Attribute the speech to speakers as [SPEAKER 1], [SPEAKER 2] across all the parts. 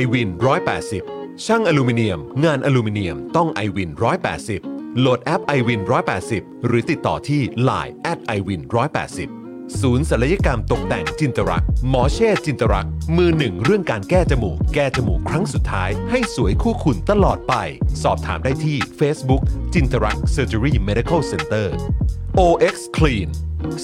[SPEAKER 1] i w วิน180 ช่างอลูมิเนียม งานอลูมิเนียมต้อง i w วิน180 โหลดแอป i w วิน180 หรือติดต่อที่ Line at i w วิน180 ศูนย์ศัลยกรรมตกแต่งจินตรัก หมอเช่จินตรัก มือหนึ่งเรื่องการแก้จมูก แก้จมูกครั้งสุดท้าย ให้สวยคู่คุณตลอดไป สอบถามได้ที่ Facebook จินตรัก Surgery Medical Center OX Clean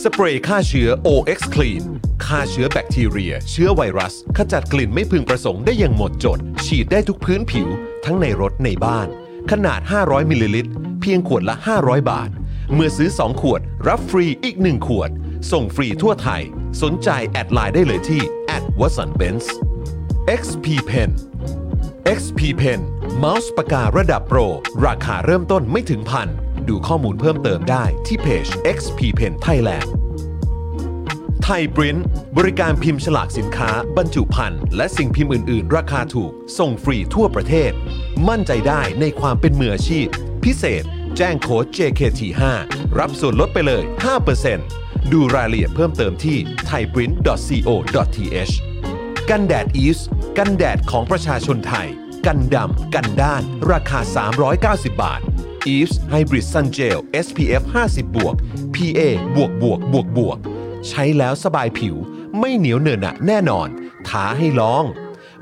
[SPEAKER 1] สเปรย์ฆ่าเชื้อ OX Clean ฆ่าเชื้อแบคทีเรีย เชื้อไวรัส ขจัดกลิ่นไม่พึงประสงค์ได้อย่างหมดจด ฉีดได้ทุกพื้นผิว ทั้งในรถในบ้าน ขนาด 500มิลลิลิตร เพียงขวดละ 500 บาท เมื่อซื้อ 2 ขวด รับฟรีอีก 1 ขวด ส่งฟรีทั่วไทย สนใจแอดไลน์ได้เลยที่ w a t s o n b e n z XP Pen XP Pen เมาส์ปากการะดับโปร ราคาเริ่มต้นไม่ถึงพัน ดูข้อมูลเพิ่มเติมได้ที่เพจ XP Pen Thailand ไทยปริ้นบริการพิมพ์ฉลากสินค้า บรรจุภัณฑ์และสิ่งพิมพ์อื่น ๆ ราคาถูก ส่งฟรีทั่วประเทศ มั่นใจได้ในความเป็นมืออาชีพ พิเศษ แจ้งโค้ด JKT5 รับส่วนลดไปเลย 5%ดูรายละเอียดเพิ่มเติมที่ thaiprint.co.th กันแดดอีสกันแดดของประชาชนไทย กันดำ กันด้าน ราคา 390 บาท e v e s Hybrid Sun Gel SPF 50บวก PA บวกบวกบวกบวก ใช้แล้วสบายผิว ไม่เหนียวเหนอะหนะแน่นอน ท้าให้ลอง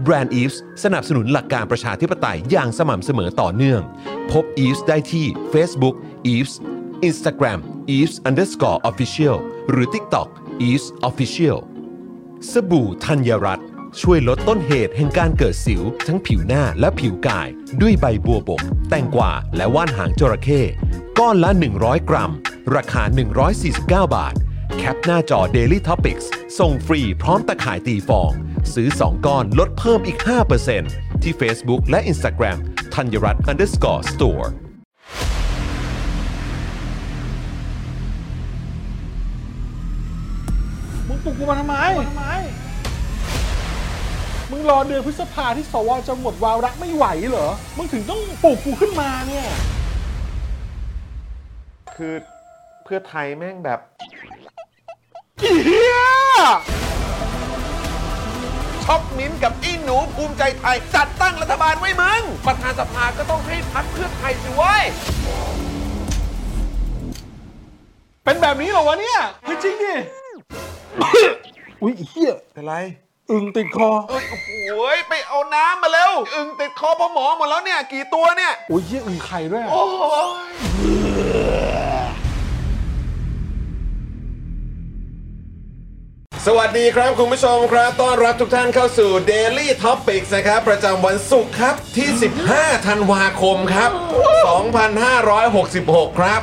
[SPEAKER 1] แบรนด์ e v e s สนับสนุนหลักการประชาธิปไตยอย่างสม่ำเสมอต่อเนื่อง พบ e v e s ได้ที่ Facebook e v e s Instagram e v e s underscore official หรือ TikTok e v e s official สบู่ธัญรัตน์ช่วยลดต้นเหตุแห่งการเกิดสิว ทั้งผิวหน้าและผิวกาย ด้วยใบบัวบก แตงกวาและว่านหางจระเข้ก้อนละ 100 กรัม ราคา 149 บาท แคปหน้าจอ Daily Topics ส่งฟรีพร้อมตะข่ายตีฟอง ซื้อ 2 ก้อนลดเพิ่มอีก 5%ที่ Facebook และ Instagram ธัญรัตน์ underscore store
[SPEAKER 2] มึงปลุกกูมาทำไม มึงรอเดือนพฤษภาที่สวจะหมดวาระไม่ไหวเหรอ มึงถึงต้องปลุกกูขึ้นมาเนี่ย
[SPEAKER 3] คือเพื่อไทยแม่งแบบ
[SPEAKER 2] อีเหี้ย
[SPEAKER 3] ช็อกมิ้นท์กับอีหนูภูมิใจไทย จัดตั้งรัฐบาลไว้มึง ประธานสภาก็ต้องให้พักเพื่อไทยสิเว้ย
[SPEAKER 2] เป็นแบบนี้เหรอวะเนี่ยเฮ้ยจริงดิ อุ้ยอีเหี้ย
[SPEAKER 3] เป็นไร
[SPEAKER 2] อึงติดคอ
[SPEAKER 3] เอ้ย โอ้โหยไปเอาน้ำมาเร็ว อึ่งติดคอพ่อหมอหมดแล้วเนี่ย กี่ตัวเนี่ย
[SPEAKER 2] อุ้ยเหี้ยอึงไข่ด้วยอะ
[SPEAKER 3] โอ้โหยสวัสดีครับคุณผู้ชมครับ ต้อนรับทุกท่านเข้าสู่ Daily Topics นะครับ ประจำวันศุกร์ครับ ที่ 15 ธันวาคมครับ 2566 ครับ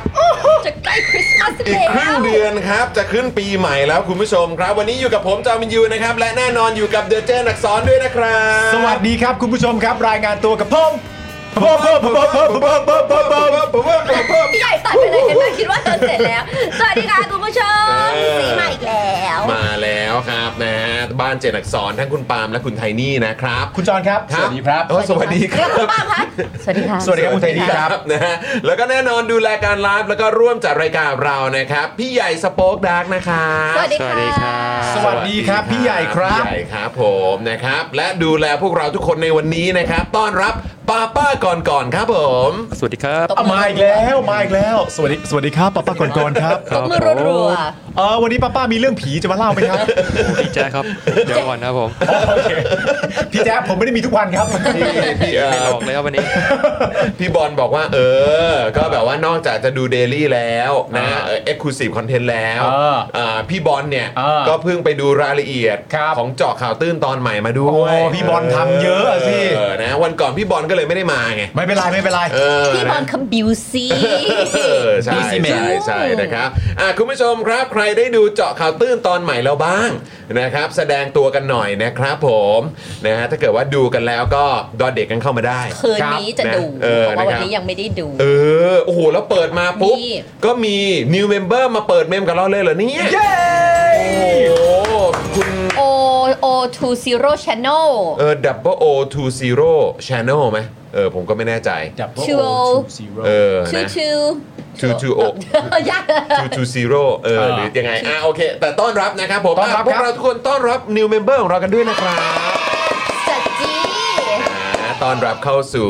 [SPEAKER 4] จะใกล้คริสต์มาส
[SPEAKER 3] อีก
[SPEAKER 4] แล้ว
[SPEAKER 3] ครึ่งเดือนครับ จะขึ้นปีใหม่แล้วคุณผู้ชมครับ วันนี้อยู่กับผมจอมินยูนะครับ และแน่นอนอยู่กับเดอะเจนอักษรด้วยนะครับ
[SPEAKER 5] สวัสดีครับ คุณผู้ชมครับ รายงานตัวกับผม
[SPEAKER 6] พี่ใหญ่ตัดไปเลยกันนะคิดว่าเธอเสร็จแล้ว สวัสดีค่ะคุณผู้ชม
[SPEAKER 3] เออ
[SPEAKER 6] สีมาอีกแล้ว
[SPEAKER 3] มาแล้วครับนะฮะบ้านเจนอักสอนทั้งคุณปาล์มและคุณไทนี่นะครับ
[SPEAKER 1] คุณจอนครับ สวัสดีครับ
[SPEAKER 3] โอ้สวัสดีค
[SPEAKER 6] แล้
[SPEAKER 3] รั
[SPEAKER 6] วคุณ
[SPEAKER 3] บ
[SPEAKER 6] ป้าพัด
[SPEAKER 7] สวัสดีค่ะ
[SPEAKER 1] สวัสดีครับคุณไทนี่ครับ
[SPEAKER 3] นะฮะแล้วก็แน่นอนดูรายการไลฟ์แล้วก็ร่วมจัดรายการเรานะครับ พี่ใหญ่สป็อกดาร์กนะครับ
[SPEAKER 6] สวัสดีค่ะ
[SPEAKER 1] สวัสดีครับพี่ใหญ่ครับ
[SPEAKER 3] พี่ใหญ่ครับผมนะครับ และดูแลพวกเราทุกคนในวันนี้นะครับต้อนรับป้าป้าก่อนก่อนๆครับผม
[SPEAKER 8] สวัสดีครับ
[SPEAKER 1] อ่ะมาอีกแล้วมาอีกแล้ว สวัสดีสวัสดีครับป้าป้าก่อนก่อนครับ
[SPEAKER 6] ตบมือรัว
[SPEAKER 1] เออวันนี้ป้าป้ามีเรื่องผีจะมาเล่าไหมครับ
[SPEAKER 8] พี่แจ๊ค ครับ เดี๋ยวก่อนนะครับผม
[SPEAKER 1] โอเคพี่แจ๊บผมไม่ได้มีทุกวันครับ
[SPEAKER 3] พี่เอ่
[SPEAKER 8] ไม่หล
[SPEAKER 3] อ
[SPEAKER 8] อกเลยครับวันนี้
[SPEAKER 3] พี่บอลบอกว่า เออ ก็แบบว่านอกจากจะดูเดลี่แล้วนะเอ็กซ์คลูซีฟคอนเทนต์แล้ว
[SPEAKER 1] เออ
[SPEAKER 3] เอ่อพี่บอลเนี่ย
[SPEAKER 1] เออ
[SPEAKER 3] ก็เพิ่งไปดูรายละเอียด
[SPEAKER 1] ครับ
[SPEAKER 3] ของเจาะข่าวตื้นตอนใหม่มาด้วย
[SPEAKER 1] โอ้พี่บอลทำเยอะอะสิ
[SPEAKER 3] เออนะวันก่อนพี่บอลก็เลยไม่ได้มาไง
[SPEAKER 1] ไม่เป็นไรไม่เป็นไร
[SPEAKER 3] เออ
[SPEAKER 6] ๆพี่บอล
[SPEAKER 3] นะ
[SPEAKER 6] คัมบิวซี่
[SPEAKER 3] เออใช่
[SPEAKER 1] ดูสิแหม่
[SPEAKER 3] ใช่ใช่นะครับอ่ะคุณผู้ชมครับใครได้ดูเจาะข่าวตื้นตอนใหม่แล้วบ้างนะครับ แสดงตัวกันหน่อยนะครับผมนะฮะถ้าเกิดว่าดูกันแล้วก็ดอเด็กกันเข้ามาได้
[SPEAKER 6] คืนนี้จะดู
[SPEAKER 3] เออ
[SPEAKER 6] เพราะ
[SPEAKER 3] นะ
[SPEAKER 6] ว่าวัน
[SPEAKER 3] ครับ
[SPEAKER 6] นี้ยังไม่ได้ดู
[SPEAKER 3] เออโอ้โหแล้วเปิดมาปุ๊บ
[SPEAKER 6] นี่
[SPEAKER 3] ก็มี new member มาเปิดเมมกับเราเลยเหรอเนี่ยเย้โอ้โหคุณ
[SPEAKER 6] O O Two Zero Channel
[SPEAKER 3] เออ double o two zero channel ไหมเออผมก็ไม่แน่ใจ
[SPEAKER 1] จับโอ้
[SPEAKER 6] ชิว
[SPEAKER 1] ชิว
[SPEAKER 3] เออ
[SPEAKER 6] ชื่อ
[SPEAKER 3] นะ
[SPEAKER 6] ชื่อ
[SPEAKER 3] Two Two O
[SPEAKER 6] ยาก
[SPEAKER 3] 2 2 0เออ
[SPEAKER 1] เออ
[SPEAKER 3] หรือยังไง อ่ะโอเค แต่ต้อนรับนะครับผม
[SPEAKER 1] ต้อนรับ
[SPEAKER 3] ะพว
[SPEAKER 1] ครั
[SPEAKER 3] ก
[SPEAKER 1] บ
[SPEAKER 3] เราทุกคนต้อนรับ new member ของเรากันด้วยนะครับ
[SPEAKER 6] จัดจี
[SPEAKER 3] อ่าต้อนรับเข้าสู่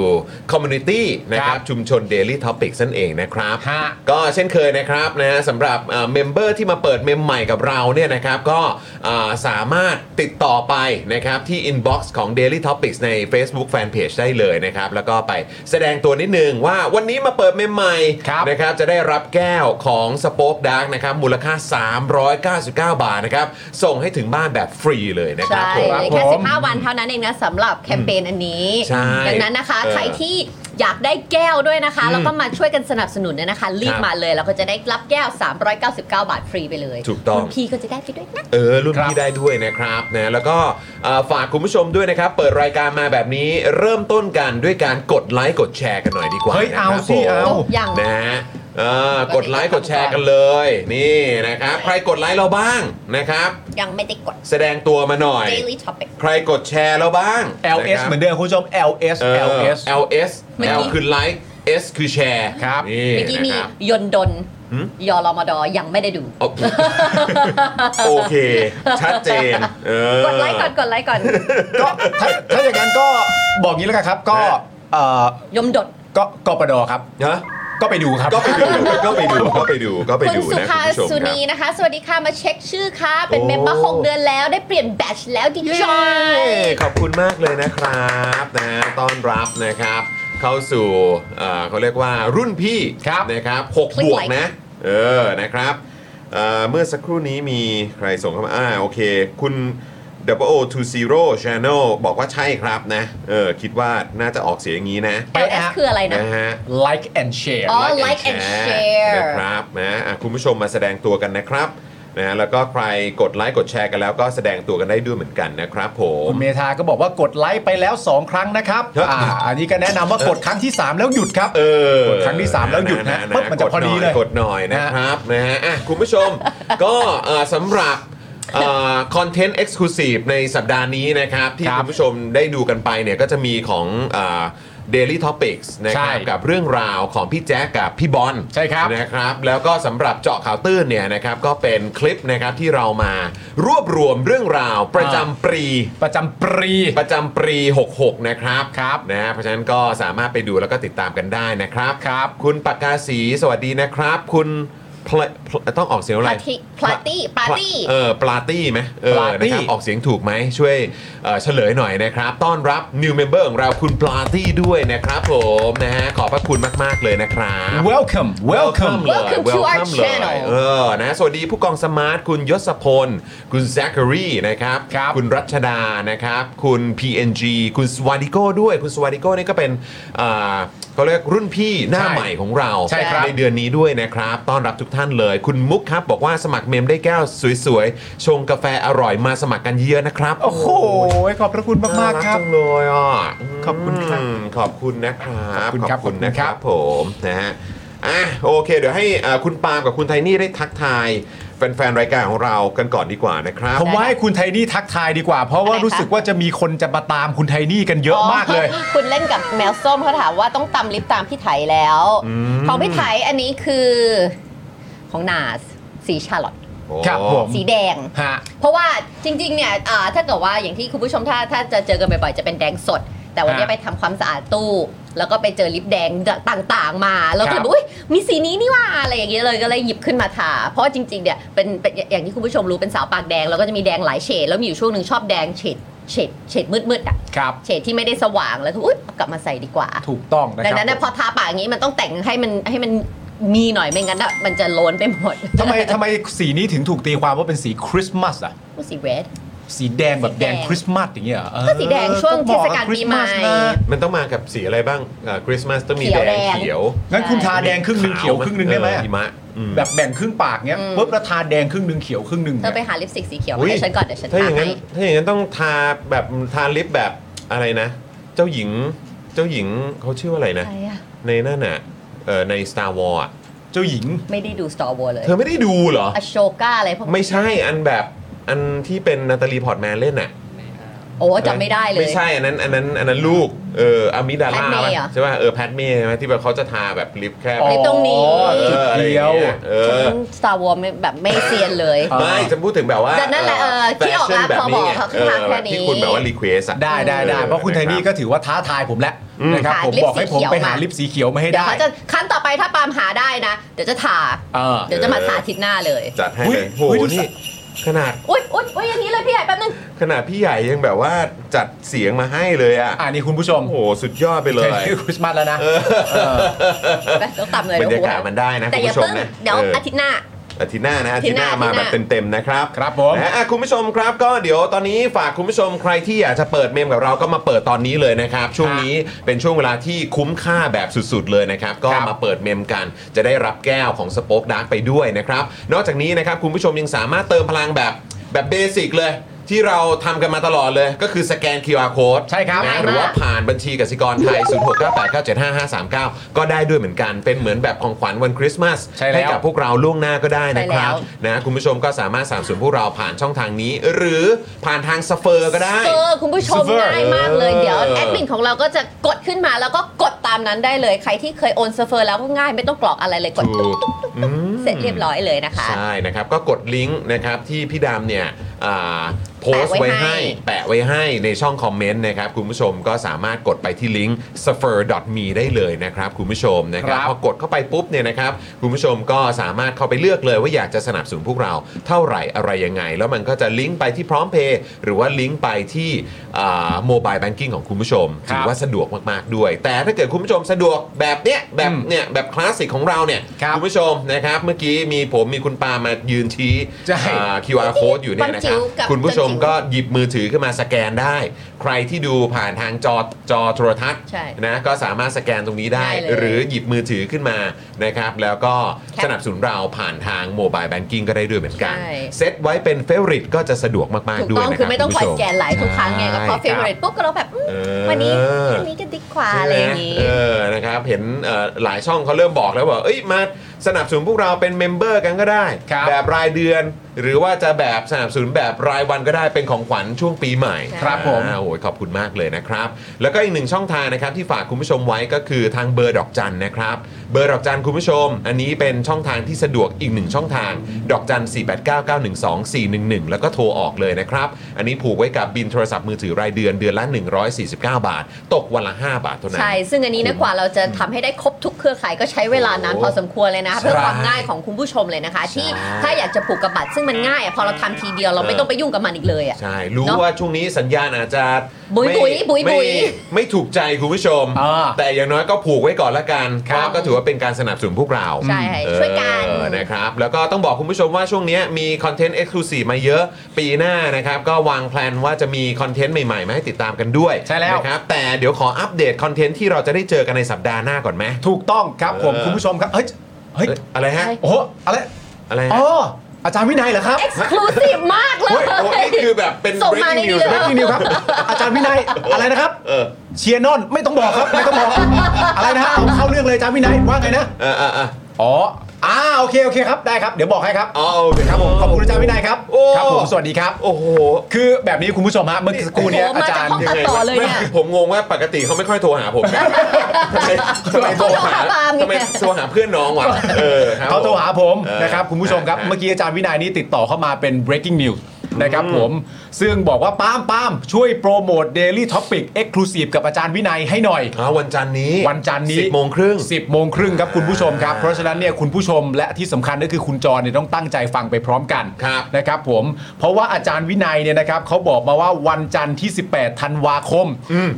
[SPEAKER 3] community นะครับ
[SPEAKER 1] ครับ
[SPEAKER 3] ชุมชน daily topics นั่นเองนะครับ
[SPEAKER 1] ฮะ
[SPEAKER 3] ก็เช่นเคยนะครับนะสำหรับเมมเบอร์ที่มาเปิดเมมใหม่กับเราเนี่ยนะครับ ก็อ่าสามารถติดต่อไปนะครับ ที่ inbox ของ daily topics ใน Facebook Fanpage ได้เลยนะครับ แล้วก็ไปแสดงตัวนิดนึงว่าวันนี้มาเปิดเมมใหม่
[SPEAKER 1] ครับ
[SPEAKER 3] นะครับจะได้รับแก้วของสป็อกดาร์กนะครับมูลค่า 399 บาทนะครับ ส่งให้ถึงบ้านแบบฟรีเลยนะครับ
[SPEAKER 6] ใช่
[SPEAKER 3] ผม
[SPEAKER 6] เหลือแค่
[SPEAKER 1] ผม
[SPEAKER 6] 15 วันเท่านั้นเองนะสำหรับแคมเปญอันนี้
[SPEAKER 3] ใช่
[SPEAKER 6] ดังนั้นนะคะ
[SPEAKER 3] เออ
[SPEAKER 6] ใครที่อยากได้แก้วด้วยนะคะ แล้วก็มาช่วยกันสนับสนุนเนี่ยนะคะ รี
[SPEAKER 3] ค
[SPEAKER 6] บ
[SPEAKER 3] รับ
[SPEAKER 6] มาเลยเราก็จะได้รับแก้ว 399 บาทฟรีไปเลย
[SPEAKER 3] ถูกต้อง
[SPEAKER 6] คุณพี่ก็จะได้ไปด้วยนะ
[SPEAKER 3] เออรุ่น
[SPEAKER 1] ครับ
[SPEAKER 3] พี่ได้ด้วยนะครับนะแล้วก็เอ่อฝากคุณผู้ชมด้วยนะครับ เปิดรายการมาแบบนี้เริ่มต้นกันด้วยการกดไลค์กดแชร์กันหน่อยดีกว่า
[SPEAKER 1] เฮ้ย
[SPEAKER 3] นะครับ
[SPEAKER 1] เอาสิ
[SPEAKER 3] ผม
[SPEAKER 1] เอา
[SPEAKER 6] ยัง
[SPEAKER 3] นะฮะเออกดไลค์กดแชร์กันเลยนี่นะครับ ใครกดไลค์เราบ้างนะครับ
[SPEAKER 6] ยังไม่ได้กด
[SPEAKER 3] แสดงตัวมาหน่อย
[SPEAKER 6] daily topic
[SPEAKER 3] ใครกดแชร์เราบ้าง
[SPEAKER 1] LS เหมือนเดิมคุณผู้ชม LS
[SPEAKER 3] เออ
[SPEAKER 1] LS
[SPEAKER 3] LS
[SPEAKER 6] เมื่อ
[SPEAKER 3] L
[SPEAKER 6] กี้
[SPEAKER 3] คือไลค์ S คือแชร์
[SPEAKER 1] ครับ
[SPEAKER 3] นี่
[SPEAKER 6] เมื่อกี้มี
[SPEAKER 3] นะครับ
[SPEAKER 6] ยนต์ดน
[SPEAKER 3] หืม
[SPEAKER 6] ยอรมดยังไม่ได้ดู
[SPEAKER 3] โอเคโอเค ชัดเจนเอ อก
[SPEAKER 6] ดไลค์ก่อนกดไลค์ก่อน
[SPEAKER 1] ก็ถ้าถ้าอย่างนั้นก็บอกงี้แล้วกันครับ ก็เอ่อย
[SPEAKER 6] มดด
[SPEAKER 1] ก็กปดครับ
[SPEAKER 3] ฮะ
[SPEAKER 1] ก็ไปดูครับ
[SPEAKER 3] ก็ไปดูก็ไปดูก็ไปดูก็ไป
[SPEAKER 6] คุณ
[SPEAKER 3] ดู
[SPEAKER 6] สุ
[SPEAKER 3] นะ
[SPEAKER 6] ภา
[SPEAKER 3] คุณผู้ชม
[SPEAKER 6] สุ
[SPEAKER 3] ครั
[SPEAKER 6] นี
[SPEAKER 3] บ
[SPEAKER 6] นะคะ สวัสดีค่ะมาเช็คชื่อค่ะเป็น
[SPEAKER 3] โอ้
[SPEAKER 6] เมมเบอร์หกเดือนแล้วได้เปลี่ยนแบตชแล้วดีใจ
[SPEAKER 3] ขอบคุณมากเลยนะครับนะต้อนรับนะครับ เข้าสู่เอ่อเขาเรียกว่ารุ่นพี่
[SPEAKER 1] ครับ
[SPEAKER 3] นะครับหก
[SPEAKER 6] ค
[SPEAKER 3] บ
[SPEAKER 6] ลิก
[SPEAKER 3] วก
[SPEAKER 6] ไลค์
[SPEAKER 3] นะ เออนะครับเอ่อเมื่อสักครู่นี้มีใครส่งเข้ามาอ่าโอเค คุณ W O 2 0 Channel บอกว่าใช่ครับนะเออคิดว่าน่าจะออกเสียงอย่างนี้นะ
[SPEAKER 1] ไป
[SPEAKER 6] LS
[SPEAKER 1] ฮะ
[SPEAKER 6] คืออะไรนะ
[SPEAKER 3] นะฮะ
[SPEAKER 1] like and share
[SPEAKER 6] อ๋อ like and share
[SPEAKER 3] นะครับนะอ่ะคุณผู้ชมมาแสดงตัวกันนะครับนะแล้วก็ใครกดไลค์กดแชร์กันแล้วก็แสดงตัวกันได้ด้วยเหมือนกันนะครับผม
[SPEAKER 1] คุณเมธาก็บอกว่ากดไลค์ไปแล้ว 2 ครั้งนะครับ
[SPEAKER 3] ครับ
[SPEAKER 1] อ่าอันนี้ก็แนะนำว่ากดครั้งที่ 3 แล้วหยุดครับ
[SPEAKER 3] เออก
[SPEAKER 1] ดครั้งที่สามแล้วหยุดนะปึ๊บมันจะพอดีเลย
[SPEAKER 3] กดหน่อยกดหน่อยนะครับนะฮะอ่ะคุณผู้ชม ก็เอ่อสำหรับคอนเทนต์เอ็กซ์คลูซีฟในสัปดาห์นี้นะครับ ที่
[SPEAKER 1] ครับ
[SPEAKER 3] คุณผู้ชมได้ดูกันไปเนี่ยก็จะมีของเดลี่ท็อปิกส์นะครับ
[SPEAKER 1] ใช่
[SPEAKER 3] กับเรื่องราวของพี่แจ๊กกับพี่บอล
[SPEAKER 1] ใช่ครับ
[SPEAKER 3] นะครับแล้วก็สำหรับเจาะข่าวตื้นเนี่ยนะครับก็เป็นคลิปนะครับที่เรามารวบรวมเรื่องราวประจำ
[SPEAKER 1] อ่า
[SPEAKER 3] ปี
[SPEAKER 1] ประจำปรี
[SPEAKER 3] ประจำปี 66 นะครับ
[SPEAKER 1] ครับ
[SPEAKER 3] นะฮะเพราะฉะนั้นก็สามารถไปดูแล้วก็ติดตามกันได้นะครับ
[SPEAKER 1] ครับ
[SPEAKER 3] คุณปากกาสีสวัสดีนะครับ คุณพลพลต้องออกเสียงอะไร
[SPEAKER 6] พาทิพลาตี้ปาร์ตี้
[SPEAKER 3] เออปลาตี้ไหมเออ
[SPEAKER 1] ปลาตี้
[SPEAKER 3] นะครับออกเสียงถูกไหมช่วยเอ่อเฉลยหน่อยนะครับ ต้อนรับ new member ของเราคุณปลาตี้ด้วยนะครับผมนะฮะขอบพระคุณมาก ๆ เลยนะครับ
[SPEAKER 1] welcome welcome
[SPEAKER 3] Welcome เลย
[SPEAKER 6] Welcome to our
[SPEAKER 3] Welcome เลย
[SPEAKER 6] channel
[SPEAKER 3] เออ นะ สวัสดีผู้กองสมาร์ท คุณยศพล คุณแซคคารีนะครับ
[SPEAKER 1] ครับ
[SPEAKER 3] คุณรัชดา นะครับ คุณ PNG คุณสวาดิโก้ด้วย คุณสวาดิโก้นี่ก็เป็นอ่าเขาเรียกรุ่นพี่หน้า
[SPEAKER 1] ใช่
[SPEAKER 3] ใหม่ของเรา
[SPEAKER 1] ใช่ครับ
[SPEAKER 3] เดือนนี้ด้วยนะครับ ต้อนรับทุกท่านเลย คุณมุกครับ บอกว่าสมัครเมมได้แก้วสวยๆ ชงกาแฟอร่อยมาสมัครกันเยอะๆนะครับ
[SPEAKER 1] โอ้โห ขอบพระคุณมาก
[SPEAKER 3] น่
[SPEAKER 1] ๆ
[SPEAKER 3] รั
[SPEAKER 1] ครับ
[SPEAKER 3] จังเลยอ่ะอืม
[SPEAKER 1] ขอบคุณครับ
[SPEAKER 3] มขอบคุณนะครับ
[SPEAKER 1] ขอบคุณครับขอบคุณ
[SPEAKER 3] นะค
[SPEAKER 1] ครั
[SPEAKER 3] รับบ ผมนะฮะอ่ะโอเค เดี๋ยวให้อ่าคุณปาล์มกับคุณไทนี่ได้ทักทาย แฟนๆ รายการของเรากันก่อนดีกว่านะครับ
[SPEAKER 1] ผมว่าให้คุณไทนี่ทักทายดีกว่า เพราะว่ารู้สึกว่าจะมีคนจะมาตามคุณไทนี่กันเยอะมากเลย
[SPEAKER 6] คุณเล่นกับแมวส้มเขาถามว่าต้องตำลิปตามพี่ไถแล้ว ของพี่ไถอันนี้คือของนาสสีชาร์ลอต
[SPEAKER 3] โอ้
[SPEAKER 1] ครับผม
[SPEAKER 6] สีแดง
[SPEAKER 1] ฮะ
[SPEAKER 6] เพราะว่าจริงๆ เนี่ยอ่าถ้าเกิดว่าอย่างที่คุณผู้ชมถ้าถ้าจะเจอกันบ่อยๆ จะเป็นแดงสด แต่วันนี้
[SPEAKER 1] ฮะ
[SPEAKER 6] ไปทำความสะอาดตู้ แล้วก็ไปเจอลิปแดงต่างๆ มา แล้วก็
[SPEAKER 1] ครับ
[SPEAKER 6] ดูอุ้ยมีสีนี้นี่หว่าอะไรอย่างเงี้ยเลยก็เลยหยิบขึ้นมาทา เพราะว่าจริงๆ เนี่ยเป็นเป็นอย่างที่คุณผู้ชมรู้เป็นสาวปากแดง แล้วก็จะมีแดงหลายเฉด แล้วมีอยู่ช่วงหนึ่งชอบแดงเฉดเฉดเฉดมืดๆอ่ะ
[SPEAKER 1] ครับ
[SPEAKER 6] เฉดที่ไม่ได้สว่างแล้วก็อุ้ยเอากลับมาใส่ดีกว่า
[SPEAKER 1] ถูกต้องนะค
[SPEAKER 6] ดั
[SPEAKER 1] รั
[SPEAKER 6] งนั้นเนี่ยพอทาปากอย่างนี้มันต้องแต่งให้มันให้มันมีหน่อยไม่งั้นอะมันจะโล้นไปหมด
[SPEAKER 1] ทำไมทำไมสีนี้ถึงถูกตีความว่าเป็นสีคริสต์มาสอ่ะ
[SPEAKER 6] อุ๊ยสีเวด
[SPEAKER 1] สีแดงแบบ
[SPEAKER 6] สีแด
[SPEAKER 1] แด
[SPEAKER 6] ง
[SPEAKER 1] งคริสต์มาสอย่างเงี้ยหรอออ
[SPEAKER 6] ก็สีแดงช่วง
[SPEAKER 1] ต้อบอก
[SPEAKER 6] เทศกาลปีใหม่
[SPEAKER 1] คริสต์าสนะ
[SPEAKER 3] มันต้องมากับสีอะไรบ้างคริสต์มาสต้องมี
[SPEAKER 6] เขี
[SPEAKER 3] แดง
[SPEAKER 6] ยวแดง
[SPEAKER 3] เขียว
[SPEAKER 1] งั้นคุณทาแดงครึ่งหนึ่งเขียวครึ่งหนึ่งได้ไหม
[SPEAKER 3] เออ
[SPEAKER 1] อะ
[SPEAKER 3] หิมะอืม
[SPEAKER 1] แบบแบ่งครึ่งปากเงี้ยปุ๊บแล้วทาแดงครึ่งหนึ่งเขียวครึ่งหนึ่ง
[SPEAKER 6] เธอไป
[SPEAKER 1] เนี่ย
[SPEAKER 6] หาลิปสติกสีเขียว
[SPEAKER 3] อุ๊
[SPEAKER 6] มาให้ฉันก่อนเดี๋ยวฉัน
[SPEAKER 3] ถ้าอ
[SPEAKER 6] ทา
[SPEAKER 3] ย่างนั้น
[SPEAKER 6] ให้
[SPEAKER 3] ถ้าอย่างนั้นต้องทาแบบทาลิปแบบอะไรนะ เจ้าหญิงเจ้าหญิงเขาชื่อว่าอะไรนะ
[SPEAKER 6] ใครอะ
[SPEAKER 3] ในนั่นน่ะเอ่อใน Star Wars อะ
[SPEAKER 1] เจ้าหญิง
[SPEAKER 6] ไม่ได้ดู Star Wars เลย
[SPEAKER 3] เธอไม่ได้ดูเหรอ
[SPEAKER 6] อโชก้าอะไรพวก
[SPEAKER 3] ไม่ใช่อันแบบอันที่เป็นนาตาลีพอร์ตแมนเล่นน่ะ
[SPEAKER 6] โอ้จำไม่ได้เลย
[SPEAKER 3] ไม่ใช่อันนั้นอันนั้นอันนั้นลูกเอออามิดาล่า
[SPEAKER 6] แพทเมย์เหรอ
[SPEAKER 3] ใช่ป่ะเออแพทเมย์ใช่ไหมที่แบบเขาจะทาแบบลิปแค่
[SPEAKER 6] อ๋อ ตรงนี้
[SPEAKER 1] จุด
[SPEAKER 3] อออะไร
[SPEAKER 1] เดี
[SPEAKER 3] อาย ง
[SPEAKER 1] ว
[SPEAKER 3] งี้เอ
[SPEAKER 6] ฉั
[SPEAKER 3] อน
[SPEAKER 6] Star Wars ไม่แบบไม่เซียนเลย
[SPEAKER 1] เออ
[SPEAKER 3] ไม่จะพูดถึงแบบว่า
[SPEAKER 6] แต่นั่นแหละเออที่ออก
[SPEAKER 3] ฟ
[SPEAKER 6] มา
[SPEAKER 3] ชั่นแบบนี้
[SPEAKER 6] พอบอก
[SPEAKER 3] ไง
[SPEAKER 6] เขา
[SPEAKER 3] เออ
[SPEAKER 6] แค่
[SPEAKER 3] แบบ
[SPEAKER 6] นี้
[SPEAKER 3] ที่คุณแบบว่ารีเควสอะ
[SPEAKER 1] ได้ได้ได้เพราะคุณไทนี่ก็ถือว่าท้าทายผมแล้วนะครับ
[SPEAKER 6] หา
[SPEAKER 1] ผม
[SPEAKER 6] ลิป
[SPEAKER 1] บอกให้
[SPEAKER 6] สี
[SPEAKER 1] ผม
[SPEAKER 6] เขียว
[SPEAKER 1] ไปหา
[SPEAKER 6] มา
[SPEAKER 1] ลิปสีเขียวมาให้
[SPEAKER 6] เดี๋ยว
[SPEAKER 1] ได้
[SPEAKER 6] เขาจะครั้งต่อไปถ้าปาล์มหาได้นะ เดี๋ยวจะทา
[SPEAKER 1] เออ
[SPEAKER 6] เดี๋ยวจะมาทา
[SPEAKER 3] เออ
[SPEAKER 6] อาทิตย์หน้าเลย
[SPEAKER 3] จัดให้
[SPEAKER 1] อุ๊ย
[SPEAKER 3] เลยโห
[SPEAKER 1] อุ๊ยดูสิ
[SPEAKER 3] นี่ขนาด
[SPEAKER 6] อุ้ยอุ้ยอุ้ยอย่างนี้เลยพี่ใหญ่แป๊บนึง
[SPEAKER 3] ขนาดพี่ใหญ่ยังแบบว่าจัดเสียงมาให้เลยอ่ะ
[SPEAKER 1] อ่านี่คุณผู้ชม
[SPEAKER 3] โอ้โหสุดยอดไปเลย
[SPEAKER 1] คริสต์มาสแล้วนะเออ
[SPEAKER 6] ไปต้องต่ำเลย
[SPEAKER 3] บรรยากาศ
[SPEAKER 6] โอ้โห
[SPEAKER 3] มันได้นะ
[SPEAKER 6] แต่
[SPEAKER 3] คุณ
[SPEAKER 6] อย่า
[SPEAKER 3] ผู้ชม
[SPEAKER 6] เพิ่ง
[SPEAKER 3] นะ
[SPEAKER 6] เดี๋ยว
[SPEAKER 3] เอออ
[SPEAKER 6] อาทิตย์หน้า
[SPEAKER 3] อาทิตย์หน้านะอาทิตย์หน้า
[SPEAKER 6] อาทิตย์หน้า
[SPEAKER 3] มาแบบเต็มๆนะครับ
[SPEAKER 1] ครับผม
[SPEAKER 3] นะอ่ะคุณผู้ชมครับก็เดี๋ยวตอนนี้ฝากคุณผู้ชมใครที่อยากจะเปิดเมมกับเราก็มาเปิดตอนนี้เลยนะครับ ช่วงนี้เป็นช่วงเวลาที่คุ้มค่าแบบสุดๆเลยนะครับ ก็มาเปิดเมมกัน จะได้รับแก้วของสป็อคดาร์กไปด้วยนะครับ นอกจากนี้นะครับคุณผู้ชมยังสามารถเติมพลังแบบแบบเบสิกเลย ที่เราทำกันมาตลอดเลย ก็คือสแกน QR code
[SPEAKER 1] ใช่ครับ
[SPEAKER 3] นะหรือว่า ผ่านบัญชีกสิกรไทย 0698975539 ก็ได้ด้วยเหมือนกัน เป็นเหมือนแบบของขวัญวันคริสต์มาส
[SPEAKER 1] ใช่แล้ว
[SPEAKER 3] กับพวกเราล่วงหน้าก็ได้นะครับ
[SPEAKER 6] ใช่แล้ว
[SPEAKER 3] นะคุณผู้ชมก็สามารถสามส่วนพวกเราผ่านช่องทางนี้ หรือผ่านทางสเฟอร์ก็ได้
[SPEAKER 6] เออคุณผู้ชม
[SPEAKER 3] Server
[SPEAKER 6] ง่ายมากเลย
[SPEAKER 3] เออ
[SPEAKER 6] เดี๋ยวแอดมินของเราก็จะกดขึ้นมาแล้วก็กดตามนั้นได้เลยใครที่เคยโอนเซิร์ฟเวอร์แล้วก็ง่ายไม่ต้องกรอกอะไรเลยกด
[SPEAKER 3] ถูกอืม
[SPEAKER 6] เสร็จเรียบร้อยเลยนะคะ
[SPEAKER 3] ใช่นะครับ ก็กดลิงก์นะครับที่พี่ดำเนี่ยอ่าโพสต์ไว้ให้ แปะไว้ให้ในช่องคอมเมนต์นะครับ คุณผู้ชมก็สามารถกดไปที่ลิงก์ s u f f e r me ได้เลยนะครับ คุณผู้ชมนะครับ
[SPEAKER 1] ครับ
[SPEAKER 3] พอกดเข้าไปปุ๊บเนี่ยนะครับ คุณผู้ชมก็สามารถเข้าไปเลือกเลยว่าอยากจะสนับสนุนพวกเราเท่าไหร่อะไรยังไง แล้วมันก็จะลิงก์ไปที่พร้อมเพย์หรือว่าลิงก์ไปที่โมบายแบงกิ้งของคุณผู้ชม
[SPEAKER 1] ครับ
[SPEAKER 3] ถืว่าสะดวกมากๆด้วย แต่ถ้าเกิดคุณผู้ชมสะดวกแบบเนี้ยแบบ
[SPEAKER 1] อืม
[SPEAKER 3] เนี่ยแบบคลาสสิกของเราเนี่ย
[SPEAKER 1] ครับ
[SPEAKER 3] ณผู้ชมนะครับ เมื่อกี้มีผมมีคุณปามายืนชี้
[SPEAKER 1] ใช่
[SPEAKER 3] อ่า QR code อยู่เนี่ยนะค
[SPEAKER 6] ปันจิ๋
[SPEAKER 3] รับ
[SPEAKER 6] วกับ
[SPEAKER 3] คุณผู้ชม
[SPEAKER 6] ปันจิ๋ว
[SPEAKER 3] ก็ ก็หยิบมือถือขึ้นมาสแกนได้ ใครที่ดูผ่านทางจอจอโทรทัศน์
[SPEAKER 6] ใช่
[SPEAKER 3] นะก็สามารถสแกนตรงนี้ได้
[SPEAKER 6] ได้เลย
[SPEAKER 3] หรือหยิบมือถือขึ้นมานะครับ แล้วก็
[SPEAKER 6] แคป
[SPEAKER 3] สนับสนุนเราผ่านทางโมบายแบงกิ้งก็ได้ด้วยเหมือนกัน
[SPEAKER 6] ใช่
[SPEAKER 3] เซตไว้เป็นเฟ v o r ริ e ก็จะสะดวกมาก
[SPEAKER 6] ถูก
[SPEAKER 3] ๆ ด้วย
[SPEAKER 6] ต้อง
[SPEAKER 3] นะค
[SPEAKER 6] คื
[SPEAKER 3] รั
[SPEAKER 6] อไม่ต้องคอย
[SPEAKER 3] ณผู้ช
[SPEAKER 6] สแกนหลายทุกครั้งไงก็พอเฟ
[SPEAKER 3] ใช่
[SPEAKER 6] เวอร์ปุ๊บก็เราแบบอืม
[SPEAKER 3] เออ
[SPEAKER 6] วันนี้อันนี้ก็ดิกว่าอะไรอย่างนี้
[SPEAKER 3] เออ นะครับ เห็นเอ่อหลายช่องเขาเริ่มบอกแล้วว่า เอ้ย มาสนับสนุนพวกเราเป็นเมมเบอร์กันก็ได้
[SPEAKER 1] ครับ
[SPEAKER 3] แบบรายเดือน หรือว่าจะแบบสนับสนุนแบบรายวันก็ได้ เป็นของขวัญช่วงปีใหม่
[SPEAKER 1] ครับผม
[SPEAKER 3] อ่าโอ้ยขอบคุณมากเลยนะครับ แล้วก็อีกหนึ่งช่องทางนะครับที่ฝากคุณผู้ชมไว้ก็คือทางเบอร์ดอกจันนะครับ เบอร์ดอกจันคุณผู้ชม อันนี้เป็นช่องทางที่สะดวกอีกหนึ่งช่องทาง ดอกจัน 4 8 9 9 1 2 4 1 1 แล้วก็โทรออกเลยนะครับ อันนี้ผูกไว้กับบินโทรศัพท์มือถือรายเดือนเดือนละ 149 บาท ตกวันละ 5 บาทเท่านั้น
[SPEAKER 6] ใช่ ซึ่งอันนี้นะกว่าเราจะทำให้ได้ครบทุกเครือข่ายก็ใช้เวลานานพอสมควรเลยนะคะเพื่อความง่ายของคุณผู้ชมเลยนะคะ ที่ถ้าอยากจะผูกกับบัตรซึ่งมันง่ายอะพอเราทำทีเดียวเราไม่ต้องไปยุ่งกับมันอีกเลยอะ
[SPEAKER 3] ใช่ รู้
[SPEAKER 6] เนอะ
[SPEAKER 3] ว่าช่วงนี้สัญญาณอาจจะ
[SPEAKER 6] บุ๋ย
[SPEAKER 3] ไม่
[SPEAKER 6] บุ๋ยบุ๋ยบุ๋ย
[SPEAKER 3] ไม่ไม่ถูกใจคุณผู้ชม
[SPEAKER 1] อ่า
[SPEAKER 3] แต่อย่างน้อยก็ผูกไว้ก่อนละกันเพราะก็ถือว่าเป็นการสนับสนุนพวกเรา
[SPEAKER 6] ใช่ช่วยกัน
[SPEAKER 3] เออนะครับ แล้วก็ต้องบอกคุณผู้ชมว่าช่วงเนี้ยมีคอนเทนต์เอ็กซ์คลูซีฟมาเยอะ ปีหน้านะครับ ก็วางแพลนว่าจะมีคอนเทนต์ใหม่ๆ มาให้ติดตามกันด้วย
[SPEAKER 1] ใช่แล้ว
[SPEAKER 3] นะครับ แต่เดี๋ยวขออัปเดตคอนเทนต์ที่เราจะได้เจอกันในสัปดาห์หน้าก่อนไหม
[SPEAKER 1] ถูกต้องครับผม
[SPEAKER 3] เออ
[SPEAKER 1] คุณผู้ชมครับเฮ้ยเฮ้ย
[SPEAKER 3] เอ้ยอะไรฮะ
[SPEAKER 6] ใช่
[SPEAKER 1] โอ้โหอะไร
[SPEAKER 3] อะไรฮะ
[SPEAKER 1] อ๋อ อาจารย์วินัยเหรอครับ
[SPEAKER 6] exclusive มากเล
[SPEAKER 3] เฮ้
[SPEAKER 6] ย
[SPEAKER 3] ยโอ้นี่คือแบบเป็น
[SPEAKER 6] ส่งมา
[SPEAKER 3] breaking
[SPEAKER 6] ใน
[SPEAKER 3] news นะ
[SPEAKER 6] นี้เลย
[SPEAKER 1] breaking news ครับอาจารย์วินัยอะไรนะครับ
[SPEAKER 3] เออ
[SPEAKER 1] เชียร์นอนไม่ต้องบอกครับไม่ต้องบอกอะไรนะฮะเอาเข้าเรื่องเลยอาจารย์วินัยว่าไงนะ
[SPEAKER 3] เออเออเออ
[SPEAKER 1] อ๋ออ่าโอเคโอเคครับได้ครับเดี๋ยวบอกให้ครับ
[SPEAKER 3] อ๋อโอเค
[SPEAKER 1] ครับผมขอบคุณอาจารย์วินัยครับ
[SPEAKER 3] โอ้
[SPEAKER 1] ครับผมสวัสดีครับ
[SPEAKER 3] โอ้โห
[SPEAKER 1] คือแบบนี้คุณผู้ชมฮะเมื่อสักครู่เนี้ย
[SPEAKER 6] โอ้โห
[SPEAKER 1] อา
[SPEAKER 6] มา
[SPEAKER 1] จา
[SPEAKER 6] จาก
[SPEAKER 1] รย์
[SPEAKER 6] ห้องตัดต่อเลยเนี่ย
[SPEAKER 3] ไม่ผมงงว่าปกติเขาไม่ค่อยโทรหาผม นะทำไมทำไมโทรหา
[SPEAKER 6] เขาโทรหาปาล์มไง
[SPEAKER 3] ทำไมโทรหาเพื่อนน้องวะออคบ
[SPEAKER 1] เขาโทรหาผม
[SPEAKER 3] เออ
[SPEAKER 1] นะครับคุณผู้ชมครับ
[SPEAKER 3] เออ
[SPEAKER 1] เมื่อกี้อาจารย์วินัยนี่ติดต่อเข้ามาเป็น breaking news นะครับผม ซึ่งบอกว่าป้ามป้ามช่วยโปรโมท Daily Topic Exclusive กับอาจารย์วินัยให้หน่อย
[SPEAKER 3] อ๋อวันจันทร์นี้
[SPEAKER 1] วันจันทร์นี้
[SPEAKER 3] สิบโมงครึ่ง
[SPEAKER 1] 10โมงครึ่งครับคุณผู้ชมครับเพราะฉะนั้นเนี่ยคุณผู้ชมและที่สำคัญก็คือคุณจรเนี่ยต้องตั้งใจฟังไปพร้อมกัน
[SPEAKER 3] ครับ
[SPEAKER 1] นะครับผมเพราะว่าอาจารย์วินัยเนี่ยนะครับเขาบอกมาว่าวันจันทร์ที่ 18 ธันวาคม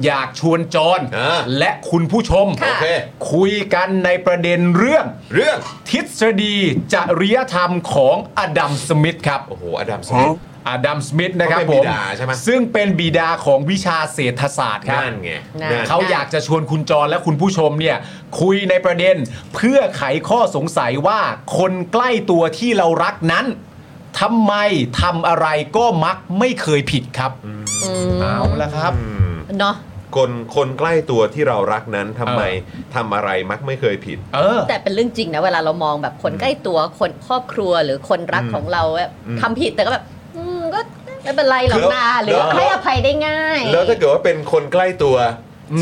[SPEAKER 1] อยากชวนจร
[SPEAKER 3] อ่า
[SPEAKER 1] และคุณผู้ชม
[SPEAKER 3] ค่ะโอเค
[SPEAKER 1] คุยกันในประเด็นเรื่อง
[SPEAKER 3] เรื่อง
[SPEAKER 1] ทฤษฎีจริยธรรมของอดัมสมิธครับ
[SPEAKER 3] โอ้โหอดัมสมิธ
[SPEAKER 1] อดัมสมิธนะครับ
[SPEAKER 3] เขา
[SPEAKER 1] ผ
[SPEAKER 3] เป็น
[SPEAKER 1] ม
[SPEAKER 3] บิดาใช่ไหม
[SPEAKER 1] ซึ่งเป็นบิดาของวิชาเศรษฐศาสตร์ครับ
[SPEAKER 3] นั่นไง
[SPEAKER 6] นั่น
[SPEAKER 3] นั่น
[SPEAKER 1] เขาอยากจะชวนคุณจรและคุณผู้ชมเนี่ยคุยในประเด็น เพื่อไขข้อสงสัยว่าคนใกล้ตัวที่เรารักนั้นทำไมทำอะไรก็มักไม่เคยผิดครับเอาละครับ
[SPEAKER 6] เนาะ
[SPEAKER 3] คนคนใกล้ตัวที่เรารักนั้นทำไมทำอะไรมักไม่เคยผิด
[SPEAKER 1] เออ
[SPEAKER 6] แต่เป็นเรื่องจริงนะเวลาเรามองแบบคนใกล้ตัวคนครอบครัวหรือคนรักของเราอะ
[SPEAKER 3] อืม
[SPEAKER 6] ทำผิดแต่ก็แบบอืมก็ไม่เป็นไรหรอกนะห
[SPEAKER 3] แล้
[SPEAKER 6] รื
[SPEAKER 3] ว
[SPEAKER 6] อให้อภัยได้ง่าย
[SPEAKER 3] แล้วถ้าเกิดว่าเป็นคนใกล้ตัว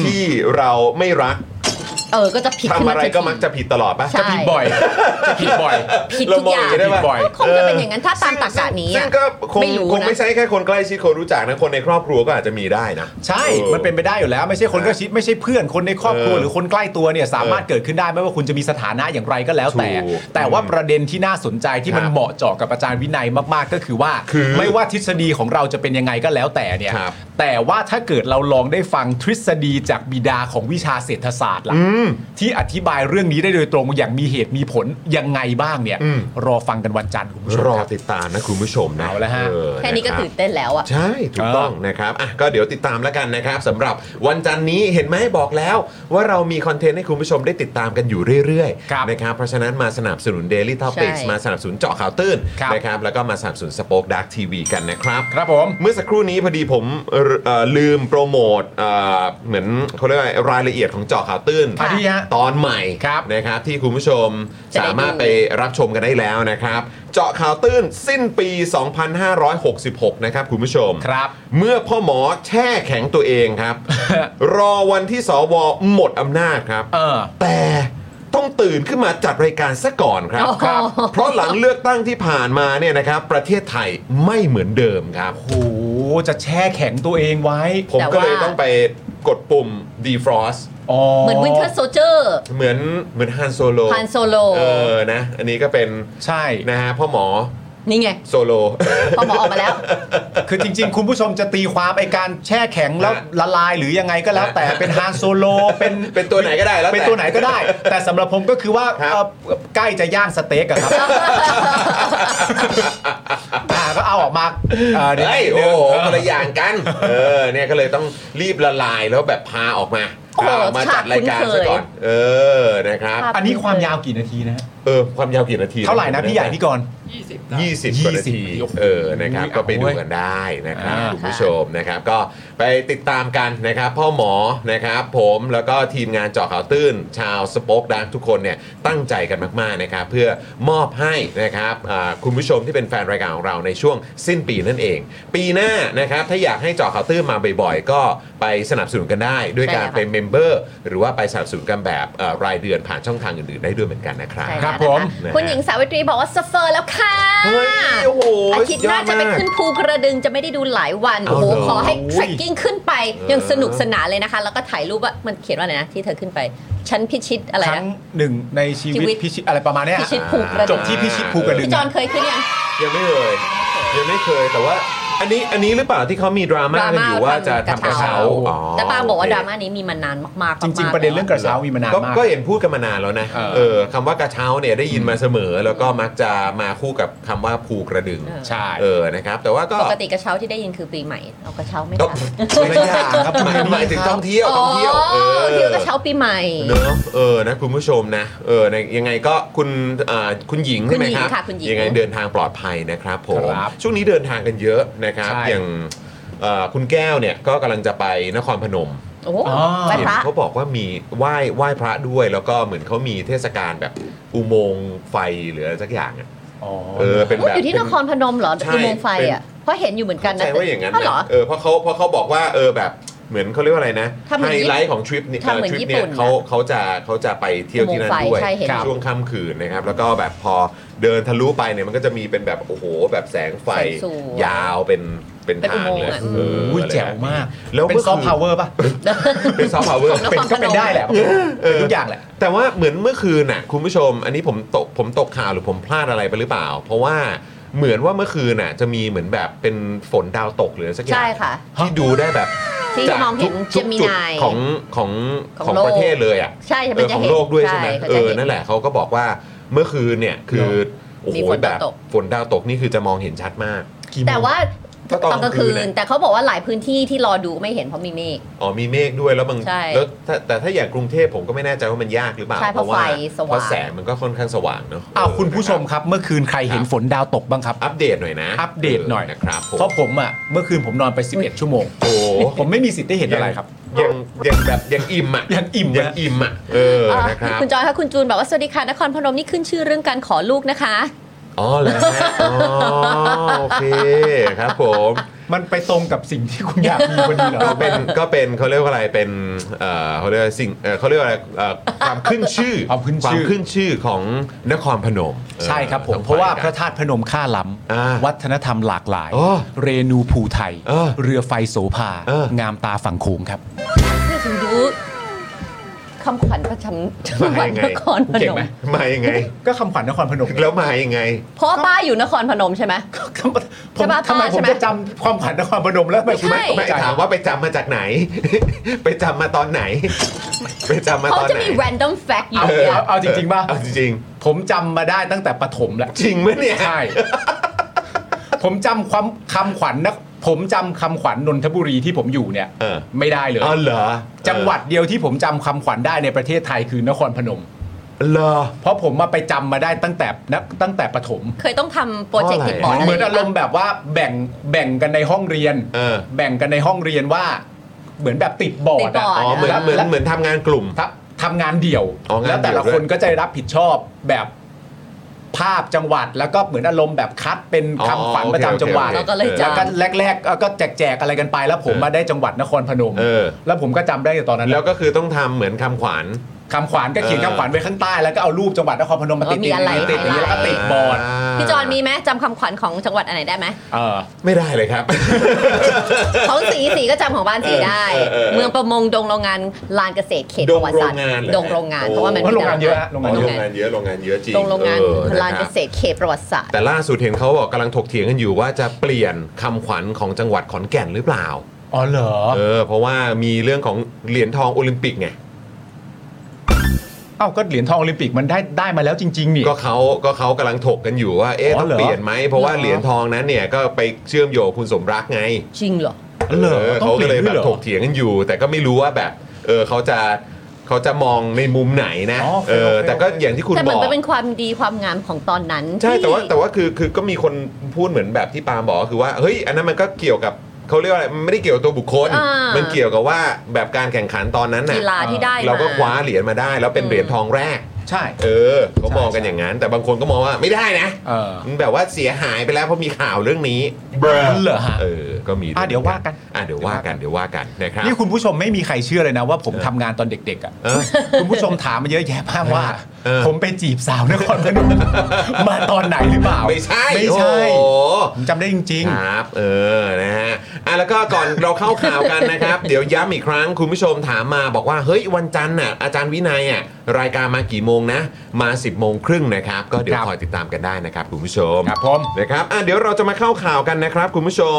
[SPEAKER 3] ที่เราไม่รัก
[SPEAKER 6] เออก็จะผิด
[SPEAKER 3] ทำ
[SPEAKER 6] ขึ้นมา
[SPEAKER 3] อะไรก็มักจะผิดตลอดปะ
[SPEAKER 6] ใช่
[SPEAKER 1] จะผิด บ่อย จะผิดบ่อย
[SPEAKER 6] ผิด
[SPEAKER 3] เรา
[SPEAKER 6] ทุก
[SPEAKER 3] มอ
[SPEAKER 6] อง ย่าง
[SPEAKER 3] ได้ปะ
[SPEAKER 1] ผิดบ่อย
[SPEAKER 6] คงจะเป็นอย่างนั้นถ้าตามตรรกะนี้
[SPEAKER 3] ซึ่งซึ่
[SPEAKER 6] อะ
[SPEAKER 3] งก็คง
[SPEAKER 6] ไม่รู้นะ
[SPEAKER 3] คงไม่ใช่แค่คนใกล้ชิดคนรู้จักนะคนในครอบครัวก็อาจจะมีได้นะ
[SPEAKER 1] ใช่ มันเป็นไปได้อยู่แล้ว ไม่ใช่คนใกล้ชิดไม่ใช่เพื่อนคนในครอบครัว
[SPEAKER 3] เออ
[SPEAKER 1] หรือคนใกล้ตัวเนี่ยสามารถเกิดขึ้นได้ไม่ว่าคุณจะมีสถานะอย่างไรก็แล้วแต่
[SPEAKER 3] ถูก
[SPEAKER 1] แต่ว่าประเด็นที่น่าสนใจที่มั
[SPEAKER 3] ค
[SPEAKER 1] น
[SPEAKER 3] รับ
[SPEAKER 1] เหมาะเจาะกับอาจารย์วินัยมากๆ ก็คือว่า
[SPEAKER 3] คือ
[SPEAKER 1] ไม่ว่าทฤษฎีของเราจะเป็นยังไงก็แล้วแต่เนี่ย
[SPEAKER 3] ครับ
[SPEAKER 1] แต่ว่าถ้าเกิดเราลองได้ฟังทฤษฎีจากบิดาของวิชาเศรษฐศาสตร์ล่ะ
[SPEAKER 3] อืม
[SPEAKER 1] ที่อธิบายเรื่องนี้ได้โดยตรงอย่างมีเหตุมีผลยังไงบ้างเนี่ย
[SPEAKER 3] อืม
[SPEAKER 1] รอฟังกันวันจันทร์คุณผู้ชม
[SPEAKER 3] รอ
[SPEAKER 1] ครับ
[SPEAKER 3] ติดตามนะคุณผู้ชมนะ
[SPEAKER 1] เอาละฮะ
[SPEAKER 3] เออ
[SPEAKER 6] แค่นี้ก็
[SPEAKER 3] ะรับ
[SPEAKER 6] ตื่นเต้นแล้วอะ
[SPEAKER 3] ใช่ ถูกต้องนะครับอ่ะก็เดี๋ยวติดตามแล้วกันนะครับสำหรับวันจันทร์นี้เห็นไหมบอกแล้ว ว่าเรามีคอนเทนต์ให้คุณผู้ชมได้ติดตามกันอยู่เรื่อย
[SPEAKER 1] ครับ
[SPEAKER 3] ๆนะครับเพราะฉะนั้นมาสนับสนุน Daily Topics
[SPEAKER 6] ใช่
[SPEAKER 3] มาสนับสนุนเจาะข่าวตื้น
[SPEAKER 1] ครับ
[SPEAKER 3] นะครับแล้วก็มาสนับสนุนสป็อคดักทีวีกันนะครับ
[SPEAKER 1] ครับผม
[SPEAKER 3] เมื่อสักครู่นี้พอดีผมเอ่อเอ่อลืมโปรโมทเอ่อเหมือนเขาเรียกว่ารายละเอียดของเจาะข่าวตื้น
[SPEAKER 1] อ่ะดีฮะ
[SPEAKER 3] ตอนใหม่
[SPEAKER 1] ครับ
[SPEAKER 3] นะครับที่คุณผู้ชม
[SPEAKER 6] จะได้ดู
[SPEAKER 3] สามารถไปรับชมกันได้แล้วนะครับ เจาะข่าวตื้นสิ้นปี 2566 นะครับคุณผู้ชม
[SPEAKER 1] ครับ
[SPEAKER 3] เมื่อพ่อหมอแช่แข็งตัวเอง ครับ รอวันที่สวหมดอำนาจครับ
[SPEAKER 1] เออ
[SPEAKER 3] แต่ต้องตื่นขึ้นมาจัดรายการซะก่อนครับ
[SPEAKER 6] โอ้โห
[SPEAKER 3] ครับ เพราะหลังเลือกตั้งที่ผ่านมาเนี่ยนะครับ ประเทศไทยไม่เหมือนเดิมครับ
[SPEAKER 1] โหจะแช่แข็งตัวเองไว้
[SPEAKER 3] ผม
[SPEAKER 6] แต่ว่า
[SPEAKER 3] ก็เลยต้องไปกดปุ่ม defrost
[SPEAKER 1] อ๋อ
[SPEAKER 6] เหมือนวินเทอร์โซเจอร์
[SPEAKER 3] เหมือนเหมือนฮันโซโล
[SPEAKER 6] พานโซโล
[SPEAKER 3] เออนะ อันนี้ก็เป็น
[SPEAKER 1] ใช่
[SPEAKER 3] นะฮะพ่อหมอ
[SPEAKER 6] นี่ไง
[SPEAKER 3] โซโล
[SPEAKER 6] พอหมอออกมาแล้ว
[SPEAKER 1] คือจริง ๆ คุณผู้ชมจะตีความไอการแช่แข็งแล้ว
[SPEAKER 3] ฮะ
[SPEAKER 1] ละลายหรือยังไงก็แล้วแต่
[SPEAKER 3] ฮะ
[SPEAKER 1] เป็นฮานโซโล เป็น
[SPEAKER 3] เป็นตัวไหนก็ได้แล้วแต่
[SPEAKER 1] เป็นตัวไหนก็ได้ แต่สำหรับผมก็คือว่า
[SPEAKER 3] ครับ
[SPEAKER 1] เอ่อใกล้จะย่างสเต็กอะครับอ่าก็เอาออกมาเอ่อเดี๋ยว
[SPEAKER 3] เฮ้ย
[SPEAKER 1] เดี๋
[SPEAKER 3] โอ้
[SPEAKER 1] ยว
[SPEAKER 3] โห คนละอย่างกัน เออเนี่ยก็เลยต้องรีบละลายแล้วแบบพาออกมา
[SPEAKER 6] โอ้โห
[SPEAKER 3] พาออกมา
[SPEAKER 6] ฉาก
[SPEAKER 3] จัดรายการ
[SPEAKER 6] คุ้นเค
[SPEAKER 3] ซะ
[SPEAKER 6] ย
[SPEAKER 3] ก่อน เออนะครับ
[SPEAKER 1] อันนี้ความยาวกี่นาทีนะฮะ
[SPEAKER 3] เออความยาวกี่นาที
[SPEAKER 1] เท่าไหร่นะพี่ใหญ่พี่กรณ์
[SPEAKER 3] ยี่สิบกว่านาที
[SPEAKER 1] 20
[SPEAKER 3] เออนะครับ
[SPEAKER 1] โอ้ย
[SPEAKER 3] ก็ไปดูกันได้นะครับ
[SPEAKER 1] อ่า
[SPEAKER 3] คุณผู้ชมนะครับ ก็ไปติดตามกันนะครับ พ่อหมอนะครับผมแล้วก็ทีมงานเจาะข่าวตื้น ชาวสป็อคดังทุกคนเนี่ยตั้งใจกันมากๆนะครับ เพื่อมอบให้นะครับอ่าคุณผู้ชมที่เป็นแฟนรายการของเราในช่วงสิ้นปีนั่นเอง ปีหน้านะครับถ้าอยากให้เจาะข่าวตื้นมาบ่อยๆ ก็ไปสนับสนุนกันได้ ด้วยการ
[SPEAKER 6] ใช่ค่ะ
[SPEAKER 3] เป็นเมมเบอร์หรือว่าไปสนับสนุนกันแบบเอ่อรายเดือนผ่านช่องทางอื่นๆได้ด้วยเหมือนกันนะครับ
[SPEAKER 6] ใช่
[SPEAKER 1] ครั
[SPEAKER 6] แล้
[SPEAKER 1] บ
[SPEAKER 6] ว
[SPEAKER 1] ผม
[SPEAKER 6] นะคะคุณหญิงสาวิตรีบอกว่าสเฟอร์แล้วค่ะ
[SPEAKER 3] เฮ้ยโอ้โห
[SPEAKER 6] อาทิตย์หน้าจะไป
[SPEAKER 3] สุดยอดมาก
[SPEAKER 6] ขึ้นภูกระดึงจะไม่ได้ดูหลายวัน
[SPEAKER 3] เอา
[SPEAKER 6] โอ้โห
[SPEAKER 3] เหรอ
[SPEAKER 6] ขอให้
[SPEAKER 1] โอ้ย
[SPEAKER 6] แฟกกิ้งขึ้นไป ยังสนุกสนานเลยนะคะ แล้วก็ถ่ายรูปว่ามันเขียนว่าอะไรนะ ที่เธอขึ้นไป ฉันพิชิตอะไร
[SPEAKER 1] ครั้
[SPEAKER 6] นะ
[SPEAKER 1] งหนึ่งในชี
[SPEAKER 6] ชีวิ
[SPEAKER 1] วิต
[SPEAKER 6] ต
[SPEAKER 1] พิชิตอะไรประมาณเนี้ย
[SPEAKER 6] พิชิตภูกระ
[SPEAKER 1] จ
[SPEAKER 6] ดึ
[SPEAKER 1] บ
[SPEAKER 6] ง
[SPEAKER 1] ที่พิชิตภูกระดึง
[SPEAKER 6] พี่จอนเคยขึ้นยัง
[SPEAKER 3] ยังไม่เคยยังไม่เคยแต่ว่า อันนี้อันนี้หรือเปล่าที่เขามีดราม่ากันอยู่ว่าจะทำกระเช้าอ๋อ
[SPEAKER 6] แต่ปาบอกว่า
[SPEAKER 3] โอเค
[SPEAKER 6] ดราม่านี้มีมานานมากๆ
[SPEAKER 1] จริง
[SPEAKER 6] มาก
[SPEAKER 1] ๆ ประเด็นเรื่องกระเช้ามีมานาน
[SPEAKER 3] ก็
[SPEAKER 1] มาก
[SPEAKER 3] ก็เห็นพูดกันมานานแล้วนะ
[SPEAKER 1] เออ
[SPEAKER 3] เออคำว่ากระเช้าเนี่ยได้ยินมาเสมอ แล้วก็มักจะมาคู่กับคำว่าภูกระดึง
[SPEAKER 1] ใช่
[SPEAKER 3] เออ นะครับ แต่ว่าก็
[SPEAKER 6] ปกติกระเช้าที่ได้ยินคือปีใหม่เอากระเช้าไหม
[SPEAKER 3] ก็
[SPEAKER 6] คะ
[SPEAKER 3] ไม่ยากครับหมายหมายถึงท่องเที่ยว
[SPEAKER 6] อ๋
[SPEAKER 3] ท่
[SPEAKER 6] อ
[SPEAKER 3] องเที่ยว เออ
[SPEAKER 6] ที่กระเช้าปีใหม่
[SPEAKER 3] เนอะเออนะคุณผู้ชมนะเออนะยังไงก็คุณอ่าคุณหญิง
[SPEAKER 6] คุ
[SPEAKER 3] ใช่
[SPEAKER 6] ณ
[SPEAKER 3] ไหม
[SPEAKER 6] หญิ
[SPEAKER 3] ค
[SPEAKER 6] ง
[SPEAKER 3] รับ
[SPEAKER 6] ค่ะคุณหญิง
[SPEAKER 3] ยังไงเดินทางปลอดภัยนะครับผม
[SPEAKER 1] ครับ
[SPEAKER 3] ช่วงนี้เดินทางกันเยอะนะครับ
[SPEAKER 1] ใช่
[SPEAKER 3] อย่างเอ่อคุณแก้วเนี่ยก็กำลังจะไปนครพนม
[SPEAKER 6] โอ้โห
[SPEAKER 1] อ๋อ
[SPEAKER 6] ไป
[SPEAKER 3] เห็
[SPEAKER 6] พ
[SPEAKER 3] น
[SPEAKER 6] ระ
[SPEAKER 3] เขาบอกว่ามีไหว้ไหว้พระด้วย แล้วก็เหมือนเขามีเทศกาลแบบอุโมงค์ไฟหรืออะไรสักอย่างอะ
[SPEAKER 1] อ๋อ
[SPEAKER 3] เออเป็นแบบ
[SPEAKER 6] อยู่ที่นครพนมเหรอ
[SPEAKER 3] ใช่
[SPEAKER 6] อุโมงค์ไฟอ่ะเพราะเห็นอยู่เหมือนกัน
[SPEAKER 3] เข้า
[SPEAKER 6] นะ
[SPEAKER 3] ใจว่าอย่างนั้น
[SPEAKER 6] อ๋อเหรอ
[SPEAKER 3] นะเออเพราะเขาเพราะเขาบอกว่าเออแบบเหมือนเขาเรียกว่าอะไรนะ
[SPEAKER 6] ทำเหมื
[SPEAKER 3] ไฮ
[SPEAKER 6] อน
[SPEAKER 3] ไลท์ของทริปนี้
[SPEAKER 6] ทำเหมือน
[SPEAKER 3] ทริป
[SPEAKER 6] ญี่
[SPEAKER 3] เนี่
[SPEAKER 6] ปุ่
[SPEAKER 3] ย
[SPEAKER 6] น
[SPEAKER 3] เขาเขาจะเขาจะไปเที่ยวที่นั่นด้วย
[SPEAKER 6] อุโมงค์ไฟใช่เห็น
[SPEAKER 3] ช่วงค่ำคืนนะครับแล้วก็แบบพอเดินทะลุไปเนี่ยมันก็จะมีเป็นแบบโอ้โหแบบแสงไฟยาวเป็นเป็น
[SPEAKER 6] เป็นอุ
[SPEAKER 3] ทาง
[SPEAKER 6] โมง
[SPEAKER 3] เล
[SPEAKER 6] ค์
[SPEAKER 3] ย
[SPEAKER 6] อ่ะ
[SPEAKER 3] เออ
[SPEAKER 1] โอ้ย
[SPEAKER 3] อะไร
[SPEAKER 1] แจ๋ว
[SPEAKER 3] บบ
[SPEAKER 1] มาก
[SPEAKER 3] นี้แล้ว
[SPEAKER 1] เป็นซอฟต์พาว
[SPEAKER 3] เ
[SPEAKER 1] เวอร์ป่ะ
[SPEAKER 3] เป็นซอฟต์พาวเวอร์
[SPEAKER 1] เป็นก็เป็นได้แหละเป็นทุกอย่างแหละ
[SPEAKER 3] แต่ว่าเหมือนเมื่อคืนน่ะคุณผู้ชม อันนี้ผมตกผมตกข่าวหรือผมพลาดอะไรไปหรือเปล่า เพราะว่าเหมือนว่าเมื่อคืนน่ะจะมีเหมือนแบบเป็นฝนดาวตกหรือสักอย่าง
[SPEAKER 6] ใช่ค่ะ
[SPEAKER 3] ที่ดูได้แบบ
[SPEAKER 6] ที่
[SPEAKER 3] จาก
[SPEAKER 6] มองเห็น
[SPEAKER 3] ทุ
[SPEAKER 6] เจ
[SPEAKER 3] ก
[SPEAKER 6] มิ
[SPEAKER 3] จุด
[SPEAKER 6] นาย
[SPEAKER 3] ของของ
[SPEAKER 6] ขอ
[SPEAKER 3] ของ
[SPEAKER 6] งโลก
[SPEAKER 3] ประเทศเลยอ่ะ
[SPEAKER 6] ใช่
[SPEAKER 3] เอ
[SPEAKER 6] มัน
[SPEAKER 3] อ
[SPEAKER 6] จะ
[SPEAKER 3] ของ
[SPEAKER 6] เห็น
[SPEAKER 3] โลกด้วยใช่ไหม
[SPEAKER 6] ขา
[SPEAKER 3] เอ
[SPEAKER 6] จะ
[SPEAKER 3] อ
[SPEAKER 6] ห็
[SPEAKER 3] นั่นแหละเขาก็บอกว่าเมื่อคืนเนี่ยคือโอ้
[SPEAKER 6] มี
[SPEAKER 3] โห
[SPEAKER 6] ฝน
[SPEAKER 3] แบ
[SPEAKER 6] ดาว
[SPEAKER 3] บ
[SPEAKER 6] ตก
[SPEAKER 3] ฝนดาวตกนี่คือจะมองเห็นชัดมาก
[SPEAKER 6] แต่ว่า
[SPEAKER 3] ก็ต
[SPEAKER 6] ต
[SPEAKER 3] อน
[SPEAKER 6] อนกลางคื
[SPEAKER 3] กลางคื
[SPEAKER 6] น
[SPEAKER 3] น
[SPEAKER 6] แต่เขาบอกว่าหลายพื้นที่ที่รอดูไม่เห็นเพราะมีเมฆ
[SPEAKER 3] อ๋อมีเมฆด้วยแล้วบาง
[SPEAKER 6] ใช่
[SPEAKER 3] แล้วถ้าแต่ถ้าอย่างกรุงเทพผมก็ไม่แน่ใจว่ามันยากหรือเปล่า
[SPEAKER 6] ใช่เพราะ
[SPEAKER 3] ว่า
[SPEAKER 6] ไฟสว่าง
[SPEAKER 3] เพราะแสงมันก็ค่อนข้างสว่างเนอะ
[SPEAKER 1] อ้าว
[SPEAKER 3] เออ
[SPEAKER 1] คุณผู้ชม
[SPEAKER 3] นะครับ
[SPEAKER 1] ครับเมื่อคืนใครเห็นฝนดาวตกบ้างครับ
[SPEAKER 3] อัปเดตหน่อยนะ
[SPEAKER 1] อัปเดตหน่อย
[SPEAKER 3] นะครับผม
[SPEAKER 1] เพราะผมอ่ะเมื่อคืนผมนอนไป 11 ชั่วโมง
[SPEAKER 3] โอ้โห
[SPEAKER 1] ผมไม่มีสิทธิ์ได้เห็นอะไรครับ
[SPEAKER 3] ยังยังแบบยังอิ่มอ่ะ
[SPEAKER 1] ยังอิ่ม
[SPEAKER 3] ยัง
[SPEAKER 1] นะ
[SPEAKER 3] อิ่มอ่ะเออ
[SPEAKER 6] อ่ะ
[SPEAKER 3] นะครับ
[SPEAKER 6] คุณจอยค่ะคุณจูนบอกว่าสวัสดีค่ะนครพนมนี่ขึ้นชื่อเรื่องการขอลูกนะคะ
[SPEAKER 3] อ๋อเหรอฮะอ๋อโอเคครับผม
[SPEAKER 1] มันไปตรงกับสิ่งที่คุณอยากมีพอดีเหรอ
[SPEAKER 3] ก็เป็นก็เป็นเขาเรียกว่าอะไรเป็นเอ่อเขาเรียกว่าสิ่งเอ่อเขาเรียกว่าอะไรเอ่อความขึ้นชื่อ
[SPEAKER 1] ความขึ้นชื่อ
[SPEAKER 3] ขึ้นชื่อของนครพนม
[SPEAKER 1] ใช่ครับผม
[SPEAKER 3] ออ
[SPEAKER 1] เพราะว่าพ
[SPEAKER 3] ต้อง
[SPEAKER 1] ระ
[SPEAKER 3] ไป
[SPEAKER 1] ธาตุพนมค่าล้
[SPEAKER 3] อ่า
[SPEAKER 1] ำวัฒนธรรมหลากหลาย
[SPEAKER 3] โอ้
[SPEAKER 1] เรนูภูไทย
[SPEAKER 3] เออ
[SPEAKER 1] เรือไฟโสภา
[SPEAKER 3] เออ
[SPEAKER 1] งามตาฝั่งโขงครับ
[SPEAKER 6] นี่ถึงรู้คำขวัญประจำจังห
[SPEAKER 3] มา
[SPEAKER 6] วั
[SPEAKER 3] ยั
[SPEAKER 6] ด
[SPEAKER 3] งไง
[SPEAKER 6] นครพ
[SPEAKER 1] เก่
[SPEAKER 6] น
[SPEAKER 1] ง
[SPEAKER 6] ม
[SPEAKER 3] กัน
[SPEAKER 1] ไหม
[SPEAKER 3] มายังไง
[SPEAKER 1] ก็คำขวัญนครพนม
[SPEAKER 3] แล้วมายังไง
[SPEAKER 6] เพราะว่าป้าอยู่นครพนมใช่ไหม
[SPEAKER 1] ผม
[SPEAKER 6] ใช่ปะ
[SPEAKER 1] ทำไมผม
[SPEAKER 6] ใช่ไหม
[SPEAKER 1] จะจำความขวัญนครพนมแล้วทำไมคุณ
[SPEAKER 6] ไม่
[SPEAKER 1] ไม่ตก
[SPEAKER 6] ใช่
[SPEAKER 3] ไม่
[SPEAKER 1] ใจ
[SPEAKER 3] ถามว่าไปจำมาจากไหน ไปจำมาตอนไหน ไปจำมา
[SPEAKER 6] เขา
[SPEAKER 3] ตอน
[SPEAKER 6] จะ
[SPEAKER 3] ไหน
[SPEAKER 6] มี random fact อยู่
[SPEAKER 1] เอา
[SPEAKER 6] เนี่ย
[SPEAKER 1] เอาเอาจริงๆป่ะ
[SPEAKER 3] เอาจริง
[SPEAKER 1] ผมจำมาได้ตั้งแต่ประถมแล้ว
[SPEAKER 3] ๆจริงไหมเนี่ย
[SPEAKER 1] ใช่ ผมจำความคำขวัญนะ ผมจำคำขวัญนนทบุรีที่ผมอยู่เนี่ย
[SPEAKER 3] เออ
[SPEAKER 1] ไม่ได้เลย
[SPEAKER 3] อ๋อเหรอ
[SPEAKER 1] จังหวัดเดียวที่ผมจำคำขวัญได้ในประเทศไทยคือนครพนม
[SPEAKER 3] เหรอ
[SPEAKER 1] เพราะผมมาไปจำมาได้ตั้งแต่นักตั้งแต่ประถม
[SPEAKER 6] เคยต้องทำโปรเจกต์ติดบอร์ด
[SPEAKER 1] เห
[SPEAKER 6] อะไร
[SPEAKER 1] มือนอารมณ์แบบว่าแบ่งแบ่งกันในห้องเรียน
[SPEAKER 3] เออ
[SPEAKER 1] แบ่งกันในห้องเรียนว่า เหมือนแบบติดบอ
[SPEAKER 6] ติ
[SPEAKER 1] ร์
[SPEAKER 6] ด
[SPEAKER 1] ด
[SPEAKER 6] บอร์ด
[SPEAKER 3] อ๋อเหมือนเหมือนเหมือนทำงานกลุ่ม
[SPEAKER 1] ทับทำงานเดี่ยว
[SPEAKER 3] อ๋องานเดี่ยว
[SPEAKER 1] แล้วแต่ละ
[SPEAKER 3] ด้วย
[SPEAKER 1] คนก็จะรับผิดชอบแบบภาพจังหวัดแล้วก็เหมือนอารมณ์แบบคัดเป็นคำขวัญประจำจังหวัด
[SPEAKER 6] เราก็เลย
[SPEAKER 3] แล้
[SPEAKER 6] จ
[SPEAKER 3] ว
[SPEAKER 1] ก็แรกๆก็แจกแจกๆอะไรกันไปแล้วผม
[SPEAKER 3] เออ
[SPEAKER 1] มาได้จังหวัดนครพนม
[SPEAKER 3] เออ
[SPEAKER 1] แล้วผมก็จำได้แต่ตอนนั้น
[SPEAKER 3] แล้วก็คือต้องทำเหมือนคำขวัญ
[SPEAKER 1] คำขวานก็เขียน
[SPEAKER 3] เออ
[SPEAKER 1] คำขวานไว้ข้างใต้แล้วก็เอารูปจังหวัดนครพนมมาติด
[SPEAKER 6] มีอะไร
[SPEAKER 1] ติดอย่างนี้แล้วก็ติดบอร์ด
[SPEAKER 6] ำพี่จอนมีไหมจำคำขวัญของจังหวัดอันไหนได้ไหม
[SPEAKER 1] เออ
[SPEAKER 3] ไม่ได้เลยครับ
[SPEAKER 6] ของสีสีก็จำของบ้านสีได้
[SPEAKER 3] เออเออเออ
[SPEAKER 6] เมืองประมงดงโรงงานลานเกษตรเขต
[SPEAKER 3] ด
[SPEAKER 6] ป
[SPEAKER 3] ง
[SPEAKER 6] ระวัติศาส
[SPEAKER 3] โร
[SPEAKER 6] ตร์
[SPEAKER 3] งงานเหรอ
[SPEAKER 6] ดงโรงงานเพราะว่ามัน
[SPEAKER 1] เพราะโรงงานเยอะฮะโร
[SPEAKER 6] ด
[SPEAKER 1] ง
[SPEAKER 6] ง
[SPEAKER 1] งาน
[SPEAKER 3] โร
[SPEAKER 1] เย
[SPEAKER 3] ง
[SPEAKER 1] อะ
[SPEAKER 3] งานเยอะโรงงานเยอะจริง
[SPEAKER 6] โรงงาน
[SPEAKER 3] เออ
[SPEAKER 6] ลาน
[SPEAKER 3] นะค
[SPEAKER 6] เก
[SPEAKER 3] รับ
[SPEAKER 6] ษตรเขตประวัติศาสตร์
[SPEAKER 3] แต่ล่าสุดเห็นเขาบอกกำลังถกเถียงกันอยู่ว่าจะเปลี่ยนคำขวัญของจังหวัดขอนแก่นหรือเปล่า
[SPEAKER 1] อ๋อเหรอ
[SPEAKER 3] เออ เพราะว่ามีเรื่องของเหรียญทองโอลิมปิกไง
[SPEAKER 1] เอ้าก็เหรียญทองโอลิมปิกมันได้ได้มาแล้วจริงๆนี่
[SPEAKER 3] ก็เขาก็เขากำลังถกกันอยู่ว่า เอ๊ะ
[SPEAKER 1] อ๋
[SPEAKER 3] ต้
[SPEAKER 1] อ
[SPEAKER 3] อง
[SPEAKER 1] เหรอ
[SPEAKER 3] เปลี่ยนไหม เพราะว่าเหรียญทองนั้นเนี่ยก็ไปเชื่อมโยงคุณสมรักไง
[SPEAKER 6] จริงเหรอ
[SPEAKER 1] อ๋อเหรอ
[SPEAKER 3] เออ
[SPEAKER 1] ต้อง
[SPEAKER 3] เขา
[SPEAKER 1] เป
[SPEAKER 3] ก็
[SPEAKER 1] ลี่ยน
[SPEAKER 3] เลย
[SPEAKER 1] ด้
[SPEAKER 3] แบ
[SPEAKER 1] วย
[SPEAKER 3] บ
[SPEAKER 1] เหรอ
[SPEAKER 3] ถกเถียงกันอยู่ แต่ก็ไม่รู้ว่าแบบ เออเขาจะเขาจะมองในมุมไหนนะ
[SPEAKER 1] อ๋อโอเค
[SPEAKER 3] เออ
[SPEAKER 1] โอเค
[SPEAKER 3] แต่ก็อย่างที่คุณ
[SPEAKER 6] แต่
[SPEAKER 3] บ
[SPEAKER 6] เหมือ
[SPEAKER 3] อนก
[SPEAKER 6] มันเป็นความดีความงามของตอนนั้น
[SPEAKER 3] ใช่แต่ว่า
[SPEAKER 6] ที่
[SPEAKER 3] แต่ว่าคือคือก็มีคนพูดเหมือนแบบที่ปาล์มบอกก็คือว่าเฮ้ยอันนั้นมันก็เกี่ยวกับเขาเรียกว่าอะไรมันไม่ได้เกี่ยวกับตัวบุคคล
[SPEAKER 6] อ่ามั
[SPEAKER 3] มันเกี่ยวกับว่าแบบการแข่งขันตอนนั้นน่ะ
[SPEAKER 6] กีฬาที่ได้ม
[SPEAKER 3] เราก็คว้าเหรียญมาได้ แล้วเป็น
[SPEAKER 6] อืม
[SPEAKER 3] เหรียญทองแรก
[SPEAKER 1] ใช่
[SPEAKER 3] เออเขามองกัน
[SPEAKER 1] ใช่
[SPEAKER 3] อย่างนั้น แต่บางคนก็มองว่าไม่ได้นะ
[SPEAKER 1] เออ
[SPEAKER 3] มันแบบว่าเสียหายไปแล้วเพราะมีข่าวเรื่องนี้
[SPEAKER 1] เหรอฮะ
[SPEAKER 3] เออก็มี
[SPEAKER 1] อ่ะเดี๋ยวว่ากัน
[SPEAKER 3] อ่ะเดี๋ยวว่ากันเดี๋ยวว่ากันนะครับ
[SPEAKER 1] นี่คุณผู้ชมไม่มีใครเชื่อเลยนะว่าผมทำงานตอนเด็กๆอ่ะ
[SPEAKER 3] เออ
[SPEAKER 1] คุณผู้ชมถามมาเยอะแยะมากว่า
[SPEAKER 3] เออ
[SPEAKER 1] ผมไปจีบสาวนครพนมมาตอนไหนหรือเปล่า
[SPEAKER 3] ไม่ใช่
[SPEAKER 1] ไม่
[SPEAKER 3] โอ้
[SPEAKER 1] ใช่
[SPEAKER 3] โห
[SPEAKER 1] ผมจำได้จริง
[SPEAKER 3] ครับ เออ นะฮะ อ่ะ แล้วก็ก่อน เรา เข้าข่าวกันนะครับ เดี๋ยวย้ำอีกครั้ง คุณผู้ชมถามมาบอกว่า เฮ้ย วันจันทร์น่ะ อาจารย์วินัยอ่ะ รายการมากี่โมงนะ มา 10บโมงครึ่งนะครับ ก็เดี๋ยว
[SPEAKER 1] ครับ
[SPEAKER 3] คอยติดตามกันได้นะครับคุณผู้ชม
[SPEAKER 1] ครับผม
[SPEAKER 3] นะครับอ่ะเดี๋ยวเราจะมาเข้าข่าวกันนะครับคุณผู้ชม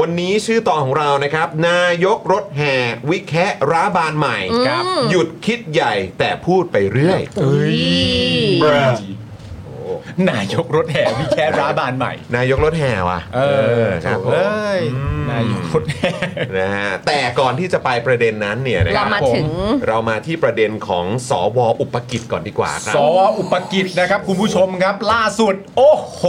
[SPEAKER 3] วันนี้ชื่อต่อนของเรานะครับ นายกรถแห่วิแคะร้าบานใหม่ครับหยุดคิดใหญ่แต่พูดไปเรื่อย
[SPEAKER 1] เอ้ย
[SPEAKER 3] โอ้
[SPEAKER 1] นายกรถแห่พี่แคร้าบานใหม่
[SPEAKER 3] นายกรถแห่ว่ะ
[SPEAKER 1] เออ
[SPEAKER 3] ครับผ
[SPEAKER 1] เอ้ย
[SPEAKER 3] ม
[SPEAKER 1] นายกรถแห่
[SPEAKER 3] นะฮะแต่ก่อนที่จะไปประเด็นนั้นเนี่ยนะครั
[SPEAKER 6] เรา
[SPEAKER 3] บ
[SPEAKER 6] มา
[SPEAKER 1] ผม
[SPEAKER 6] ถึง
[SPEAKER 3] เรามาที่ประเด็นของสวอุปกิจก่อนดีกว่าครั
[SPEAKER 1] ส
[SPEAKER 3] บ
[SPEAKER 1] วอุปกิจนะครับ คุณผู้ชมครับ ล่าสุด โอ้โห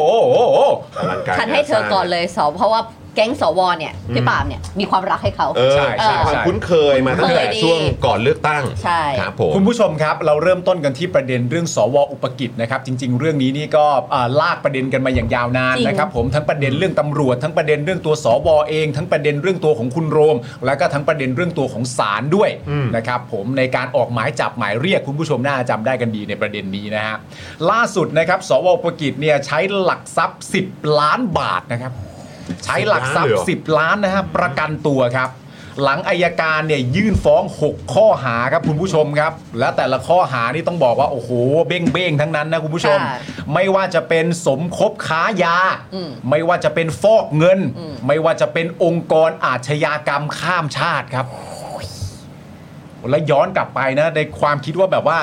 [SPEAKER 3] อลังการ
[SPEAKER 6] คันให้เธอก่อนเลยสอเพราะว่าแก๊งสวเนี่ยพี่ปาล์มเนี่ยมีความรักให้เขา
[SPEAKER 3] เออ
[SPEAKER 1] ใช่ใช่
[SPEAKER 3] มีความ
[SPEAKER 1] ใช่
[SPEAKER 3] คุ้นเคยมาตั้งแต่
[SPEAKER 6] เคยดี
[SPEAKER 3] ช่วงก่อนเลือกตั้ง
[SPEAKER 6] ใช่
[SPEAKER 3] ครับผม
[SPEAKER 1] คุณผู้ชมครับ เราเริ่มต้นกันที่ประเด็นเรื่องสวอุปกิจนะครับ จริง ๆ เรื่องนี้นี่ก็อ่าลากประเด็นกันมาอย่างยาวนาน
[SPEAKER 6] จริง
[SPEAKER 1] นะครับ ผมทั้งประเด็นเรื่องตำรวจ ทั้งประเด็นเรื่องตัวสวเอง ทั้งประเด็นเรื่องตัวของคุณโรม แล้วก็ทั้งประเด็นเรื่องตัวของศาลด้วย
[SPEAKER 3] อืม
[SPEAKER 1] นะครับ ผมในการออกหมายจับหมายเรียกคุณผู้ชมน่าจะจำได้กันดีในประเด็นนี้นะฮะล่าสุดนะครับ สวอุปกิจเนี่ยใช้หลักทรัพย์ 10 ล้านบาทนะครับ ใช้หลักทรัพย์
[SPEAKER 3] ล้านเลยเหรอ
[SPEAKER 1] 10 ล้านนะฮะประกันตัวครับ หลังอายการเนี่ยยื่นฟ้อง 6 ข้อหาครับคุณผู้ชมครับ และแต่ละข้อหานี่ต้องบอกว่า โอ้โห เบ้งเบ้งๆทั้งนั้นนะคุณผู้ชม
[SPEAKER 6] ค่ะ
[SPEAKER 1] ไม่ว่าจะเป็นสมคบค้ายา
[SPEAKER 6] อืม
[SPEAKER 1] ไม่ว่าจะเป็นฟอกเงิน
[SPEAKER 6] อืม
[SPEAKER 1] ไม่ว่าจะเป็นองค์กรอาชญากรรมข้ามชาติครับ และย้อนกลับไปนะในความคิดว่าแบบว่า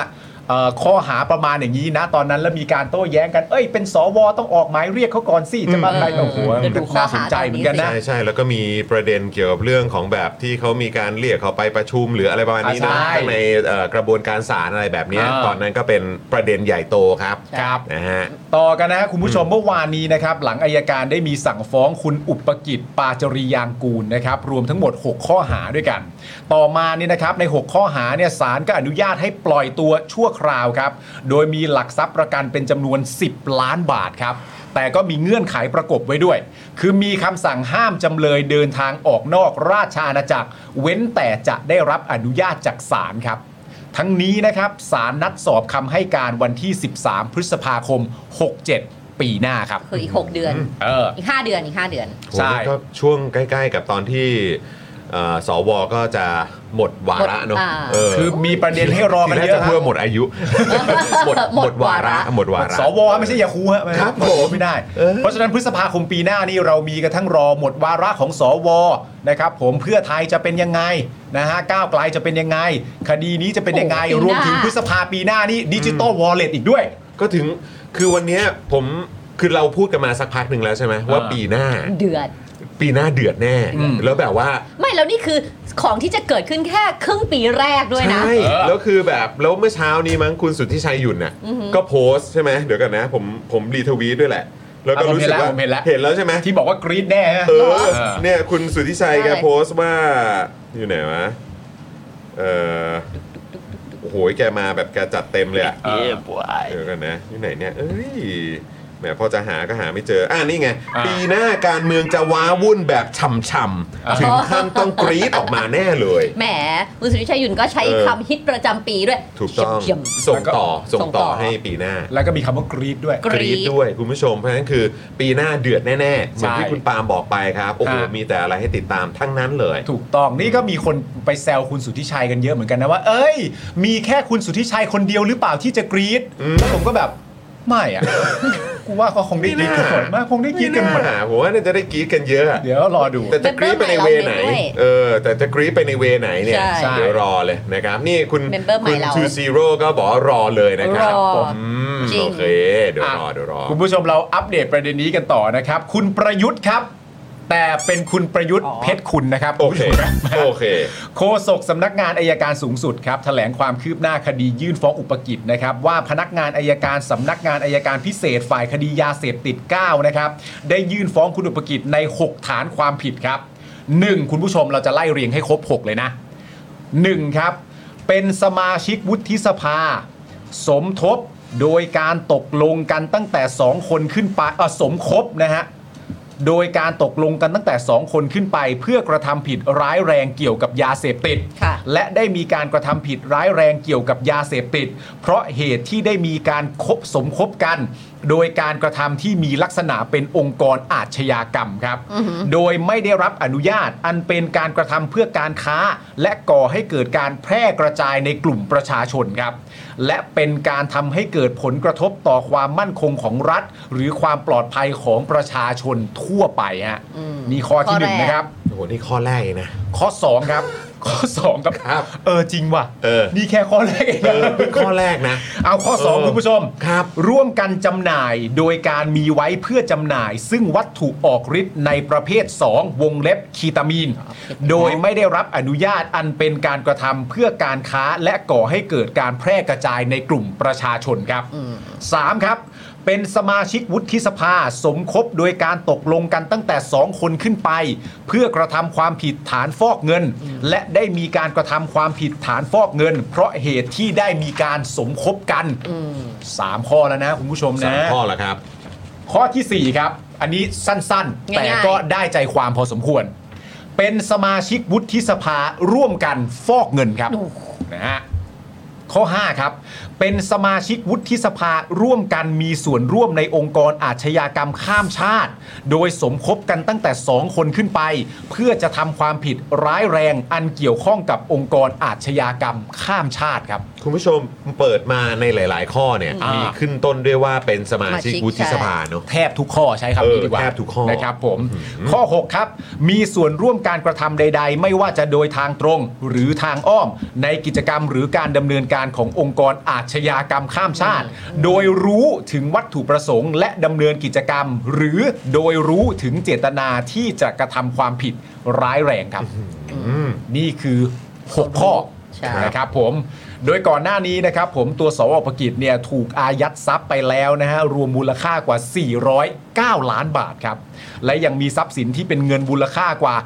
[SPEAKER 1] เอ่อข้อหาประมาณอย่างนี้นะ ตอนนั้นแล้วมีการโต้แย้งกันเอ้ยเป็นสวต้องออกหมายเรียกเขาก่อนสิจะมาอะไรโอ้โห
[SPEAKER 6] เดี๋ยวดูข้อ
[SPEAKER 1] น่า
[SPEAKER 6] หา
[SPEAKER 1] สนใจเหมือนกันนะ
[SPEAKER 3] ใช่ใช่แล้วก็มีประเด็นเกี่ยวกับเรื่องของแบบที่เขามีการเรียกเขาไปประชุมหรืออะไรประมาณนี้นะ
[SPEAKER 1] อ่าใช่
[SPEAKER 3] ข้างในเอ่อกระบวนการศาลอะไรแบบเนี้ย
[SPEAKER 1] อ่า
[SPEAKER 3] ตอนนั้นก็เป็นประเด็นใหญ่โตครับ
[SPEAKER 1] ครับ
[SPEAKER 3] นะฮะ
[SPEAKER 1] ต่อกันนะครับคุณผู้ชมเมื่อวานนี้นะครับ หลังอายการได้มีสั่งฟ้องคุณอุปกิจปาจรียางกูลนะครับ รวมทั้งหมด 6 ข้อหาด้วยกัน ต่อมาเนี่ยนะครับใน 6 ข้อหาเนี่ยศาลก็อนุญาตให้ปล่อยตัวชั่วคราวครับ โดยมีหลักทรัพย์ประกันเป็นจำนวน 10 ล้านบาทครับ แต่ก็มีเงื่อนไขประกบไว้ด้วย คือมีคำสั่งห้ามจำเลยเดินทางออกนอกราชอาณาจักร เว้นแต่จะได้รับอนุญาตจากศาลครับ ทั้งนี้นะครับสารนัดสอบคำให้การวันที่ 13 พฤษภาคม 67 ปีหน้าครับ
[SPEAKER 6] คืออีก 6 เดือน
[SPEAKER 1] เออ
[SPEAKER 6] อีก 5 เดือนอีก 5 เดือน
[SPEAKER 3] โห
[SPEAKER 1] ใช่
[SPEAKER 3] นี่ก็ช่วงใกล้ๆกับตอนที่เอ่อสวก็จะหมดวาระเนอะ
[SPEAKER 6] หมดอ่า
[SPEAKER 3] เ
[SPEAKER 1] คือมีประเด็นให้รอกันเยอะ
[SPEAKER 3] ทีแจะพูดว่าหมดอายุ หมดหมดวาระหมดวาระ
[SPEAKER 1] สวไม่ใช่ยาคูฮะไม่
[SPEAKER 3] ครับ
[SPEAKER 1] หมด
[SPEAKER 3] ผม
[SPEAKER 1] ไม่ได้
[SPEAKER 3] เออ
[SPEAKER 1] เพราะฉะนั้นพฤษภาคมปีหน้านี่เรามีกระทั่งรอหมดวาระของสวนะครับผมเพื่อไทยจะเป็นยังไงนะฮะก้าวไกลจะเป็นยังไง คดีนี้จะเป็นยังไง
[SPEAKER 6] โอ้โหปีหน้าร
[SPEAKER 1] วมถึงพฤษภาปีหน้านี่ดิจิตอลวอลเล็ตอีกด้วย
[SPEAKER 3] ก็ถึงคือวันเนี้ยผมคือเราพูดกันมาสักพักหนึ่งแล้วใช่ไหมว่า
[SPEAKER 1] อ่า
[SPEAKER 3] ปีหน้า
[SPEAKER 6] เดือด
[SPEAKER 3] ปีหน้าเดือดแน่
[SPEAKER 1] อืม
[SPEAKER 3] แล้วแบบว่า
[SPEAKER 6] ไม่แล้วนี่คือของที่จะเกิดขึ้นแค่ครึ่งปีแรกด้วยนะ
[SPEAKER 3] ใช่แล้วคือแบบแล้วเมื่อเช้านี้มั้งคุณสุทธิชัยหยุ่นน่ะก็โพสต์ใช่ไหมเดี๋ยวกันนะผมผมรีทวีตด้วยแหละ แล้วก็
[SPEAKER 1] อ่ะผม
[SPEAKER 3] รู้สึกว่า
[SPEAKER 1] เห็นแล้ว
[SPEAKER 3] เห็นแล้วใช่ไหม
[SPEAKER 1] ที่บอกว่ากรี๊ดแน่ฮะ
[SPEAKER 3] เออ
[SPEAKER 1] เออ
[SPEAKER 3] เนี่ยคุณสุทธิชัยแก
[SPEAKER 6] ว่าอะไร
[SPEAKER 3] โพสต์ว่าอยู่ไหนวะเออโอ้โหแกมาแบบแกจัดเต็มเลยอะ
[SPEAKER 1] เออ
[SPEAKER 3] เดี๋ยวกันนะอยู่ไหนเนี่ยเอ้ยแหมพอจะหาก็หาไม่เจออ่านี่ไง
[SPEAKER 1] อ่า
[SPEAKER 3] ปีหน้าการเมืองจะว้าวุ่นแบบช่ำ
[SPEAKER 1] อ่า
[SPEAKER 3] ๆถึงขั้นต้องกรี๊ดออกมาแน่เลย
[SPEAKER 6] แหมคุณสุริชัยหยุ่นก็ใช้
[SPEAKER 3] เออ
[SPEAKER 6] คำฮิตประจำปีด้วย
[SPEAKER 3] ถูกต้อง
[SPEAKER 6] เยี่ยม
[SPEAKER 3] ส่งต่อส่ง
[SPEAKER 6] ส่งต่
[SPEAKER 3] ต่อ
[SPEAKER 6] อ
[SPEAKER 3] ให้ปีหน้า
[SPEAKER 1] แล้วก็มีคำว่ากรี๊ดด้วย
[SPEAKER 6] กรี๊ด
[SPEAKER 3] ด้วยคุณผู้ชมเพราะฉะนั้นคือปีหน้าเดือดแน่ๆเหมือนที่
[SPEAKER 1] ใช่
[SPEAKER 3] คุณปาล์มบอกไปครับโอ้โห
[SPEAKER 1] อ่ามี
[SPEAKER 3] มีแต่อะไรให้ติดตามทั้งนั้นเลย
[SPEAKER 1] ถูกต้องนี่ก็มีคนไปแซวคุณสุทธิชัยกันเยอะเหมือนกันนะว่า เอ้ย มีแค่คุณสุทธิชัยคนเดียวหรือเปล่าที่จะกรี๊ด
[SPEAKER 3] อืม
[SPEAKER 1] แล้วผมก็แบบไม่อะ กูว่าเขาคงได้กรี๊ดกันหมดมากคงได้กรี๊ดกันหมด
[SPEAKER 3] ไม่าผมว่าน่าจะได้กรี๊ดกันเยอะ
[SPEAKER 1] เดี๋ยวรอดู
[SPEAKER 3] แต่จะกรี๊ดไปในเวไหน
[SPEAKER 6] เมมเบอร์ใหม่เราด้วย
[SPEAKER 3] เออ แต่จะกรี๊ดไปในเวไหนเนี่ย
[SPEAKER 6] ใช่
[SPEAKER 3] เดี๋ยวรอเลยนะครับ นี่คุณ
[SPEAKER 6] เมมเบอร์ใหม่
[SPEAKER 3] คุณ
[SPEAKER 6] เรา
[SPEAKER 3] ทูซีโร่ก็บอกว่ารอเลยนะค
[SPEAKER 6] ร
[SPEAKER 3] รับ
[SPEAKER 6] อ
[SPEAKER 3] อืม
[SPEAKER 6] จริง
[SPEAKER 3] โอเค เดี๋ยวรอ
[SPEAKER 1] อ่ะ
[SPEAKER 3] เดี๋ยวรอ
[SPEAKER 1] คุณผู้ชมเราอัปเดตประเด็นนี้กันต่อนะครับ คุณประยุทธ์ครับ แต่เป็นคุณประยุทธ์เพชรคุณนะครับ
[SPEAKER 3] โอเค
[SPEAKER 1] ณผู้ชมรับ
[SPEAKER 3] โอเค
[SPEAKER 1] โฆษกสำนักงานอายการสูงสุดครับแถลงความคืบหน้าคดียื่นฟ้องอุปกิจนะครับ ว่าพนักงานอายการสำนักงานอายการพิเศษฝ่ายคดียาเสพติด 9 นะครับ ได้ยื่นฟ้องคุณอุปกิจใน 6 ฐานความผิดครับ 1. คุณผู้ชมเราจะไล่เรียงให้ครบ 6 เลยนะ 1. ครับ เป็นสมาชิกวุฒิสภา สมทบโดยการตกลงกันตั้งแต่ 2 คนขึ้นไปเอ่อสมคบนะฮะ โดยการตกลงกันตั้งแต่ 2 คนขึ้นไป เพื่อกระทำผิดร้ายแรงเกี่ยวกับยาเสพติด
[SPEAKER 6] ค่ะ
[SPEAKER 1] และได้มีการกระทำผิดร้ายแรงเกี่ยวกับยาเสพติด เพราะเหตุที่ได้มีการคบสมคบกัน โดยการกระทำที่มีลักษณะเป็นองค์กรอาชญากรรมครับ
[SPEAKER 6] อือหือ
[SPEAKER 1] โดยไม่ได้รับอนุญาตอันเป็นการกระทำเพื่อการค้า และก่อให้เกิดการแพร่กระจายในกลุ่มประชาชนครับ และเป็นการทำให้เกิดผลกระทบต่อความมั่นคงของรัฐ หรือความปลอดภัยของประชาชนทั่วไปฮะ
[SPEAKER 6] อืม
[SPEAKER 1] นี่ข้อที่หนึ่ง
[SPEAKER 6] ข้อแรก
[SPEAKER 1] นะครับ
[SPEAKER 3] โอ้โหนี่ข้อแรกเลยนะ
[SPEAKER 1] ข้อสองครับ ข้อสองครับ
[SPEAKER 3] ครับ
[SPEAKER 1] เออจริงว่ะ
[SPEAKER 3] เออ
[SPEAKER 1] นี่แค่ข้อแรกเอง
[SPEAKER 3] เอ
[SPEAKER 1] นะ
[SPEAKER 3] อเป็นข้อแรกนะ
[SPEAKER 1] เอาข้อ
[SPEAKER 3] เอ
[SPEAKER 1] 2
[SPEAKER 3] อ
[SPEAKER 1] คุณผู้ชม
[SPEAKER 3] ครับ
[SPEAKER 1] ร่วมกันจำหน่ายโดยการมีไว้เพื่อจำหน่าย ซึ่งวัตถุออกฤทธิ์ในประเภท 2 วงเล็บคีตามีน โดยไม่ได้รับอนุญาตอันเป็นการกระทำเพื่อการค้าและก่อให้เกิดการแพร่กระจายในกลุ่มประชาชนครับ 3 ครับ เป็นสมาชิกวุฒิสภาสมคบโดยการตกลงกันตั้งแต่ 2 คนขึ้นไป เพื่อกระทำความผิดฐานฟอกเงิน และได้มีการกระทำความผิดฐานฟอกเงิน เพราะเหตุที่ได้มีการสมคบกัน 3 ข้อแล้วนะคุณผู้ชม
[SPEAKER 3] สา
[SPEAKER 1] นะ
[SPEAKER 3] มข้อละครับ
[SPEAKER 1] ข้อทีสี่ 4 ครับ อันนี้สั้นๆ
[SPEAKER 6] ง่ายๆ
[SPEAKER 1] แต่ก็ได้ใจความพอสมควร เป็นสมาชิกวุฒิสภาร่วมกันฟอกเงินครับนะฮะข้อ 5 ครับ เป็นสมาชิกวุฒิสภาร่วมกันมีส่วนร่วมในองค์กรอาชญากรรมข้ามชาติ โดยสมคบกันตั้งแต่ 2 คนขึ้นไป เพื่อจะทำความผิดร้ายแรงอันเกี่ยวข้องกับองค์กรอาชญากรรมข้ามชาติครับ
[SPEAKER 3] คุณผู้ชมเปิดมาในหลาย ๆ ข้อเนี่ย
[SPEAKER 1] อ่ามี
[SPEAKER 3] มีขึ้นต้นด้วยว่าเป็นสมาชิกวุฒิสภาเนาะ
[SPEAKER 1] แทบทุกข้อใช้คำนี้ดีก
[SPEAKER 3] เอ
[SPEAKER 1] ว่า
[SPEAKER 3] อแทบทุกข้อ
[SPEAKER 1] นะครับผม ข้อ 6 ครับ มีส่วนร่วมการกระทำใด ๆ ไม่ว่าจะโดยทางตรง หรือทางอ้อม ในกิจกรรมหรือการดำเนินการขององค์กรอาชญากรรมข้ามชาติ โดยรู้ถึงวัตถุประสงค์ และดำเนินกิจกรรม หรือโดยรู้ถึงเจตนาที่จะกระทำความผิดร้ายแรงครับ
[SPEAKER 3] อืม
[SPEAKER 1] นี่คือ 6 ข้อ
[SPEAKER 6] ใช่
[SPEAKER 1] นะครับผมโดยก่อนหน้านี้นะครับผมตัวสวปกิจเนี่ยถูกอายัดทรัพย์ไปแล้วนะฮะรวมมูลค่ากว่า 409 ล้านบาทครับ และยังมีทรัพย์สินที่เป็นเงินมูลค่ากว่า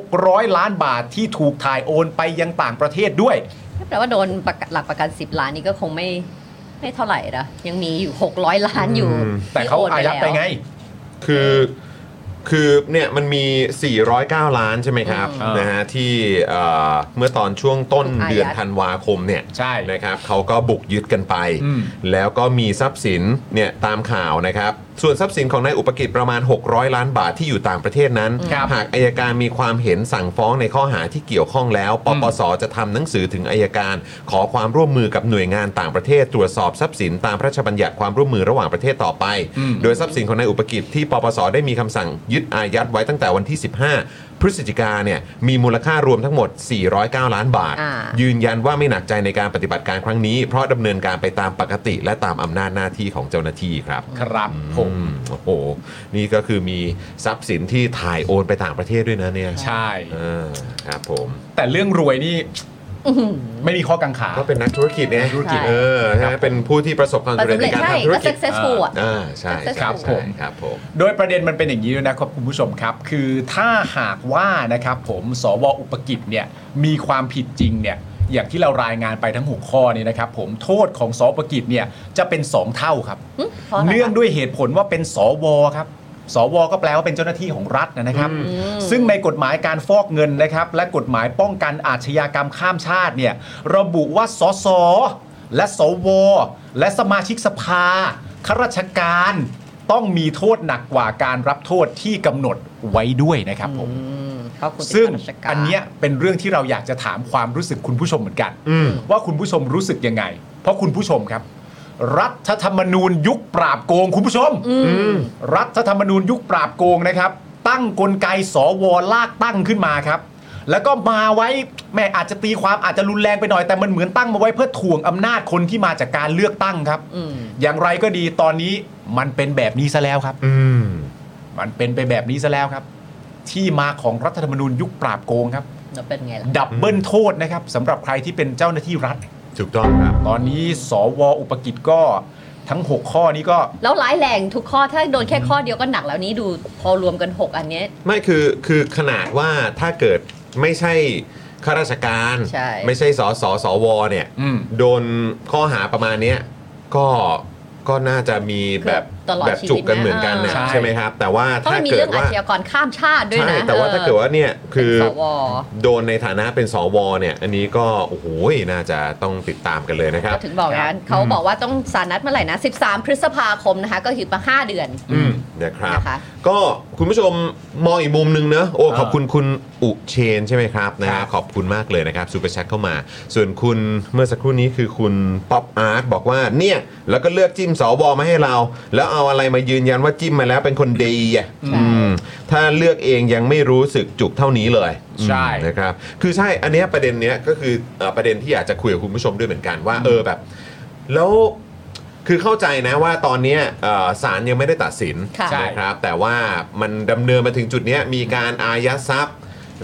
[SPEAKER 1] 600 ล้านบาทที่ถูกถ่ายโอนไปยังต่างประเทศด้วย
[SPEAKER 6] แปลว่าโดนประกันหลักประกัน 10 ล้านนี่ก็คงไม่ไม่เท่าไหร่นะยังมีอยู่ 600 ล้านอยู่
[SPEAKER 3] อืม
[SPEAKER 1] แต่เขาอายัดไปไง
[SPEAKER 3] คือคือเนี่ยมันมี 409 ล้านใช่ไหมครับ
[SPEAKER 1] อืม
[SPEAKER 3] นะฮะที่เอ่อเมื่อตอนช่วงต้น
[SPEAKER 6] ถูกอายัด
[SPEAKER 3] เดือนธันวาคมเนี่ย
[SPEAKER 1] ใช่
[SPEAKER 3] นะครับเขาก็บุกยึดกันไป
[SPEAKER 1] อืม
[SPEAKER 3] แล้วก็มีทรัพย์สินเนี่ยตามข่าวนะครับ ส่วนทรัพย์สินของนายอุปกิจประมาณ 600 ล้านบาทที่อยู่ต่างประเทศนั้น
[SPEAKER 1] ครับ
[SPEAKER 3] หากอายการมีความเห็นสั่งฟ้องในข้อหาที่เกี่ยวข้องแล้วปปสจะทำหนังสือถึงอายการ ขอความร่วมมือกับหน่วยงานต่างประเทศ ตรวจสอบทรัพย์สินตามพระราชบัญญัติความร่วมมือระหว่างประเทศต่อไป
[SPEAKER 1] อืม
[SPEAKER 3] โดยทรัพย์สินของนายอุปกิจที่ปปสได้มีคำสั่งยึดอายัดไว้ตั้งแต่วันที่ 15 พฤศจิกาเนี่ยมีมูลค่ารวมทั้งหมด 409 ล้านบาท
[SPEAKER 6] อ่า
[SPEAKER 3] ยืนยันว่าไม่หนักใจในการปฏิบัติการครั้งนี้ เพราะดำเนินการไปตามปกติและตามอำนาจหน้าที่ของเจ้าหน้าที่ครับ
[SPEAKER 1] ครับผ
[SPEAKER 3] ผม
[SPEAKER 1] ม
[SPEAKER 3] โอ้โห นี่ก็คือมีทรัพย์สินที่ถ่ายโอนไปต่างประเทศด้วยนะเนี่ย
[SPEAKER 1] ใช่
[SPEAKER 3] อ่าครับผม
[SPEAKER 1] แต่เรื่องรวยนี่ไม่มีข้อกังขา
[SPEAKER 3] ก็เป็นนักธุรกิจไง
[SPEAKER 1] ธุรกิจ
[SPEAKER 3] เออใช่ไหมเป็นผู้ที่ประสบความ
[SPEAKER 6] ประ
[SPEAKER 3] สำ
[SPEAKER 6] ส
[SPEAKER 3] เร็จ
[SPEAKER 6] บ
[SPEAKER 3] ใน
[SPEAKER 6] เร็จ
[SPEAKER 3] การ
[SPEAKER 6] ใช่
[SPEAKER 3] ทำธุร
[SPEAKER 6] ก็
[SPEAKER 3] กิจ
[SPEAKER 6] successful อ่ะ
[SPEAKER 3] อ่าใช่ครับ
[SPEAKER 1] ครับผม
[SPEAKER 3] ใช่ครับผม
[SPEAKER 1] โดยประเด็นมันเป็นอย่างนี้ด้วยนะครับคุณผู้ชมครับ คือถ้าหากว่านะครับผมสวอุปกิจเนี่ยมีความผิดจริงเนี่ยอย่างที่เรารายงานไปทั้งหกข้อนี้นะครับผมโทษของสวอุปกิจเนี่ยจะเป็น 2 เท่าครับ
[SPEAKER 6] หึพราะอะไร
[SPEAKER 1] เนื่อง
[SPEAKER 6] วะ
[SPEAKER 1] ด้วยเหตุผลว่าเป็นสวครับ สวก็แปลว่าเป็นเจ้าหน้าที่ของรัฐนะครับ
[SPEAKER 6] ม
[SPEAKER 1] ซึ่งในกฎหมายการฟอกเงินนะครับ และกฎหมายป้องกันอาชญากรรมข้ามชาติเนี่ยระบุว่าสสและสว และสมาชิกสภาข้าราชการ ต้องมีโทษหนักกว่าการรับโทษที่กำหนดไว้ด้วยนะครับผม
[SPEAKER 6] อืมเพราะคุณเป็น
[SPEAKER 1] ซึ่ง
[SPEAKER 6] ข้าราชการ
[SPEAKER 1] อันเนี้ยเป็นเรื่องที่เราอยากจะถามความรู้สึกคุณผู้ชมเหมือนกัน ว่าคุณผู้ชมรู้สึกยังไง เพราะคุณผู้ชมครับ รัฐธรรมนูญยุคปราบโกงคุณผู้ชม รัฐธรรมนูญยุคปราบโกงนะครับ ตั้งกลไกสวลากตั้งขึ้นมาครับ แล้วก็มาไว้แม่อาจจะตีความอาจจะรุนแรงไปหน่อยแต่มันเหมือนตั้งมาไว้เพื่อถ่วงอำนาจคนที่มาจากการเลือกตั้งครับ
[SPEAKER 6] อืม
[SPEAKER 1] อย่างไรก็ดีตอนนี้มันเป็นแบบนี้ซะแล้วครับ
[SPEAKER 3] อืม
[SPEAKER 1] มันเป็นไปแบบนี้ซะแล้วครับ ที่มาของรัฐธรรมนูญยุคปราบโกงครับ
[SPEAKER 6] แล้วเป็นไงล่ะ
[SPEAKER 1] ดับเบิลโทษนะครับสำหรับใครที่เป็นเจ้าหน้าที่รัฐ
[SPEAKER 3] ถูกต้องครับ
[SPEAKER 1] ตอนนี้สวอุปกิจก็ทั้ง 6 ข้อนี้ก็
[SPEAKER 6] แล้วร้ายแรงทุกข้อถ้าโดนแค่ข้อเดียวก็หนักแล้วนี้ดูพอรวมกัน 6 อันเนี้ย
[SPEAKER 3] ไม่คือคือขนาดว่าถ้าเกิดไม่ใช่ข้าราชการ
[SPEAKER 6] ใช่
[SPEAKER 3] ไม่ใช่สสสวเนี่ย
[SPEAKER 1] อืม
[SPEAKER 3] โดนข้อหาประมาณเนี้ยก็ก็น่าจะมีแบบ
[SPEAKER 6] เกือบ ตลอด
[SPEAKER 3] แบบ
[SPEAKER 6] ชี
[SPEAKER 3] จุ
[SPEAKER 6] วิ
[SPEAKER 3] ก
[SPEAKER 6] ต
[SPEAKER 3] กันเหมือนกันนะ
[SPEAKER 6] นะ
[SPEAKER 1] ใช่
[SPEAKER 3] ใช่ไหมครับ แต่ว่า
[SPEAKER 6] เพราะ
[SPEAKER 3] ถ้า
[SPEAKER 6] มันมี
[SPEAKER 3] เกิ
[SPEAKER 6] เรื่
[SPEAKER 3] ด
[SPEAKER 6] องอา
[SPEAKER 3] ว่า
[SPEAKER 6] ชญากรข้ามชาติด้วย
[SPEAKER 3] ใช่
[SPEAKER 6] นะ
[SPEAKER 3] แต่ว่าถ้าเกิดว่าเนี่ยคือ
[SPEAKER 6] สว
[SPEAKER 3] โดนในฐานะเป็นสวเนี่ย อันนี้ก็โอ้โหน่าจะต้องติดตามกันเลยนะครับ
[SPEAKER 6] ก็ถึงบอก
[SPEAKER 1] ครั
[SPEAKER 6] นะ
[SPEAKER 1] บ
[SPEAKER 6] เขาบอกว่าต้องสารนัดเมื่อไหร่นะ 13 พฤษภาคมนะคะ ก็คือประมาณ5เดือน
[SPEAKER 3] อืมนะครับ
[SPEAKER 6] นะคะ
[SPEAKER 3] ก็คุณผู้ชมมองอีกมุมหนึงเนอะโอ้ขอบคุณคุณอุเชนใช่ไหมครับนะ
[SPEAKER 1] ค
[SPEAKER 3] ฮะ
[SPEAKER 1] รับ
[SPEAKER 3] ขอบคุณมากเลยนะครับซูเปอร์แชทเข้ามา ส่วนคุณเมื่อสักครู่นี้คือคุณป๊อปอาร์ตบอกว่าเนี่ย แล้วก็เลือกจิ้มสวมาให้เรา แล้วเอาอะไรมายืนยันว่าจิ้มมาแล้วเป็นคนดีอ่ะอืมถ้าเลือกเองยังไม่รู้สึกจุกเท่านี้เลย
[SPEAKER 1] ใช่
[SPEAKER 3] อืมนะครับคือใช่อันเนี้ยประเด็นเนี้ยก็คือเอ่อประเด็นที่อยากจะคุยกับคุณผู้ชมด้วยเหมือนกันว่าเออแบบ แล้วคือเข้าใจนะว่าตอนเนี้ยเอ่อศาลยังไม่ได้ตัดสิน
[SPEAKER 6] ค่ะ
[SPEAKER 1] ใช่
[SPEAKER 3] นะครับแต่ว่ามันดำเนินมาถึงจุดเนี้ยมีการอายัดทรัพย์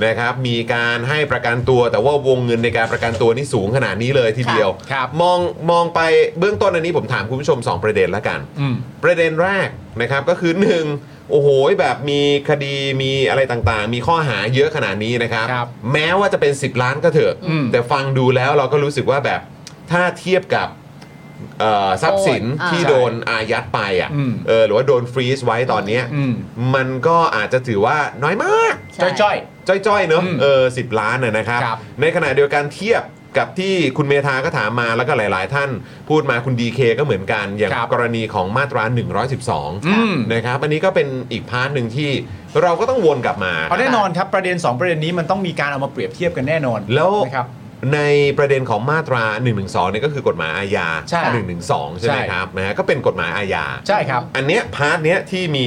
[SPEAKER 3] นะครับมีการให้ประกันตัวแต่ว่าวงเงินในการประกันตัวนี่สูงขนาดนี้เลยทีเดียว
[SPEAKER 1] ครับ
[SPEAKER 3] มองมองไปเบื้องต้นอันนี้ผมถามคุณผู้ชม 2 ประเด็นละกัน
[SPEAKER 1] อืม
[SPEAKER 3] ประเด็นแรกนะครับก็คือ 1 โอ้โหแบบมีคดีมีอะไรต่างๆ มีข้อหาเยอะขนาดนี้นะครับ
[SPEAKER 1] ครับ
[SPEAKER 3] แม้ว่าจะเป็น 10 ล้านก็เถอะ
[SPEAKER 1] อืม
[SPEAKER 3] แต่ฟังดูแล้วเราก็รู้สึกว่าแบบถ้าเทียบกับเอ่อทรัพย์สิน
[SPEAKER 6] โอนอ่า
[SPEAKER 3] ที่โดนอายัดไปอ่ะ
[SPEAKER 1] อืม
[SPEAKER 3] เออหรือว่าโดนฟรีซไว้ตอนเนี้ย
[SPEAKER 1] อืม
[SPEAKER 3] มันก็อาจจะถือว่าน้อยมาก
[SPEAKER 6] ใช่
[SPEAKER 1] จ้อย
[SPEAKER 3] จ้อยๆ เนอะ
[SPEAKER 1] อืม
[SPEAKER 3] เออสิล้านน่ะนะครับ
[SPEAKER 1] ครับ
[SPEAKER 3] ในขณะเดียวกันเทียบกับที่คุณเมธาก็ถามมาแล้วก็หลาย ๆ ท่าน พูดมาคุณดีเคก็เหมือนกัน อย่าง
[SPEAKER 1] ครับ
[SPEAKER 3] กรณีของมาตรา
[SPEAKER 1] อืม
[SPEAKER 3] 112 นะครับอันนี้ก็เป็นอีกพาร์ทหนึ่งที่เราก็ต้องวนกลับมา
[SPEAKER 1] ๆเอาแน่นอนครับประเด็น 2 ประเด็นนี้มันต้องมีการเอามาเปรียบเทียบกันแน่นอน
[SPEAKER 3] แล้ว
[SPEAKER 1] นะครับ
[SPEAKER 3] ในประเด็นของมาตรา 112เนี่ยก็คือกฎหมายอาญา
[SPEAKER 1] ใช่
[SPEAKER 3] 112 ใช่ไหม
[SPEAKER 1] ใช่
[SPEAKER 3] ครับนะฮะก็เป็นกฎหมายอาญา
[SPEAKER 1] ใช่ครับ
[SPEAKER 3] อันเนี้ยพาร์ทเนี้ยที่มี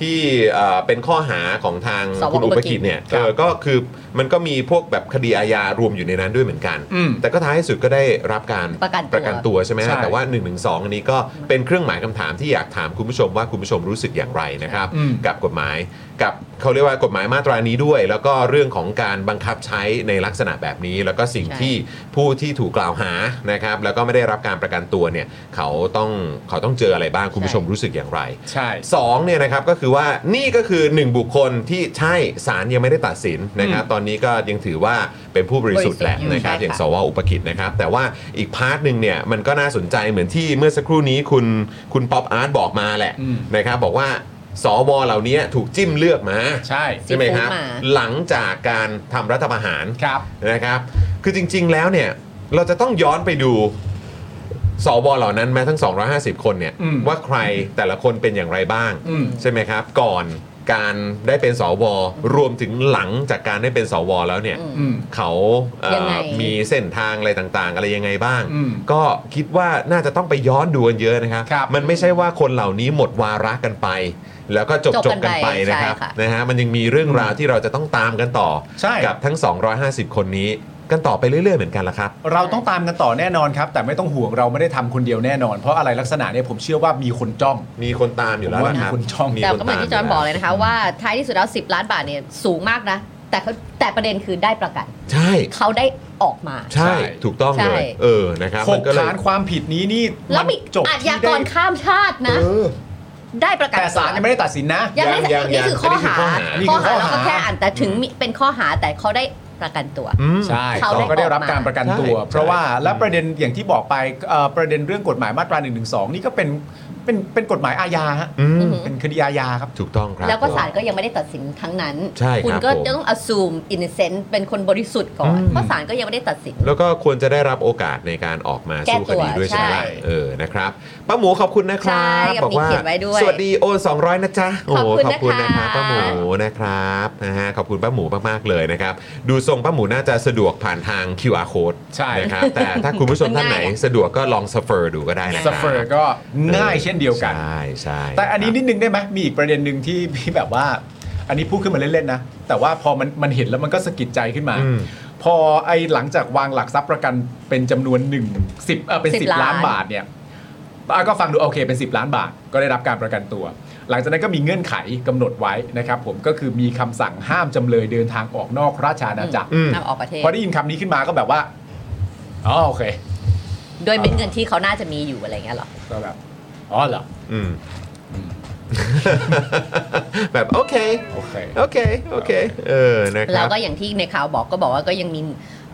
[SPEAKER 3] ที่เอ่อเป็นข้อหาของทาง
[SPEAKER 6] สว
[SPEAKER 3] คุณอุปกิจ
[SPEAKER 6] อุปกิจ
[SPEAKER 3] เนี่ย
[SPEAKER 1] ครั
[SPEAKER 3] เอบ อก็คือมันก็มีพวกแบบคดีอาญารวมอยู่ในนั้นด้วยเหมือนกัน
[SPEAKER 1] อืม
[SPEAKER 3] แต่ก็ท้ายสุดก็ได้รับการ
[SPEAKER 6] ประกันตัว
[SPEAKER 3] ตัวใช่ไหม
[SPEAKER 1] ใช่
[SPEAKER 3] ฮะแต่ว่า1นึอันนี้ก็เป็นเครื่องหมายคำถามที่อยากถามคุณผู้ชมว่าคุณผู้ชมรู้สึกอย่างไรนะครับ
[SPEAKER 1] อืม
[SPEAKER 3] กับกฎหมายกับเขาเรียกว่ากฎหมายมาตรานี้ด้วย แล้วก็เรื่องของการบังคับใช้ในลักษณะแบบนี้ แล้วก็สิ่ง
[SPEAKER 6] ใช่
[SPEAKER 3] ที่ผู้ที่ถูกกล่าวหานะครับ แล้วก็ไม่ได้รับการประกันตัวเนี่ยเขาต้องเขาต้องเจออะไรบ้างคุณผู้ชมรู้สึกอย่างไร
[SPEAKER 1] ใช่
[SPEAKER 3] สองเนี่ยนะครับก็คือว่านี่ก็คือหนึ่งบุคคลที่ใช่ศาลยังไม่ได้ตัดสินนะครับ ตอนนี้ก็ยังถือว่าเป็นผู้บริสุทธิ์แหละนะครับ
[SPEAKER 6] บริสุทธิ์อ
[SPEAKER 3] อ
[SPEAKER 6] ยู่
[SPEAKER 3] ย่าง
[SPEAKER 6] ใช่ค่ะ
[SPEAKER 3] สวอุปกิจนะครับ แต่ว่าอีกพาร์ทหนึ่งเนี่ยมันก็น่าสนใจเหมือนที่เมื่อสักครู่นี้คุณคุณป๊อปอาร์ตบอกมาแหละ
[SPEAKER 1] อืม
[SPEAKER 3] นะครับ บอกว่าสวเหล่านี้ถูกจิ้มเลือกมา
[SPEAKER 1] ใช่
[SPEAKER 3] ใช่ไหมครับ
[SPEAKER 6] จิ้มปูหมา
[SPEAKER 3] หลังจากการทำรัฐประหาร
[SPEAKER 1] ครับ
[SPEAKER 3] นะครับ คือจริง ๆ แล้วเนี่ย เราจะต้องย้อนไปดูสวเหล่านั้นแม้ทั้ง 250 คนเนี่ย
[SPEAKER 1] อืม
[SPEAKER 3] ว่าใครแต่ละคนเป็นอย่างไรบ้าง
[SPEAKER 1] อืม
[SPEAKER 3] ใช่ไหมครับ ก่อนการได้เป็นสวรวมถึงหลังจากการได้เป็นสวแล้วเนี่ย
[SPEAKER 6] อืม
[SPEAKER 1] อืม
[SPEAKER 3] เขาเอ่อ
[SPEAKER 6] ยังไง
[SPEAKER 3] มีเส้นทางอะไรต่างๆ อะไรยังไงบ้าง
[SPEAKER 1] อืม
[SPEAKER 3] ก็คิดว่าน่าจะต้องไปย้อนดูกันเยอะนะครับ
[SPEAKER 1] ครับ
[SPEAKER 3] มันไม่ใช่ว่าคนเหล่านี้หมดวาระกันไป แล้วก็จบ
[SPEAKER 6] จบ
[SPEAKER 3] จ
[SPEAKER 6] กับ น
[SPEAKER 3] กันไป
[SPEAKER 6] ไปใช่
[SPEAKER 3] นะครับ
[SPEAKER 6] ค่ะ
[SPEAKER 3] นะฮะมันยังมีเรื่องราวที่เราจะต้องตามกันต่อ
[SPEAKER 1] ใช่
[SPEAKER 3] กับทั้ง 250 คนนี้กันต่อไปเรื่อยๆเหมือนกันละครับ
[SPEAKER 1] เราต้องตามกันต่อแน่นอนครับ แต่ไม่ต้องห่วงเราไม่ได้ทำคนเดียวแน่นอน เพราะอะไรลักษณะเนี่ยผมเชื่อว่ามีคนจ้อง
[SPEAKER 3] มีคนตามอยู่แล้ว
[SPEAKER 1] ผมว่า
[SPEAKER 3] ล่ะครับ
[SPEAKER 1] มีคนจ้อง
[SPEAKER 6] แต่ก็เหมือนที่จอห์นบอกเลยนะคะ ว่าท้ายที่สุดแล้ว 10 ล้านบาทเนี่ยสูงมากนะ แต่เขาแต่ประเด็นคือได้ประกัน
[SPEAKER 3] ใช่
[SPEAKER 6] เขาได้ออกมา
[SPEAKER 3] ใช่
[SPEAKER 1] ใช่
[SPEAKER 3] ถูกต้อง
[SPEAKER 6] ใช่
[SPEAKER 3] เลยเออนะครับ
[SPEAKER 1] ห
[SPEAKER 3] มั
[SPEAKER 1] ก
[SPEAKER 3] นก็เลย
[SPEAKER 1] ฐานความผิดนี้นี่
[SPEAKER 6] แล้วมี
[SPEAKER 1] นจบ
[SPEAKER 6] อาช
[SPEAKER 1] ที่
[SPEAKER 6] ญาก
[SPEAKER 1] ได้
[SPEAKER 6] รข้ามชาตินะ
[SPEAKER 3] เออ
[SPEAKER 6] ได้ประกัน
[SPEAKER 1] แต่ศาลยังไม่ได้ตัดสินนะ
[SPEAKER 6] ยังไม่
[SPEAKER 3] ยัง
[SPEAKER 6] นี่คือข้อหา
[SPEAKER 3] ยังนี่
[SPEAKER 6] ข้
[SPEAKER 3] คือ อข้อ
[SPEAKER 6] หา
[SPEAKER 3] หา
[SPEAKER 6] แล้วก็แค่อ่านแต่ถึงมีเป็นข้อหาแต่เขาได้ประกันตัว
[SPEAKER 3] อืม
[SPEAKER 1] ใช่
[SPEAKER 6] เขาได้
[SPEAKER 1] เขาก็ได้รับ
[SPEAKER 6] ออกมา
[SPEAKER 1] การประกันตัว
[SPEAKER 3] ใช่
[SPEAKER 1] เพราะว่า
[SPEAKER 3] ใช่
[SPEAKER 1] และประเด็นอย่างที่บอกไปเอ่อประเด็นเรื่องกฎหมายมาตรา1นึนี่ก็เป็นเป็นเป็นกฎหมายอาญาฮะ
[SPEAKER 3] อืม
[SPEAKER 6] อือหือ
[SPEAKER 1] เป็นคดีอาญาครับ
[SPEAKER 3] ถูกต้องครับ
[SPEAKER 6] แล้วก็ศาลก็ยังไม่ได้ตัดสินทั้งนั้น
[SPEAKER 3] ใช่ครับ
[SPEAKER 6] คุณก็
[SPEAKER 3] ผม
[SPEAKER 6] จะต้อง assume innocent เป็นคนบริสุทธิ์ก่อน
[SPEAKER 3] อืม
[SPEAKER 6] เพราะศาลก็ยังไม่ได้ตัดสิน
[SPEAKER 3] แล้วก็ควรจะได้รับโอกาสในการออกมาสู้คดีด้วยใช่ไหม
[SPEAKER 6] แก้ตัวใช่
[SPEAKER 3] เออนะครับป้าหมูขอบคุณนะครั
[SPEAKER 6] ใช่
[SPEAKER 3] บ
[SPEAKER 6] กับ
[SPEAKER 3] บอกว่า
[SPEAKER 6] เขียนไว้ด้วย
[SPEAKER 3] สวัสดีโอน200 นะจ๊ะโอ้โห
[SPEAKER 6] ขอบคุ
[SPEAKER 3] ขอบคุ
[SPEAKER 6] ณ
[SPEAKER 3] ณนะค
[SPEAKER 6] นะคะ
[SPEAKER 3] รับป้าหมูนะครับนะฮะขอบคุณป้าหมูมากๆเลยนะครับ ดูทรงป้าหมูน่าจะสะดวกผ่านทาง QR code
[SPEAKER 1] ใช่
[SPEAKER 3] นะครับแต่ถ้าคุณผู้ชมท่านไหน
[SPEAKER 6] มันง่ายอะ
[SPEAKER 3] สะดวกก็ลองสเฟอร์ดูก็ได้นะค
[SPEAKER 1] ส
[SPEAKER 3] รับ
[SPEAKER 1] เฟอร์ก็ง่ายเช่นเดียวกัน
[SPEAKER 3] ใช่ใช่
[SPEAKER 1] แต่อันนี้
[SPEAKER 3] ครับ
[SPEAKER 1] นิดนึงได้ไหมมีอีกประเด็นหนึ่งที่พี่แบบว่า อันนี้พูดขึ้นมาเล่นๆนะ แต่ว่าพอมันมันเห็นแล้วมันก็สะกิดใจขึ้นมา
[SPEAKER 3] อืม
[SPEAKER 1] พอไอ้หลังจากวางหลักทรัพย์ประกันเป็นจำนวน1 10เออเป็น
[SPEAKER 6] สิ
[SPEAKER 1] 10
[SPEAKER 6] บ
[SPEAKER 1] ล้า
[SPEAKER 6] ล้าน น
[SPEAKER 1] บาทเนี่ยอ่ะก็ฟังดูโอเคเป็น 10 ล้านบาท ก็ได้รับการประกันตัว หลังจากนั้นก็มีเงื่อนไขกำหนดไว้นะครับผมก็คือมีคำสั่งห้ามจำเลยเดินทางออกนอกราชอาณาจักร
[SPEAKER 3] อืม
[SPEAKER 6] นำออกประเทศ
[SPEAKER 1] พอได้ยินคำนี้ขึ้นมาก็แบบว่าอ๋อโอเค
[SPEAKER 6] โดยเป็นเงินที่เขาน่าจะมีอยู่อะไรเงี้ยหรอ
[SPEAKER 1] ก็แบบอ๋อเหรอ
[SPEAKER 3] อืม แบบโอเค
[SPEAKER 1] โอเค
[SPEAKER 3] โอเคโอเคเออนะค
[SPEAKER 6] แล้
[SPEAKER 3] รั
[SPEAKER 6] ว
[SPEAKER 3] บ
[SPEAKER 6] ก็อย่างที่ในข่าวบอกก็บอกว่าก็ยังมี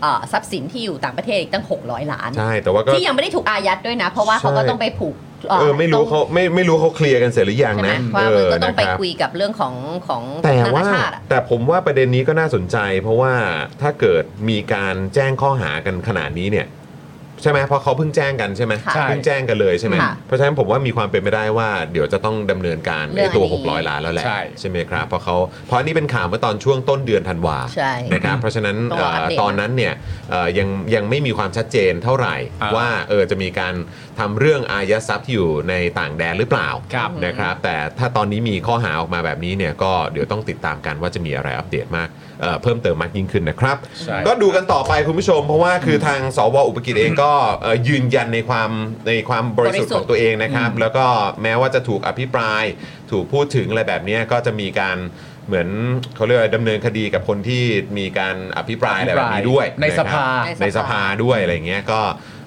[SPEAKER 6] เอ่อทรัพย์สินที่อยู่ต่างประเทศอีกตั้ง 600 ล้าน
[SPEAKER 3] ใช่แต่ว่าก็
[SPEAKER 6] ที่ยังไม่ได้ถูกอายัดด้วยนะ เพราะว่า
[SPEAKER 3] ใช่
[SPEAKER 6] เขาก็ต้องไปผูก อ่อ
[SPEAKER 3] เออไม่รู้
[SPEAKER 6] ต้
[SPEAKER 3] เขาไม่ไม่รู้เขาเคลียร์กันเสร็จหรือยัง
[SPEAKER 6] ใช่ไหม
[SPEAKER 3] นะ
[SPEAKER 6] ว่ามันก็ต้องไป
[SPEAKER 3] เนะครับ
[SPEAKER 6] คุยกับเรื่องของของ
[SPEAKER 3] แต่
[SPEAKER 6] นา
[SPEAKER 3] ว่า
[SPEAKER 6] นาชาติอะ
[SPEAKER 3] แต่ผมว่าประเด็นนี้ก็น่าสนใจ เพราะว่าถ้าเกิดมีการแจ้งข้อหากันขนาดนี้เนี่ยใช่ไหมเพราะเขาเพิ่งแจ้งกันใช่ไหม
[SPEAKER 6] ค่ะ
[SPEAKER 1] ใช่
[SPEAKER 3] เพิ่งแจ้งกันเลยใช่ไหม
[SPEAKER 6] ค่ะ
[SPEAKER 3] เพราะฉะนั้นผมว่ามีความเป็นไปได้ว่า เดี๋ยวจะต้องดำเนินการ
[SPEAKER 6] เรื่
[SPEAKER 3] ใน
[SPEAKER 6] อง
[SPEAKER 3] ตัว
[SPEAKER 6] อันนี้
[SPEAKER 3] 600 ล้านแล้วแหละ
[SPEAKER 1] ใช่
[SPEAKER 3] ไหมครับเพราะเขาเพราะอันนี่เป็นข่าวเมื่อตอนช่วงต้นเดือนธันวา
[SPEAKER 6] ใช่
[SPEAKER 3] นะครับเพราะฉะนั้น
[SPEAKER 6] ต้องรออัปเดต
[SPEAKER 3] เอ่อตอนนั้นเนี่ยเอ่อยังยังไม่มีความชัดเจนเท่าไหร่
[SPEAKER 1] อ่า
[SPEAKER 3] ว่าเออจะมีการทำเรื่องอายัดทรัพย์ที่อยู่ในต่างแดนหรือเปล่า
[SPEAKER 1] ครับ
[SPEAKER 3] นะครับแต่ถ้าตอนนี้มีข้อหาออกมาแบบนี้เนี่ยก็เดี๋ยวต้องติดตามกันว่าจะมีอะไรอัปเดตมากเอ่อเพิ่มเติมมากยิ่งขึ้นนะครับ
[SPEAKER 1] ใช่
[SPEAKER 3] ก็ดูกันต่อไปคุณผู้ชม เพราะว่าคือทางสวอุปกิจเองก็เอ่อยืนยันในความในความบริสุทธิ์ของตัวเองนะครับ แล้วก็แม้ว่าจะถูกอภิปราย ถูกพูดถึงอะไรแบบเนี้ยก็จะมีการเหมือนเขาเรียกว่าดำเนินคดีกับคนที่มีการอภิปรายอะไรแบบนี้ด้วย
[SPEAKER 1] ในสภา
[SPEAKER 3] ะครับในสภาด้วยอะไรอย่างเงี้ยก็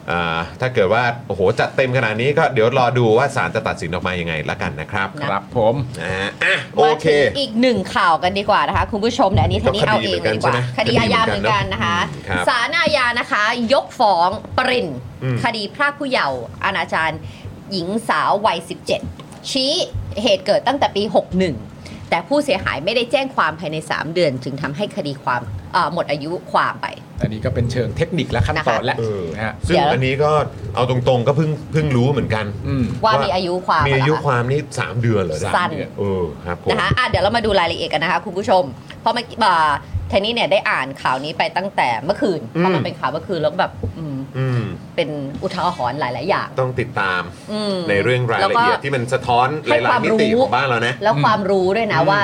[SPEAKER 3] เอ่อถ้าเกิดว่าโอ้โหจัดเต็มขนาดนี้ก็เดี๋ยวรอดูว่าศาลจะตัดสินออกมายังไงละกันนะครับ
[SPEAKER 6] นะ
[SPEAKER 1] ครับผม
[SPEAKER 3] นะฮะอ่ะโอเค
[SPEAKER 6] มาถึงอีกหนึ่งข่าวกันดีกว่านะคะ คุณผู้ชมเนี่ยอันนี้
[SPEAKER 3] ก็
[SPEAKER 6] ทันนี่เอา
[SPEAKER 3] คดี
[SPEAKER 6] เอ
[SPEAKER 3] เหมือนกัน
[SPEAKER 6] งดีกว่า
[SPEAKER 3] ใช่ไหม
[SPEAKER 6] คดีอาญาเหมือนกันนะคะ
[SPEAKER 3] อืมครับ
[SPEAKER 6] ศาลอาญานะคะ ยกฟ้องปริน
[SPEAKER 3] อืม
[SPEAKER 6] คดีพรากผู้เยาว์อนาจารหญิงสาววัย 17 ชี้เหตุเกิดตั้งแต่ปี 61 แต่ผู้เสียหายไม่ได้แจ้งความภายใน 3 เดือน จึงทำให้คดีความเอ่อหมดอายุความไป
[SPEAKER 1] อันนี้ก็เป็นเชิงเทคนิคและขั้นตอนและ
[SPEAKER 3] เออ
[SPEAKER 1] นะฮะ
[SPEAKER 3] ซึ่ง
[SPEAKER 6] เดี๋ยว
[SPEAKER 3] อันนี้ก็เอาตรงๆก็เพิ่งเพิ่งรู้เหมือนกัน
[SPEAKER 1] อืม
[SPEAKER 6] ว่า
[SPEAKER 3] ว่ามี
[SPEAKER 6] มีอายุความ
[SPEAKER 3] มีอายุ
[SPEAKER 6] นะคะ
[SPEAKER 3] ความนี่ 3 เดือนเหรอ
[SPEAKER 6] สั้น
[SPEAKER 3] เออครับผม
[SPEAKER 6] นะคะอ่ะเดี๋ยวเรามาดูรายละเอียดกันนะคะคุณผู้ชม เพราะเมื่อกี้อ่าเทนนี่เนี่ยได้อ่านข่าวนี้ไปตั้งแต่เมื่อคืน เพราะมันเป็นข่าวเมื่อคืนแล้วก็แบบอืม
[SPEAKER 3] อืม
[SPEAKER 6] เป็นอุทาหรณ์หลาย ๆ อย่าง
[SPEAKER 3] ต้องติดตาม
[SPEAKER 6] อืม
[SPEAKER 3] ในเรื่องรายละเอียด
[SPEAKER 6] แวก็
[SPEAKER 3] ที่มันสะท้อนห
[SPEAKER 6] ให้
[SPEAKER 3] ลายว
[SPEAKER 6] คาม
[SPEAKER 3] ๆมิติ
[SPEAKER 6] รู้
[SPEAKER 3] ของบ้านเรานะ
[SPEAKER 6] แล้วความรู้ด้วยนะ
[SPEAKER 3] อืม
[SPEAKER 6] ว่า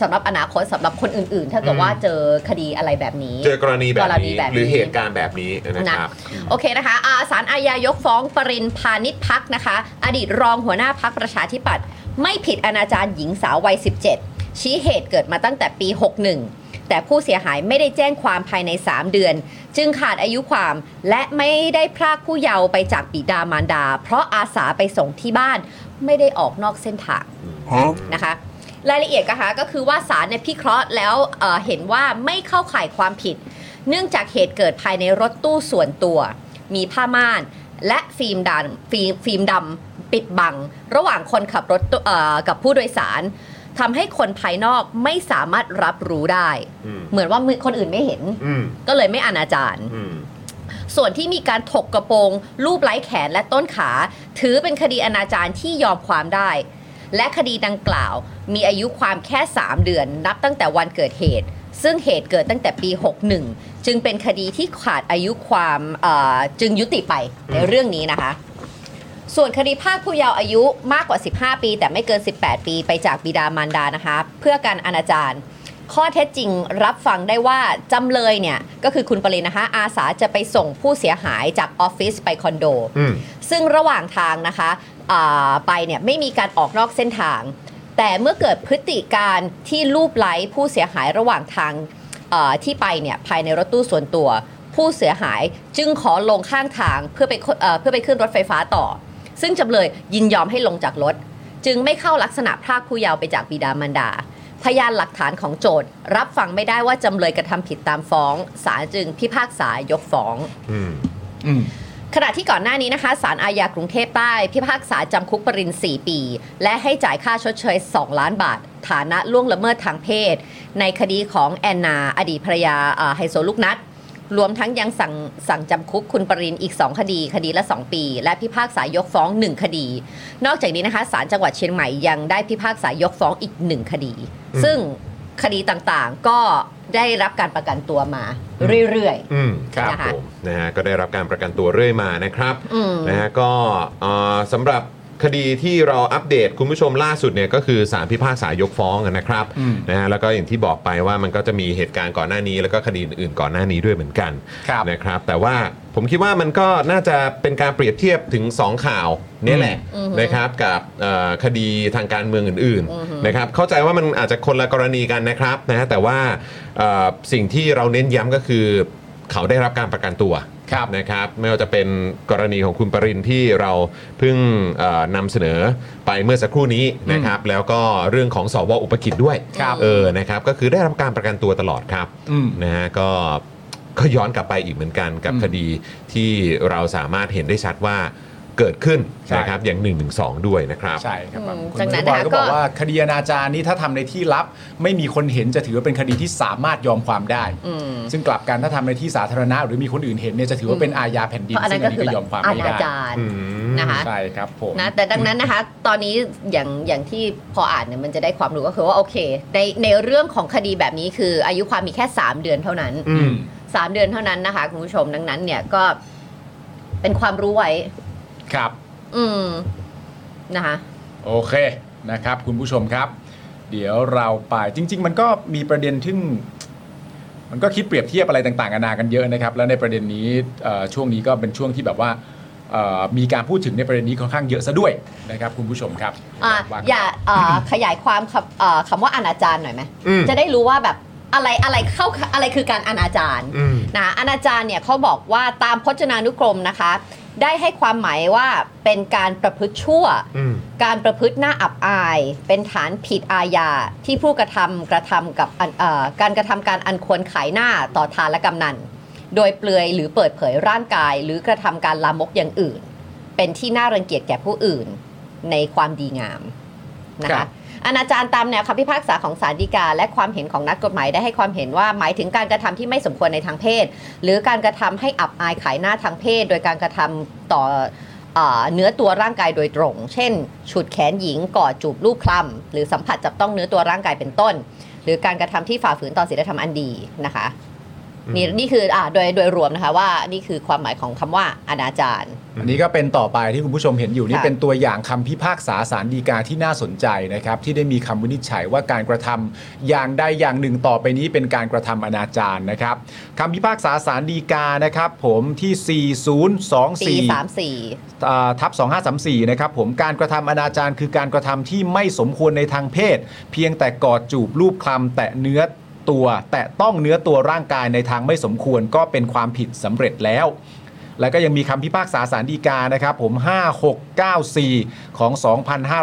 [SPEAKER 6] สำหรับอนาคตสำหรับคนอื่น ๆ ถ้าเกิ
[SPEAKER 3] อืม
[SPEAKER 6] ดว่าเจอคดีอะไรแบบนี้
[SPEAKER 3] เจอกรณีแบบ
[SPEAKER 6] กรณี
[SPEAKER 3] นี้
[SPEAKER 6] แบบนี้
[SPEAKER 3] หรือเหตุการณ์แบบนี้นะครับ
[SPEAKER 6] โอเคนะคะอาสารอาญายกฟ้องปรินพาณิชพักนะคะ อดีตรองหัวหน้าพักประชาธิปัตย์ไม่ผิดอนาจารหญิงสาววัย 17 ชี้เหตุเกิดมาตั้งแต่ปี 61 แต่ผู้เสียหายไม่ได้แจ้งความภายใน 3 เดือน จึงขาดอายุความและไม่ได้พรากผู้เยาว์ไปจากบิดามารดา เพราะอาสาไปส่งที่บ้านไม่ได้ออกนอกเส้นทาง นะคะ รายละเอียดนะคะก็คือว่าศาลเนี่ยพิเคราะห์แล้วเอ่อเห็นว่าไม่เข้าข่ายความผิด เนื่องจากเหตุเกิดภายในรถตู้ส่วนตัว มีผ้าม่าน และฟิล์มดำฟิล์มฟิล์มดำปิดบัง ระหว่างคนขับรถตู้เอ่อกับผู้โดยสารทำให้คนภายนอกไม่สามารถรับรู้ได้
[SPEAKER 3] อืม
[SPEAKER 6] เหมือนว่ามือคนอื่นไม่เห็น
[SPEAKER 3] อืม
[SPEAKER 6] ก็เลยไม่อนาจาร
[SPEAKER 3] อืม
[SPEAKER 6] ส่วนที่มีการถกกระโปรงรูปไร้แขนและต้นขา ถือเป็นคดีอนาจารที่ยอมความได้ และคดีดังกล่าวมีอายุความแค่ 3 เดือน นับตั้งแต่วันเกิดเหตุ ซึ่งเหตุเกิดตั้งแต่ปี 61 จึงเป็นคดีที่ขาดอายุความเอ่อจึงยุติไปในเรื่องนี้นะคะ ส่วนคดีภาคผู้เยาว์อายุมากกว่า 15 ปี แต่ไม่เกิน 18 ปีไปจากบิดามารดานะคะ เพื่อการอนาจารข้อเท็จจริงรับฟังได้ว่าจำเลยเนี่ย ก็คือคุณปรินนะคะ อาสาจะไปส่งผู้เสียหายจากออฟฟิศไปคอนโด
[SPEAKER 3] อืม
[SPEAKER 6] ซึ่งระหว่างทางนะคะอ่าไปเนี่ยไม่มีการออกนอกเส้นทาง แต่เมื่อเกิดพฤติการที่ลูบไล้ผู้เสียหายระหว่างทางเอ่อที่ไปเนี่ยภายในรถตู้ส่วนตัว ผู้เสียหายจึงขอลงข้างทางเพื่อไปเอ่อเพื่อไปขึ้นรถไฟฟ้าต่อ ซึ่งจำเลยยินยอมให้ลงจากรถ จึงไม่เข้าลักษณะพรากผู้เยาว์ไปจากบิดามารดา พยานหลักฐานของโจทย์ รับฟังไม่ได้ว่าจำเลยกระทำผิดตามฟ้องศาลจึงพิพากษายกฟ้อง
[SPEAKER 3] อืม
[SPEAKER 1] อืม
[SPEAKER 6] ขณะที่ก่อนหน้านี้นะคะศาลอาญากรุงเทพใต้ พิพากษาจำคุกปรินทร์4ปี และให้จ่ายค่าชดเชย 2 ล้านบาท ฐานะล่วงละเมิดทางเพศ ในคดีของแอนนา อดีตภรรยาเอ่อไฮโซลูกนัด รวมทั้งยังสั่งสั่งจำคุกคุณปรินทร์อีก 2 คดี คดีละ 2 ปี และพิพากษายกฟ้อง 1 คดี นอกจากนี้นะคะศาลจังหวัดเชียงใหม่ยังได้พิพากษายกฟ้องอีก 1 คดี
[SPEAKER 3] อืม
[SPEAKER 6] ซึ่งคดีต่างๆก็ได้รับการประกันตัวมาเรื่อย
[SPEAKER 3] อืม
[SPEAKER 6] ครับ
[SPEAKER 3] นะ
[SPEAKER 6] นะคะ คะ
[SPEAKER 3] นะฮะก็ได้รับการประกันตัวเรื่อยมานะครับ
[SPEAKER 6] ๆ อืม
[SPEAKER 3] นะฮะก็เอ่อสำหรับคดีที่เราอัปเดตคุณผู้ชมล่าสุดเนี่ยก็คือสารพิพากษายกฟ้องนะครับ
[SPEAKER 1] อืม
[SPEAKER 3] นะฮะแล้วก็อย่างที่บอกไปว่ามันก็จะมีเหตุการณ์ก่อนหน้านี้ แล้วก็คดีอื่นๆก่อนหน้านี้ด้วยเหมือนกัน
[SPEAKER 1] ครับ
[SPEAKER 3] นะครับ แต่ว่าผมคิดว่ามันก็น่าจะเป็นการเปรียบเทียบถึง 2 ข่าวเนี่ยแหละ
[SPEAKER 6] อืม
[SPEAKER 3] นะครับกับเอ่อคดีทางการเมืองอื่น
[SPEAKER 6] อือฮึ
[SPEAKER 3] ๆนะครับเข้าใจว่ามันอาจจะคนละกรณีกันนะครับนะฮะแต่ว่าเอ่อสิ่งที่เราเน้นย้ำก็คือ เขาได้รับการประกันตัว
[SPEAKER 1] ครับ
[SPEAKER 3] นะครับ ไม่ว่าจะเป็นกรณีของคุณปรินที่เราเพิ่งเอ่อนำเสนอไปเมื่อสักครู่นี้นะครับ แล้วก็เรื่องของสวอุปกิจด้วย
[SPEAKER 1] ครับ
[SPEAKER 3] เออนะครับ ก็คือได้รับการประกันตัวตลอดครับ
[SPEAKER 1] อืม
[SPEAKER 3] นะฮะก็ก็ย้อนกลับไปอีกเหมือนกันกับ
[SPEAKER 1] อืม
[SPEAKER 3] คดีที่เราสามารถเห็นได้ชัดว่า
[SPEAKER 9] เกิดขึ้น
[SPEAKER 1] ใช่
[SPEAKER 9] นะครับอย่าง1นึด้วยนะครับ
[SPEAKER 1] ใช่ครับ
[SPEAKER 6] อืม
[SPEAKER 1] คุณ
[SPEAKER 6] จาก
[SPEAKER 1] บอย
[SPEAKER 6] นั้นนะคะ
[SPEAKER 1] ก็บอก
[SPEAKER 6] ก็
[SPEAKER 1] ว่าคดีอนาจารนี่ถ้าทำในที่ลับ ไม่มีคนเห็นจะถือว่าเป็นคดีที่สามารถยอมความได้
[SPEAKER 6] อืม
[SPEAKER 1] ซึ่งกลับกันถ้าทำในที่สาธารณะ หรือมีคนอื่นเห็นเนี่ยจะถือว่าเป็นอาญาแผ่นดิน
[SPEAKER 6] เพราะอัน
[SPEAKER 1] ซึ่
[SPEAKER 6] นั้
[SPEAKER 1] ง
[SPEAKER 6] น
[SPEAKER 1] อั
[SPEAKER 6] ก็
[SPEAKER 1] นนี้ก็
[SPEAKER 6] คือแบ
[SPEAKER 1] ยอบ มความ
[SPEAKER 6] อ
[SPEAKER 1] ไม่
[SPEAKER 6] นา
[SPEAKER 1] ได้
[SPEAKER 6] จารนะคะ
[SPEAKER 1] ใช่ครับผม
[SPEAKER 6] นะแต่ดังนั้นนะคะ ตอนนี้อย่างอย่างที่พออ่านเนี่ยมันจะได้ความรู้ก็คือว่าโอเค ในในเรื่องของคดีแบบนี้คืออายุความมีแค่ 3 เดือนเท่านั้น
[SPEAKER 1] อืม
[SPEAKER 6] 3 เดือนเท่านั้นนะคะ คุณผู้ชมดังนั้นเนี่ยก็เป็นความรู้ไว้
[SPEAKER 1] ครับ
[SPEAKER 6] อืมนะคะ
[SPEAKER 1] โอเคนะครับ คุณผู้ชมครับ เดี๋ยวเราไปจริง ๆ มันก็มีประเด็นที่มันก็คิดเปรียบเทียบอะไรต่างๆนานากันเยอะนะครับ แล้วในประเด็นนี้เอ่อช่วงนี้ก็เป็นช่วงที่แบบว่าเอ่อมีการพูดถึงในประเด็นนี้ค่อนข้างเยอะซะด้วยนะครับ คุณผู้ชมครับ
[SPEAKER 6] อ่ะ
[SPEAKER 1] ว่กัน
[SPEAKER 6] อย่าเอ่อขยายความคำเอ่อคำว่าอนาจารหน่อยไหม
[SPEAKER 9] อืม
[SPEAKER 6] จะได้รู้ว่าแบบอะไรอะไรเข้าอะไรคือการอนาจาร
[SPEAKER 9] อืม
[SPEAKER 6] นะอนาจารเนี่ยเขาบอกว่าตามพจนานุกรมนะคะ ได้ให้ความหมายว่าเป็นการประพฤติชั่ว
[SPEAKER 9] อืม
[SPEAKER 6] การประพฤติหน้าอับอาย เป็นฐานผิดอาญาที่ผู้กระทำกระทำกับอันเอ่อการกระทำการอันควรขายหน้าต่อทานและกำนัน โดยเปลือยหรือเปิดเผยร่างกาย หรือกระทำการลามกอย่างอื่น เป็นที่น่ารังเกียจแก่ผู้อื่นในความดีงามนะคะอนาจารตามแนวคำพิพากษาของศาลฎีกา และความเห็นของนักกฎหมายได้ให้ความเห็นว่าหมายถึงการกระทำที่ไม่สมควรในทางเพศ หรือการกระทำให้อับอายขายหน้าทางเพศ โดยการกระทำต่อ อ่าเนื้อตัวร่างกายโดยตรง เช่น ฉุดแขนหญิงกอดจูบลูบคลำหรือสัมผัสจับต้องเนื้อตัวร่างกายเป็นต้น หรือการกระทำที่ฝ่าฝืนต่อศีลธรรมอันดีนะคะนี่นี่คืออ่าโดยโดยรวมนะคะว่านี่คือความหมายของคำว่าอนาจาร
[SPEAKER 1] อันนี้ก็เป็นต่อไปที่คุณผู้ชมเห็นอยู่นี่
[SPEAKER 6] ค่ะ
[SPEAKER 1] เป็นตัวอย่างคำพิพากษาสารดีกาที่น่าสนใจนะครับ ที่ได้มีคำวินิจฉัยว่าการกระทำอย่างใดอย่างหนึ่งต่อไปนี้เป็นการกระทำอนาจารนะครับคำพิพากษาสารดีกานะครับ ผมที่
[SPEAKER 6] ปี
[SPEAKER 1] 4024
[SPEAKER 6] สามสี่
[SPEAKER 1] อ่าทับ2534 นะครับผมการกระทำอนาจารคือการกระทำที่ไม่สมควรในทางเพศ เพียงแต่กอดจูบรูปคลำแตะเนื้อตัว แตะต้องเนื้อตัวร่างกายในทางไม่สมควรก็เป็นความผิดสำเร็จแล้ว แล้วก็ยังมีคำพิพากษาสารดีกานะครับผม 5694 ของ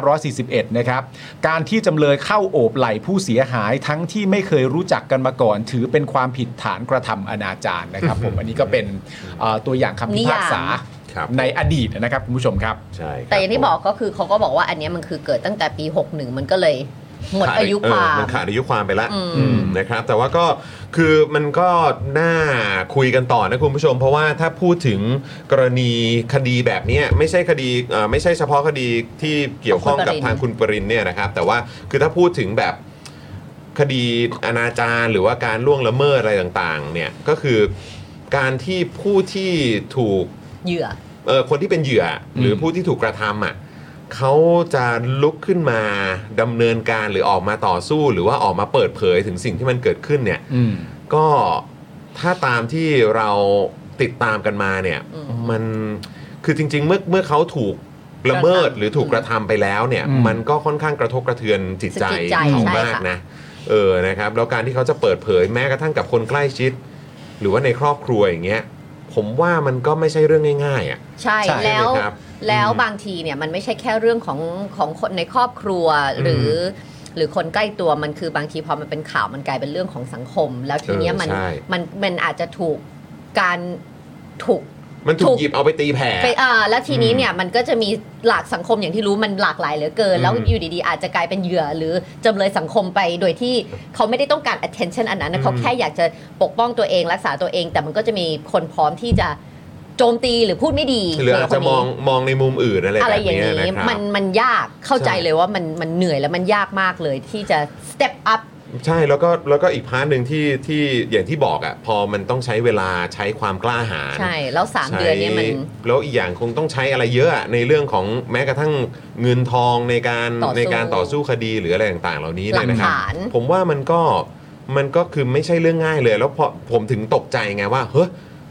[SPEAKER 1] 2541 นะครับ การที่จำเลยเข้าโอบไหล่ผู้เสียหายทั้งที่ไม่เคยรู้จักกันมาก่อน ถือเป็นความผิดฐานกระทำอนาจารนะครับผมอันนี้ก็เป็นเอ่อตัวอย่างคำพิพากษา
[SPEAKER 6] นิยาม
[SPEAKER 3] ครับ
[SPEAKER 1] ในอดีตนะครับคุณผู้ชมครับ
[SPEAKER 3] ใช่ครับ
[SPEAKER 6] แต่อย่างที่บอกก็คือเขาก็บอกว่าอันเนี้ยมันคือเกิดตั้งแต่ปี 61 มันก็เลยหมดอายุความ
[SPEAKER 3] เออมันขาดอายุความไปละ
[SPEAKER 6] อืม
[SPEAKER 3] อืมนะครับ แต่ว่าก็คือมันก็น่าคุยกันต่อนะคุณผู้ชม เพราะว่าถ้าพูดถึงกรณีคดีแบบเนี้ยไม่ใช่คดีเอ่อไม่ใช่เฉพาะคดีที่เกี่ยวข้องกับทางคุณปรินเนี่ยนะครับ แต่ว่าคือถ้าพูดถึงแบบคดีอนาจารหรือว่าการล่วงละเมิดอะไรต่างๆ เนี่ยก็คือการที่ผู้ที่ถูก
[SPEAKER 6] เหยื่อ
[SPEAKER 3] เออคนที่เป็นเหยื่ออ
[SPEAKER 1] ม
[SPEAKER 3] หรือผู้ที่ถูกกระทำอ่ะเขาจะลุกขึ้นมาดำเนินการหรือออกมาต่อสู้ หรือว่าออกมาเปิดเผยถึงสิ่งที่มันเกิดขึ้นเนี่ย
[SPEAKER 1] อืม
[SPEAKER 3] ก็ถ้าตามที่เราติดตามกันมาเนี่ย
[SPEAKER 6] อืม
[SPEAKER 3] มันคือจริง ๆ เมื่อเมื่อเขาถูกละเมิด
[SPEAKER 6] กระทำ
[SPEAKER 3] หรือถูกกระทำไปแล้วเนี่ย
[SPEAKER 1] อืม
[SPEAKER 3] มันก็ค่อนข้างกระทบกระเทือนจิตใจ
[SPEAKER 6] จิตใจ
[SPEAKER 3] เขา
[SPEAKER 6] ใช่
[SPEAKER 3] มาก
[SPEAKER 6] ค่ะ
[SPEAKER 3] นะเออนะครับแล้วการที่เขาจะเปิดเผยแม้กระทั่งกับคนใกล้ชิด หรือว่าในครอบครัวอย่างเงี้ยผมว่ามันก็ไม่ใช่เรื่องง่ายๆอ่ะ
[SPEAKER 6] ใช่
[SPEAKER 1] ใช่
[SPEAKER 6] แล้ว
[SPEAKER 3] เลยครับ
[SPEAKER 6] แล้ว
[SPEAKER 3] อืม
[SPEAKER 6] บางทีเนี่ยมันไม่ใช่แค่เรื่องของของคนในครอบครัวหรืออหรือคนใกล้ตัวมันคือบางทีพอมันเป็นข่าวมันกลายเป็นเรื่องของสังคม แล้วทีเนี้ย
[SPEAKER 3] เออ
[SPEAKER 6] มัน
[SPEAKER 3] ใช่
[SPEAKER 6] มันมันอาจจะถูกการถูก
[SPEAKER 3] มันถู
[SPEAKER 6] ถู
[SPEAKER 3] ก
[SPEAKER 6] ก
[SPEAKER 3] หยิบเอาไปตีแผ่
[SPEAKER 6] ไปอ่าแล้วทีนี้
[SPEAKER 3] อืม
[SPEAKER 6] เนี่ยมันก็จะมีหลากสังคมอย่างที่รู้มันหลากหลายเหลือเกิน แล้ว
[SPEAKER 3] อืม
[SPEAKER 6] อยู่ดีๆ อาจจะกลายเป็นเหยื่อหรือจำเลยสังคมไปโดยที่เขาไม่ได้ต้องการ attention อันนั้นนะเขา
[SPEAKER 3] อืม
[SPEAKER 6] แค่อยากจะปกป้องตัวเองรักษาตัวเอง แต่มันก็จะมีคนพร้อมที่จะโจมตีหรือพูดไม่ดี
[SPEAKER 3] หรืออาจ
[SPEAKER 6] เกี่ยวกับ
[SPEAKER 3] จะ
[SPEAKER 6] ค
[SPEAKER 3] ม
[SPEAKER 6] นนี้
[SPEAKER 3] องมองในมุมอื่นอะไร
[SPEAKER 6] อะไร
[SPEAKER 3] แบบ
[SPEAKER 6] อย่าง
[SPEAKER 3] เนี้ยนะ
[SPEAKER 6] นี้
[SPEAKER 3] ครับ
[SPEAKER 6] มันมันยากเข้าใจ
[SPEAKER 3] ใช่
[SPEAKER 6] เลยว่ามันมันเหนื่อยแล้วมันยากมากเลยที่จะ step up
[SPEAKER 3] ใช่แล้วก็แล้วก็อีกพาร์ทหนึ่งที่ที่อย่างที่บอกอ่ะพอมันต้องใช้เวลาใช้ความกล้าหาญ
[SPEAKER 6] ใช่ แล้ว 3
[SPEAKER 3] ใช้
[SPEAKER 6] เดือนเนี้มัน
[SPEAKER 3] แล้วอีกอย่างคงต้องใช้อะไรเยอะอะในเรื่องของแม้กระทั่งเงินทองในการ
[SPEAKER 6] ต่อสู้
[SPEAKER 3] ในการต่อสู้คดีหรืออะไรต่างๆ เหล่านี้เนี่ย
[SPEAKER 6] หลัก
[SPEAKER 3] นะครับ
[SPEAKER 6] ฐาน
[SPEAKER 3] ผมว่ามันก็มันก็คือไม่ใช่เรื่องง่ายเลย แล้วพอผมถึงตกใจไงว่าเฮ้ย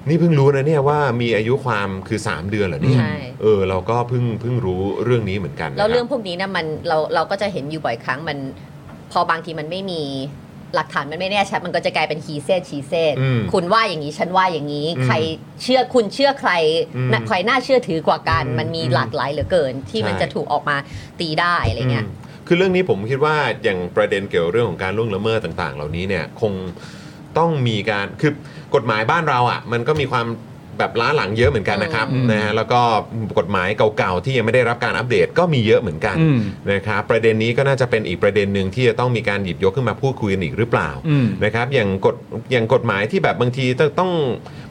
[SPEAKER 3] นี่เพิ่งรู้นะเนี่ยว่ามีอายุความคือ 3 เดือนเหรอเนี่ย
[SPEAKER 6] ใช่
[SPEAKER 3] เออเราก็เพิ่งเพิ่งรู้เรื่องนี้เหมือนกันนะค
[SPEAKER 6] แล้
[SPEAKER 3] บ
[SPEAKER 6] วเรื่องพวกนี้นะมันเราเราก็จะเห็นอยู่บ่อยครั้งมัน พอบางทีมันไม่มีหลักฐานมันไม่แน่ชัดมันก็จะกลายเป็นฮีเซ h ชีเซ d
[SPEAKER 3] อืม
[SPEAKER 6] คุณว่าอย่างนี้ฉันว่าอย่างนี้
[SPEAKER 3] อืม
[SPEAKER 6] ใครเชื่อคุณเชื่อใคร
[SPEAKER 3] อืม
[SPEAKER 6] น่ะใครน่าเชื่อถือกว่ากัน
[SPEAKER 3] อืม
[SPEAKER 6] มันมี
[SPEAKER 3] อืม
[SPEAKER 6] หลากหลายเหลือเกิน ที่
[SPEAKER 3] ใช่
[SPEAKER 6] มันจะถูกออกมาตีได้อะไรเงี้
[SPEAKER 3] ม
[SPEAKER 6] ย
[SPEAKER 3] คือเรื่องนี้ผมคิดว่าอย่างประเด็นเกี่ยวเรื่องของการล่วงละเมิดต่าง ๆ เหล่านี้เนี่ยคงต้องมีการคือกฎหมายบ้านเราอะ่ะมันก็มีความ แบบล้าหลังเยอะเหมือนกันนะครับ
[SPEAKER 1] อืม
[SPEAKER 3] นะฮะแล้วก็กฎหมายเก่าๆที่ยังไม่ได้รับการอัปเดตก็มีเยอะเหมือนกัน
[SPEAKER 1] อืม
[SPEAKER 3] นะครับประเด็นนี้ก็น่าจะเป็นอีกประเด็นหนึ่งที่จะต้องมีการหยิบยกขึ้นมาพูดคุยกันอีกหรือเปล่า
[SPEAKER 1] อืม
[SPEAKER 3] นะครับอย่างกฎอย่างกฎหมายที่แบบบางทีต้องต้อง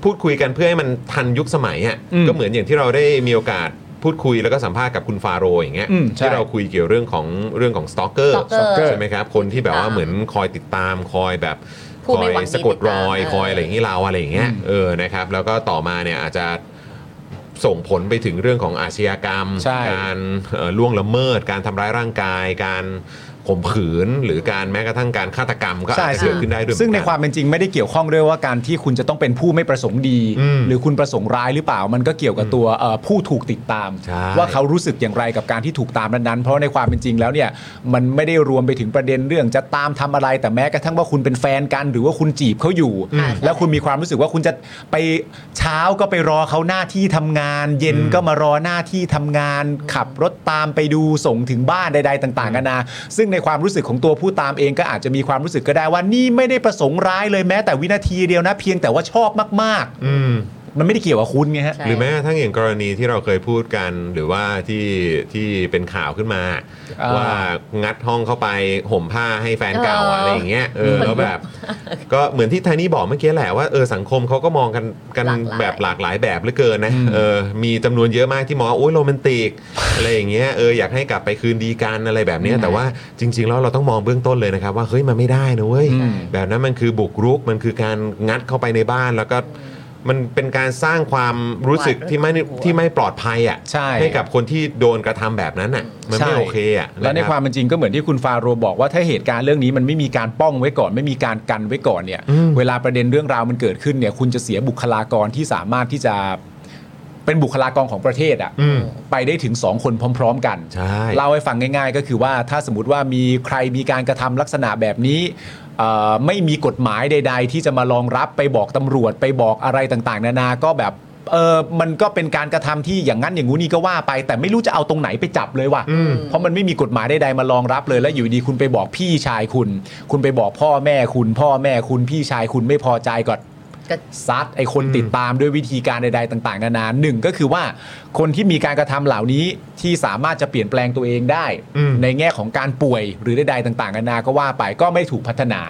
[SPEAKER 3] พูดคุยกันเพื่อให้มันทันยุคสมัยอ่ะ
[SPEAKER 1] อืม
[SPEAKER 3] ก็เหมือนอย่างที่เราได้มีโอกาสพูดคุยแล้วก็สัมภาษณ์กับคุณฟาโรห์อย่างเงี้ย
[SPEAKER 1] อืมใช่
[SPEAKER 3] ที่เราคุยเกี่ยวเรื่องของเรื่องของสตอกเกอร์
[SPEAKER 6] stalker
[SPEAKER 3] ใช่ไหมครับคนที่แบบว่า
[SPEAKER 6] อ่า
[SPEAKER 3] เหมือนคอยติดตามคอยแบบ
[SPEAKER 6] ผู้
[SPEAKER 3] คอ
[SPEAKER 6] ไม่
[SPEAKER 3] ย
[SPEAKER 6] หวังดี
[SPEAKER 3] สะกดรอย
[SPEAKER 6] ติดตาม
[SPEAKER 3] คอยอะไรอย่างนี้เราอะไรอย่างเงี้ย
[SPEAKER 1] อืม
[SPEAKER 3] เออนะครับ แล้วก็ต่อมาเนี่ยอาจจะส่งผลไปถึงเรื่องของอาชญากรรม
[SPEAKER 1] ใช่
[SPEAKER 3] การเอ่อล่วงละเมิด การทำร้ายร่างกาย การข่มขืน หรือการแม้กระทั่งการฆาตกรรมก็อาจจะเกิดขึ้นได้ด้วยเหมือกั
[SPEAKER 1] ซึ่งในความเป็นจริงไม่ได้เกี่ยวข้องด้วยว่าการที่คุณจะต้องเป็นผู้ไม่ประสงค์ดี
[SPEAKER 3] อืม
[SPEAKER 1] หรือคุณประสงค์ร้ายหรือเปล่ามันก็เกี่ยวกับตัวเอ่อผู้ถูกติดตาม
[SPEAKER 3] ใช่
[SPEAKER 1] ว่าเขารู้สึกอย่างไรกับการที่ถูกตามนั้นๆเพราะในความเป็นจริงแล้วเนี่ยมันไม่ได้รวมไปถึงประเด็นเรื่องจะตามทำอะไรแต่แม้กระทั่งว่าคุณเป็นแฟนกัน หรือว่าคุณจีบเขาอยู่
[SPEAKER 6] อืม
[SPEAKER 1] แล้วคุณมีความรู้สึกว่าคุณจะไปเช้าก็ไปรอเขาหน้าที่ทำงาน เย็นก็มารอหน้าที่ทำงาน ขับรถตามไปดูส่งถึงบ้านใด ๆ ต่างๆกันานาซึ่งในความรู้สึกของตัวผู้ตามเองก็อาจจะมีความรู้สึกก็ได้ว่านี่ไม่ได้ประสงค์ร้ายเลยแม้แต่วินาทีเดียวนะ เพียงแต่ว่าชอบมาก
[SPEAKER 3] อืม
[SPEAKER 1] ๆ มันไม่ได้เกี่ยวกับคุณไงฮะ
[SPEAKER 6] ใช่
[SPEAKER 3] หรือแม้กระทั่งอย่างกรณีที่เราเคยพูดกันหรือว่าที่ที่เป็นข่าวขึ้นมา
[SPEAKER 1] อ่า
[SPEAKER 3] ว่างัดห้องเข้าไปห่มผ้าให้แฟนเก่าอะ
[SPEAKER 6] เอออ
[SPEAKER 3] อะไรอย่างเงี้ยเออแล้ว แบบ ก็เหมือนที่ไทนี่บอกเมื่อกี้แหละว่าเออสังคมเขาก็มองกันกันแบบหลากหลายแบบเหลือเกินนะ
[SPEAKER 1] อืม
[SPEAKER 3] เออมีจำนวนเยอะมากที่มองว่าโอ้ยโรแมนติกอะไรอย่างเงี้ยเอออยากให้กลับไปคืนดีกันอะไรแบบเนี้ยแต่ว่าจริง ๆ แล้วเราต้องมองเบื้องต้นเลยนะครับว่าเฮ้ยมันไม่ได้นะเว้ย
[SPEAKER 1] อืม
[SPEAKER 3] แบบนั้นมันคือบุกรุกมันคือการงัดเข้าไปในบ้านแล้วก็มันเป็นการสร้างความรู้สึกที่ไม่ที่ไม่ปลอดภัยอ่ะ
[SPEAKER 1] ใช่
[SPEAKER 3] กับคนที่โดนกระทำแบบนั้นอ่ะมันไม่
[SPEAKER 1] ใช่
[SPEAKER 3] โอเคอ่ะ
[SPEAKER 1] แล้วในะ
[SPEAKER 3] รับ
[SPEAKER 1] ความเป็นจริงก็เหมือนที่คุณฟาโรห์บอกว่าถ้าเหตุการณ์เรื่องนี้มันไม่มีการป้องไว้ก่อน ไม่มีการกันไว้ก่อนเนี่ย
[SPEAKER 3] อืม
[SPEAKER 1] เวลาประเด็นเรื่องราวมันเกิดขึ้นเนี่ย คุณจะเสียบุคลากรที่สามารถที่จะเป็นบุคลากรของประเทศอะ
[SPEAKER 3] อืม
[SPEAKER 1] ไปได้ถึงสองคนพร้อม ๆ กัน
[SPEAKER 3] ใช่
[SPEAKER 1] เล่าให้ฟังง่ายๆ ก็คือว่าถ้าสมมติว่ามีใครมีการกระทำลักษณะแบบนี้เอ่อไม่มีกฎหมายใด ๆ ที่จะมารองรับไปบอกตำรวจไปบอกอะไรต่างๆ นานาก็แบบเออมันก็เป็นการกระทำที่อย่างนั้นอย่างงู้นนี่ก็ว่าไป แต่ไม่รู้จะเอาตรงไหนไปจับเลยว่ะเพราะมันไม่มีกฎหมายใดๆมารองรับเลยแล้วอยู่ดีคุณไปบอกพี่ชายคุณ คุณไปบอกพ่อแม่คุณ พ่อแม่คุณพี่ชายคุณไม่พอใจก่อน
[SPEAKER 6] ก็
[SPEAKER 1] ซัดไอคนติดตามด้วยวิธีการใดๆต่างๆนานาหนึ่งก็คือว่าคนที่มีการกระทำเหล่านี้ที่สามารถจะเปลี่ยนแปลงตัวเองได้ ในแง่ของการป่วยหรือใดๆต่างๆนานาก็ว่าไปก็ไม่ถูกพัฒนา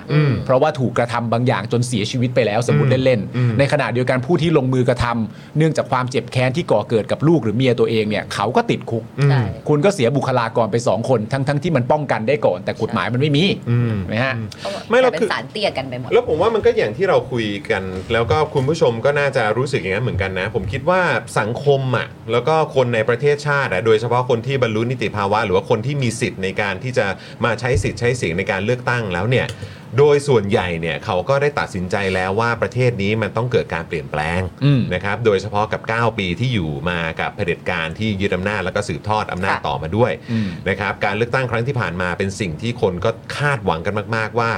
[SPEAKER 1] เพราะว่าถูกกระทำบางอย่างจนเสียชีวิตไปแล้วสมมติเล่นๆ ในขณะเดียวกันผู้ที่ลงมือกระทำเนื่องจากความเจ็บแค้นที่ก่อเกิดกับลูกหรือเมียตัวเองเนี่ยเขาก็ติดคุก
[SPEAKER 6] ใช่
[SPEAKER 1] คุณก็เสียบุคลากรไปสองคนทั้งๆที่มันป้องกันได้ก่อน แต่กฎหมายมันไม่มี
[SPEAKER 3] อืม
[SPEAKER 1] นะฮะ
[SPEAKER 3] ไม่
[SPEAKER 6] ไม่
[SPEAKER 3] เรา
[SPEAKER 6] เรา
[SPEAKER 3] คื
[SPEAKER 6] คือ นสารเตี้ยกันไปหมด
[SPEAKER 3] แล้วผมว่ามันก็อย่างที่เราคุยกัน แล้วก็คุณผู้ชมก็น่าจะรู้สึกอย่างนั้นเหมือนกันนะ ผมคิดว่าสังคมอ่ะแล้วก็คนในประเทศชาติอ่ะโดยเฉพาะคนที่บรรลุนิติภาวะ หรือว่าคนที่มีสิทธิ์ในการที่จะมาใช้สิทธิ์ใช้เสียงในการเลือกตั้งแล้วเนี่ย โดยส่วนใหญ่เนี่ยเขาก็ได้ตัดสินใจแล้วว่าประเทศนี้มันต้องเกิดการเปลี่ยนแปลง
[SPEAKER 1] อืม
[SPEAKER 3] นะครับ โดยเฉพาะกับ 9 ปีที่อยู่มากับเผด็จการที่ยึดอำนาจแล้วก็สืบทอดอำนาจ
[SPEAKER 6] ค่ะ
[SPEAKER 3] ต่อมาด้วย
[SPEAKER 1] อืม
[SPEAKER 3] นะครับการเลือกตั้งครั้งที่ผ่านมาเป็นสิ่งที่คนก็คาดหวังกันมาก ๆ ว่า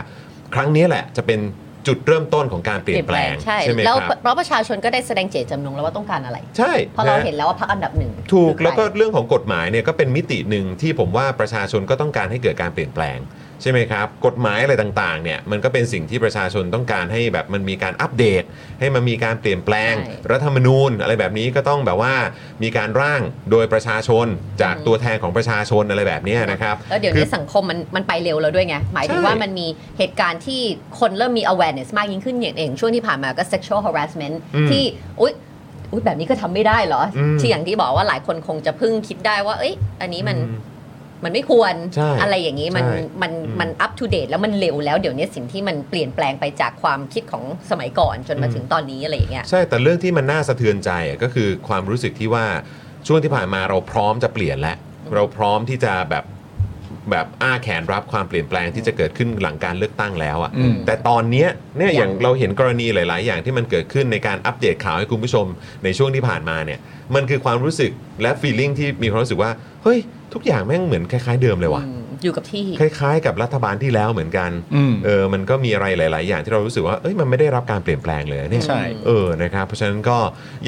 [SPEAKER 3] ครั้งนี้แหละจะเป็นจุดเริ่มต้นของการเปลี่ยนแปลง
[SPEAKER 6] ใช่
[SPEAKER 3] ไหม
[SPEAKER 6] แล้ว
[SPEAKER 3] ครับ
[SPEAKER 6] เพราะประชาชนก็ได้แสดงเจตจำนงแล้วว่าต้องการอะไร
[SPEAKER 3] ใช่
[SPEAKER 6] เพราะเรา
[SPEAKER 3] ะ
[SPEAKER 6] เห็นแล้วว่าพักอันดับหนึ่ง
[SPEAKER 3] ถูก
[SPEAKER 6] คือใคร
[SPEAKER 3] แล้วก็เรื่องของกฎหมายเนี่ยก็เป็นมิติหนึ่งที่ผมว่าประชาชนก็ต้องการให้เกิดการเปลี่ยนแปลง ใช่ไหมครับ กฎหมายอะไรต่างๆเนี่ยมันก็เป็นสิ่งที่ประชาชนต้องการให้แบบมันมีการอัปเดต ให้มันมีการเปลี่ยนแปลง
[SPEAKER 6] ใช่
[SPEAKER 3] รัฐธรรมนูญอะไรแบบนี้ก็ต้องแบบว่ามีการร่างโดยประชาชนจากตัวแทนของประชาชนอะไรแบบเนี้ยนะครับ
[SPEAKER 6] แล้วเดี๋ยวนี้สังคมมันมันไปเร็วแล้วด้วยไง หมายถึง
[SPEAKER 3] ใช่
[SPEAKER 6] ว่ามันมีเหตุการณ์ที่คนเริ่มมี awareness มากยิ่งขึ้นอย่างเอง ช่วงที่ผ่านมาก็ sexual harassment ที่ อุ๊ยอุ๊ยแบบนี้ก็ทำไม่ได้เหรออที่อย่างที่บอกว่าหลายคนคงจะเพึ่งคิดได้ว่า เอ้ย อันนี้มัน
[SPEAKER 3] อื
[SPEAKER 6] มันไม่ควร
[SPEAKER 3] ใช่
[SPEAKER 6] อะไรอย่างนี้ มัน
[SPEAKER 3] ใช่
[SPEAKER 6] มัน
[SPEAKER 3] อืม
[SPEAKER 6] มัน up to date แล้วมันเร็วแล้วเดี๋ยวนี้สิ่งที่มันเปลี่ยนแปลงไปจากความคิดของสมัยก่อนจนมาถึงตอนนี้อะไรอย่างเงี้ย
[SPEAKER 3] ใช่แต่เรื่องที่มันน่าสะเทือนใจอ่ะก็คือความรู้สึกที่ว่าช่วงที่ผ่านมาเราพร้อมจะเปลี่ยนแล้วเราพร้อมที่จะแบบแบบอ้าแขนรับความเปลี่ยนแปลงที่จะเกิดขึ้นหลังการเลือกตั้งแล้วอ่ะ
[SPEAKER 1] อืม
[SPEAKER 3] แต่ตอนเนี้ยเนี่ยอย่าง
[SPEAKER 6] ยัง
[SPEAKER 3] เราเห็นกรณีหลาย ๆ อย่างที่มันเกิดขึ้นในการอัปเดตข่าวให้คุณผู้ชมในช่วงที่ผ่านมาเนี่ยมันคือความรู้สึกและ feeling ที่มีความรู้สึกว่าเฮ้ยทุกอย่างแม่งเหมือนคล้าย ๆ เดิมเลยว่ะ
[SPEAKER 6] อืม อยู่กับที่
[SPEAKER 3] คล้ายๆ กับรัฐบาลที่แล้วเหมือนกัน
[SPEAKER 1] อืม
[SPEAKER 3] เออมันก็มีอะไรหลาย ๆ อย่างที่เรารู้สึกว่าเอ้ยมันไม่ได้รับการเปลี่ยนแปลงเลยเนี่ย
[SPEAKER 1] ใช่
[SPEAKER 3] เออนะครับเพราะฉะนั้นก็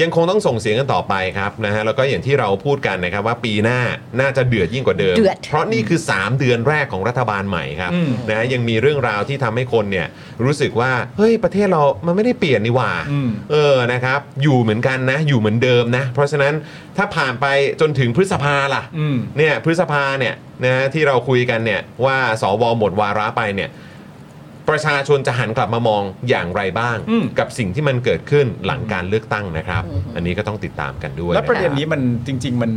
[SPEAKER 3] ยังคงต้องส่งเสียงกันต่อไปครับนะฮะแล้วก็อย่างที่เราพูดกันนะครับว่าปีหน้าน่าจะเดือดยิ่งกว่าเดิม
[SPEAKER 6] เดือด
[SPEAKER 3] ราะนี่คือ 3 เดือนแรกของรัฐบาลใหม่ครับ
[SPEAKER 1] อืม
[SPEAKER 3] นะฮะยังมีเรื่องราวที่ทำให้คนเนี่ยรู้สึกว่าเฮ้ยประเทศเรามันไม่ได้เปลี่ยนนี่หว่า
[SPEAKER 1] อืม
[SPEAKER 3] เออ นะครับ อยู่เหมือนกันนะ อยู่เหมือนเดิมนะ เพราะฉะนั้นถ้าผ่านไปจนถึงพฤษภาล่ะ
[SPEAKER 1] อืม
[SPEAKER 3] เนี่ย พฤษภาเนี่ยนะฮะที่เราคุยกันเนี่ยว่าสวหมดวาระไปเนี่ย ประชาชนจะหันกลับมามองอย่างไรบ้าง
[SPEAKER 1] อืม
[SPEAKER 3] กับสิ่งที่มันเกิดขึ้นหลังการเลือกตั้งนะครับ
[SPEAKER 6] อืม
[SPEAKER 3] อันนี้ก็ต้องติดตามกันด้วย
[SPEAKER 1] แล้วประเด็น
[SPEAKER 3] คบ
[SPEAKER 1] นี้มันจริง ๆ มัน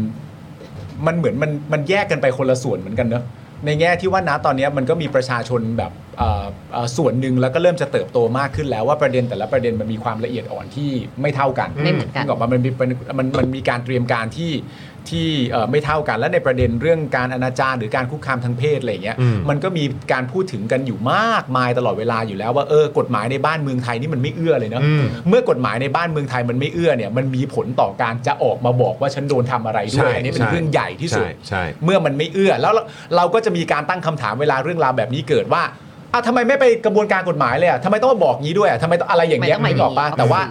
[SPEAKER 1] มันเหมือนมันมันแยกกันไปคนละส่วนเหมือนกันเนอะในแง่ที่ว่านะตอนเนี้ยมันก็มีประชาชนแบบเอ่อเอ่อส่วนหนึ่งแล้วก็เริ่มจะเติบโตมากขึ้นแล้วว่าประเด็นแต่ละประเด็นมันมีความละเอียดอ่อนที่ไม่เท่ากัน
[SPEAKER 6] ไม่เหมือนกัน
[SPEAKER 1] งออกมามันมีมันมันมันมีการเตรียมการที่ที่เอ่อไม่เท่ากันและในประเด็นเรื่องการอนาจารหรือการคุกคามทางเพศอะไรอย่างเงี้ย
[SPEAKER 3] อืม
[SPEAKER 1] มันก็มีการพูดถึงกันอยู่มากมายตลอดเวลาอยู่แล้วว่าเออกฎหมายในบ้านเมืองไทยนี่มันไม่เอื้อเลยเนอะ
[SPEAKER 3] อืม
[SPEAKER 1] เมื่อกฎหมายในบ้านเมืองไทยมันไม่เอื้อเนี่ยมันมีผลต่อการจะออกมาบอกว่าฉันโดนทำอะไรด้วย
[SPEAKER 3] ใช่
[SPEAKER 1] อันนี้เป็น
[SPEAKER 3] ใช่
[SPEAKER 1] เรื่องใหญ่ที่สุด
[SPEAKER 3] ใช่ใช่
[SPEAKER 1] เมื่อมันไม่เอื้อแล้วเราเราก็จะมีการตั้งคำถามเวลาเรื่องราวแบบนี้เกิดว่าอ่ะทำไมไม่ไปกระบวนการกฎหมายเลยอ่ะทำไมต้องมาบอกงี้ด้วยอ่ะทำไมต้องอะไรอย่างเงี้ย
[SPEAKER 6] ทำไม
[SPEAKER 1] ไม่
[SPEAKER 6] ต้
[SPEAKER 1] อ
[SPEAKER 6] อง
[SPEAKER 1] อก
[SPEAKER 6] มา
[SPEAKER 1] ป่ะ
[SPEAKER 6] อย่างนี้
[SPEAKER 1] แต่ว่า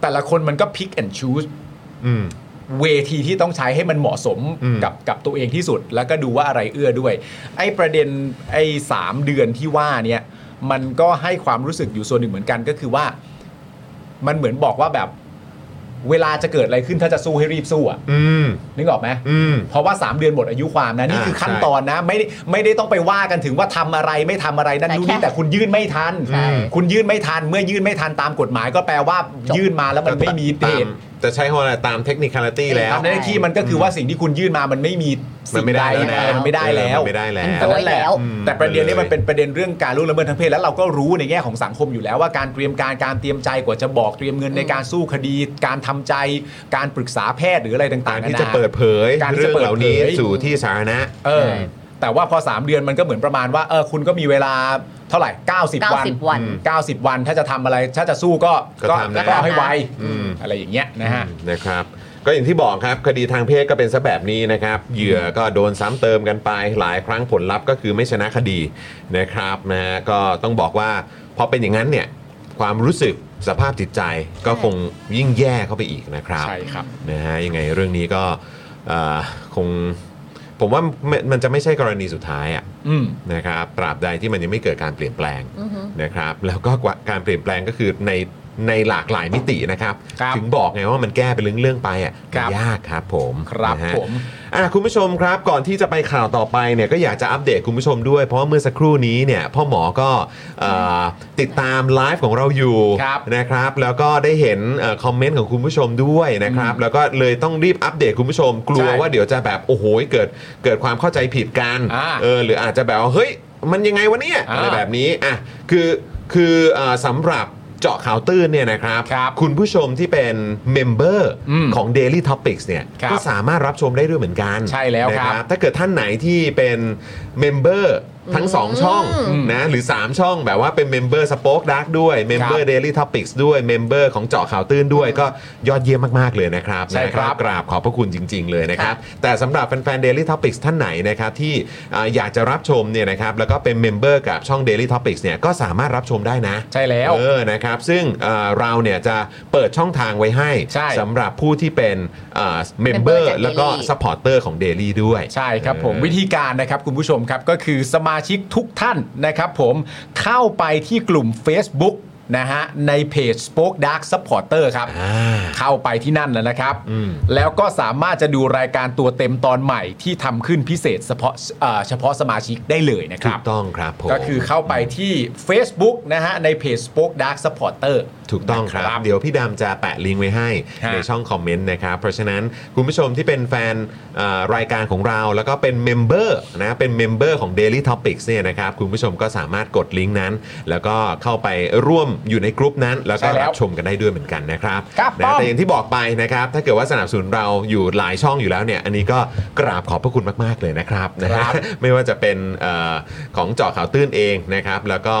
[SPEAKER 1] แต่ละคนมันก็ pick and choose
[SPEAKER 3] อืม
[SPEAKER 1] เวทีที่ต้องใช้ให้มันเหมาะสม
[SPEAKER 3] อืม
[SPEAKER 1] กับกับตัวเองที่สุด แล้วก็ดูว่าอะไรเอื้อด้วย ไอ้ประเด็นไอ้สามเดือนที่ว่าเนี่ยมันก็ให้ความรู้สึกอยู่ส่วนหนึ่งเหมือนกันก็คือว่า มันเหมือนบอกว่าแบบ เวลาจะเกิดอะไรขึ้นถ้าจะสู้ให้รีบสู้อะ
[SPEAKER 3] อืม
[SPEAKER 1] นึกออกไหม
[SPEAKER 3] อืม
[SPEAKER 1] เพราะว่า 3 เดือนหมดอายุความนะนี่คือขั้น
[SPEAKER 3] ใช่
[SPEAKER 1] ตอนนะ ไม่ได้ไม่ได้ต้องไปว่ากันถึงว่าทำอะไรไม่ทำอะไรนั่น
[SPEAKER 6] แต่
[SPEAKER 1] นู่น
[SPEAKER 6] แค่
[SPEAKER 1] นี่แต่คุณยื่นไม่ทัน
[SPEAKER 3] ใช่
[SPEAKER 1] คุณยื่นไม่ทัน เมื่อยื่นไม่ทันตามกฎหมายก็แปลว่ายื่นมาแล้วมันไม่มีเห
[SPEAKER 3] ตาม
[SPEAKER 1] ตุ
[SPEAKER 3] จะใช้คำว่าอะไรตามเทคนิคาลิตี้แล้ว
[SPEAKER 1] ตามหน้าที่มันก็คือว่าสิ่งที่คุณยื่นมามันไม่มี
[SPEAKER 3] มันไม่ได้
[SPEAKER 1] สิ่ง
[SPEAKER 3] แล้วนะ
[SPEAKER 1] ใมันไม่ได้แล้ว
[SPEAKER 3] มันไม่ได้แล้ว
[SPEAKER 6] แต่ว่า แล้ว
[SPEAKER 3] อืม
[SPEAKER 1] แต่ประเด็นนี้มันเป็นประเด็นเรื่องการล่วงละเมิดทางเพศแล้วเราก็รู้ในแง่ของสังคมอยู่แล้วว่าการเตรียมการการเตรียมใจกว่าจะบอกเตรียมเงินในการสู้คดี การทำใจการปรึกษาแพทย์หรืออะไรต่าก
[SPEAKER 3] าง ร
[SPEAKER 1] ๆ
[SPEAKER 3] ที่
[SPEAKER 1] นานา
[SPEAKER 3] จะเปิดเผย
[SPEAKER 1] การที่
[SPEAKER 3] เรื่อ
[SPEAKER 1] จะ
[SPEAKER 3] ง
[SPEAKER 1] เปิดเผย
[SPEAKER 3] เหล่านี้สู่ที่สาธารณะ
[SPEAKER 1] เออ แต่ว่าพอ 3 เดือนมันก็เหมือนประมาณว่าเออคุณก็มีเวลาเท่าไหร่ 90 วัน
[SPEAKER 6] 90วัน
[SPEAKER 1] 90 วันถ้าจะทำอะไรถ้าจะสู้ก็
[SPEAKER 3] ก็ทำนะ
[SPEAKER 1] ก็เอาให้ไว
[SPEAKER 3] อืม
[SPEAKER 1] อะไรอย่างเงี้ยนะฮะ
[SPEAKER 3] นะครับก็อย่างที่บอกครับคดีทางเพศก็เป็นซะแบบนี้นะครับเหยื่อก็โดนซ้ำเติมกันไป หลายครั้งผลลัพธ์ก็คือไม่ชนะคดีนะครับนะฮะก็ต้องบอกว่าพอเป็นอย่างนั้นเนี่ยความรู้สึกสภาพจิตใจก็คงยิ่งแย่เข้าไปอีกนะครับ
[SPEAKER 1] ใช่ครับ
[SPEAKER 3] นะฮะยังไงเรื่องนี้ก็เอ่อคงผมว่ามันมันจะไม่ใช่กรณีสุดท้ายอะ
[SPEAKER 1] อืม
[SPEAKER 3] นะครับตราบใดที่มันยังไม่เกิดการเปลี่ยนแปลง
[SPEAKER 6] อือฮึ
[SPEAKER 3] นะครับ แล้วก็กว่าการเปลี่ยนแปลงก็คือในในหลากหลายมิตินะครับ
[SPEAKER 1] ครับ
[SPEAKER 3] ถึงบอกไงว่ามันแก้เป็นเรื่องๆไปอ่ะ
[SPEAKER 1] ครับ
[SPEAKER 3] ยากครับผม
[SPEAKER 1] ครับ
[SPEAKER 3] นะฮะ
[SPEAKER 1] ผม
[SPEAKER 3] อ่ะคุณผู้ชมครับก่อนที่จะไปข่าวต่อไปเนี่ยก็อยากจะอัปเดตคุณผู้ชมด้วย เพราะว่าเมื่อสักครู่นี้เนี่ยพ่อหมอก็เอ่อติดตามไลฟ์ของเราอยู่
[SPEAKER 1] ครับ
[SPEAKER 3] นะครับแล้วก็ได้เห็นเอ่อคอมเมนต์ของคุณผู้ชมด้วยนะครับแล้วก็เลยต้องรีบอัปเดตคุณผู้ชม กลัว
[SPEAKER 1] ใช่
[SPEAKER 3] ว่าเดี๋ยวจะแบบโอ้โหเกิดเกิดความเข้าใจผิดกัน
[SPEAKER 1] อ่า
[SPEAKER 3] เออหรืออาจจะแบบว่าเฮ้ยมันยังไงวะเนี่ย
[SPEAKER 1] อ่า
[SPEAKER 3] อะไรแบบนี้อ่ะคือคือเอ่อสำหรับเจาะข่าวตื้นเนี่ยนะครับ
[SPEAKER 1] ครับ
[SPEAKER 3] คุณผู้ชมที่เป็นเมมเบอร์
[SPEAKER 1] อืม
[SPEAKER 3] ของ Daily Topics เนี่ย
[SPEAKER 1] ครับ
[SPEAKER 3] ก็สามารถรับชมได้ด้วยเหมือนกัน
[SPEAKER 1] ใช่แล้วครับ
[SPEAKER 3] นะถ้าเกิดท่านไหนที่เป็นเมมเบอร์ทั้ง 2 ช่องนะหรือ 3 ช่องแบบว่าเป็นเมมเบอร์สป็อคดักด้วยเมมเบอ
[SPEAKER 1] ค
[SPEAKER 3] ร์
[SPEAKER 1] รับ
[SPEAKER 3] เดลี่ท็อปิกด้วยเมมเบอร์ของเจาะข่าวตื้นด้วยก็ยอดเยี่ยมมาก ๆ เลยนะครับ
[SPEAKER 1] ใช่ครับ
[SPEAKER 3] นะกราบขอบพระคุณจริง ๆ เลยนะครับ แต่สำหรับแฟนๆ Daily Topics ท่านไหนนะครับที่อ่าอยากจะรับชมเนี่ยนะครับแล้วก็เป็นเมมเบอร์กับช่อง Daily Topics เนี่ยก็สามารถรับชมได้นะ
[SPEAKER 1] ใช่แล้ว
[SPEAKER 3] เออ นะครับ ซึ่งเอ่อเราเนี่ยจะเปิดช่องทางไว้ให้
[SPEAKER 1] ใช่
[SPEAKER 3] สำหรับผู้ที่เป็นเมมเบอ
[SPEAKER 6] Member
[SPEAKER 3] ร์
[SPEAKER 6] จาก Daily
[SPEAKER 3] แล้วก็ซัพพอร์เตอร์ของ Daily ด้วย
[SPEAKER 1] ใช่ครับผม
[SPEAKER 3] เออ
[SPEAKER 1] วิธีการนะครับคุณผู้ชมครับก็คือสมาชิกทุกท่านนะครับผมเข้าไปที่กลุ่ม Facebook นะฮะในเพจ Spoke Dark Supporter ครับ
[SPEAKER 3] อ่า
[SPEAKER 1] เข้าไปที่นั่นแล้วนะครับ
[SPEAKER 3] อืม
[SPEAKER 1] แล้วก็สามารถจะดูรายการตัวเต็มตอนใหม่ที่ทำขึ้นพิเศษเฉพาะเอ่อเฉพาะสมาชิกได้เลยนะค
[SPEAKER 3] ถู
[SPEAKER 1] รับ
[SPEAKER 3] กต้องครับผม
[SPEAKER 1] ก็คือเข้าไปที่ Facebook นะฮะในเพจ Spoke Dark Supporter
[SPEAKER 3] ถูกต้องครับ
[SPEAKER 1] นะครับ
[SPEAKER 3] เดี๋ยวพี่ดำจะแปะลิงก์ไว้ให้
[SPEAKER 1] ฮะ
[SPEAKER 3] ในช่องคอมเมนต์นะครับ เพราะฉะนั้นคุณผู้ชมที่เป็นแฟนเอ่อรายการของเรา แล้วก็เป็นเมมเบอร์นะเป็นเมมเบอร์ของ Daily Topics เนี่ยนะครับ คุณผู้ชมก็สามารถกดลิงก์นั้น แล้วก็เข้าไปร่วมอยู่ในกลุ่มนั้น แล้วก็
[SPEAKER 1] ใช่แล้
[SPEAKER 3] รั
[SPEAKER 1] ว
[SPEAKER 3] บชมกันได้ด้วยเหมือนกันนะครับ
[SPEAKER 1] ครับ
[SPEAKER 3] นะ
[SPEAKER 1] ผม
[SPEAKER 3] แต่อย่างที่บอกไปนะครับ ถ้าเกิดว่าสนับสนุนเราอยู่หลายช่องอยู่แล้วเนี่ยอันนี้ก็กราบขอบพระคุณมาก ๆ เลยนะครับนะ
[SPEAKER 1] ค
[SPEAKER 3] ฮะ
[SPEAKER 1] รับ
[SPEAKER 3] ไม่ว่าจะเป็นเอ่อของเจาะข่าวตื้นเองนะครับแล้วก็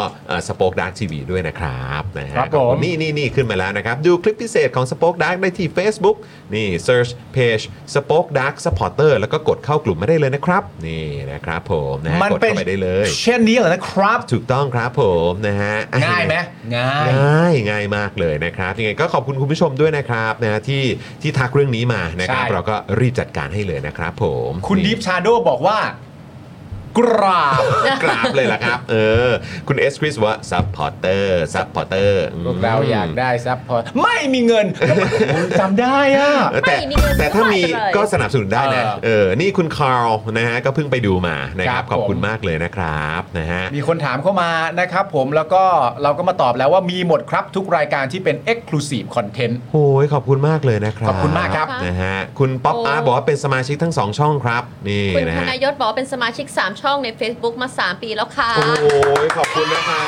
[SPEAKER 3] สป็อคดักทีวีด้วยนะครับนะฮะ
[SPEAKER 1] ครับ
[SPEAKER 3] ขอณ
[SPEAKER 1] ผม
[SPEAKER 3] นี่ นี่นี่ขึ้นมาแล้วนะครับ ดูคลิปพิเศษของ Spoke Dark ได้ที่ Facebook นี่ search page Spoke Dark Supporter แล้วก็กดเข้ากลุ่มมาได้เลยนะครับ นี่นะครับผมนะฮะ
[SPEAKER 1] มัน
[SPEAKER 3] กด
[SPEAKER 1] เป็น
[SPEAKER 3] เข้าไปได้เลย
[SPEAKER 1] เช่นนี้เหรอนะครับ
[SPEAKER 3] ถูกต้องครับผมนะฮะ
[SPEAKER 1] ง่ายไหมง่าย
[SPEAKER 3] ง่ายง่ายมากเลยนะครับยังไงก็ขอบคุณคุณผู้ชมด้วยนะครับนะฮะที่ที่ทักเรื่องนี้มานะครับ
[SPEAKER 1] ใช่
[SPEAKER 3] เราก็รีบจัดการให้เลยนะครับผม
[SPEAKER 1] คุณดิฟชาโดบอกว่า กราบ
[SPEAKER 3] กราบเลยล่ะครับ เออ คุณเอสคริสว่าซัพพอร์เตอร์ซัพพอร์เตอร์
[SPEAKER 1] พวกเราอยากได้ซัพพอร์ตไม่มีเงิน จำได้อ่ะ
[SPEAKER 3] แต่
[SPEAKER 6] ไม่มีเงิน
[SPEAKER 3] แต่ถ้ามี
[SPEAKER 6] ไม่เป็นไร
[SPEAKER 3] ก็สนับสนุนได้นะ
[SPEAKER 1] เออ
[SPEAKER 3] เออนี่คุณคาร์ลนะฮะก็เพิ่งไปดูมานะครับ
[SPEAKER 1] ค
[SPEAKER 3] ข
[SPEAKER 1] รับ
[SPEAKER 3] อบคุณ
[SPEAKER 1] ผม
[SPEAKER 3] มากเลยนะครับนะฮะ
[SPEAKER 1] มีคนถามเข้ามานะครับผมแล้วก็เราก็มาตอบแล้วว่ามีหมดครับทุกรายการที่เป็น Exclusive Content
[SPEAKER 3] โอ้ยขอบคุณมากเลยนะครับ
[SPEAKER 1] ขอบคุณมากครับ
[SPEAKER 3] นะฮะคุณป๊อปอาร์ตบอกว่าเป็นสมาชิกทั้งสองช่องครับ นี่
[SPEAKER 6] คุณ
[SPEAKER 3] นะ
[SPEAKER 6] ธ
[SPEAKER 3] ฮะ
[SPEAKER 6] นายศบอกว่าเป็นสมาชิก 3 ช่องใน Facebook มา 3 ปีแล้วค่ะ
[SPEAKER 3] โอ้ยขอบคุณนะครับ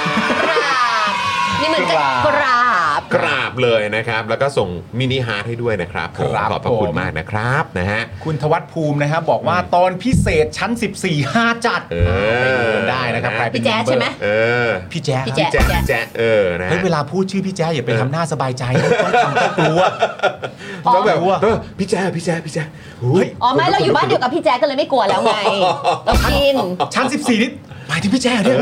[SPEAKER 6] กราบนี่เหมือนจะ
[SPEAKER 1] ก
[SPEAKER 6] ก
[SPEAKER 1] รา
[SPEAKER 6] ราบ
[SPEAKER 3] กราบเลยนะครับ แล้วก็ส่งมินิฮาร์ทให้ด้วยนะครับผม
[SPEAKER 1] ครับ
[SPEAKER 3] ขอบพระคุณ
[SPEAKER 1] ผม
[SPEAKER 3] มากนะครับนะฮะ
[SPEAKER 1] คุณทวัฒภูมินะครับบอกว่าตอนพิเศษชั้น 14 5 จัด
[SPEAKER 3] เออ
[SPEAKER 1] ไปดูกันได้นะครับใครเป็
[SPEAKER 6] พี่
[SPEAKER 1] น
[SPEAKER 6] แจ๊ดใช่ไหม
[SPEAKER 3] เออ
[SPEAKER 1] พี่แจ๊ด
[SPEAKER 6] พี่
[SPEAKER 3] พี่แจ๊ะพี่แจ๊ะเออนะฮะ
[SPEAKER 1] เฮ้ยเวลาพูดชื่อพี่แจ๊ดอย่าไปทำหน้าสบายใจนะต้องทำต้องกลัว
[SPEAKER 3] ต้องแบบ
[SPEAKER 1] อ๋อ
[SPEAKER 3] เออพี่แจ๊ะพี่แจ๊ะพี่แจ๊ะเฮ้ย
[SPEAKER 6] อ๋อไม่เราอยู่บ้านเดียวกับพี่แจ๊กก็เลยไม่กลัว แล้วไงเราชิน
[SPEAKER 1] ชั้น 14 นี่หมายถึงพี่แจ๊ดเนี่ย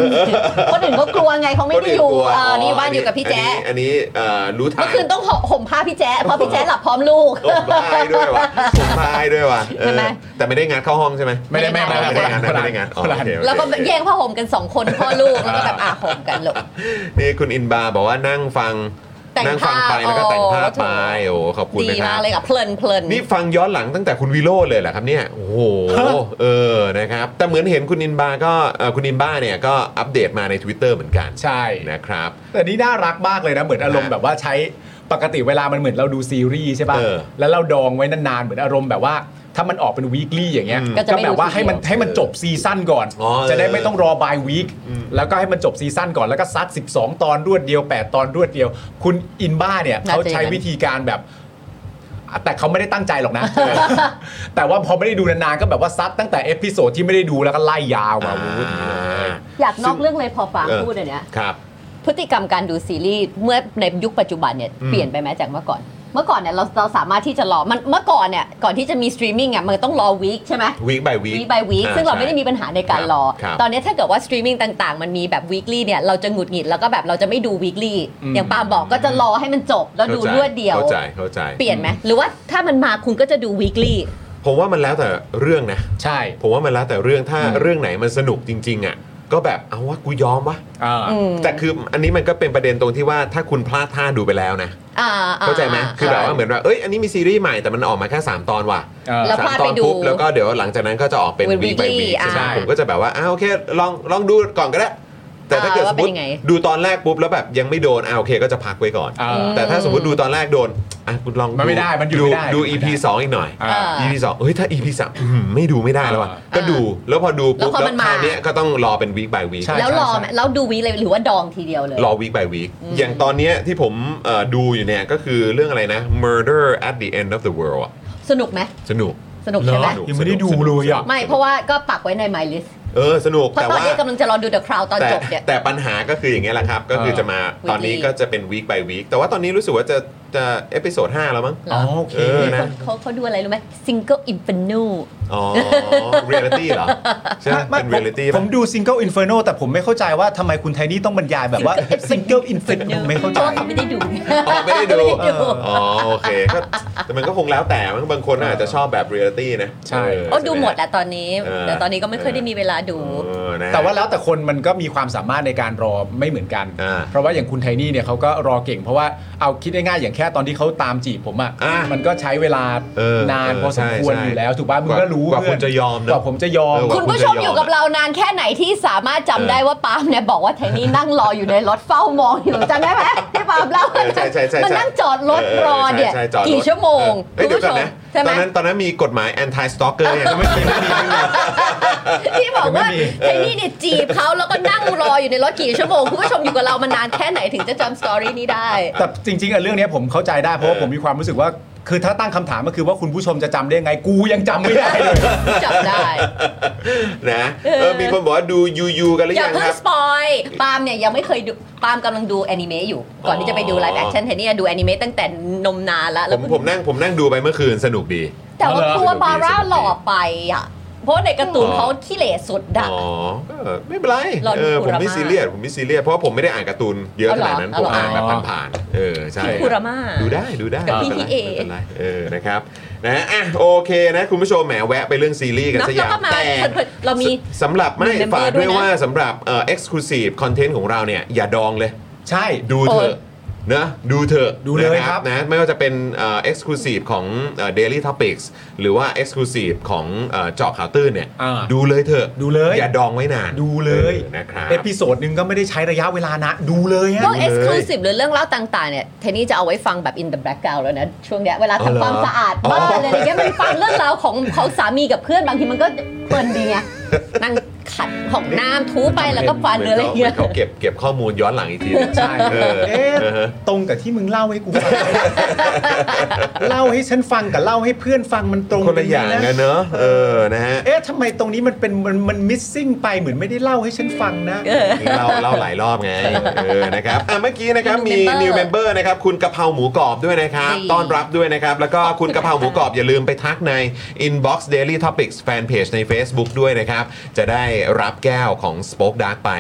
[SPEAKER 6] คนอื่นก็กลัวไงเขาไม่ได้อยู่
[SPEAKER 3] คนนกลัว
[SPEAKER 6] เออนี่อยู่บ้านเดียวกับพี่แจ๊ก
[SPEAKER 3] อันนี้อันนี้เอ่อรู้ทาง
[SPEAKER 6] เมื่อคืนต้องห่มผ้าพี่แจ๊กเพราะพี่แจ๊กหลับพร้อมลู ก
[SPEAKER 3] ผมบายด้วยว่ะผมบายด้วยว่ะเอ
[SPEAKER 6] ใช่
[SPEAKER 3] อ
[SPEAKER 6] ไหม
[SPEAKER 3] แต่ไม่ได้งานเข้าห้องใช่ไหม
[SPEAKER 1] ไม่ได้ไม่ได้
[SPEAKER 3] ไม่ได้งาน
[SPEAKER 1] คนละอัน
[SPEAKER 3] ไม่ได้งานอ๋อ
[SPEAKER 1] คนละอัน
[SPEAKER 3] โอเคโอเค
[SPEAKER 6] แล้วก็แย่งผ้าห่มกันสองคนพ่อลูกแล้วก็แบบอ่ะห่มกันลูก
[SPEAKER 3] นี่คุณอินบาบอกว่านั่งฟัง
[SPEAKER 6] แต่ง
[SPEAKER 3] นั่งฟังไป
[SPEAKER 6] ภาพ
[SPEAKER 3] แล้วก็แต่งภาพ
[SPEAKER 6] โอ้โห
[SPEAKER 3] ไปโอ้โหขอบคุณ
[SPEAKER 6] ดี
[SPEAKER 3] นะค
[SPEAKER 6] มา
[SPEAKER 3] รั
[SPEAKER 6] ก
[SPEAKER 3] บ
[SPEAKER 6] เลยอ่ะเพลินเพลิน
[SPEAKER 3] นี่ฟังย้อนหลังตั้งแต่คุณวิโรจน์เลยเหรอครับเนี่ยโอ้โหเออนะครับ แต่เหมือนเห็นคุณอินบาก็เอ่อคุณอินบาเนี่ยก็อัปเดตมาใน Twitter เหมือนกัน
[SPEAKER 1] ใช่
[SPEAKER 3] นะครับ
[SPEAKER 1] แต่นี่น่ารักมากเลยนะ เหมือนอารมณ์แบบว่าใช้ปกติเวลามันเหมือนเราดูซีรีส์ใช่
[SPEAKER 3] เออ
[SPEAKER 1] ป่ะ แล้วเราดองไว้นานๆ เหมือนอารมณ์แบบว่า ถ้ามันออกเป็นวีคลี่อย่างเงี้ย
[SPEAKER 3] อืม
[SPEAKER 6] ก็จะไม่
[SPEAKER 1] แบบว่า
[SPEAKER 6] ดูทีเดียว
[SPEAKER 1] ให้มันให้มันจบซีซั่นก่อน
[SPEAKER 3] อ๋อ
[SPEAKER 1] จะได้
[SPEAKER 3] เออ
[SPEAKER 1] ไม่ต้องรอบายวีคแล้วก็ให้มันจบซีซั่นก่อนแล้วก็ซัด 12 ตอนรวดเดียว 8 ตอนรวดเดียว คุณอินบ้าเนี่ยเขาใช้วิธีการแบบ แต่เขาไม่ได้ตั้งใจหรอก นะ แต่ว่าพอไม่ได้ดูนานๆก็แบบว่าซัดตั้งแต่เอพิโซดที่ไม่ได้ดูแล้วก็ไล่ยาวมา
[SPEAKER 3] อ่า
[SPEAKER 1] วูดเลย
[SPEAKER 6] อยากนอกเรื่องเลยพอฟัง
[SPEAKER 3] เออ
[SPEAKER 6] พูดอันเนี้ย
[SPEAKER 3] ครับ
[SPEAKER 6] พฤติกรรมการดูซีรีส์เมื่อในยุคปัจจุบันเนี่ย
[SPEAKER 3] อืม
[SPEAKER 6] เปลี่ยนไปไหมจากเมื่อก่อน เมื่อก่อนเนี่ยเราเราสามารถที่จะรอมันเมื่อก่อนเนี่ยก่อนที่จะมีสตรีมมิ่งอ่ะมันต้องรอวีคใช่ไหม
[SPEAKER 3] week by week
[SPEAKER 6] วีค by วีค
[SPEAKER 3] อ่
[SPEAKER 6] ซึ่งเราไม่ได้
[SPEAKER 3] ใช่
[SPEAKER 6] มีปัญหาในการรอ
[SPEAKER 3] ครับ
[SPEAKER 6] ตอนนี้ถ้าเกิดว่าสตรีมมิ่งต่างๆ มันมีแบบ weekly เนี่ยเราจะหงุดหงิดแล้วก็แบบเราจะไม่ดู weekly
[SPEAKER 1] อืม
[SPEAKER 6] อย่างปาล์มบอกก็จะรอให้มันจบแล้วดู
[SPEAKER 3] ข้าร
[SPEAKER 6] วดเดียว
[SPEAKER 3] เข้าใจเข้าใจ
[SPEAKER 6] เปลี่ยนไหมหรือว่าถ้ามันมาคุณก็จะดู weekly
[SPEAKER 3] ผมว่ามันแล้วแต่เรื่องนะ
[SPEAKER 1] ใช่
[SPEAKER 3] ผมว่ามันแล้วแต่เรื่องถ้าเรื่องไหนมันสนุกจริง ๆ อ่ะ ก็แบบเอาวะกูยอมวะ
[SPEAKER 1] อ่า
[SPEAKER 6] อืม
[SPEAKER 3] แต่คืออันนี้มันก็เป็นประเด็นตรงที่ว่าถ้าคุณพลาดท่าดูไปแล้วนะ
[SPEAKER 6] อ่าอ่
[SPEAKER 3] เข้าใจไหมคือแบบว่า
[SPEAKER 1] ใช่
[SPEAKER 3] เหมือนว่า เอ้ย อันนี้มีซีรีส์ใหม่แต่มันออกมาแค่ 3 ตอนว่ะ
[SPEAKER 1] เออ
[SPEAKER 6] แล้ว
[SPEAKER 3] สาม
[SPEAKER 6] พลาด
[SPEAKER 3] ตอ
[SPEAKER 6] ไป
[SPEAKER 3] น
[SPEAKER 6] ดู
[SPEAKER 3] ปุ๊บแล้วก็เดี๋ยวหลังจากนั้นก็จะออกเป็น
[SPEAKER 6] เป็น
[SPEAKER 3] วี by
[SPEAKER 6] weekly
[SPEAKER 3] วีใช่ไหม
[SPEAKER 1] อ่า
[SPEAKER 3] ผมก็จะแบบว่า อ้าวโอเค ลองลองดูก่อนก็ได้ แต่ถ้า
[SPEAKER 6] อ่า
[SPEAKER 3] เกิดส
[SPEAKER 6] ว่ามเป็
[SPEAKER 3] ม
[SPEAKER 6] น
[SPEAKER 3] ติ
[SPEAKER 6] ยังไง
[SPEAKER 3] ดูตอนแรกปุ๊บแล้วแบบยังไม่โดนอ่าโอเคก็จะพักไว้ก่อน
[SPEAKER 1] อ่า
[SPEAKER 6] อืม
[SPEAKER 3] แต่ถ้าสมมติดูตอนแรกโดนอ่ะคุณลอง
[SPEAKER 1] มันไม่ได้มันหยุดไม่ได้
[SPEAKER 3] ดู
[SPEAKER 1] มันหยุด
[SPEAKER 3] EP
[SPEAKER 1] ไม่ได้
[SPEAKER 3] สองอีกหน่อย
[SPEAKER 1] อ่า
[SPEAKER 6] เออ
[SPEAKER 3] EP สองเฮ้ยถ้า EP สามอื้อหือไม่ดูไม่ได้แล้วอ่ะ
[SPEAKER 1] อ่า
[SPEAKER 3] ก็ดูแล้วพอดูปุ๊บ
[SPEAKER 6] แล้วพอ
[SPEAKER 3] แล้ว
[SPEAKER 6] มัน
[SPEAKER 3] ค
[SPEAKER 6] มา
[SPEAKER 3] ราวเนี้ยก็ต้องรอเป็น week by week
[SPEAKER 1] ใช่
[SPEAKER 6] แล้วรอไหมแล้วดูวีคเลยหรือว่าดองทีเดียวเลย
[SPEAKER 3] รอ week by week อย่างตอนเนี้ยที่ผมเอ่อดูอยู่เนี่ยก็คือเรื่องอะไรนะ Murder at the End of the World อะ
[SPEAKER 6] สนุกไหม
[SPEAKER 3] สนุก
[SPEAKER 6] สนุกใช่ไหม
[SPEAKER 3] เหรอ
[SPEAKER 1] ยังไม่ได้ดูเลยอ่ะ
[SPEAKER 6] ไม่เพราะว่าก็ปักไว้ใน My List
[SPEAKER 3] เออ สนุก
[SPEAKER 6] เพราะ
[SPEAKER 3] แต่
[SPEAKER 6] ตอน
[SPEAKER 3] ว่า
[SPEAKER 6] นี้กำลังจะรอดู The Crown ตอน
[SPEAKER 3] แต่
[SPEAKER 6] จบเนี่ย
[SPEAKER 3] แต่ปัญหาก็คืออย่างเงี้ยแหละครับ ก็คือ
[SPEAKER 1] เออ
[SPEAKER 3] จะมาตอนนี้ก็จะเป็น week by week แต่ว่าตอนนี้รู้สึกว่าจะจะเอพิโซด5แล้วมั้ง
[SPEAKER 6] เหร
[SPEAKER 1] อ๋อ
[SPEAKER 6] อ
[SPEAKER 1] โอเค
[SPEAKER 3] เออ
[SPEAKER 6] คนเขาเขาดูอะไรรู้ไหม Single Inferno
[SPEAKER 3] อ๋อ reality เหรอ ใช่ไหม
[SPEAKER 1] ไม่
[SPEAKER 3] เป็น reality
[SPEAKER 1] ผมผมดูซิงเกิลอินเฟอร์โนแต่ผมไม่เข้าใจว่าทำไมคุณไทนี่ต้องบรรยายแบบ ว่าซิงเกิลอินเฟอร์โนไม่เข้าใจ
[SPEAKER 6] พระว่ไม่ได้ดู
[SPEAKER 3] อ๋อไม่ได้ดู
[SPEAKER 6] ไม่ได้ดู
[SPEAKER 3] อ๋อโอเคก็แต่มันก็คงแล้วแต่มั้งบางคนอาจจะชอบแบบ reality นะ
[SPEAKER 1] ใช่
[SPEAKER 3] เ
[SPEAKER 6] โอ้ดู
[SPEAKER 3] ใช่ไ
[SPEAKER 6] หมดแหละตอนนี้
[SPEAKER 3] เออ
[SPEAKER 6] แต่ตอนนี้ก็ไม่เคอยได้มีเวลาดู
[SPEAKER 3] เออนะ
[SPEAKER 1] แต่ว่าแล้วแต่คนมันก็มีความสามารถในการรอไม่เหมือนกัน
[SPEAKER 3] อ่า
[SPEAKER 1] เพราะว่าอย่างคุณไทนี่เนี่ยเขาก็รอเก่ง เพราะว่าเอาคิดง่ายๆอย่างแค่ตอนที่เขาตามจีบผมอ่ะ
[SPEAKER 3] อ่ามั
[SPEAKER 1] มันก็ใช้เวลา
[SPEAKER 3] เออน
[SPEAKER 1] าน
[SPEAKER 3] เออ
[SPEAKER 1] พอสมควร
[SPEAKER 3] ใช่
[SPEAKER 1] อยู่แล้วถูกป่ะมึงก็รู้
[SPEAKER 3] กว่า
[SPEAKER 1] เพื่
[SPEAKER 3] คุ
[SPEAKER 1] อ
[SPEAKER 3] ณ
[SPEAKER 1] น
[SPEAKER 3] จะยอมนะ
[SPEAKER 1] กว่าผมจะยอม
[SPEAKER 3] เออ
[SPEAKER 6] คุณผู้ชมอยู่กับเรานานแค่ไหนที่สามารถจำได้ว่าปาล์มเนี่ยบอกว่าไทนี่นั่งรออยู่ในรถเฝ้ามองอยู่จำได้ไหมที่ปาล์มเล่า
[SPEAKER 3] เออใช่ใช่ใช่
[SPEAKER 6] มันนั่งจอดรถรอเนี่ย
[SPEAKER 3] ใช่ใช่จอดรถ
[SPEAKER 6] กี่ชั่วโมง
[SPEAKER 3] เออเอ้ย
[SPEAKER 6] คุณ
[SPEAKER 3] เดี๋ยว
[SPEAKER 6] ผู้
[SPEAKER 3] ก่อน
[SPEAKER 6] ชม
[SPEAKER 3] นะ
[SPEAKER 6] ใช่ไห
[SPEAKER 3] ต
[SPEAKER 6] ม
[SPEAKER 3] อนนั้นตอนนั้นมีกฎหมาย anti stalker ยังไม่มีไม่มีไม่มี
[SPEAKER 6] ที่บอกว่า
[SPEAKER 1] ไม่มี
[SPEAKER 6] ไอ้นี่เนี่ยจีบเขาแล้วก็นั่งรออยู่ในรถกี่ชั่วโมง คุณผู้ชมอยู่กับเรามานานแค่ไหนถึงจะจำสตอรี่นี้ได้
[SPEAKER 1] แต่จริงๆอะเรื่องเนี้ยผมเข้าใจได้เพราะว่า
[SPEAKER 3] เออ
[SPEAKER 1] ผมมีความรู้สึกว่า คือถ้าตั้งคำถามก็คือว่าคุณผู้ชมจะจำได้ไงกูยังจำไม่ได้เลย
[SPEAKER 6] จับได้
[SPEAKER 3] นะเออมีคนบอกว่าดูยูยูกันหรือย่
[SPEAKER 6] อา
[SPEAKER 3] ยัง
[SPEAKER 6] เพิ่
[SPEAKER 3] ค
[SPEAKER 6] ง
[SPEAKER 3] รับ
[SPEAKER 6] สปอยปาล์มเนี่ยยังไม่เคยดูปาล์มกำลังดูแอนิเมะอยู่ ก่อนที่จะไปดูไลฟ์แอคชั่นเทนนี่ยดูแอนิเมะตั้งแต่นมนานละ
[SPEAKER 3] ผ
[SPEAKER 6] แล้ว
[SPEAKER 3] ม
[SPEAKER 6] เพิ่ง
[SPEAKER 3] ผมนั่งผมนั่งดูไปเมื่อคืนสนุกดี
[SPEAKER 6] แต่ว่า
[SPEAKER 1] เอาเหรอ
[SPEAKER 6] ตัวบาร่าหล่อไปอ่ะ เพราะในการ์ตูน
[SPEAKER 3] อ๋อ
[SPEAKER 6] เขาขี้เหร่สุดดัก
[SPEAKER 3] อ๋อเออไม่เป็นไร
[SPEAKER 6] รอดู
[SPEAKER 3] เออผมไม่
[SPEAKER 6] คุรามา
[SPEAKER 3] ซีเรียสผมไม่ซีเรียสเพราะว่าผมไม่ได้อ่านการ์ตูนเยอะข
[SPEAKER 6] เอาเหรอ
[SPEAKER 3] นาดนั้นผม
[SPEAKER 6] เอาเหรอ
[SPEAKER 3] อ่านแบบผ่านๆเออใช่
[SPEAKER 6] พี่คุรามา
[SPEAKER 3] ดูได้ดูได้
[SPEAKER 6] กับพี่
[SPEAKER 3] ไม่
[SPEAKER 6] พี่
[SPEAKER 3] เป็นไร
[SPEAKER 6] เอ
[SPEAKER 3] ไม่เป็นไรเออนะครับนะอ่ะโอเคนะคุณผู้ชมแหมแวะไปเรื่องซีรีส์กัน
[SPEAKER 6] เนอะ
[SPEAKER 3] สักอย่าง
[SPEAKER 6] แล้วก็มา
[SPEAKER 3] แต่
[SPEAKER 6] เรามี
[SPEAKER 3] สำหรับไม่
[SPEAKER 6] มี member
[SPEAKER 3] ฝาก
[SPEAKER 6] ด้
[SPEAKER 3] ด้
[SPEAKER 6] ว
[SPEAKER 3] วย ย
[SPEAKER 6] นะ
[SPEAKER 3] ว่าสำหรับเอ่อ exclusive content ของเราเนี่ยอย่าดองเลย
[SPEAKER 1] ใช่
[SPEAKER 3] ดูเถอะนะดูเถอะ
[SPEAKER 1] ดูเลย
[SPEAKER 3] นะครับ นะไม่ว่าจะเป็นเอ่อ็กซ์คลูซีฟของเอ่อ Daily Topics หรือว่า Exclusive ของเอ่อเจาะข่าวตื้นเนี่ย
[SPEAKER 1] อ่า
[SPEAKER 3] ดูเลยเถอะ
[SPEAKER 1] ดูเลย
[SPEAKER 3] อย่าดองไว้นาน
[SPEAKER 1] ดูเลย
[SPEAKER 3] ออนะครับ
[SPEAKER 1] เอพิโซดหนึ่งก็ไม่ได้ใช้ระยะเวลานะดูเลย
[SPEAKER 6] พว
[SPEAKER 1] ฮะ
[SPEAKER 6] กเอ็กซ์คลูซีฟหรือเรื่องเล่าต่างๆเนี่ยเทนนี่จะเอาไว้ฟังแบบ in the background แล้วนะ ช่วงเนี้ยเวลา
[SPEAKER 3] อ๋อเหรอ
[SPEAKER 6] ทำความสะอาดบ้านเลยอะไรเงี้ยมันฟังเรื่องราวของของสามีกับเพื่อนบางทีมันก็เพลิน ดีไงนั่งขัดของน้ำทูไปแล้วก็ฟันหรืออะไรเงี้ย
[SPEAKER 3] หมืนขาเก็บเก็บข้อมูลย้อนหลังอีกทีหนึ่ง
[SPEAKER 1] ใช่
[SPEAKER 3] เออ
[SPEAKER 1] เอ๊ะตรงกับที่มึงเล่าให้กูฟัง เล่าให้ฉันฟังกับเล่าให้เพื่อนฟังมันตรง
[SPEAKER 3] คนละอย่าง
[SPEAKER 1] กั
[SPEAKER 3] กัน
[SPEAKER 1] น
[SPEAKER 3] เนอะเออนะฮะ
[SPEAKER 1] เอ๊ะทำไมตรงนี้มันเป็นมันมัน missing ไปเหมือนไม่ได้เล่าให้ฉันฟังนะ
[SPEAKER 3] เล่าเล่าหลายรอบไงเออนะครับอ่ะเมื่อกี้นะครับมี
[SPEAKER 6] New
[SPEAKER 3] new
[SPEAKER 6] member
[SPEAKER 3] member นะครับคุณกะเพราหมูกรอบด้วยนะครับ
[SPEAKER 6] นี่
[SPEAKER 3] ต้อนรับด้วยนะครับ แล้วก็คุณกะเพราหมูกรอบอย่าลืมไปทักใน inbox daily topics fan page ใน Facebook ด้วยนะครับ จะได้รับแก้วของ Spoke Dark ไป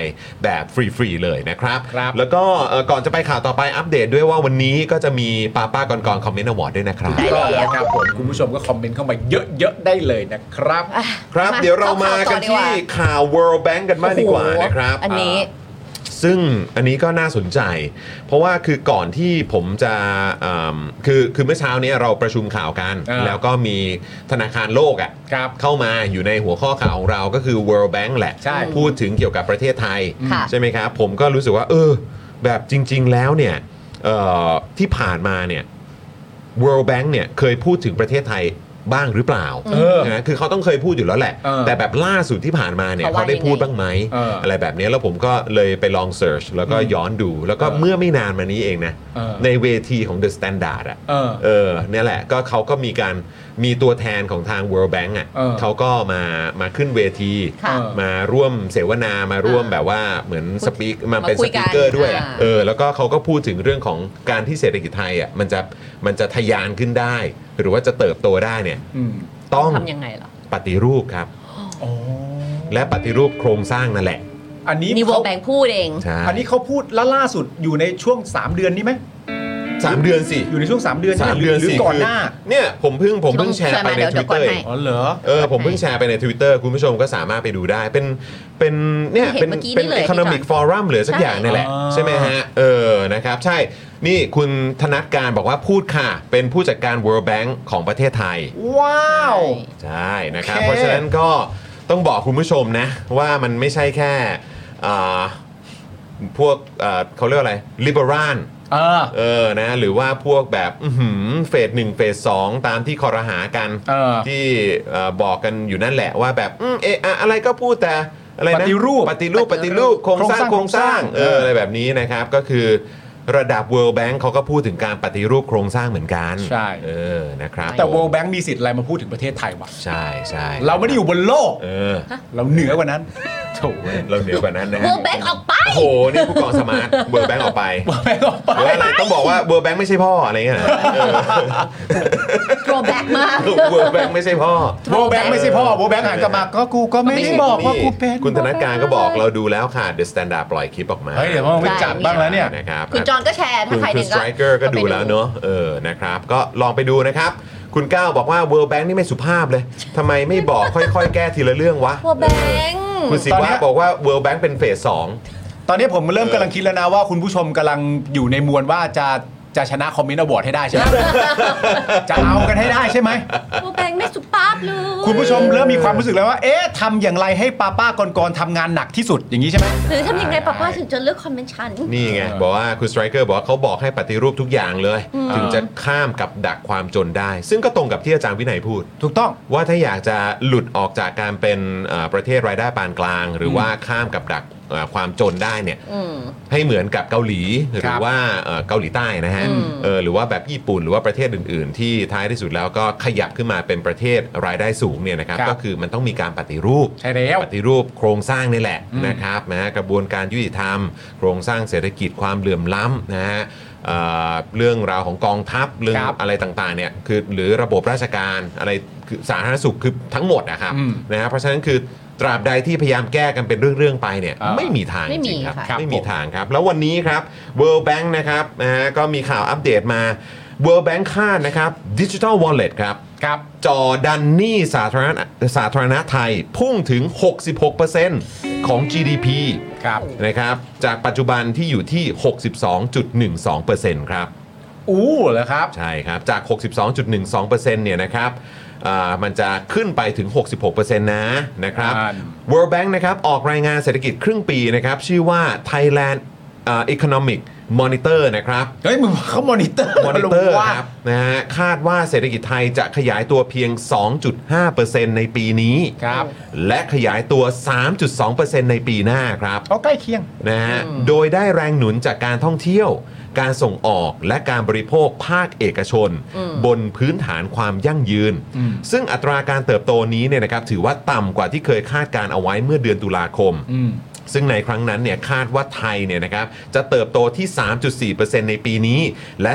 [SPEAKER 3] แบบฟรีๆเลยนะครับ
[SPEAKER 1] ครับ
[SPEAKER 3] แล้วก็เอ่อก่อนจะไปข่าวต่อไปอัปเดตด้วยว่าวันนี้ก็จะมีป้าป้าก่อนก่อนคอมเมนต์อวอร์ดด้วยนะครับ
[SPEAKER 1] ก็นะครับผมคุณผู้ชมก็คอมเมนต์เข้ามาเยอะๆได้เลยนะครับ
[SPEAKER 6] อ่ะ
[SPEAKER 3] ครับเดี๋ยวเรามากันที่ข่าว World Bank กันบ้างดีกว่า
[SPEAKER 1] โอ้โห
[SPEAKER 3] นะครับ
[SPEAKER 6] อันนี้
[SPEAKER 3] ซึ่งอันนี้ก็น่าสนใจ เพราะว่าคือก่อนที่ผมจะเอิ่มคือคือเมื่อเช้าเนี้เราประชุมข่าวกัน
[SPEAKER 1] อ่า
[SPEAKER 3] แล้วก็มีธนาคารโลกอะ
[SPEAKER 1] ครับ
[SPEAKER 3] เข้ามาอยู่ในหัวข้อข่าวของเราก็คือ World Bank แหละ
[SPEAKER 1] ใช่
[SPEAKER 3] พูดถึงเกี่ยวกับประเทศไทย
[SPEAKER 6] ค่ะ
[SPEAKER 3] ใช่ไหมครับ ผมก็รู้สึกว่า เออ แบบจริง ๆ แล้วเนี่ยเอ่อที่ผ่านมาเนี่ย World Bank เนี่ยเคยพูดถึงประเทศไทยบ้างหรือเปล่า
[SPEAKER 1] เออ
[SPEAKER 3] นะคือเขาต้องเคยพูดอยู่แล้วแหละ
[SPEAKER 1] เออ
[SPEAKER 3] แต่แบบล่าสุดที่ผ่านมาเนี่ย
[SPEAKER 6] เขาว่า
[SPEAKER 3] เขาได้พูด
[SPEAKER 6] ยังไง
[SPEAKER 3] บ้างไหม
[SPEAKER 1] เอออ
[SPEAKER 3] อะไรแบบเนี้ยแล้วผมก็เลยไปลองเสิร์ชแล้วก็
[SPEAKER 1] อืม
[SPEAKER 3] ย้อนดู แล้วก็
[SPEAKER 1] เออ
[SPEAKER 3] เมื่อไม่นานมานี้เองนะ
[SPEAKER 1] เออ
[SPEAKER 3] ในเวทีของ The Standard อะ
[SPEAKER 1] เออ
[SPEAKER 3] เออเนี่ยแหละก็เขาก็มีการมีตัวแทนของทาง World Bank อ่ะ
[SPEAKER 1] เออ
[SPEAKER 3] เขาก็มามาขึ้นเวที
[SPEAKER 6] ค่ะ
[SPEAKER 3] มาร่วมเสวนามาร่วม
[SPEAKER 6] อ่า
[SPEAKER 3] แบบว่าเหมือนสปีกมา
[SPEAKER 6] มา
[SPEAKER 3] เป็น
[SPEAKER 6] คุ
[SPEAKER 3] ส
[SPEAKER 6] ยกั
[SPEAKER 3] ปี
[SPEAKER 6] น
[SPEAKER 3] กเกอร์ด้วยอะ
[SPEAKER 6] อ่า
[SPEAKER 3] เออแล้วก็เขาก็พูดถึงเรื่องของการที่เศรษฐกิจไทยอ่ะมันจะมันจะทะยานขึ้นได้ หรือว่าจะเติบโตได้เนี่ย
[SPEAKER 1] อืม
[SPEAKER 3] ต้อง
[SPEAKER 6] ทำยังไงเหรอ
[SPEAKER 3] ปฏิรูปครับ
[SPEAKER 1] อ๋อ
[SPEAKER 3] และปฏิรูปโครงสร้างนั่นแหละ
[SPEAKER 1] อันนี้
[SPEAKER 6] นี่วอ
[SPEAKER 1] เขา
[SPEAKER 6] ลแบงค์พูดเอง
[SPEAKER 3] ใช่
[SPEAKER 1] อันนี้เขาพูดแล้วล่าสุดอยู่ในช่วง 3 เดือนนี่ไหม
[SPEAKER 3] สามเดือนสิ
[SPEAKER 1] อยู่ในช่วง 3 เดือน
[SPEAKER 3] สาม
[SPEAKER 1] ใช่ไห
[SPEAKER 3] เดือน
[SPEAKER 1] หรื
[SPEAKER 3] สิ
[SPEAKER 1] อก่อน
[SPEAKER 3] คื
[SPEAKER 1] หน้า
[SPEAKER 3] เนี่ยผมเพิ่งผมเพิ่ง
[SPEAKER 6] ต้อง
[SPEAKER 3] แชร์ไปใน
[SPEAKER 6] เดี๋ยว
[SPEAKER 3] ท
[SPEAKER 6] เดี๋
[SPEAKER 3] วิ
[SPEAKER 6] ย
[SPEAKER 3] ต
[SPEAKER 6] ว
[SPEAKER 3] เตอน
[SPEAKER 6] ก่อ
[SPEAKER 3] ร์
[SPEAKER 6] ให้
[SPEAKER 1] อ๋อเหรอ
[SPEAKER 3] เออ
[SPEAKER 6] แบบไหน
[SPEAKER 3] ผมเพิ่งแชร์ไปใน Twitter คุณผู้ชมก็สามารถไปดูได้ เป็นเป็นเนี่ย
[SPEAKER 6] เห็น
[SPEAKER 3] เป็น
[SPEAKER 6] เมื่อกี้
[SPEAKER 3] เป็น
[SPEAKER 6] นี่เลย
[SPEAKER 3] economic
[SPEAKER 6] พี่จอน
[SPEAKER 3] forum หรือสัก
[SPEAKER 6] ใช่
[SPEAKER 3] อย่างนี่แหละ
[SPEAKER 1] อ๋อ
[SPEAKER 3] ใช่ไหมฮะ เออนะครับ ใช่นี่คุณธนัทการบอกว่าพูดค่ะ เป็นผู้จัดการ World Bank ของประเทศไทย
[SPEAKER 1] ว้าว
[SPEAKER 3] ใช่นะครับ
[SPEAKER 1] โอเค
[SPEAKER 3] เพราะฉะนั้นก็ต้องบอกคุณผู้ชมนะ ว่ามันไม่ใช่แค่อ่าพวกอ่าเขาเรียกว่าอะไร liberal
[SPEAKER 1] เออ
[SPEAKER 3] เออนะหรือว่าพวกแบบอื้อหือเฟสหนึ่งเฟสสองตามที่คอรหากัน
[SPEAKER 1] เออ
[SPEAKER 3] ที่เอ่อบอกกันอยู่นั่นแหละว่าแบบอืมเอะอะอะไรก็พูดแต่อะไรนะ
[SPEAKER 1] ปฏิรูป
[SPEAKER 3] ปฏิรูปปฏิรูปโครงสร้าง
[SPEAKER 1] โค
[SPEAKER 3] โค
[SPEAKER 1] ร
[SPEAKER 3] รง ง
[SPEAKER 1] ส
[SPEAKER 3] ส
[SPEAKER 1] ร้า
[SPEAKER 3] ร้าง ง
[SPEAKER 1] โครงสร้าง
[SPEAKER 3] เอออะไรแบบนี้นะครับก็คือระดับ World Bank เขาก็พูดถึงการปฏิรูปโครงสร้างเหมือนกัน
[SPEAKER 1] ใช่
[SPEAKER 3] เออนะครับ
[SPEAKER 1] แต่ World Bank มีสิทธิ์อะไรมาพูดถึงประเทศไทยวะ
[SPEAKER 3] ใช่ใช่
[SPEAKER 1] เราไม่ได้อยู่บนโลก
[SPEAKER 3] เออ
[SPEAKER 1] เราเหนือกว่านั้น
[SPEAKER 3] โถูกเราเหนือกว่านั้นนะ
[SPEAKER 6] ว
[SPEAKER 3] ฮะ
[SPEAKER 6] อลแบงค์ออกไป
[SPEAKER 3] โอ้โหนี่ผู้กองสมาร์ท World Bank อ อกไป
[SPEAKER 1] World Bank ออกไป
[SPEAKER 3] หรือว่าอะไรต้องบอกว่า World Bank ไม่ใช่พ่ออะไรเงี้ยนะเออ
[SPEAKER 6] Throwback มาก
[SPEAKER 3] World Bank ไม่ใช่พ่อ
[SPEAKER 1] World Bank ไม่ใช่พ่อ World Bank หันกลับมาก็กูก็ไม่ได้บอกว่ากูเป็น
[SPEAKER 3] คุณธนการก็บอกเราดูแล้วค่ะ The Standard ปล่อยคลิปออกมา
[SPEAKER 1] เฮ้ยเดี๋ยวมันไม่จัดบ้างแล้วเนี่ย
[SPEAKER 3] นะครับ
[SPEAKER 6] คุณจอนก็แชร์
[SPEAKER 3] คุ
[SPEAKER 6] ถ้า
[SPEAKER 3] ณ
[SPEAKER 6] ใคร
[SPEAKER 3] คุณ
[SPEAKER 6] หนึ่ง
[SPEAKER 3] ส
[SPEAKER 6] ก็
[SPEAKER 3] ไตรเกอร์ก็ดูแล้วเนอะเออนะครับ ก็ลองไปดูนะครับ คุณก้าวบอกว่า World Bank นี่ไม่สุภาพเลยทำไมไม่บอกค่อยๆ แก้ทีละเรื่องวะ
[SPEAKER 6] วอลแบ งค์
[SPEAKER 3] คุณสิ
[SPEAKER 1] ตอนเนี้
[SPEAKER 3] วะ
[SPEAKER 1] ย
[SPEAKER 3] บอกว่า World Bank เป็นเฟสสอง
[SPEAKER 1] ตอนนี้ผมเริ่มกำลังคิดแล้วนะว่าคุณผู้ชมกำลังอยู่ในมวลว่า จะจะชนะคอมเมนต์อวอร์ดให้ได้ใช่ไหม จะเอากันให้ได้ใช่ไหม
[SPEAKER 6] วอลแบงค์ ไม่สุภาพเลย
[SPEAKER 1] คุณผู้ชมเริ่มมีความรู้สึกแล้วว่า เอ๊ะทำอย่างไรให้ป้าป้ากรกรทำงานหนักที่สุดอย่างนี้ใช่ไหม
[SPEAKER 6] หรือทำยังไงป้าป้าถึงจะเลือกคอมเมนต์ฉัน
[SPEAKER 3] นี่ไง บอกว่าคุณสไตรเกอร์บอกว่าเขาบอกให้ปฏิรูปทุกอย่างเลย ถึงจะข้ามกับดักความจนได้ ซึ่งก็ตรงกับที่อาจารย์วินัยพูด
[SPEAKER 1] ถูกต้อง
[SPEAKER 3] ว่าถ้าอยากจะหลุดออกจากการเป็นเอ่อประเทศรายได้ปานกลาง หรือว่าข้ามกับดักเอ่อความจนได้เนี่ย
[SPEAKER 6] อืม
[SPEAKER 3] ให้เหมือนกับเกาหลีห
[SPEAKER 1] ค
[SPEAKER 3] รื
[SPEAKER 1] รั
[SPEAKER 3] อบ ว่าเอ่อเกาหลีใต้นะฮะ
[SPEAKER 6] อืม
[SPEAKER 3] เออหรือว่าแบบญี่ปุ่นหรือว่าประเทศอื่น ๆ ที่ท้ายที่สุดแล้วก็ขยับขึ้นมาเป็นประเทศรายได้สูงเนี่ยนะครับ
[SPEAKER 1] ครับ
[SPEAKER 3] ก็คือมันต้องมีการปฏิรูป
[SPEAKER 1] ใช่แล้ว
[SPEAKER 3] ปฏิรูปโครงสร้างนี่แหละ
[SPEAKER 1] อืม
[SPEAKER 3] นะครับนะฮะกระบวนการยุติธรรม โครงสร้างเศรษฐกิจความเหลื่อมล้ำนะฮะเอ่อเรื่องราวของกองทัพเรื่อง
[SPEAKER 1] ครับ
[SPEAKER 3] อะไรต่างๆเนี่ยคือหรือระบบราชการอะไรคือสาธารณสุขคือทั้งหมดนะครับ
[SPEAKER 1] อืม
[SPEAKER 3] นะฮะเพราะฉะนั้นคือตราบใดที่พยายามแก้กันเป็นเรื่อง ๆ ไปเนี่ย
[SPEAKER 1] อ่า
[SPEAKER 3] ไม่มีทางจ
[SPEAKER 6] ไม่มี
[SPEAKER 3] ริงๆครับ
[SPEAKER 6] ค่ะ
[SPEAKER 1] ครับ
[SPEAKER 3] ไม่มี
[SPEAKER 1] ผม
[SPEAKER 3] ทางครับ แล้ววันนี้ครับ World Bank นะครับนะฮะก็มีข่าวอัปเดตมา World Bank คาดนะครับดิจิ t a ลวอลเล็ตครับ
[SPEAKER 1] ครับ
[SPEAKER 3] จอดันหนี่สาธารณะสาธารณะไทยพุ่งถึง 66%ของ GDP
[SPEAKER 1] ครับ
[SPEAKER 3] นะครับ จากปัจจุบันที่อยู่ที่ 62.12%ครับ
[SPEAKER 1] อู้เหรอครับ
[SPEAKER 3] ใช่ครับ จาก 62.12%เนี่ยนะครับอ่ามันจะขึ้นไปถึง 66%นะนะครับ
[SPEAKER 1] อ่า
[SPEAKER 3] World Bank นะครับ ออกรายงานเศรษฐกิจครึ่งปีนะครับ ชื่อว่า Thailand อ่า Economic Monitor นะครับ
[SPEAKER 1] เฮ้ยมึง เขามอนิเตอร์
[SPEAKER 3] มอนิเตอร์
[SPEAKER 1] ว่า
[SPEAKER 3] ครับนะฮะคาดว่าเศรษฐกิจไทยจะขยายตัวเพียง 2.5%ในปีนี้
[SPEAKER 1] ครับ
[SPEAKER 3] และขยายตัว 3.2%ในปีหน้าครับ
[SPEAKER 1] เขาใกล้เคียง
[SPEAKER 3] นะฮะโดยได้แรงหนุนจากการท่องเที่ยว การส่งออกและการบริโภคภาคเอกชน บนพื้นฐานความยั่งยืน
[SPEAKER 1] อืม
[SPEAKER 3] ซึ่งอัตราการเติบโตนี้เนี่ยนะครับถือว่าต่ำกว่าที่เคยคาดการเอาไว้เมื่อเดือนตุลาคม
[SPEAKER 1] อืม
[SPEAKER 3] ซึ่งในครั้งนั้นเนี่ยคาดว่าไทยเนี่ยนะครับจะเติบโตที่ 3.4%ในปีนี้ และ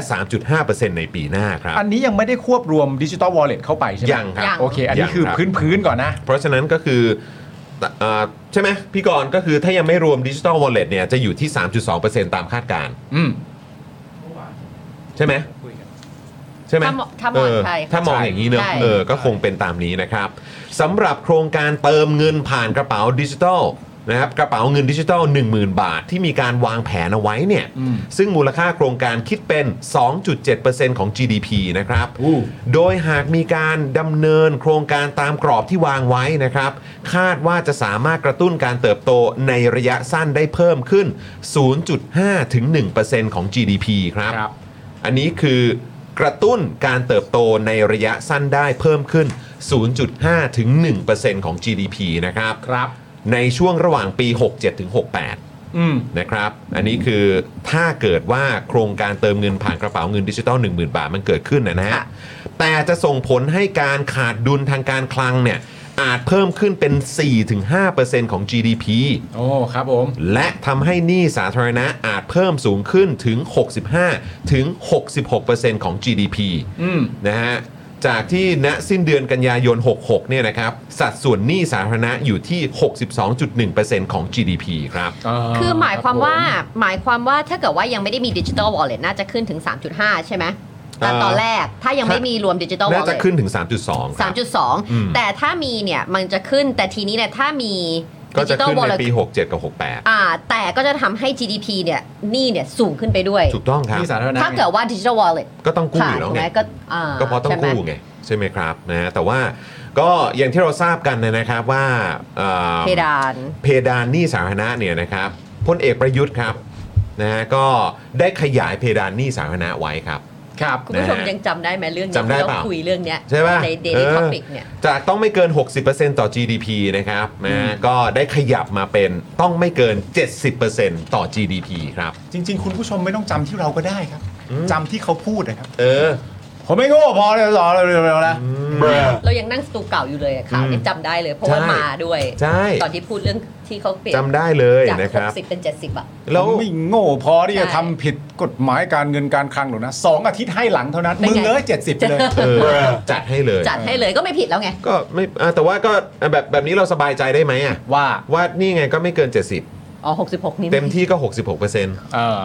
[SPEAKER 3] 3.5%ในปีหน้าครับ
[SPEAKER 1] อันนี้ยังไม่ได้ควบรวมดิจิตอลวอลเล็ตเข้าไปใช่ไหม
[SPEAKER 3] ยังครับ
[SPEAKER 6] ยัง
[SPEAKER 1] โอเค อันนี้คือ
[SPEAKER 3] ยังครับ
[SPEAKER 1] พื้นพื้นๆก่อนนะ
[SPEAKER 3] เพราะฉะนั้นก็คือเอ่อใช่ไหมพี่กรณ์ก็คือถ้ายังไม่รวมดิจิ t a ลวอลเล็ตเนี่ยจะอยู่ที่ 3.2%ตามคาดการณ์
[SPEAKER 1] อืม
[SPEAKER 3] ใช่ไหมใช่ไหม
[SPEAKER 6] ถ้ามองถ้ามอง
[SPEAKER 3] เ
[SPEAKER 6] ใช่
[SPEAKER 3] ถ้ามองอย่างนี้เนอะ
[SPEAKER 6] ใช่
[SPEAKER 3] เออก็คงเป็นตามนี้นะครับสำหรับโครงการเติมเงินผ่านกระเป๋าดิจิทัลนะครับกระเป๋าเงินดิจิทัล10,000 บาท ที่มีการวางแผนเอาไว้เนี่ย
[SPEAKER 1] อืม
[SPEAKER 3] ซึ่งมูลค่าโครงการคิดเป็น 2.7%ของ GDP นะครับ
[SPEAKER 1] อู้
[SPEAKER 3] โดยหากมีการดำเนินโครงการตามกรอบที่วางไว้นะครับ คาดว่าจะสามารถกระตุ้นการเติบโตในระยะสั้นได้เพิ่มขึ้น 0.5ถึง1%ของ GDP ครับ
[SPEAKER 1] ครับ
[SPEAKER 3] อันนี้คือกระตุ้นการเติบโตในระยะสั้นได้เพิ่มขึ้น 0.5ถึง1%ของ GDP นะครับ
[SPEAKER 1] ครับ
[SPEAKER 3] ในช่วงระหว่างปี 67ถึง68
[SPEAKER 1] อืม
[SPEAKER 3] นะครับ อันนี้คือถ้าเกิดว่าโครงการเติมเงินผ่านกระเป๋าเงินดิจิตอล10,000 บาทมันเกิดขึ้นนะนะฮะ แต่จะส่งผลให้การขาดดุลทางการคลังเนี่ยอาจเพิ่มขึ้นเป็น 4-5%ของ GDP
[SPEAKER 1] โอ้ครับผม
[SPEAKER 3] และทำให้หนี้สาธารณะอาจเพิ่มสูงขึ้นถึง 65ถึง66%ของ GDP
[SPEAKER 1] อืม
[SPEAKER 3] นะฮะ จากที่ณสิ้นเดือนกันยายน 66 เนี่ยนะครับ สัดส่วนหนี้สาธารณะอยู่ที่ 62.1%ของ GDP ครับ
[SPEAKER 6] คือหมายความว่าหมายความว่าถ้าเกิดว่ายังไม่ได้มีดิจิตอลวอลเล็ตน่าจะขึ้นถึง 3.5 ใช่ไหมตามตอนแรกถ้ายังไม่มีรวมดิจิตอลวอ
[SPEAKER 3] น่า
[SPEAKER 6] ล
[SPEAKER 3] จะ
[SPEAKER 6] เล็ต
[SPEAKER 3] ขึ้นถึง 3.2 ครับ อืม
[SPEAKER 6] 3.2 แต่ถ้ามีเนี่ยมันจะขึ้นแต่ทีนี้เนี่ยถ้ามี
[SPEAKER 3] ก็จะ
[SPEAKER 6] Digital
[SPEAKER 3] ขึ้นใน
[SPEAKER 6] Wallet
[SPEAKER 3] ปี 67 กับ 68
[SPEAKER 6] อ่า แต่ก็จะทำให้ GDP เนี่ยหนี่เนี่ยสูงขึ้นไปด้วย
[SPEAKER 3] ถูกต้องครับ
[SPEAKER 1] ที่สาธารณะ
[SPEAKER 6] ถ้าเกิดว่าดิจิตอลวอลเล็ต
[SPEAKER 3] ก็ต้องกู้อ
[SPEAKER 6] ขาด
[SPEAKER 3] ยู่แล้ว
[SPEAKER 6] ถูกไห
[SPEAKER 3] ไง
[SPEAKER 6] มก็อ่า
[SPEAKER 3] ก็เพราะต้อง
[SPEAKER 6] ใช่ไหม
[SPEAKER 3] กู้ไง ใช่ไหมครับนะฮะแต่ว่าก็อย่างที่เราทราบกันนะครับว่าเอ่อ
[SPEAKER 6] เพดาน
[SPEAKER 3] เพดานหนี้สาธารณะเนี่ยนะครับพลเอกประยุทธ์ครับนะฮะก็ได้ขยายเพดานหนี้สาธารณะไว้ครับ
[SPEAKER 1] ครับ
[SPEAKER 6] คุณผู้ชม
[SPEAKER 3] นะฮะ
[SPEAKER 6] ยังจำได้ไหมเรื่องนี้
[SPEAKER 3] จำได้
[SPEAKER 6] ที่เรา
[SPEAKER 3] เปล่า
[SPEAKER 6] คุยเรื่องเนี้ย
[SPEAKER 3] ใช่ป่ะ
[SPEAKER 6] ใน
[SPEAKER 3] เอ
[SPEAKER 6] Daily
[SPEAKER 3] อ
[SPEAKER 6] Topic เนี่ย
[SPEAKER 3] จากต้องไม่เกิน 60%ต่อ GDP นะครับนะฮะก็ได้ขยับมาเป็นต้องไม่เกิน 70%ต่อ GDP ครับ
[SPEAKER 1] จริง ๆ คุณผู้ชมไม่ต้องจำที่เราก็ได้ครับ
[SPEAKER 3] อืม
[SPEAKER 1] จำที่เขาพูดนะครับ
[SPEAKER 3] เออ
[SPEAKER 1] ผมไม่โง่พอเลยหรอเร็วๆนะ
[SPEAKER 6] เรายังนั่งสตูเก่าอยู่เลยอะข่าวนี้จำได้เลย เพราะว่า
[SPEAKER 3] ใช่
[SPEAKER 6] มาด้วย
[SPEAKER 3] ใช่
[SPEAKER 6] ตอนที่พูดเรื่องที่เขาเปลี่ยน
[SPEAKER 3] จำได้เลย
[SPEAKER 6] จาก
[SPEAKER 3] นะครับ
[SPEAKER 6] 60 เป็น 70 อ่ะ
[SPEAKER 3] แล้
[SPEAKER 1] เรา
[SPEAKER 3] ว
[SPEAKER 1] ไม่โง่พอที่จะ
[SPEAKER 6] ใช่
[SPEAKER 1] ทำผิดกฎหมายการเงินการคลังหรอกนะสองอาทิตย์ให้หลังเท่านั้น
[SPEAKER 6] เป็นไง
[SPEAKER 1] มึงเลยเจ็ดสิบเลย
[SPEAKER 3] เออ จัดให้เลย
[SPEAKER 6] จัดให้เลยก็ไม่ผิดแล้วไง
[SPEAKER 3] ก็ไม่อ่ะแต่ว่าก็แบบแบบนี้เราสบายใจได้ไหมอ่ะ
[SPEAKER 1] ว่า
[SPEAKER 3] ว่านี่ไงก็ไม่เกิน
[SPEAKER 6] อ๋อ 66 นี่
[SPEAKER 3] 70 เต็มที่ก็ 66%
[SPEAKER 1] เออ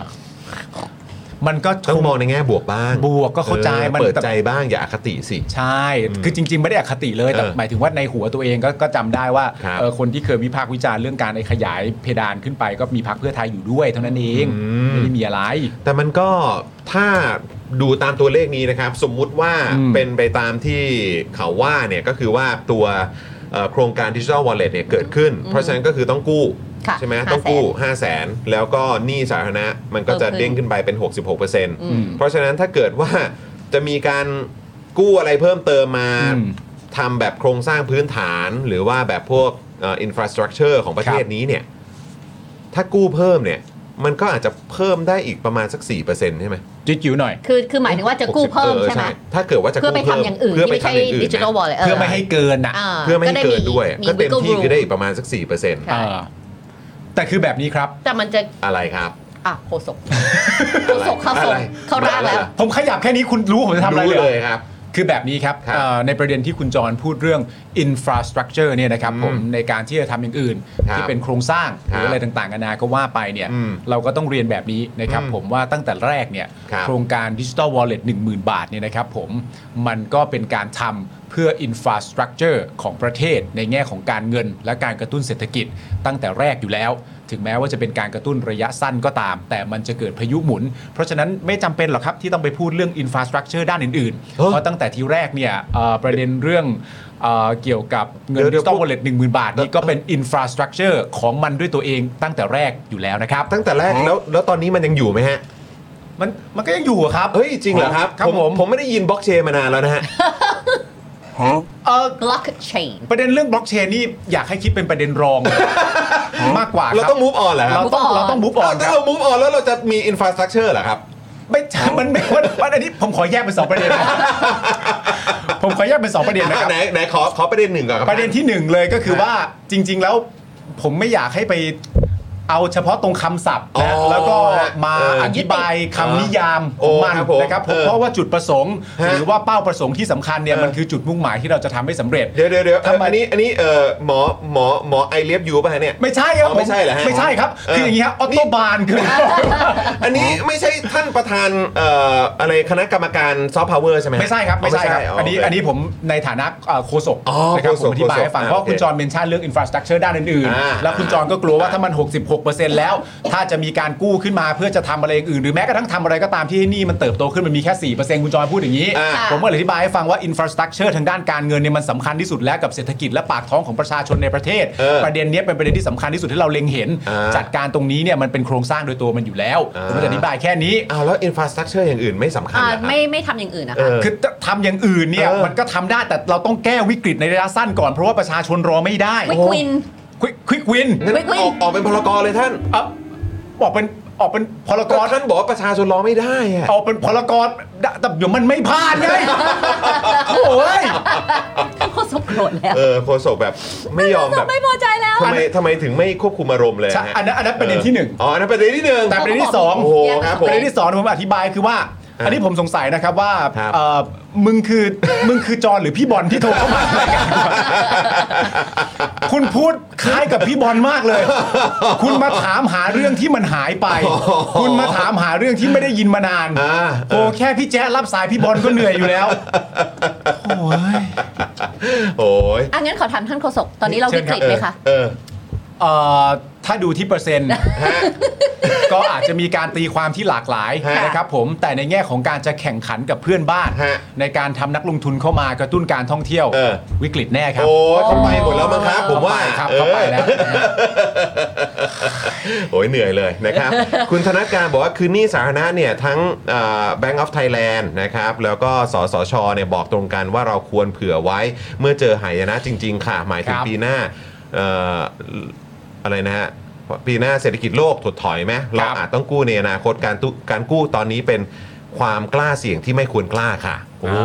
[SPEAKER 1] มันก็ค
[SPEAKER 3] ต้องมองในแง่บวกบ้าง
[SPEAKER 1] บวกก็เข้าใจ
[SPEAKER 3] ออ
[SPEAKER 1] มัน
[SPEAKER 3] เปิด
[SPEAKER 1] แต่
[SPEAKER 3] ใจบ้างอย่าอคติสิ
[SPEAKER 1] ใช่ คือจริง ๆ ไม่ได้อคติเลย แต่
[SPEAKER 3] เออ
[SPEAKER 1] หมายถึงว่าในหัวตัวเองก็ก็จำได้ว่า
[SPEAKER 3] ครับ
[SPEAKER 1] เออคนที่เคยวิพากษ์วิจารณ์เรื่องการขยายเพดานขึ้นไป ก็มีพรรคเพื่อไทยอยู่ด้วยเท่านั้นเอง
[SPEAKER 3] อืม
[SPEAKER 1] ไม่ได้มีอะไร
[SPEAKER 3] แต่มันก็ถ้า ดูตามตัวเลขนี้นะครับ สมมุติว่า
[SPEAKER 1] อืม
[SPEAKER 3] เป็นไปตามที่เขาว่าเนี่ยก็คือว่าตัวเอ่อโครงการดิจิ t a ลวอลเล็ตเนี่ยเกิดขึ้น เพราะฉะนั้นก็คือต้องกู้
[SPEAKER 6] ค่ะ
[SPEAKER 3] ใช่ไหม
[SPEAKER 6] 500,000
[SPEAKER 3] ต้องกู้ 5 0 0แสนแล้วก็หนี้สาธารณะมันก็จะเด้
[SPEAKER 6] เพิ่มขึ้น
[SPEAKER 3] งขึ้นไปเป็น 66%เ
[SPEAKER 6] อืม
[SPEAKER 3] พราะฉะนั้นถ้าเกิดว่าจะมีการกู้อะไรเพิ่มเติมมา
[SPEAKER 1] อืม
[SPEAKER 3] ทำแบบโครงสร้างพื้นฐานหรือว่าแบบพวกอินฟราสตรักเจอร์ของประเทศนี้เนี่ย ถ้ากู้เพิ่มเนี่ย มันก็อาจจะเพิ่มได้อีกประมาณสัก 4%ใช่ไหม
[SPEAKER 1] จิ๋วๆหน่อย
[SPEAKER 6] คือคือหมายถึงว่าจะกู้เพิ่ม
[SPEAKER 3] ออ
[SPEAKER 6] ใช่ไหม
[SPEAKER 3] ถ้าเกิดว่าจะ
[SPEAKER 6] เพื่อ
[SPEAKER 3] กู้
[SPEAKER 6] ไป
[SPEAKER 3] เพิ่ม
[SPEAKER 6] ทำอย่างอื่น
[SPEAKER 3] เพื่อ
[SPEAKER 6] ที่
[SPEAKER 3] ไป
[SPEAKER 6] ไม่ใช่
[SPEAKER 3] ทำอย่างอื่น
[SPEAKER 6] ดิจิทัล
[SPEAKER 3] นะ
[SPEAKER 6] วอลเล็ต
[SPEAKER 1] เพื่อไม่ให้เกินอ่ะ
[SPEAKER 6] า
[SPEAKER 3] เพื่อไม่ให้เกินด้วย ก็เต็มที่คือได้อีกประมาณสัก 4%
[SPEAKER 6] ใช่
[SPEAKER 1] อ่า แต่คือแบบนี้ครับ
[SPEAKER 6] แต่มันจะ
[SPEAKER 3] อะไรครับ
[SPEAKER 6] อ่ะโคศกโคศกเข้าส่ง
[SPEAKER 3] อะไร
[SPEAKER 6] เข้าร่างแล้ว
[SPEAKER 1] ผมขยับแค่นี้คุณรู้ผมจะทำอะไร
[SPEAKER 3] รู้
[SPEAKER 1] เลยเหร
[SPEAKER 3] เล
[SPEAKER 1] อ
[SPEAKER 3] ยครับ
[SPEAKER 1] คือแบบนี้ครับ
[SPEAKER 3] ครับ
[SPEAKER 1] เอ่อในประเด็นที่คุณจรพูดเรื่อง infrastructure เนี่ยนะครับผม
[SPEAKER 3] อืม
[SPEAKER 1] ในการที่จะทำอย่างอื่น
[SPEAKER 3] ครับ
[SPEAKER 1] ที่เป็นโครงสร้างห
[SPEAKER 3] ครั
[SPEAKER 1] รื
[SPEAKER 3] บ
[SPEAKER 1] ออะไรต่างๆนานาก็ว่าไปเนี่ย
[SPEAKER 3] อืม
[SPEAKER 1] เราก็ต้องเรียนแบบนี้นะครับ
[SPEAKER 3] อืม
[SPEAKER 1] ผมว่าตั้งแต่แรกเนี่ย
[SPEAKER 3] ครับ
[SPEAKER 1] โครงการดิจิ t a ลวอลเล็ต1 0,000 บาทเนี่ยนะครับผมมันก็เป็นการทำเพื่อ infrastructure ของประเทศในแง่ของการเงิน และการกระตุ้นเศรษฐกิจตั้งแต่แรกอยู่แล้ว ถึงแม้ว่าจะเป็นการกระตุ้นระยะสั้นก็ตาม แต่มันจะเกิดพายุหมุน เพราะฉะนั้นไม่จำเป็นหรอกครับที่ต้องไปพูดเรื่อง infrastructure ด้านอื่นๆ
[SPEAKER 3] เฮ้ย
[SPEAKER 1] เพราะ ตั้งแต่ทีแรกเนี่ยเอ่อประเด็นเรื่องเอ่อเกี่ยวกับเงิน
[SPEAKER 3] เดี๋
[SPEAKER 1] ดิ
[SPEAKER 3] ยว
[SPEAKER 1] จิตอล
[SPEAKER 3] เดี๋ยว
[SPEAKER 1] วอลเล็ตหนึ่งหมื่นบาท
[SPEAKER 3] เดี๋
[SPEAKER 1] นี่
[SPEAKER 3] ยว
[SPEAKER 1] ก็เป็นอินฟราสตรักเจอร์ของมันด้วยตัวเองตั้งแต่แรกอยู่แล้วนะครับ
[SPEAKER 3] ตั้งแต่แรกแล้วแล้วตอนนี้มันยังอยู่ไหมฮะ
[SPEAKER 1] มันมันก็ยังอยู่อะครับ
[SPEAKER 3] เฮ้ยจริงเหรอครับ
[SPEAKER 1] ครับผม
[SPEAKER 3] ผมไม่ได้ยินบล็อกเชนมานานแล้วนะฮะ
[SPEAKER 1] เอ่อ
[SPEAKER 6] blockchain
[SPEAKER 1] ประเด็นเรื่องบล็อกเชนนี่อยากให้คิดเป็นประเด็นร อง มากกว่าคบ
[SPEAKER 3] เราต้อง move on เหรอครับ
[SPEAKER 1] เราต้อง
[SPEAKER 6] move on
[SPEAKER 1] เราต้องมูฟออนค
[SPEAKER 3] ถ้า
[SPEAKER 1] รับ
[SPEAKER 3] เรา move on แล้วเราจะมี infrastructure เหรอครับ
[SPEAKER 1] ไม่ใช่มันไม่ว่าอันนี้ผมขอแยกเป็นสองประเด็น นะ ผมขอแยกเป็นสองประเด็นนะครับ
[SPEAKER 3] ไหนไหนขอขอประเด็นหนึ่งก่อนครับ
[SPEAKER 1] ประเด็นที่หนึ่งเลยก็คือว่าจริง ๆ แล้วผมไม่อยากให้ไปเอาเฉพาะตรงคำศัพท์
[SPEAKER 3] อ๋
[SPEAKER 1] นะ
[SPEAKER 3] อ
[SPEAKER 1] แล้วก็มา
[SPEAKER 3] เออ
[SPEAKER 1] อธิบายคำนิยาม
[SPEAKER 3] โอ้
[SPEAKER 1] ของมัน
[SPEAKER 3] ครับผม
[SPEAKER 1] นะครับผม
[SPEAKER 3] เออ
[SPEAKER 1] เพราะว่าจุดประสงค์
[SPEAKER 3] ฮะ
[SPEAKER 1] หรือว่าเป้าประสงค์ที่สำคัญเนี่ย
[SPEAKER 3] เออ
[SPEAKER 1] มันคือจุดมุ่งหมายที่เราจะทำให้สำเร็จ
[SPEAKER 3] เดี๋ยวเดี๋ยวเดี๋ยวเอ่อ
[SPEAKER 1] ทำไม
[SPEAKER 3] อันนี้อันนี้เอ่อหมอหมอหมอไอเลียบยูป่ะฮะเนี่ย
[SPEAKER 1] ไม่ใช่ครับ
[SPEAKER 3] อ๋อไม่ใช่เหรอฮะ
[SPEAKER 1] ไม่ใช่ครับ
[SPEAKER 3] เออ
[SPEAKER 1] คืออย่างนี้ครับออโตบานคือ
[SPEAKER 3] อันนี้ไม่ใช่ท่านประธานเอ่ออะไรคณะกรรมการซอฟต์พาวเวอร์ใช่ไหมฮะ
[SPEAKER 1] ไม่ใช่ครับไม่ใช่ครับ
[SPEAKER 3] อ๋อ
[SPEAKER 1] อั
[SPEAKER 3] อั
[SPEAKER 1] นนี้อันนี้ผมในฐานะเอ่อโฆษก
[SPEAKER 3] อ๋อ
[SPEAKER 1] นะครับ
[SPEAKER 3] โฆ
[SPEAKER 1] ผ
[SPEAKER 3] ษก
[SPEAKER 1] มอธิบายให้ฟัง
[SPEAKER 3] โฆษก
[SPEAKER 1] เพราะ
[SPEAKER 3] โอเค
[SPEAKER 1] คุณจรเมนชั่นเรื่องอินฟราสตรักเจอร์ด้านอื่น
[SPEAKER 3] อ่า
[SPEAKER 1] ๆ แล้วคุณจรก็กลัวว่าถ้ามัน 66%แล้ว ถ้าจะมีการกู้ขึ้นมาเพื่อจะทำอะไรอย่างอื่น หรือแม้กระทั่งทำอะไรก็ตามที่ให้หนี่มันเติบโตขึ้นมันมีแค่ 4%คุณจรพูดอย่างนี้
[SPEAKER 3] อ่า
[SPEAKER 1] ผมก็เลยอธิบายให้ฟังว่าอินฟราสตรักเจอร์ทางด้านการเงินเนี่ยมันสำคัญที่สุดแล้วกับเศรษฐกิจและปากท้องของประชาชนในประเทศ
[SPEAKER 3] เออ
[SPEAKER 1] ประเด็นเนี้ยเป็นประเด็นที่สำคัญที่สุดที่เราเล็งเห็น
[SPEAKER 3] อ่า
[SPEAKER 1] จัดการตรงนี้เนี่ยมันเป็นโครงสร้างโดยตัวมันอยู่แล้ว
[SPEAKER 3] อ่า
[SPEAKER 1] ผมก็จะอธิบายแค่นี้
[SPEAKER 3] อ้าวแล้ว infrastructure อย่างอื่นไม่สำคัญ
[SPEAKER 6] อ่า
[SPEAKER 3] เหรอครับ
[SPEAKER 6] ไม่ไม่ทำอย่างอื่นนะ
[SPEAKER 3] เอ
[SPEAKER 6] คะ
[SPEAKER 3] อ
[SPEAKER 1] คือทำอย่างอื่นเนี่ย
[SPEAKER 3] เออ
[SPEAKER 1] มันก็ทำได้แต่เราต้องแก้วิกฤตในระยะสั้นก่อน เพราะว่าประชาชนรอไม่ได้
[SPEAKER 6] quick win
[SPEAKER 1] ควิกควิกวิน
[SPEAKER 3] งั้น
[SPEAKER 6] Quick win
[SPEAKER 3] ออกออกเป็นพลกรเลยท่าน
[SPEAKER 1] เอ่อออกเป็นออกเป็นพลก
[SPEAKER 3] ก็
[SPEAKER 1] ร
[SPEAKER 3] ท่านบอกว่าประชาชนรอไม่ได้อะ
[SPEAKER 1] ออกเป็นพลกรแต่เดี๋ยวมันไม่ผ่าน ไงโอ้ย
[SPEAKER 6] โคศกโกรธแล้ว
[SPEAKER 3] เออโฆษกแบบไม่ยอมแบบ
[SPEAKER 6] ไม่พอใจแล้ว
[SPEAKER 3] ทำไมทำไมถึงไม่ควบคุมอารมณ์เลยฮะ
[SPEAKER 1] ใช่อันนั้นอันนั้นประเด็นที่หนึ่ง
[SPEAKER 3] อ๋ออันนั้นประเด็นที่หนึ่ง
[SPEAKER 1] แต่ประเด็นที่สอง
[SPEAKER 3] โอ้โหครับผ
[SPEAKER 1] ป
[SPEAKER 3] ม
[SPEAKER 1] ระเด็นที่สองผมอธิบายคือว่า
[SPEAKER 3] ฮะ
[SPEAKER 1] อันนี้ผมสงสัยนะครับว่า
[SPEAKER 3] ครับ
[SPEAKER 1] เอ่อมึงคือ มึงคือจอนหรือพี่บอลที่โทรเข้ามาในรายการวะคุณพูดคล้ายกับพี่บอลมากเลย คุณมาถามหาเรื่องที่มันหายไป คุณมาถามหาเรื่องที่ไม่ได้ยินมานาน
[SPEAKER 3] อ่า
[SPEAKER 1] โอ้แค่พี่แจ๊ะรับสายพี่บอลก็เหนื่อยอยู่แล้วโอ้ย
[SPEAKER 3] โอ้ย
[SPEAKER 6] อ่ะงั้นขอถามท่านโฆษกตอนนี้เราวิกฤตไหมคะ
[SPEAKER 3] เออ
[SPEAKER 1] เอ่อถ้าดูที่เปอร์เซ็นต์ ก็อาจจะมีการตีความที่หลากหลาย
[SPEAKER 3] ฮะ
[SPEAKER 1] นะครับผมแต่ในแง่ของการจะแข่งขันกับเพื่อนบ้าน
[SPEAKER 3] ฮะ
[SPEAKER 1] ในการทำนักลงทุนเข้ามากระตุ้นการท่องเที่ยว
[SPEAKER 3] เออ
[SPEAKER 1] วิกฤตแน่ครับ
[SPEAKER 3] โอ้ยเขาไปหมดแล้วมั้งครับ ผมว่า
[SPEAKER 1] เอไปครับ
[SPEAKER 3] เอ
[SPEAKER 1] เข้าไป
[SPEAKER 3] อ
[SPEAKER 1] แล้วนะฮะ
[SPEAKER 3] โอ้ยเหนื่อยเลย นะครับ คุณธนการบอกว่าคือหนี้สาธารณะเนี่ยทั้งแบงก์ออฟไทยแลนด์นะครับแล้วก็สสชเนี่ยบอกตรงกันว่าเราควรเผื่อไว้ เมื่อเจอหายนะจริง ๆ ค่ะ หมายถึง
[SPEAKER 1] ครับ
[SPEAKER 3] ปีหน้าเอ่ออะไรนะฮะปีหน้าเศรษฐกิจโลกถดถอยไหมเราอาจต้องกู้ในอนาคตการตุการกู้ตอนนี้เป็นความกล้าเสี่ยงที่ไม่ควรกล้าค่ะ โอ้โ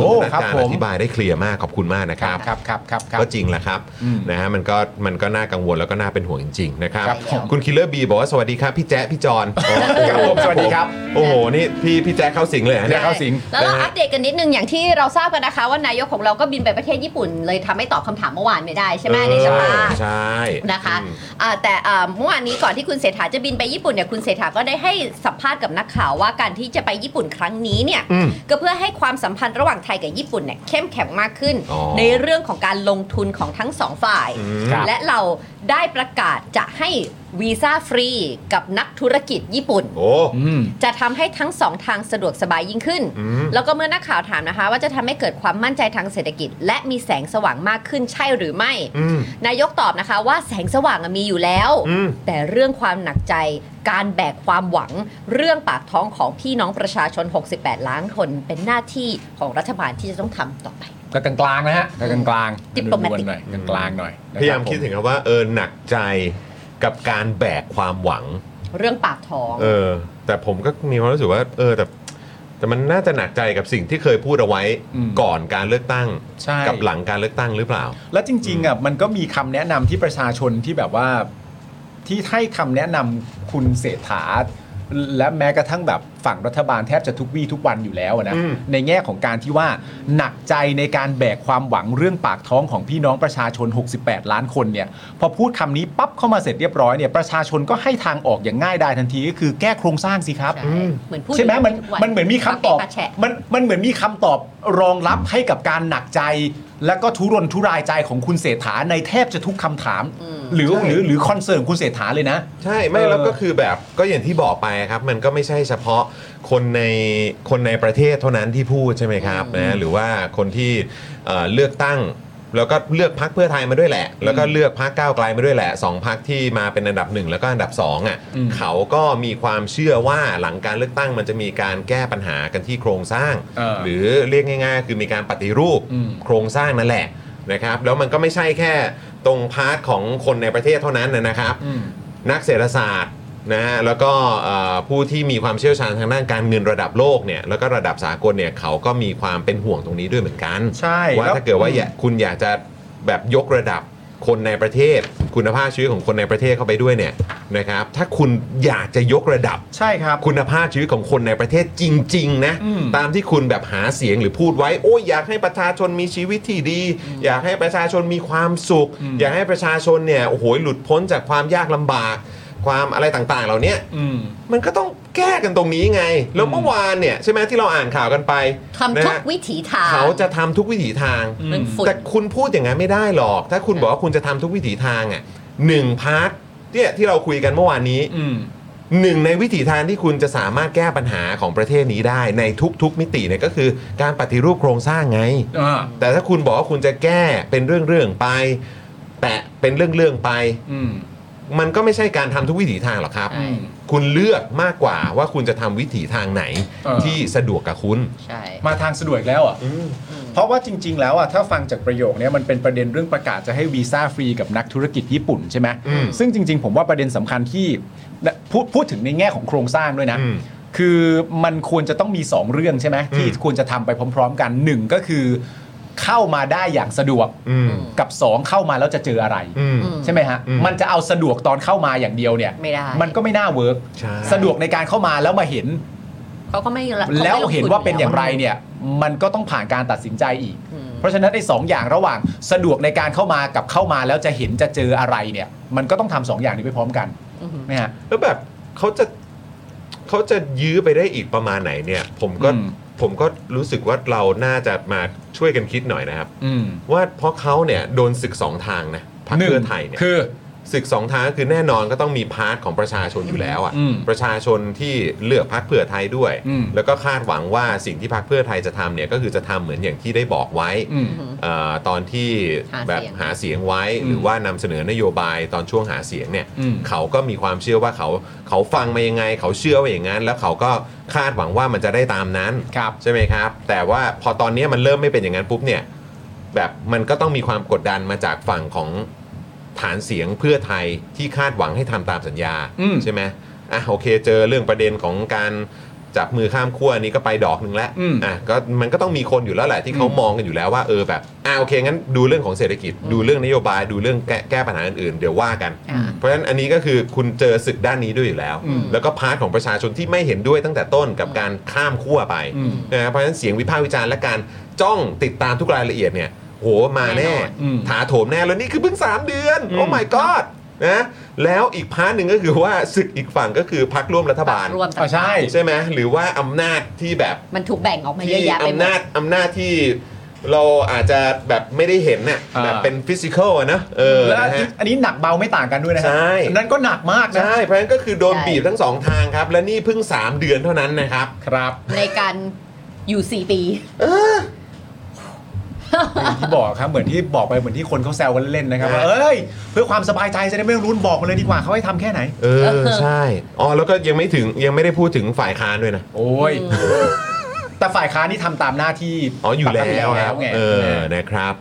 [SPEAKER 3] หคุณธนการอธิบายได้เคลียร์มากขอบคุณมากนะค
[SPEAKER 1] ค
[SPEAKER 3] รั
[SPEAKER 1] รับ บครับครับครับครับ
[SPEAKER 3] ก็จริงแหละครับ
[SPEAKER 1] อืม
[SPEAKER 3] นะฮะมันก็มันก็น่ากังวลแล้วก็น่าเป็นห่วงจริงๆนะครับ
[SPEAKER 1] ครับผม
[SPEAKER 3] คุณคิลเลอร์บีบอกว่าสวัสดีครับพี่แจ๊ะพี่จอน
[SPEAKER 1] ครับผมสวัสดีครับ
[SPEAKER 3] โอ้โหนี่พี่พี่แจ๊ะเข้าสิงเลยนะ
[SPEAKER 1] ดี๋
[SPEAKER 3] เนี่ย ย
[SPEAKER 1] วเข้าสิง
[SPEAKER 6] แล้วเรา
[SPEAKER 3] นะฮะ
[SPEAKER 6] อัปเดตกันนิดนึงอย่างที่เราทราบกันนะคะ ว่านายกของเราก็บินไปประเทศญี่ปุ่น เลยทำให้ตอบคำถามเมื่อวานไม่ได้ใช่ไหมในสภา
[SPEAKER 3] เออใช่
[SPEAKER 6] นะคะ
[SPEAKER 3] อืม
[SPEAKER 6] อ่าแต่อ่าเมื่อวานนี้ก่อนที่คุณเศรษฐาจะบินไปญี่ปุ่นเนี่ยคุณเศรษฐาก็ได้ให้สัมภาษณ์กับนักข่าวว่าการที่จะไปญี่ปุ่นครั้งนี้เนี่ย
[SPEAKER 3] อืม
[SPEAKER 6] ก็เพื่อให้ความสัมพันธ์ระหว่างไทยกับญี่ปุ่นเนี่ยเข้มแข็งมากขึ้น
[SPEAKER 3] อ๋อ
[SPEAKER 6] ในเรื่องของการลงทุนของทั้งสองฝ่าย
[SPEAKER 3] อืม
[SPEAKER 1] ครับ
[SPEAKER 6] และเราได้ประกาศจะให้ วีซ่าฟรีกับนักธุรกิจญี่ปุ่น
[SPEAKER 3] โอ้
[SPEAKER 1] อืม
[SPEAKER 6] จะทำให้ทั้งสองทางสะดวกสบายยิ่งขึ้น
[SPEAKER 3] อืม
[SPEAKER 6] แล้วก็เมื่อนักข่าวถามนะคะ ว่าจะทำให้เกิดความมั่นใจทางเศรษฐกิจ และมีแสงสว่างมากขึ้นใช่หรือไม่
[SPEAKER 3] อืม
[SPEAKER 6] นายกตอบนะคะว่าแสงสว่างอะมีอยู่แล้ว
[SPEAKER 3] อืม
[SPEAKER 6] แต่เรื่องความหนักใจ การแบกความหวัง เรื่องปากท้องของพี่น้องประชาชน 68 ล้านคนเป็นหน้าที่ของรัฐบาลที่จะต้องทำต่อไป
[SPEAKER 1] ก็กลางๆนะฮะก็กลางๆ
[SPEAKER 6] Diplomatic
[SPEAKER 1] นวลๆหน่อยกลางๆหน่อยนะรับ
[SPEAKER 3] พยายามคิด
[SPEAKER 1] ผ
[SPEAKER 3] ถึงคำว่าเออหนักใจกับการแบกความหวัง
[SPEAKER 6] เรื่องปากท้อง
[SPEAKER 3] เออ แต่ผมก็มีความรู้สึกว่า เออแต่แต่มันน่าจะหนักใจกับสิ่งที่เคยพูดเอาไว้ก่อนการเลือกตั้ง
[SPEAKER 1] ใช่
[SPEAKER 3] กับหลังการเลือกตั้งหรือเปล่า
[SPEAKER 1] แล้วจริงๆอ่ะมันก็มีคำแนะนำที่ประชาชนที่แบบว่าที่ให้คำแนะนำคุณเศรษฐา และแม้กระทั่งแบบฝั่งรัฐบาลแทบจะทุกวี่ทุกวันอยู่แล้วอะนะ
[SPEAKER 3] อืม
[SPEAKER 1] ในแง่ของการที่ว่าหนักใจในการแบกความหวังเรื่องปากท้องของพี่น้องประชาชน 68 ล้านคนเนี่ยพอพูดคำนี้ปั๊บเข้ามาเสร็จเรียบร้อยเนี่ยประชาชนก็ให้ทางออกอย่างง่ายดายทันทีก็คือแก้โครงสร้างสิครับ
[SPEAKER 6] ใช่ เหมือนพูด
[SPEAKER 1] ใช่ไหมมัน
[SPEAKER 6] ทุกวั
[SPEAKER 1] มันเหมือนมีคำตอบ
[SPEAKER 6] ปากเปะปากแฉะ
[SPEAKER 1] มันมันเหมือนมีคำตอบรองรับให้กับการหนักใจ และก็ทุรนทุรายใจของคุณเศรษฐาในแทบจะทุกคำถาม
[SPEAKER 6] อืม
[SPEAKER 1] หรือ
[SPEAKER 3] ใช่
[SPEAKER 1] หรือหรือคอนเซิร์นคุณเศรษฐาเลยนะ
[SPEAKER 3] ใช่ไม่
[SPEAKER 1] เออ
[SPEAKER 3] แล้วก็คือแบบก็อย่างที่บอกไปครับ มันก็ไม่ใช่เฉพาะคนในคนในประเทศเท่านั้นที่พูดใช่ไหมครับนะหรือว่าคนที่เอ่อเลือกตั้ง แล้วก็เลือกพักเพื่อไทยมาด้วยแหละ แล้วก็เลือกพักก้าวไกลมาด้วยแหละสองพักที่มาเป็นอันดับหนึ่งแล้วก็อันดับสองอ่ะ
[SPEAKER 1] อืม
[SPEAKER 3] เขาก็มีความเชื่อว่าหลังการเลือกตั้งมันจะมีการแก้ปัญหากันที่โครงสร้าง
[SPEAKER 1] เออ
[SPEAKER 3] หรือเรียกง่ายๆ คือมีการปฏิรูป
[SPEAKER 1] อืม
[SPEAKER 3] โครงสร้างนั่นแหละนะครับ แล้วมันก็ไม่ใช่แค่ตรงพาร์ทของคนในประเทศเท่านั้นนะครับ นักเศรษฐศาสตร์นะฮะแล้วก็เอ่อผู้ที่มีความเชี่ยวชาญทางด้านการเงินระดับโลกเนี่ยแล้วก็ระดับสากลเนี่ยเขาก็มีความเป็นห่วงตรงนี้ด้วยเหมือนกัน
[SPEAKER 1] ใช่
[SPEAKER 3] ว่า
[SPEAKER 1] แล้ว
[SPEAKER 3] ถ้าเกิดว่า
[SPEAKER 1] อืม
[SPEAKER 3] อยากคุณอยากจะแบบยกระดับคนในประเทศ คุณภาพชีวิตของคนในประเทศเข้าไปด้วยเนี่ยนะครับถ้าคุณอยากจะยกระดับ
[SPEAKER 1] ใช่ครับ
[SPEAKER 3] คุณภาพชีวิตของคนในประเทศจริงๆนะ
[SPEAKER 1] อืม
[SPEAKER 3] ตามที่คุณแบบหาเสียงหรือพูดไว้โอ้ยอยากให้ประชาชนมีชีวิตที่ดี อยากให้ประชาชนมีความสุข อยากให้ประชาชนเนี่ยโอ้โหหลุดพ้นจากความยากลำบาก ความอะไรต่างๆ เหล่าเนี้ย
[SPEAKER 1] อืม
[SPEAKER 3] มันก็ต้องแก้กันตรงนี้ไง แล้วเมื่อวานเนี่ยใช่ไหมที่เราอ่านข่าวกันไป
[SPEAKER 6] ทำ
[SPEAKER 3] นะ
[SPEAKER 6] ทุก
[SPEAKER 3] ฮะ
[SPEAKER 6] วิถีทาง
[SPEAKER 3] เขาจะทำทุกวิถีทาง
[SPEAKER 1] อื
[SPEAKER 6] มันฝุ่น
[SPEAKER 3] แต่คุณพูดอย่างนั้นไม่ได้หรอก ถ้าคุณบอกว่าคุณจะทำทุกวิถีทางอ่ะหนึ่งพาร์ทเนี่ยที่เราคุยกันเมื่อวานนี้
[SPEAKER 1] อืม
[SPEAKER 3] หนึ่งในวิถีทางที่คุณจะสามารถแก้ปัญหาของประเทศนี้ได้ในทุกๆมิติเนี่ยก็คือการปฏิรูปโครงสร้างไง
[SPEAKER 1] อ่า
[SPEAKER 3] แต่ถ้าคุณบอกว่าคุณจะแก้เป็นเรื่องๆไป แตะเป็นเรื่องๆไป
[SPEAKER 1] อืม
[SPEAKER 3] มันก็ไม่ใช่การทำทุกวิถีทางหรอกครับ
[SPEAKER 6] ใช่
[SPEAKER 3] คุณเลือกมากกว่าว่าคุณจะทำวิถีทางไหน
[SPEAKER 1] เออ
[SPEAKER 3] ที่สะดวกกับคุณ
[SPEAKER 6] ใช่
[SPEAKER 1] มาทางสะดวกอีกแล้วอ่ะ
[SPEAKER 3] อืม
[SPEAKER 1] เพราะว่าจริง ๆ แล้วอ่ะถ้าฟังจากประโยคเนี้ยมันเป็นประเด็นเรื่องประกาศจะให้วีซ่าฟรีกับนักธุรกิจญี่ปุ่นใช่ไหม
[SPEAKER 3] อืม
[SPEAKER 1] ซึ่งจริง ๆ ผมว่าประเด็นสำคัญที่พูดพูดถึงในแง่ของโครงสร้างด้วยนะ
[SPEAKER 3] อืม
[SPEAKER 1] คือมันควรจะต้องมี 2 เรื่องใช่ไหมที่
[SPEAKER 3] อืม
[SPEAKER 1] ควรจะทำไปพร้อม ๆ กัน 1 ก็คือเข้ามาได้อย่างสะดวก
[SPEAKER 3] อืม
[SPEAKER 1] กับ 2 เข้ามาแล้วจะเจออะไร
[SPEAKER 3] อืม
[SPEAKER 6] อืม
[SPEAKER 1] ใช่ไหมฮะ
[SPEAKER 3] อืม
[SPEAKER 1] มันจะเอาสะดวกตอนเข้ามาอย่างเดียวเนี่ย
[SPEAKER 6] ไม่ได้
[SPEAKER 1] นก็ไม่น่าเวิร์ก
[SPEAKER 3] ใช่
[SPEAKER 1] สะดวกในการเข้ามาแล้วมาเห็น
[SPEAKER 6] เขาก็ไม่ละ
[SPEAKER 1] แล้ว
[SPEAKER 6] ขไม่ลงทุ
[SPEAKER 1] เห็นว่าเป็นอย่างไร
[SPEAKER 6] แล้ว
[SPEAKER 1] เนี่ยมันก็ต้องผ่านการตัดสินใจอีก
[SPEAKER 6] อืม
[SPEAKER 1] เพราะฉะนั้นไอ้สองอย่างระหว่างสะดวกในการเข้ามากับเข้ามาแล้วจะเห็นจะเจออะไรเนี่ย มันก็ต้องทำสองอย่างนี้ไปพร้อมกัน
[SPEAKER 6] อือหือ
[SPEAKER 1] นะฮะ
[SPEAKER 3] แล้วแบบเขาจะเขาจะยื้อไปได้อีกประมาณไหนเนี่ย ผมก็
[SPEAKER 1] อืม
[SPEAKER 3] ผมก็รู้สึกว่าเราน่าจะมาช่วยกันคิดหน่อยนะครับ
[SPEAKER 1] อืม
[SPEAKER 3] ว่าเพราะเขาเนี่ยโดนศึกสองทางนะพรรคเพื่อไทยเนี่ย
[SPEAKER 1] คือ
[SPEAKER 3] ศึกสองทางก็คือแน่นอนก็ต้องมีพาร์ทของประชาชนอยู่แล้ว
[SPEAKER 1] อืม
[SPEAKER 3] อะ่ะประชาชนที่เลือกพักเพื่อไทยด้วย
[SPEAKER 1] อืม
[SPEAKER 3] แล้วก็คาดหวังว่าสิ่งที่พักเพื่อไทยจะทำเนี่ยก็คือจะทำเหมือนอย่างที่ได้บอกไว้
[SPEAKER 1] อืม
[SPEAKER 3] เอ่อตอนที่แบบหาเสียงไว้ หรือว่านำเสนอนโยบายตอนช่วงหาเสียงเนี่ย
[SPEAKER 1] อืม
[SPEAKER 3] เขาก็มีความเชื่อว่าเขาเขาฟังมายังไง เขาเชื่อว่าอย่างนั้น แล้วเขาก็คาดหวังว่ามันจะได้ตามนั้น
[SPEAKER 1] ครับ
[SPEAKER 3] ใช่ไหมครับ แต่ว่าพอตอนนี้มันเริ่มไม่เป็นอย่างนั้นปุ๊บเนี่ยแบบมันก็ต้องมีความกดดันมาจากฝั่งของฐานเสียงเพื่อไทยที่คาดหวังให้ทำตามสัญญา
[SPEAKER 1] อืม
[SPEAKER 3] ใช่ไหมอ่ะโอเคเจอเรื่องประเด็นของการจับมือข้ามขั้วอันนี้ก็ไปดอกหนึ่งแล้ว
[SPEAKER 1] อืม
[SPEAKER 3] ะก็มันก็ต้องมีคนอยู่แล้วแหละที่เขา
[SPEAKER 1] อืม
[SPEAKER 3] มองกันอยู่แล้วว่าเออแบบอ่ะโอเคงั้นดูเรื่องของเศรษฐกิจ ดูเรื่องนโยบายดูเรื่องแก้แก้ปัญหาอื่นๆเดี๋ยวว่ากัน
[SPEAKER 6] อ่า
[SPEAKER 3] เพราะฉะนั้นอันนี้ก็คือคุณเจอศึกด้านนี้ด้วยอยู่แล้ว
[SPEAKER 1] อืม
[SPEAKER 3] แล้วก็พาร์ทของประชาชนที่ไม่เห็นด้วยตั้งแต่ต้นกับการข้ามขั้วไป
[SPEAKER 1] อืม
[SPEAKER 3] นะฮะเพราะฉะนั้นเสียงวิพากษ์วิจารณ์และการจ้องติดตามทุกรายละเอียดเนี่ยโหมา
[SPEAKER 6] แน่
[SPEAKER 3] แน่
[SPEAKER 6] นอน
[SPEAKER 1] อืม
[SPEAKER 3] ถาโถมแน่แล้วนี่คือเพิ่ง 3 เดือน
[SPEAKER 1] อืม
[SPEAKER 3] โอ้ my god นะแล้วอีกพาร์ทหนึ่งก็คือว่าศึกอีกฝั่งก็คือพักร่วมรัฐบาล
[SPEAKER 6] รวมต่างๆ
[SPEAKER 1] อ่าใช่
[SPEAKER 3] ใช่ไหมหรือว่าอำนาจที่แบบ
[SPEAKER 6] มันถูกแบ่งออกมาเย
[SPEAKER 3] ที่
[SPEAKER 6] อะแยะไปหม
[SPEAKER 3] อำนา
[SPEAKER 6] ด
[SPEAKER 3] จอำนาจที่ เราอาจจะแบบไม่ได้เห็นน่ะ
[SPEAKER 1] อ่า
[SPEAKER 3] แบบเป็นฟิสิกอลนะเออ
[SPEAKER 1] แล้ว
[SPEAKER 3] นะฮะ
[SPEAKER 1] อันนี้หนักเบาไม่ต่างกันด้วยนะฮะ
[SPEAKER 3] ใช่
[SPEAKER 1] อันนั้นก็หนักมากนะ
[SPEAKER 3] ใช่เพราะฉะนั้นก็คือโดน
[SPEAKER 6] ใช่
[SPEAKER 3] บีบทั้งสองทางครับ และนี่เพิ่ง 3 เดือนเท่านั้นนะครับ
[SPEAKER 1] ครับ
[SPEAKER 6] ในการอยู่ 4 ปี
[SPEAKER 1] อย่างที่บอกครับเหมือนที่บอกไปเหมือนที่คนเขาแซวกันเล่นนะครับ
[SPEAKER 3] ฮะ
[SPEAKER 1] ว่าเอ้ย เพื่อความสบายใจจะได้ไม่ต้องรุนบอกมาเลยดีกว่าเขาให้ทำแค่ไหน
[SPEAKER 3] เออ ใช่อ๋อแล้วก็ยังไม่ถึงยังไม่ได้พูดถึงฝ่ายค้านด้วยนะ
[SPEAKER 1] โอ้ย แต่ฝ่ายค้านนี่ทำตามหน้าที่
[SPEAKER 3] อ๋ออยู่
[SPEAKER 1] ป
[SPEAKER 3] แล้
[SPEAKER 1] กติ
[SPEAKER 3] วครับ
[SPEAKER 1] ไง
[SPEAKER 3] เออ
[SPEAKER 1] นะ
[SPEAKER 3] นะครับ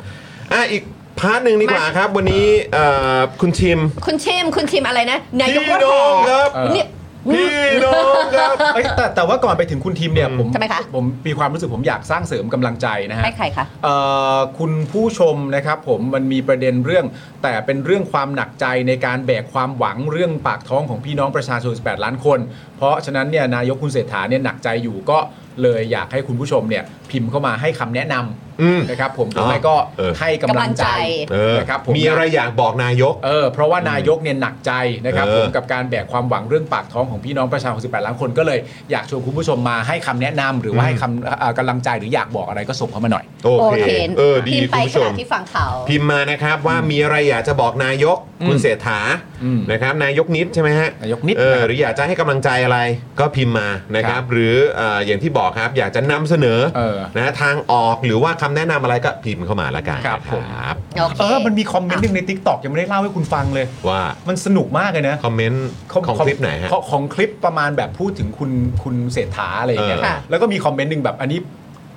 [SPEAKER 3] อ่ะอีกพาร์ทหนึ่งดีกว่าครับ วันนี้เอ่อคุณชิม
[SPEAKER 6] คุณชิมคุณชิมอะไรนะนาย
[SPEAKER 3] พี่
[SPEAKER 6] กรัฐมนต
[SPEAKER 3] โด
[SPEAKER 6] รี
[SPEAKER 3] งครับ
[SPEAKER 1] เออ
[SPEAKER 6] เนี่ย
[SPEAKER 3] พี่โดงครับ
[SPEAKER 1] เอ้ยแต่แต่ว่าก่อนไปถึงคุณทีมเนี่ยผม
[SPEAKER 6] ทำไมคะ
[SPEAKER 1] ผมมีความรู้สึกผมอยากสร้างเสริมกำลังใจนะฮะ
[SPEAKER 6] ให้ใครคะ
[SPEAKER 1] เอ่อคุณผู้ชมนะครับผมมันมีประเด็นเรื่อง แต่เป็นเรื่องความหนักใจในการแบกความหวังเรื่องปากท้องของพี่น้องประชาชน 18 ล้านคน เพราะฉะนั้นเนี่ยนายกคุณเศรษฐาเนี่ยหนักใจอยู่ก็เลยอยากให้คุณผู้ชมเนี่ยพิมพ์เข้ามาให้คำแนะน
[SPEAKER 3] อืม
[SPEAKER 1] ำนะครับผมหรือไม่ก็
[SPEAKER 3] เออ
[SPEAKER 1] ให้กำลังใจ
[SPEAKER 3] เออ
[SPEAKER 1] นะครับผม
[SPEAKER 3] มีอะไรอยากบอกนายก
[SPEAKER 1] เออเพราะว่านายกเนี่ยหนักใจนะครับ
[SPEAKER 3] เออ
[SPEAKER 1] ผมกับการแบกความหวังเรื่องปากท้องของพี่น้องประชาชน 18 ล้านคนก็เลยอยากชวนคุณผู้ชมมาให้คำแนะนำหรือว่าให้คำเอ่อกำลังใจหรืออยากบอกอะไรก็ส่งเข้ามาหน่อย
[SPEAKER 3] โอ
[SPEAKER 6] โอ
[SPEAKER 3] เค
[SPEAKER 6] เค
[SPEAKER 3] เออดี
[SPEAKER 6] พิมพ์
[SPEAKER 3] คุ
[SPEAKER 6] ไป
[SPEAKER 3] ณผู้
[SPEAKER 6] ข
[SPEAKER 3] ช
[SPEAKER 6] ณะ
[SPEAKER 3] ม
[SPEAKER 6] ที่ฟังเขา
[SPEAKER 3] พิมพ์มานะครับว่ามีอะไรอยากจะบอกนายก
[SPEAKER 1] อืม
[SPEAKER 3] คุณเศรษฐา
[SPEAKER 1] อืม
[SPEAKER 3] นะครับนายกนิดใช่ไหมฮะ
[SPEAKER 1] นายกนิด
[SPEAKER 3] เออ
[SPEAKER 1] นะครับ
[SPEAKER 3] หรืออยากจะให้กำลังใจอะไรก็พิมพ์มานะค
[SPEAKER 1] ครั
[SPEAKER 3] รับบ หรือเอ่ออย่างที่บอกครับอยากจะนำเสนอ
[SPEAKER 1] เออ
[SPEAKER 3] นะทางออกหรือว่าคำแนะนำอะไรก็พิมพ์เข้ามาละกัน
[SPEAKER 1] ครับ
[SPEAKER 3] นะ
[SPEAKER 1] ผม
[SPEAKER 3] ครับ
[SPEAKER 6] โอเค
[SPEAKER 1] เออ มันมีคอมเมนต์หนึ่งใน t ิ k t o k ยังไม่ได้เล่าให้คุณฟังเลย
[SPEAKER 3] ว่า
[SPEAKER 1] มันสนุกมากเลยนะ
[SPEAKER 3] คอมเมนต์ของคลิปไหนฮะ
[SPEAKER 1] ขอของคลิปประมาณแบบพูดถึงคุณคุณเศรษฐาอะไรอย่างเงี้ย
[SPEAKER 3] เออค่ะ
[SPEAKER 1] แล้วก็มีคอมเมนต์หนึ่งแบบอันนี้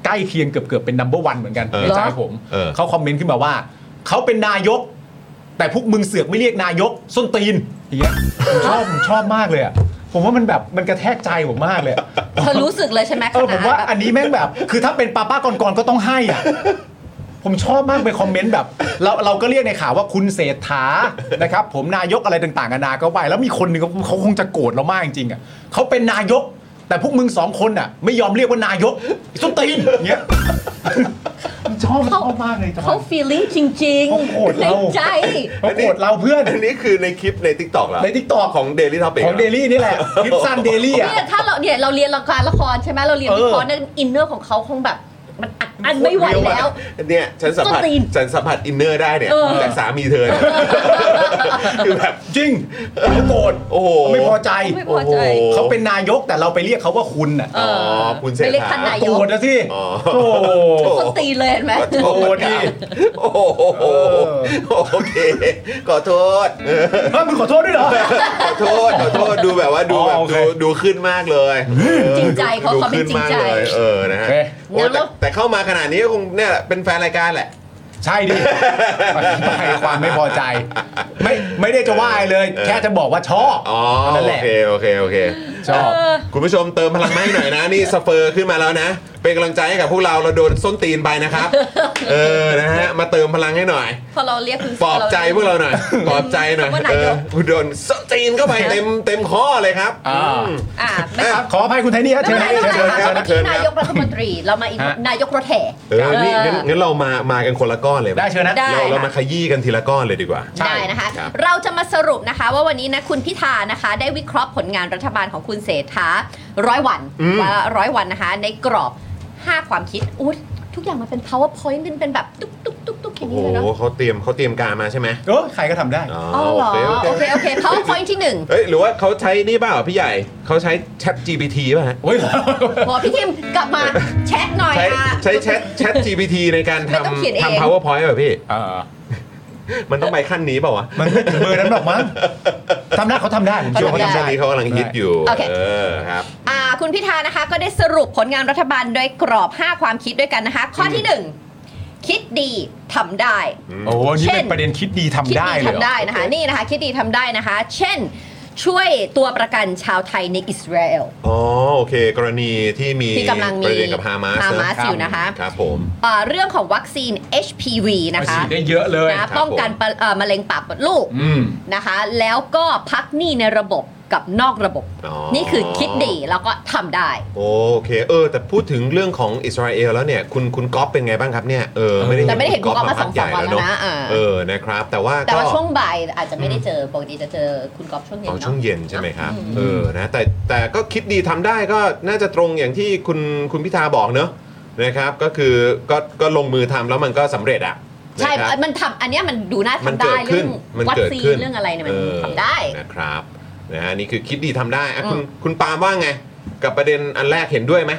[SPEAKER 1] ใกล้เคียงเกือบเกือบๆเป็นนัมเบอร์วันเหมือนกัน
[SPEAKER 3] เออ
[SPEAKER 1] ในใจผม
[SPEAKER 3] เออ
[SPEAKER 1] เขาคอมเมนต์ขึ้นมาว่า เขาเป็นนายก แต่พวกมึงเสือกไม่เรียกนายก ส้นตีนอย่างเงี้ยผมชอบผมชอบมากเลยอะผมว่ามันแบบมันกระแทกใจผมมากเลยอะ
[SPEAKER 6] เธอรู้สึกเลยใช่ไหม
[SPEAKER 1] เออ
[SPEAKER 6] ข
[SPEAKER 1] ผ
[SPEAKER 6] ณะ
[SPEAKER 1] มว่า
[SPEAKER 6] แบบ
[SPEAKER 1] อันนี้แม่งแบบ คือถ้าเป็นป้าป้าก่อนๆก็ต้องให้อ่ะ ผมชอบมากไปคอมเมนต์แบบ เราเราก็เรียกในข่าวว่าคุณเศรษฐา นะครับ ผมนายกอะไรต่างๆนานาก็ไป แล้วมีคนหนึ่งเขาเขาคงจะโกรธเรามากจริงๆอ่ะเขาเป็นนายก แต่พวกมึงสองคนอ่ะ ไม่ยอมเรียกว่านายกส้นตีนอย่างเงี้ยชอบชอบมากเลยจอ
[SPEAKER 6] เขา
[SPEAKER 1] น
[SPEAKER 6] feeling จริง
[SPEAKER 1] เขาโกรธ
[SPEAKER 6] ๆใน
[SPEAKER 1] เรา
[SPEAKER 6] ใจ
[SPEAKER 1] เขาโกรธเราเพื่อน
[SPEAKER 3] อันนี้คือในคลิปใน TikTok เหรอ
[SPEAKER 1] ใน TikTok
[SPEAKER 3] ของ Daily Topic
[SPEAKER 1] ของเดลี่นี่แหละ คลิปสั้นเดลี่อ่ะ
[SPEAKER 6] เนี่ยถ้าเราเนี่ยเราเรียนละครละครใช่ไหมเราเรียน
[SPEAKER 1] เออ
[SPEAKER 6] วิเคราะห์นั่นอินเนอร์ของเขาคงแบบ มันอัดอันไม่ไหวแล้ว
[SPEAKER 3] เนี่ยฉันสัมผัส
[SPEAKER 6] ส้นตีน
[SPEAKER 3] ฉันสัมผัสอินเนอร์ได้เนี่ย
[SPEAKER 6] เออ
[SPEAKER 3] จากสามีเธอเนี่ยคือแบบ
[SPEAKER 1] จริงเขาโกรธ
[SPEAKER 3] โอ้โห
[SPEAKER 1] ไม่พอใจ
[SPEAKER 6] ไม่พอใจ
[SPEAKER 3] โอ้โห
[SPEAKER 1] เขาเป็นนายกแต่เราไปเรียกเขาว่าคุณอ่ะ
[SPEAKER 6] เอ
[SPEAKER 3] อ๋อ
[SPEAKER 6] อ
[SPEAKER 3] คุณเศรษฐา
[SPEAKER 6] ไม่เรียกท่านนาย
[SPEAKER 1] โกร
[SPEAKER 6] ก
[SPEAKER 1] ธนะสิ
[SPEAKER 3] อ๋อ
[SPEAKER 1] โอ้โห
[SPEAKER 6] คนตีเลยเห็นไหม
[SPEAKER 3] โทษดิโอ้โหโอเค ขอโทษเออ
[SPEAKER 1] เฮ้ยมึงขอโทษด้วยเหรอ
[SPEAKER 3] ขอโทษ ขอโทษ ดูแบบว่าดู
[SPEAKER 1] อ๋อ
[SPEAKER 3] แบบ
[SPEAKER 1] โอเค
[SPEAKER 3] ดูดูขึ้นมากเลย
[SPEAKER 6] จริงใจเขา
[SPEAKER 3] ดู
[SPEAKER 6] เขาเป็น
[SPEAKER 3] ขึ้นมาก
[SPEAKER 6] จริงใจ
[SPEAKER 3] เลยเออ นะฮะ
[SPEAKER 1] โอเค
[SPEAKER 3] โอ้แต่
[SPEAKER 6] แล้ว
[SPEAKER 3] แต่เข้ามาขนาดนี้ก็คงเนี่ยแหละเป็นแฟนรายการแหละ
[SPEAKER 1] ใช่ดิอธิบายความไม่พอใจ ไม่ไม่ได้จะว่าอะไรเลย
[SPEAKER 3] เออ
[SPEAKER 1] แค่จะบอกว่าชอบ
[SPEAKER 3] อ๋อ
[SPEAKER 1] นั่น
[SPEAKER 3] โอ
[SPEAKER 1] แหละ
[SPEAKER 3] เค โอเค โอเค
[SPEAKER 1] ชอบ
[SPEAKER 3] คุณผู้ชมเติมพลังมาให้หน่อยนะ นี่สเฟอร์ขึ้นมาแล้วนะ เป็นกำลังใจให้กับพวกเราเราโดนส้นตีนไปนะครับ เออ นะฮะ มาเติมพลังให้หน่อย
[SPEAKER 6] พอเราเรียกคุณ
[SPEAKER 3] ปลอบใจพวกเราหน่อย ปลอบใจหน่อยเอน
[SPEAKER 6] ว่าาย
[SPEAKER 3] อก โดนส้นตีนเข้าไปเต็มเต็มข้อเลยครับ
[SPEAKER 1] อ่า
[SPEAKER 6] อ่าไม่
[SPEAKER 1] ค
[SPEAKER 6] ค
[SPEAKER 1] รั
[SPEAKER 6] รั
[SPEAKER 1] บบ ขออภัยคุณไทนี่ฮะ
[SPEAKER 6] ไม่
[SPEAKER 1] เชิ
[SPEAKER 6] เป็
[SPEAKER 1] ญ
[SPEAKER 6] นไร
[SPEAKER 1] ฮะ
[SPEAKER 6] ไม่
[SPEAKER 1] เชิญเชิญเชิญ
[SPEAKER 6] เป็นไรเรา
[SPEAKER 3] เชิญครับ
[SPEAKER 6] ที่นายกรัฐมนตรีเรามาอีก
[SPEAKER 1] ฮะ
[SPEAKER 6] นายกรถแห่
[SPEAKER 3] เออ นี่งั้นงั้นเรามา มากันคนละก้อนเลยหม
[SPEAKER 1] ได้เชิญนะ
[SPEAKER 6] ได้
[SPEAKER 3] เราเรามาขยี้กันทีละก้อนเลยดีกว่า
[SPEAKER 1] ใช่
[SPEAKER 6] ได้นะคะ
[SPEAKER 3] ครับ
[SPEAKER 6] เราจะมาสรุปนะคะว่าวันนี้นะคุณพิธานะคะ ได้วิเคราะห์ผลงานรัฐบาลของคุณเศรษฐาร้อยวันว่าร้อยวันนะคะ ในกรอบ 5 ความคิดอุ๊ยทุกอย่างมันเป็น powerpoint มันเป็นแบบตุ๊กตุ๊กตุ๊กตุ๊กอย่า
[SPEAKER 3] โอ้
[SPEAKER 6] ง
[SPEAKER 3] โห
[SPEAKER 6] นี้เลยเนาะ
[SPEAKER 3] เขาเตรียมเขาเตรียมการมาใช่ไหม
[SPEAKER 1] เออใครก็ทำได้
[SPEAKER 3] อ๋อ
[SPEAKER 6] อ๋อเหรอโอเคโอเค powerpoint ที่หนึ่ง
[SPEAKER 3] เอ้ย หรือว่าเขาใช้นี่เปล่าพี่ใหญ่ เขาใช้ Chat GPT ป่ะฮะ
[SPEAKER 1] โอ้ยเหรอ
[SPEAKER 6] หมอพี่ทิมกลับมาแชทหน่อย
[SPEAKER 3] ใช้
[SPEAKER 6] ค่ะ
[SPEAKER 3] ใช้ Chat Chat GPT ในการ
[SPEAKER 6] ไม่ต้องเขียนเอ
[SPEAKER 3] ทำ
[SPEAKER 6] ง
[SPEAKER 3] ทำ PowerPoint ป่ะพี่
[SPEAKER 1] เออ
[SPEAKER 3] มันต้องไปขั้นนี้เปล่าวะ
[SPEAKER 1] มันไม่ถึงมือนั้นหรอกมั้งทำได้เขาทำได้ผม
[SPEAKER 3] เช่
[SPEAKER 1] เชื่
[SPEAKER 3] ว
[SPEAKER 1] อง ว่า
[SPEAKER 3] นี้
[SPEAKER 1] ทำ
[SPEAKER 3] ช่วง
[SPEAKER 1] ได้
[SPEAKER 3] นี้เขากำลังฮิตอยู่
[SPEAKER 6] โอเค
[SPEAKER 3] เออครับ
[SPEAKER 6] อ่าคุณพิธานะคะก็ได้สรุปผลงานรัฐบาลโดยกรอบ 5 ความคิดด้วยกันนะคะ ข้อที่หนึ่งคิดดีทำได้
[SPEAKER 1] โอ้โหนี่เป็นประเด็นคิดดีทำได้
[SPEAKER 6] คิด
[SPEAKER 1] เลยเหร
[SPEAKER 6] ดี
[SPEAKER 1] อ
[SPEAKER 6] ทำได้นะคะนี่นะคะ คิดดีทำได้นะคะ เช่น ช่วยตัวประกันชาวไทยในอิสราเอล
[SPEAKER 3] อ๋อ โอเค กรณีที่มี
[SPEAKER 6] ที่กำลัง
[SPEAKER 3] ป
[SPEAKER 6] มี
[SPEAKER 3] ระเด็นกับฮามาส
[SPEAKER 6] ฮามาส
[SPEAKER 3] นะ
[SPEAKER 6] อยู่นะคะ
[SPEAKER 3] ครับผม
[SPEAKER 6] เอ่อเรื่องของวัคซีน HPV นะ
[SPEAKER 1] ฉี
[SPEAKER 6] คะ
[SPEAKER 1] ดได้เยอะเลย
[SPEAKER 6] นะครับ ป้องกันปะเอ่อมะเร็งปากมดลูก
[SPEAKER 1] อืม
[SPEAKER 6] นะคะ แล้วก็พักหนี้ในระบบกับนอกระบบ
[SPEAKER 3] อ๋อ
[SPEAKER 6] นี่คือคิดดีแล้วก็ทำได้
[SPEAKER 3] โอเค เออ แต่พูดถึงเรื่องของอิสราเอลแล้วเนี่ย คุณคุณก๊อฟเป็นไงบ้างครับเนี่ย เออ ไม่ได้
[SPEAKER 6] แต่ไม่ได้เห็นคุณก๊อฟมา
[SPEAKER 3] พั
[SPEAKER 6] สอง
[SPEAKER 3] ใหญ่
[SPEAKER 6] สามวัน
[SPEAKER 3] เอ
[SPEAKER 6] แล้วนะอ่า
[SPEAKER 3] เออ นะครับ แต่ว่า
[SPEAKER 6] แต่
[SPEAKER 3] ก็
[SPEAKER 6] ว่าช่วงบ่ายอาจจะไม่ได้เจอปกติจะเจอคุณก๊อฟช่วงเย็น
[SPEAKER 3] อ๋อ
[SPEAKER 6] เนาะ
[SPEAKER 3] ช่วงเย็นใช่ไหมครับ
[SPEAKER 6] อืม
[SPEAKER 3] เออ นะ แต่แต่ก็คิดดีทำได้ก็น่าจะตรงอย่างที่คุณคุณพิธาบอกเนอะ นะครับก็คือก็ก็ลงมือทำแล้วมันก็สำเร็จอ่ะ
[SPEAKER 6] ใช่
[SPEAKER 3] นะครับ
[SPEAKER 6] มันทำอันเนี้ยมันดูน่า
[SPEAKER 3] มัน
[SPEAKER 6] ทำ
[SPEAKER 3] เกิ
[SPEAKER 6] ได้
[SPEAKER 3] ด
[SPEAKER 6] เรื่
[SPEAKER 3] ขึ้
[SPEAKER 6] อน ง
[SPEAKER 3] มัน
[SPEAKER 6] วัค
[SPEAKER 3] เกิด
[SPEAKER 6] ซีน
[SPEAKER 3] ขึ้น
[SPEAKER 6] เรื่องอะไรเนี่ยมัน
[SPEAKER 3] ออ
[SPEAKER 6] ทำได้
[SPEAKER 3] นะครับนะฮะนี่คือคิดดีทำได้อ่ะคุณ
[SPEAKER 6] อืม
[SPEAKER 3] คุณปาล์มว่าไง กับประเด็นอันแรกเห็นด้วยไหม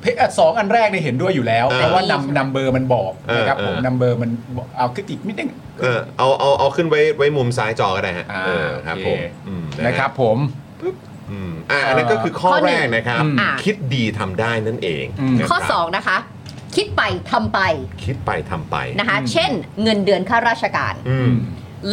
[SPEAKER 1] เพจสองอันแรกเนี่ยเห็นด้วยอยู่แล้ว
[SPEAKER 3] เออ
[SPEAKER 1] เพราะว่านำนำเบอร์มันบอก
[SPEAKER 3] เออ
[SPEAKER 1] นะครับผม
[SPEAKER 3] เออ
[SPEAKER 1] นำเบอร์มันบอกเอาขึ้นอีกนิดนึง
[SPEAKER 3] เออเอาเอาเอาขึ้นไว้ไว้มุมซ้ายจอก็ได้ฮะ
[SPEAKER 1] อ่า
[SPEAKER 3] เออครับผ
[SPEAKER 1] โอเค
[SPEAKER 3] มอืม
[SPEAKER 1] นะครับผม
[SPEAKER 3] อืมอ่ะอันนั้นก็คือข้อ
[SPEAKER 6] ข้อหนึ่
[SPEAKER 3] แรง กนะครับ
[SPEAKER 1] อืม
[SPEAKER 6] อ่ะ
[SPEAKER 3] คิดดีทำได้นั่นเอง
[SPEAKER 1] อืม
[SPEAKER 3] นะครับ
[SPEAKER 6] ข้อ 2 นะคะ คิดไปทำไป
[SPEAKER 3] คิดไปทำไป
[SPEAKER 6] นะคะ
[SPEAKER 1] อืม
[SPEAKER 6] เช่น เงินเดือนข้าราชการ
[SPEAKER 3] อืม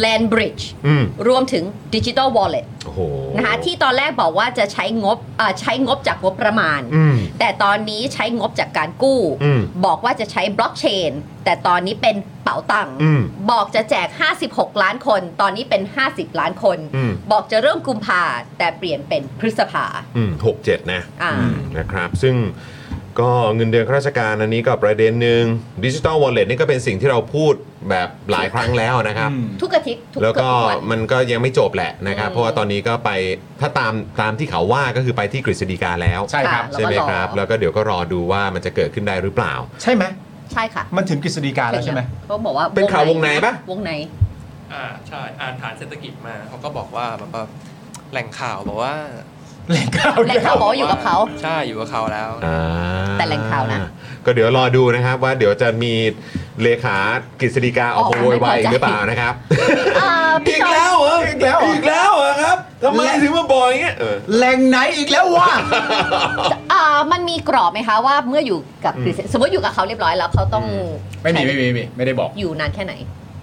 [SPEAKER 6] Land Bridge
[SPEAKER 3] อืม
[SPEAKER 6] รวมถึง Digital Wallet
[SPEAKER 3] โอ้โห
[SPEAKER 6] นะคะที่ตอนแรกบอกว่าจะใช้งบเอ่อใช้งบจากงบประมาณ
[SPEAKER 3] อืม
[SPEAKER 6] แต่ตอนนี้ใช้งบจากการกู้
[SPEAKER 3] อืม
[SPEAKER 6] บอกว่าจะใช้บล็อกเชน แต่ตอนนี้เป็นเป๋าตังค์
[SPEAKER 3] อืม
[SPEAKER 6] บอกจะแจก 56 ล้านคน ตอนนี้เป็น 50 ล้านคน
[SPEAKER 3] อืม
[SPEAKER 6] บอกจะเริ่มกุมภาแต่เปลี่ยนเป็นพฤษภา
[SPEAKER 3] อืมหกเจ็ดนะ
[SPEAKER 6] อ่า
[SPEAKER 3] อืมนะครับ ซึ่งก็เงินเดือนข้าราชการอันนี้ก็ประเด็นหนึ่งดิจิ t a ลวอลเล็ตนี่ก็เป็นสิ่งที่เราพูดแบบหลายครั้งแล้วนะครับ
[SPEAKER 1] อืม
[SPEAKER 6] ทุกอาทิตย์ทุก
[SPEAKER 3] แล้วก็
[SPEAKER 6] ทุวัน
[SPEAKER 3] มันก็ยังไม่จบแหละนะครับ
[SPEAKER 6] อืม
[SPEAKER 3] เพราะว่าตอนนี้ก็ไปถ้าตามตามที่เขาว่าก็คือไปที่กฤษฎีกาแล้ว
[SPEAKER 1] ใช่ครับ
[SPEAKER 6] ะ
[SPEAKER 3] ใช่ไหม
[SPEAKER 6] แล้วก็
[SPEAKER 3] ครับ
[SPEAKER 6] อ
[SPEAKER 3] แล้วก็เดี๋ยวก็รอดูว่ามันจะเกิดขึ้นได้หรือเปล่า
[SPEAKER 1] ใช่ไหม
[SPEAKER 6] ใช่ค่ะ
[SPEAKER 1] มันถึงกฤษฎีกาแล้วใช่ไหม
[SPEAKER 6] เขาบอกว่า
[SPEAKER 3] เป็นข่าววงในปะ
[SPEAKER 6] วงใน
[SPEAKER 8] อ่าใช่อ่านฐานเศรษฐกิจมาเขาก็บอกว่าแบบว่าแหล่งข่าวบอกว่า
[SPEAKER 1] แหล่งข่าว
[SPEAKER 6] แหล่งข่าวบอกว่าอยู่กับเขา
[SPEAKER 8] ใช่อยู่กับเขาแล้ว
[SPEAKER 3] อ่า
[SPEAKER 6] แต่แหล่งข่าวนะ
[SPEAKER 3] ก็เดี๋ยวรอดูนะครับว่าเดี๋ยวจะมีเลขากฤษฎีกาออกมา
[SPEAKER 6] ออกมา
[SPEAKER 3] โวยวาย
[SPEAKER 6] ไม่พอใจ
[SPEAKER 3] อีกหรือเปล่านะครับ
[SPEAKER 6] อ่าพี่
[SPEAKER 3] อีก
[SPEAKER 6] จอย
[SPEAKER 3] แล้วเหรอ
[SPEAKER 1] อีกแล้วเหรอ
[SPEAKER 3] อีกแล้วเหรอครับทำไมถึงมาบ่อยอย่างเงี้ยเออ
[SPEAKER 1] แหล่งไหนอีกแล้ววะ
[SPEAKER 6] อ่ามันมีกรอบไหมคะว่าเมื่ออยู่กับกฤษสมมติอยู่กับเขาเรียบร้อยแล้วเขาต้อง
[SPEAKER 3] อืม
[SPEAKER 1] ไม่มีไม่มีไม่มีไม่ได้บอก
[SPEAKER 6] อยู่นานแค่ไหน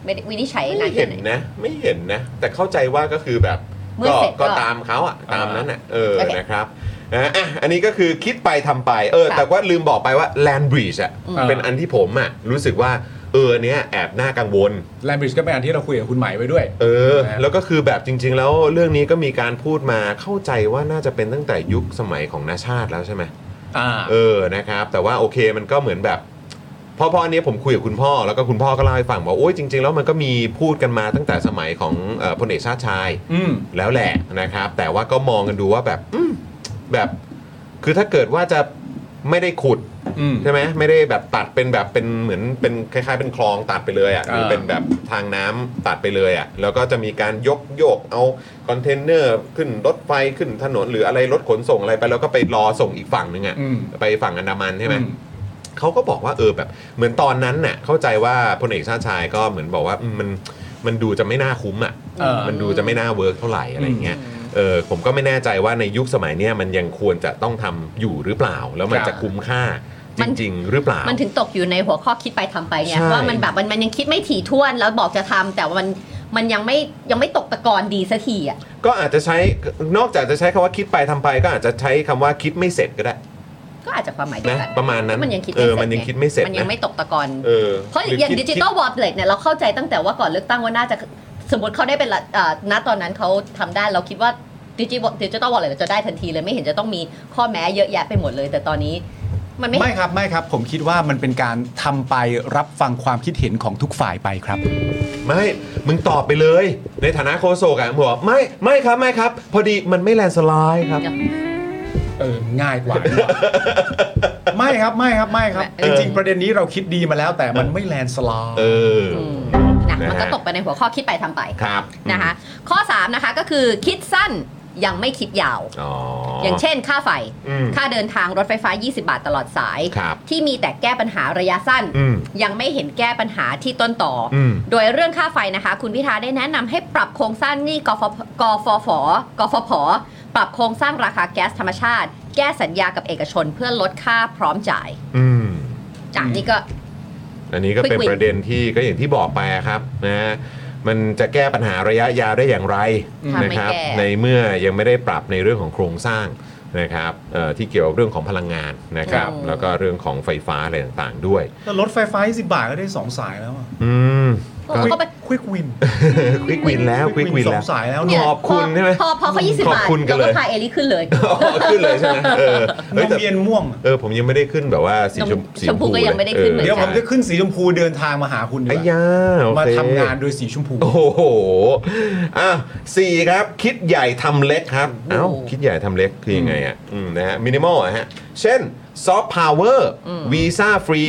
[SPEAKER 6] ไม่ได้วินิจฉัยนา
[SPEAKER 3] ไม่
[SPEAKER 6] นแค่
[SPEAKER 3] เห็น
[SPEAKER 6] ไหน
[SPEAKER 3] นะไม่เห็นนะ แต่เข้าใจว่าก็คือแบบ
[SPEAKER 6] เมื่
[SPEAKER 3] ก็
[SPEAKER 6] อเสร็จก็
[SPEAKER 3] ก็ตามเขาอะตามนั้นอะเออ
[SPEAKER 6] โอเค
[SPEAKER 3] นะครับนะอ่ะอันนี้ก็คือคิดไปทำไปเออ
[SPEAKER 6] ค่ะ
[SPEAKER 3] แต่ว่าลืมบอกไปว่า Land Bridge อะ
[SPEAKER 6] อืม
[SPEAKER 3] เป็นอันที่ผมอะรู้สึกว่าเอออันเนี้ยแอบน่ากังวล
[SPEAKER 1] แลมบริดจ์ก็เป็นอันที่เราคุยกับคุณใหม่ไว้ด้วย
[SPEAKER 3] เออ
[SPEAKER 1] ครับ
[SPEAKER 3] แล้วก็คือแบบจริง ๆ แล้วเรื่องนี้ก็มีการพูดมาเข้าใจว่าน่าจะเป็นตั้งแต่ยุคสมัยของนาชาติแล้วใช่ไหม
[SPEAKER 1] อ่า
[SPEAKER 3] เออ นะครับ แต่ว่าโอเคมันก็เหมือนแบบพ่อพ่อเนี้ยผมคุยกับคุณพ่อ แล้วก็คุณพ่อก็เล่าให้ฟังว่าโอ้ยจริง ๆ แล้วมันก็มีพูดกันมาตั้งแต่สมัยของเอ่อพลเอกชาติชาย
[SPEAKER 1] อืม
[SPEAKER 3] แล้วแหละนะครับ แต่ว่าก็มองกันดูว่าแบบอืมแบบ คือถ้าเกิดว่าจะไม่ได้ขุด
[SPEAKER 1] อืม
[SPEAKER 3] ใช่ไหมไม่ได้แบบตัดเป็นแบบเป็นเหมือนเป็นคล้าย ๆ เป็นคลองตัดไปเลยอะ่ะหรือ
[SPEAKER 1] เออ
[SPEAKER 3] เป็นแบบทางน้ำตัดไปเลยอะ่ะแล้วก็จะมีการยกโยกเอาคอนเทนเนอร์ขึ้นรถไฟขึ้นถนนหรืออะไรรถขนส่งอะไรไปแล้วก็ไปรอส่งอีกฝั่งนึงอ่ะ
[SPEAKER 1] อืม
[SPEAKER 3] ไปฝั่งอันดามันใช่ไหม
[SPEAKER 1] อื
[SPEAKER 3] เขาก็บอกว่าเออแบบ เหมือนตอนนั้นน่ะ เข้าใจว่าพลเอกชาติชายก็เหมือนบอกว่าอืมมันมันดูจะไม่น่าคุ้มอ่ะ
[SPEAKER 1] เออ
[SPEAKER 3] มันดูจะไม่น่าเวิร์กเท่าไหร่อะไรอย่างเงี้ยเออผมก็ไม่แน่ใจว่าในยุคสมัยเนี้ยมันยังควรจะต้องทำอยู่หรือเปล่า แล้วมันจะคุ้มค่าจ
[SPEAKER 6] มัน
[SPEAKER 3] ริง ๆ หรือเปล่า
[SPEAKER 6] มันถึงตกอยู่ในหัวข้อคิดไปทำไปเนี่ย
[SPEAKER 3] ใช่
[SPEAKER 6] ว่ามันแบบมันมันยังคิดไม่ถี่ถ้วนแล้วบอกจะทำแต่ว่ามันมันยังไม่ยังไม่ตกตะกอนดีสักทีอ่ะ
[SPEAKER 3] ก็อาจจะใช้นอกจากจะใช้คำว่าคิดไปทำไป ก็อาจจะใช้คำว่าคิดไม่เสร็จก็ได้
[SPEAKER 6] ก็อาจจะความหมายเดีย
[SPEAKER 3] นะ
[SPEAKER 6] วกัน
[SPEAKER 3] ประมาณนั้น
[SPEAKER 6] มันยังคิด
[SPEAKER 3] เอ
[SPEAKER 6] ไม่
[SPEAKER 3] อ
[SPEAKER 6] เสร็จ
[SPEAKER 3] มันยังคิดไม่เสร็จ
[SPEAKER 6] มันยัง
[SPEAKER 3] นะ
[SPEAKER 6] ไม่ตกตะกอน
[SPEAKER 3] เออ
[SPEAKER 6] เพราะ
[SPEAKER 3] ห
[SPEAKER 6] อย่าง
[SPEAKER 3] คิ
[SPEAKER 6] ดิจิตอลวอลเล็ตเนี่ยเราเข้าใจตั้งแต่ว่าก่อนเลือกตั้งว่าน่าจะสมมติเขาได้เป็นละเอ่อณตอนนั้นเขาทำได้เราคิดว่าดิจิดิจิตอลวอลเล็ตจะได้ทันทีเลยไม่เห็นจะต้องมีข้อแม้เยอะแยะไปหมดเลย แต่ตอนนี้มันไม่
[SPEAKER 1] ไม่ครับไม่ครับ ผมคิดว่ามันเป็นการทำไปรับฟังความคิดเห็นของทุกฝ่ายไปครับ
[SPEAKER 3] ไม่มึงตอบไปเลย ในฐานะโคโซกอะมึงบอกไม่ไม่ครับไม่ครับ พอดีมันไม่แลนสไลด์ครับ
[SPEAKER 1] เออง่ายกว่า ไม่ครับไม่ครับไม่ครับ จริงๆ ประเด็นนี้เราคิดดีมาแล้ว แต่มันไม่แลนด์สไลด์
[SPEAKER 3] เออ
[SPEAKER 6] อืมนะมันก็ตกไปในหัวข้อคิดไปทำไป
[SPEAKER 3] ครับ
[SPEAKER 6] นะคะข้อสามนะคะก็คือคิดสั้นยังไม่คิดยาว
[SPEAKER 3] อ๋อ
[SPEAKER 6] อ
[SPEAKER 3] อ
[SPEAKER 6] ย่างเช่น ค่าไฟ
[SPEAKER 3] อืม
[SPEAKER 6] ค่าเดินทางรถไฟฟ้า 20 บาทตลอดสาย
[SPEAKER 3] ครับ
[SPEAKER 6] ที่มีแต่แก้ปัญหาระยะสั้น
[SPEAKER 3] อืม
[SPEAKER 6] ยังไม่เห็นแก้ปัญหาที่ต้นต่ออ
[SPEAKER 3] ม
[SPEAKER 6] โดยเรื่องค่าไฟนะคะ คุณพิธาได้แนะนำให้ปรับโครงสร้างหนี้กฟผกฟผกฟผปรับโครงสร้างราคาแก๊สธรรมชาติ แก้สัญญากับเอกชนเพื่อลดค่าพร้อมจ่าย
[SPEAKER 3] อืม
[SPEAKER 6] จาก
[SPEAKER 1] อืม
[SPEAKER 6] นี้ก็
[SPEAKER 3] อันนี้ก็เป็น
[SPEAKER 6] Quick win
[SPEAKER 3] ประเด็นที่ก็อย่างที่บอกไปอะครับนะ มันจะแก้ปัญหาระยะยาวได้อย่างไร
[SPEAKER 6] ถ้าไม่
[SPEAKER 3] นะครับ
[SPEAKER 6] แก้
[SPEAKER 3] ในเมื่อยังไม่ได้ปรับในเรื่องของโครงสร้างนะครับเอ่อที่เกี่ยวกับเรื่องของพลังงานนะครับ แล้วก็เรื่องของไฟฟ้าอะไรต่างๆด้วย
[SPEAKER 1] แต่รถไฟฟ้า20บาทก็ได้ 2 สายแล้ว
[SPEAKER 3] อืม
[SPEAKER 6] เออเขาไป
[SPEAKER 1] ควิกวิน
[SPEAKER 3] ควิกวินแล้วควิกวิน
[SPEAKER 1] สอ
[SPEAKER 3] แล้ว
[SPEAKER 1] งสายแล้ว
[SPEAKER 6] เนี่ย
[SPEAKER 3] ขอบคุณใช่ไหม
[SPEAKER 6] พอพอเขา
[SPEAKER 3] ขอบบ
[SPEAKER 6] 20าท
[SPEAKER 3] คุณกัน
[SPEAKER 6] เรา
[SPEAKER 3] เลย
[SPEAKER 6] ก็พาเอลิขึ้นเลย
[SPEAKER 3] อ๋อขึ้นเลยใช่ไหมเออเฮ้ย
[SPEAKER 1] น้ำ
[SPEAKER 3] แต่
[SPEAKER 1] เบียนม่วง
[SPEAKER 3] เออผมยังไม่ได้ขึ้นแบบว่าสีชม
[SPEAKER 6] ชมพูก็ยังไม่ได้ขึ้นเหมือน
[SPEAKER 1] เดี๋ย
[SPEAKER 6] กั
[SPEAKER 1] วน ผมจะขึ้นสีชมพูเดินทางมาหาคุณดี
[SPEAKER 3] ไอ้
[SPEAKER 1] กว่าย
[SPEAKER 3] าโอเค
[SPEAKER 1] มาทำงานโดยสีชมพู
[SPEAKER 3] โอ้โห อ่ะสี่ครับ คิดใหญ่ทำเล็กครับ เอ้า
[SPEAKER 6] โอ้โห
[SPEAKER 3] คิดใหญ่ทำเล็กคือยังไงอ่ะ อืมนะฮะ มินิมอลฮะ เช่น ซอฟต์พาวเวอร์วีซ่าฟรี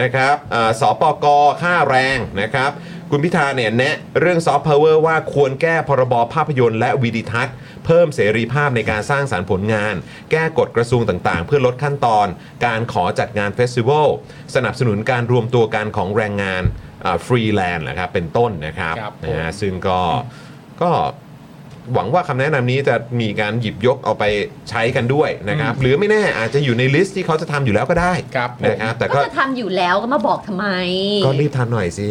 [SPEAKER 3] นะครับอ่าสปกค่าแรงนะครับ คุณพิธาเนี่ยแนะเรื่องซอฟต์พาวเวอร์ว่าควรแก้พรบภาพยนตร์และวิดิทัศน์ เพิ่มเสรีภาพในการสร้างสารรค์ผลงาน แก้กฎกระทรวงต่างๆ เพื่อลดขั้นตอน การขอจัดงานเฟสติวัลสนับสนุนการรวมตัวกันของแรงงานฟรีแลนด์นะครับเป็นต้นนะครับ
[SPEAKER 1] ครับผม
[SPEAKER 3] นะฮะซึ่งก็ก็หวังว่าคำแนะนำนี้จะมีการหยิบยกเอาไปใช้กันด้วยนะครับ หรือไม่แน่อาจจะอยู่ในลิสต์ที่เขาจะทำอยู่แล้วก็ได้
[SPEAKER 1] ครับผม
[SPEAKER 3] นะครับแต่ก็
[SPEAKER 6] ก็จะทำอยู่แล้วก็มาบอกทำไม
[SPEAKER 3] ก็รีบทำหน่อยสิ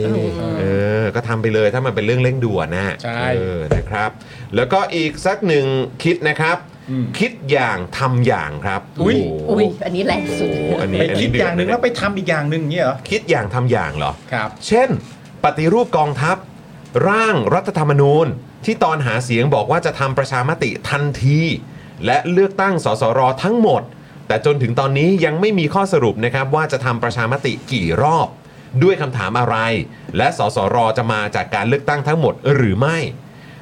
[SPEAKER 3] เออ ก็ทำไปเลยถ้ามันเป็นเรื่องเร่งด่วนนะ
[SPEAKER 1] ใช่
[SPEAKER 3] เออ นะครับ แล้วก็อีกสักหนึ่งคิดนะครับ
[SPEAKER 1] อืม
[SPEAKER 3] คิดอย่างทำอย่างครับ
[SPEAKER 1] อุ๊ย
[SPEAKER 3] โ
[SPEAKER 6] อุ้ยอันนี้แรงสุด
[SPEAKER 3] โอ้โหอันนี้
[SPEAKER 1] ไป
[SPEAKER 3] อัน
[SPEAKER 1] คิ
[SPEAKER 3] นี้
[SPEAKER 1] ดอย่างหนึ่ง
[SPEAKER 3] เะ
[SPEAKER 1] แล้วไปทำอีกอย่างหนึ่งอย่างเงี้ยเหรอ
[SPEAKER 3] คิดอย่างทำอย่างเหรอ
[SPEAKER 1] ครับ
[SPEAKER 3] เช่น ปฏิรูปกองทัพ ร่างรัฐธรรมนูญ ที่ตอนหาเสียงบอกว่าจะทำประชามติทันที และเลือกตั้งสสรทั้งหมด แต่จนถึงตอนนี้ยังไม่มีข้อสรุปนะครับ ว่าจะทำประชามติกี่รอบ ด้วยคำถามอะไร และสสรจะมาจากการเลือกตั้งทั้งหมดหรือไม่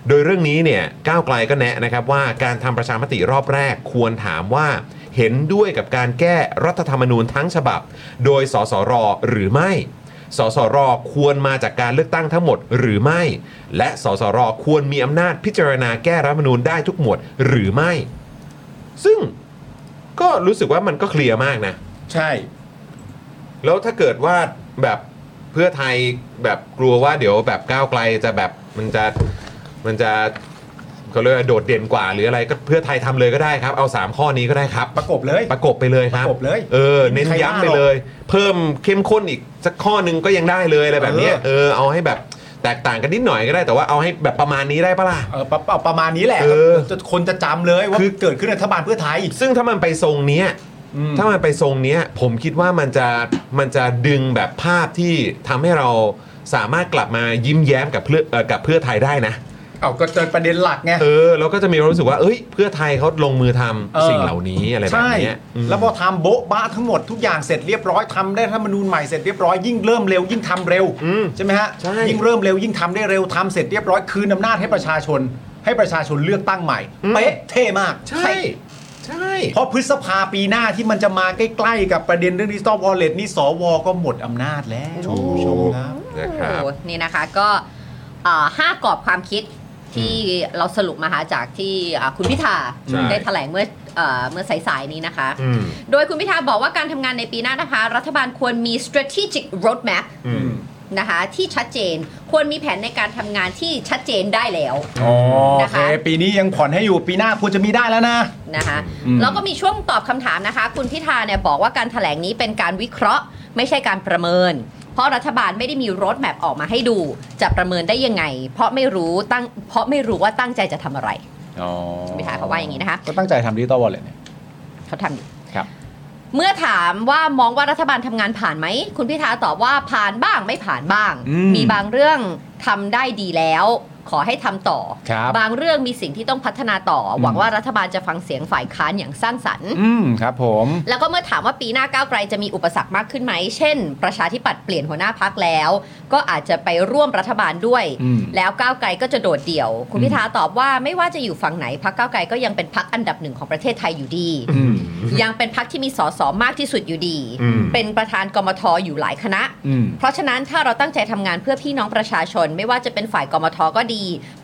[SPEAKER 3] โดยเรื่องนี้เนี่ยก้าวไกลก็แนะนะครับว่าการทำประชามติรอบแรกควรถามว่าเห็นด้วยกับการแก้รัฐธรรมนูญทั้งฉบับ โดยสสรหรือไม่ สสรควรมาจากการเลือกตั้งทั้งหมดหรือไม่ และสสรควรมีอำนาจพิจารณาแก้รัฐธรรมนูญได้ทุกหมวดหรือไม่ ซึ่งก็รู้สึกว่ามันก็เคลียร์มากนะ
[SPEAKER 1] ใช่
[SPEAKER 3] แล้วถ้าเกิดว่าแบบเพื่อไทยแบบกลัวว่าเดี๋ยวแบบก้าวไกลจะแบบมันจะมันจะเขาเรียกว่าโดดเด่นกว่าหรืออะไรก็เพื่อไทยทำเลยก็ได้ครับ เอา 3 ข้อนี้ก็ได้ครับ
[SPEAKER 1] ประกบเลย
[SPEAKER 3] ประกบไปเลยครับ
[SPEAKER 1] ประกบเลย
[SPEAKER 3] เออเน้นย้ำไปเลย เพิ่มเข้มข้นอีกสักข้อหนึงก็ยังได้เลยอะไรแบบเนี้ยเออเอาให้แบบแตกต่างกันนิดหน่อยก็ได้แต่ว่าเอาให้แบบประมาณนี้ได้ปะล่ะ
[SPEAKER 1] เออประประประมาณนี้แหละ
[SPEAKER 3] เออ
[SPEAKER 1] จะคนจะจำเลยว่า
[SPEAKER 3] คือ
[SPEAKER 1] เกิดขึ้นในรัฐบาลเพื่อไทย
[SPEAKER 3] ซึ่งถ้ามันไปทรงเนี้ย
[SPEAKER 1] อืม
[SPEAKER 3] ถ้ามันไปทรงเนี้ยผมคิดว่ามันจะมันจะดึงแบบภาพที่ทำให้เราสามารถกลับมายิ้มแย้มกับเพื่อเอ่อกับเพื่อไทยได้นะ
[SPEAKER 1] เอาก็จะประเด็นหลักไง
[SPEAKER 3] เออเราก็จะมีความรู้สึกว่าเอ้ย เพื่อไทยเขาลงมือทำสิ่งเหล่านี้อะไรแบบ
[SPEAKER 1] ใช่
[SPEAKER 3] เนี้ยอืม
[SPEAKER 1] แล้วพอทำโบ๊ะบ้าทั้งหมดทุกอย่างเสร็จเรียบร้อยทำได้รัฐธรรมนูญใหม่เสร็จเรียบร้อยยิ่งเริ่มเร็วยิ่งทำเร็ว
[SPEAKER 3] อืม
[SPEAKER 1] ใช่ไหมฮะ
[SPEAKER 3] ใช่
[SPEAKER 1] ยิ่งเริ่มเร็วยิ่งทำได้เร็วทำเสร็จเรียบร้อยคืนอำนาจให้ประชาชน ให้ประชาชนเลือกตั้งใหม่เป๊ะเท่มาก
[SPEAKER 3] ใช่ใช่
[SPEAKER 1] เพราะพฤษภาปีหน้าที่มันจะมาใกล้ๆกับประเด็นเรื่องดิจิตอลวอลเล็ตนี่สวก็หมดอำนาจแล้วคุณผู้ชมครับ
[SPEAKER 3] นะครับ
[SPEAKER 6] โอ้โหนี่นะคะก็เอ่อห้ากรอบความคิดที่เราสรุปมาหาจากที่อ่าคุณพิธา
[SPEAKER 3] ใช่
[SPEAKER 6] ได้แถลงเมื่อเอ่อเมื่อสายๆนี้นะคะ
[SPEAKER 3] อืม
[SPEAKER 6] โดยคุณพิธาบอกว่าการทำงานในปีหน้านะคะ รัฐบาลควรมี strategic roadmap
[SPEAKER 3] อืม
[SPEAKER 6] นะคะที่ชัดเจนควรมีแผนในการทำงานที่ชัดเจนได้แล้ว
[SPEAKER 1] อ๋อโอ
[SPEAKER 6] นะ
[SPEAKER 1] เค
[SPEAKER 6] คะ
[SPEAKER 1] ปีนี้ยังผ่อนให้อยู่ปีหน้าควรจะมีได้แล้วนะ
[SPEAKER 6] นะคะ
[SPEAKER 1] อืม
[SPEAKER 6] แล้วก็มีช่วงตอบคำถามนะคะ คุณพิธาเนี่ยบอกว่าการถแถลงนี้เป็นการวิเคราะห์ ไม่ใช่การประเมิน เพราะรัฐบาลไม่ได้มีรถแมพออกมาให้ดู จะประเมินได้ยังไง เพราะไม่รู้ตั้งเพราะไม่รู้ว่าตั้งใจจะทำอะไร
[SPEAKER 1] อ๋อ
[SPEAKER 6] คุณพิธาเขาว่าอย่างนี้นะคะ
[SPEAKER 1] ก็ตั้งใจทำดิจิตอลวอลเล็ตเนี่ย
[SPEAKER 6] เขาทำอยู่
[SPEAKER 1] ครับ
[SPEAKER 6] เมื่อถามว่ามองว่ารัฐบาลทำงานผ่านไหม คุณพิธาตอบว่าผ่านบ้างไม่ผ่านบ้าง
[SPEAKER 1] อืม
[SPEAKER 6] มีบางเรื่องทำได้ดีแล้ว ขอให้ทำต่อ
[SPEAKER 1] ครับ
[SPEAKER 6] งเรื่องมีสิ่งที่ต้องพัฒนาต่ออ
[SPEAKER 1] ม
[SPEAKER 6] หวังว่ารัฐบาลจะฟังเสียงฝ่ายค้านอย่างสร้างสรรค์
[SPEAKER 1] อืมครับผม
[SPEAKER 6] แล้วก็เมื่อถามว่าปีหน้าก้าวไกลจะมีอุปสรรคมากขึ้นไหม เช่น ประชาธิปัตย์เปลี่ยนหัวหน้าพักแล้ว ก็อาจจะไปร่วมรัฐบาลด้วย
[SPEAKER 1] อืม
[SPEAKER 6] แล้วก้าวไกลก็จะโดดเดี่ยว คุณพิธาตอบว่าไม่ว่าจะอยู่ฝั่งไหนพักก้าวไกลก็ยังเป็นพักอันดับหนึ่งของประเทศไทยอยู่ดี
[SPEAKER 1] อืม
[SPEAKER 6] ยังเป็นพักที่มีสสมากที่สุดอยู่ดี
[SPEAKER 3] อืม
[SPEAKER 6] เป็นประธานกมทอยู่หลายคณะ
[SPEAKER 1] อืม
[SPEAKER 6] เพราะฉะนั้นถ้าเราตั้งใจทำงานเพื่อพี่น้องประชาชน ไม่ว่าจะเป็นฝ่ายกมทก็ดี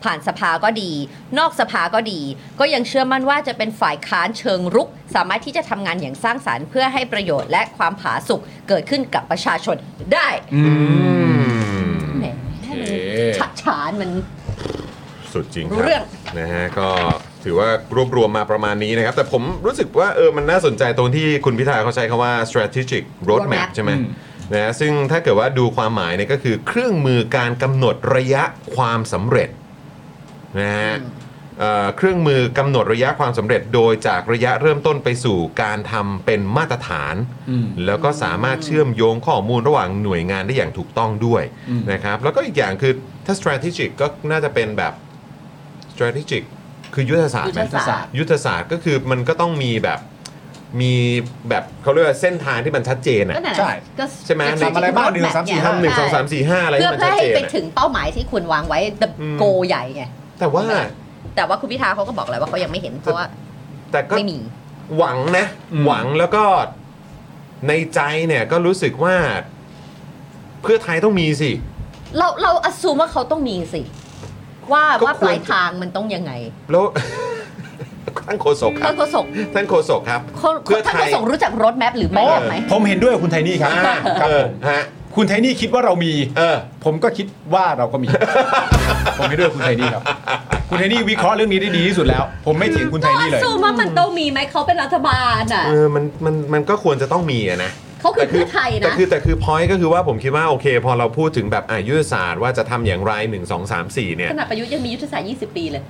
[SPEAKER 6] ผ่านสภาก็ดี นอกสภาก็ดี ก็ยังเชื่อมั่นว่าจะเป็นฝ่ายค้านเชิงรุก สามารถที่จะทำงานอย่างสร้างสารรค์เพื่อให้ประโยชน์และความผาสุกเกิดขึ้นกับประชาชนได้
[SPEAKER 1] อืม
[SPEAKER 6] แหมฉะฉานมัน
[SPEAKER 3] สุดจริงค
[SPEAKER 6] รู้
[SPEAKER 3] รับ
[SPEAKER 6] เรื่อง
[SPEAKER 3] นะฮะก็ถือว่ารวบรวมมาประมาณนี้นะครับ แต่ผมรู้สึกว่าเออมันน่าสนใจตรงที่คุณพิธาเขาใช้คำว่า strategic roadmap
[SPEAKER 6] roadmap
[SPEAKER 3] ใช่ไหม
[SPEAKER 1] อืม
[SPEAKER 3] นะฮะซึ่งถ้าเกิดว่าดูความหมายเนี่ยก็คือเครื่องมือการกำหนดระยะความสำเร็จนะฮะเอ่อเครื่องมือกำหนดระยะความสำเร็จ โดยจากระยะเริ่มต้นไปสู่การทำเป็นมาตรฐาน
[SPEAKER 1] อืม
[SPEAKER 3] แล้วก็สามารถเชื่อมโยงข้อมูลระหว่างหน่วยงานได้อย่างถูกต้องด้วย
[SPEAKER 1] อืม
[SPEAKER 3] นะครับ แล้วก็อีกอย่างคือถ้า strategic ก็น่าจะเป็นแบบ strategic คือยุทธศาสตร์ไหม
[SPEAKER 6] ยุทธศาสตร์
[SPEAKER 3] ยุทธศาสตร์ก็คือมันก็ต้องมีแบบมีแบบเขาเรียกว่าเส้นทางที่มันชัดเจน
[SPEAKER 6] ก็
[SPEAKER 3] อะ
[SPEAKER 6] นั่นแหละ
[SPEAKER 1] ใช่
[SPEAKER 6] ก็
[SPEAKER 3] ใช่ไหม
[SPEAKER 6] ก็ strategic
[SPEAKER 1] ทำอะไรบ้าง
[SPEAKER 6] roadmap
[SPEAKER 1] หนึ่งสามสี่
[SPEAKER 6] ไ
[SPEAKER 1] ห้า
[SPEAKER 3] หนึ่งสองสามสี่ห้าอะไร
[SPEAKER 6] เพื่
[SPEAKER 3] ที่มั
[SPEAKER 6] อ
[SPEAKER 3] น
[SPEAKER 6] เพื่
[SPEAKER 3] ชัด
[SPEAKER 6] อให้
[SPEAKER 3] เจน
[SPEAKER 6] ไป
[SPEAKER 3] อะ
[SPEAKER 6] ถึงเป้าหมายที่คุณวางไว้ the
[SPEAKER 3] อืม
[SPEAKER 6] goal ใหญ่ไง
[SPEAKER 3] แต่ว่า
[SPEAKER 6] แต่ว่าคุณพิธาเขาก็บอกแล้วว่าเขายังไม่เห็นเพราะว่า
[SPEAKER 3] แต่ก็
[SPEAKER 6] ไม่มี
[SPEAKER 3] หวังนะ
[SPEAKER 1] อืม
[SPEAKER 3] หวังแล้วก็ ในใจเนี่ยก็รู้สึกว่า เพื่อไทยต้องมีสิ
[SPEAKER 6] เราเราอสูมว่าเขาต้องมีสิ ว่า
[SPEAKER 3] ก็
[SPEAKER 6] ว่า
[SPEAKER 3] ควร
[SPEAKER 6] ปลายทางมันต้องยังไง
[SPEAKER 3] แล้ว ท่านโฆษกครั
[SPEAKER 6] ท่า
[SPEAKER 3] บ
[SPEAKER 6] นโฆษก
[SPEAKER 3] ท่านโฆษกครับ
[SPEAKER 6] คน
[SPEAKER 3] เพื่อไทย
[SPEAKER 6] ท่านโฆษกรู้จักรถแมพหรือ
[SPEAKER 1] อ๋
[SPEAKER 6] ไม่
[SPEAKER 1] อ
[SPEAKER 6] แบบไหม
[SPEAKER 1] ผมเห็นด้วยกับคุณไทนี่ครับ
[SPEAKER 3] อ่า
[SPEAKER 1] ครับ
[SPEAKER 3] เอ
[SPEAKER 1] ผ
[SPEAKER 3] อ
[SPEAKER 1] ม
[SPEAKER 3] ฮะ
[SPEAKER 1] คุณไทนี่คิดว่าเรามี
[SPEAKER 3] เออ
[SPEAKER 1] ผมก็คิดว่าเราก็มี ผมไม่ด้วยคุณไทนี่ครับ คุณไทนี่วิเคราะห์เรื่องนี้ได้ดีที่สุดแล้ว ผมไม่เถียงคุณไทนี่เลย
[SPEAKER 6] ก็อสูมว่ามันต้องมีไหมเขาเป็นรัฐบาลอ่ะ
[SPEAKER 3] เออมันมันมันก็ควรจะต้องมีอะนะ
[SPEAKER 6] เขาคือเพื่อไทย
[SPEAKER 3] แต่
[SPEAKER 6] นะ
[SPEAKER 3] คือแต่คือพอยต์ก็คือว่าผมคิดว่าโอเค พอเราพูดถึงแบบอายุทธศาสตร์ว่าจะทำอย่างไร 1 2 3 4 เนี่ย
[SPEAKER 6] ขนาดประยุทธ์ยังมียุทธศาสตร์ 20 ปีเลย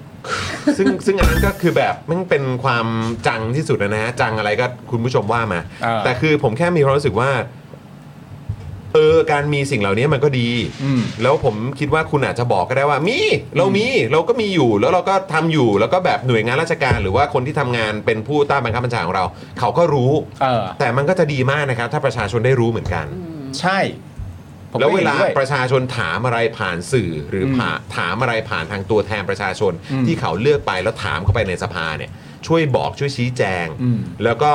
[SPEAKER 3] ซึ่งซึ่งอันนั้นก็คือแบบมันเป็นความจังที่สุดนะฮะจังอะไรก็คุณผู้ชมว่ามา
[SPEAKER 1] อ่า
[SPEAKER 3] แต่คือผมแค่มีความรู้สึกว่าเออการมีสิ่งเหล่านี้มันก็ดี
[SPEAKER 1] อืม
[SPEAKER 3] แล้วผมคิดว่าคุณอาจจะบอกก็ได้ว่า มีเรามีเราก็มีอยู่แล้วเราก็ทำอยู่แล้วก็แบบหน่วยงานราชการหรือว่าคนที่ทำงานเป็นผู้ใต้บังคับบัญชาของเรา เขาก็รู้
[SPEAKER 1] เออ
[SPEAKER 3] แต่มันก็จะดีมากนะครับ ถ้าประชาชนได้รู้เหมือนกัน
[SPEAKER 1] ใช่ผม
[SPEAKER 3] แล้ว
[SPEAKER 1] ก็
[SPEAKER 3] เว
[SPEAKER 1] ห็น
[SPEAKER 3] ลา
[SPEAKER 1] ด้วย
[SPEAKER 3] ประชาชนถามอะไรผ่านสื่อหรือ
[SPEAKER 1] ม
[SPEAKER 3] ผ่านถามอะไรผ่านทางตัวแทนประชาชน
[SPEAKER 1] อืม
[SPEAKER 3] ที่เขาเลือกไปแล้วถามเข้าไปในสภาเนี่ย ช่วยบอกช่วยชี้แจง
[SPEAKER 1] อืม
[SPEAKER 3] แล้วก็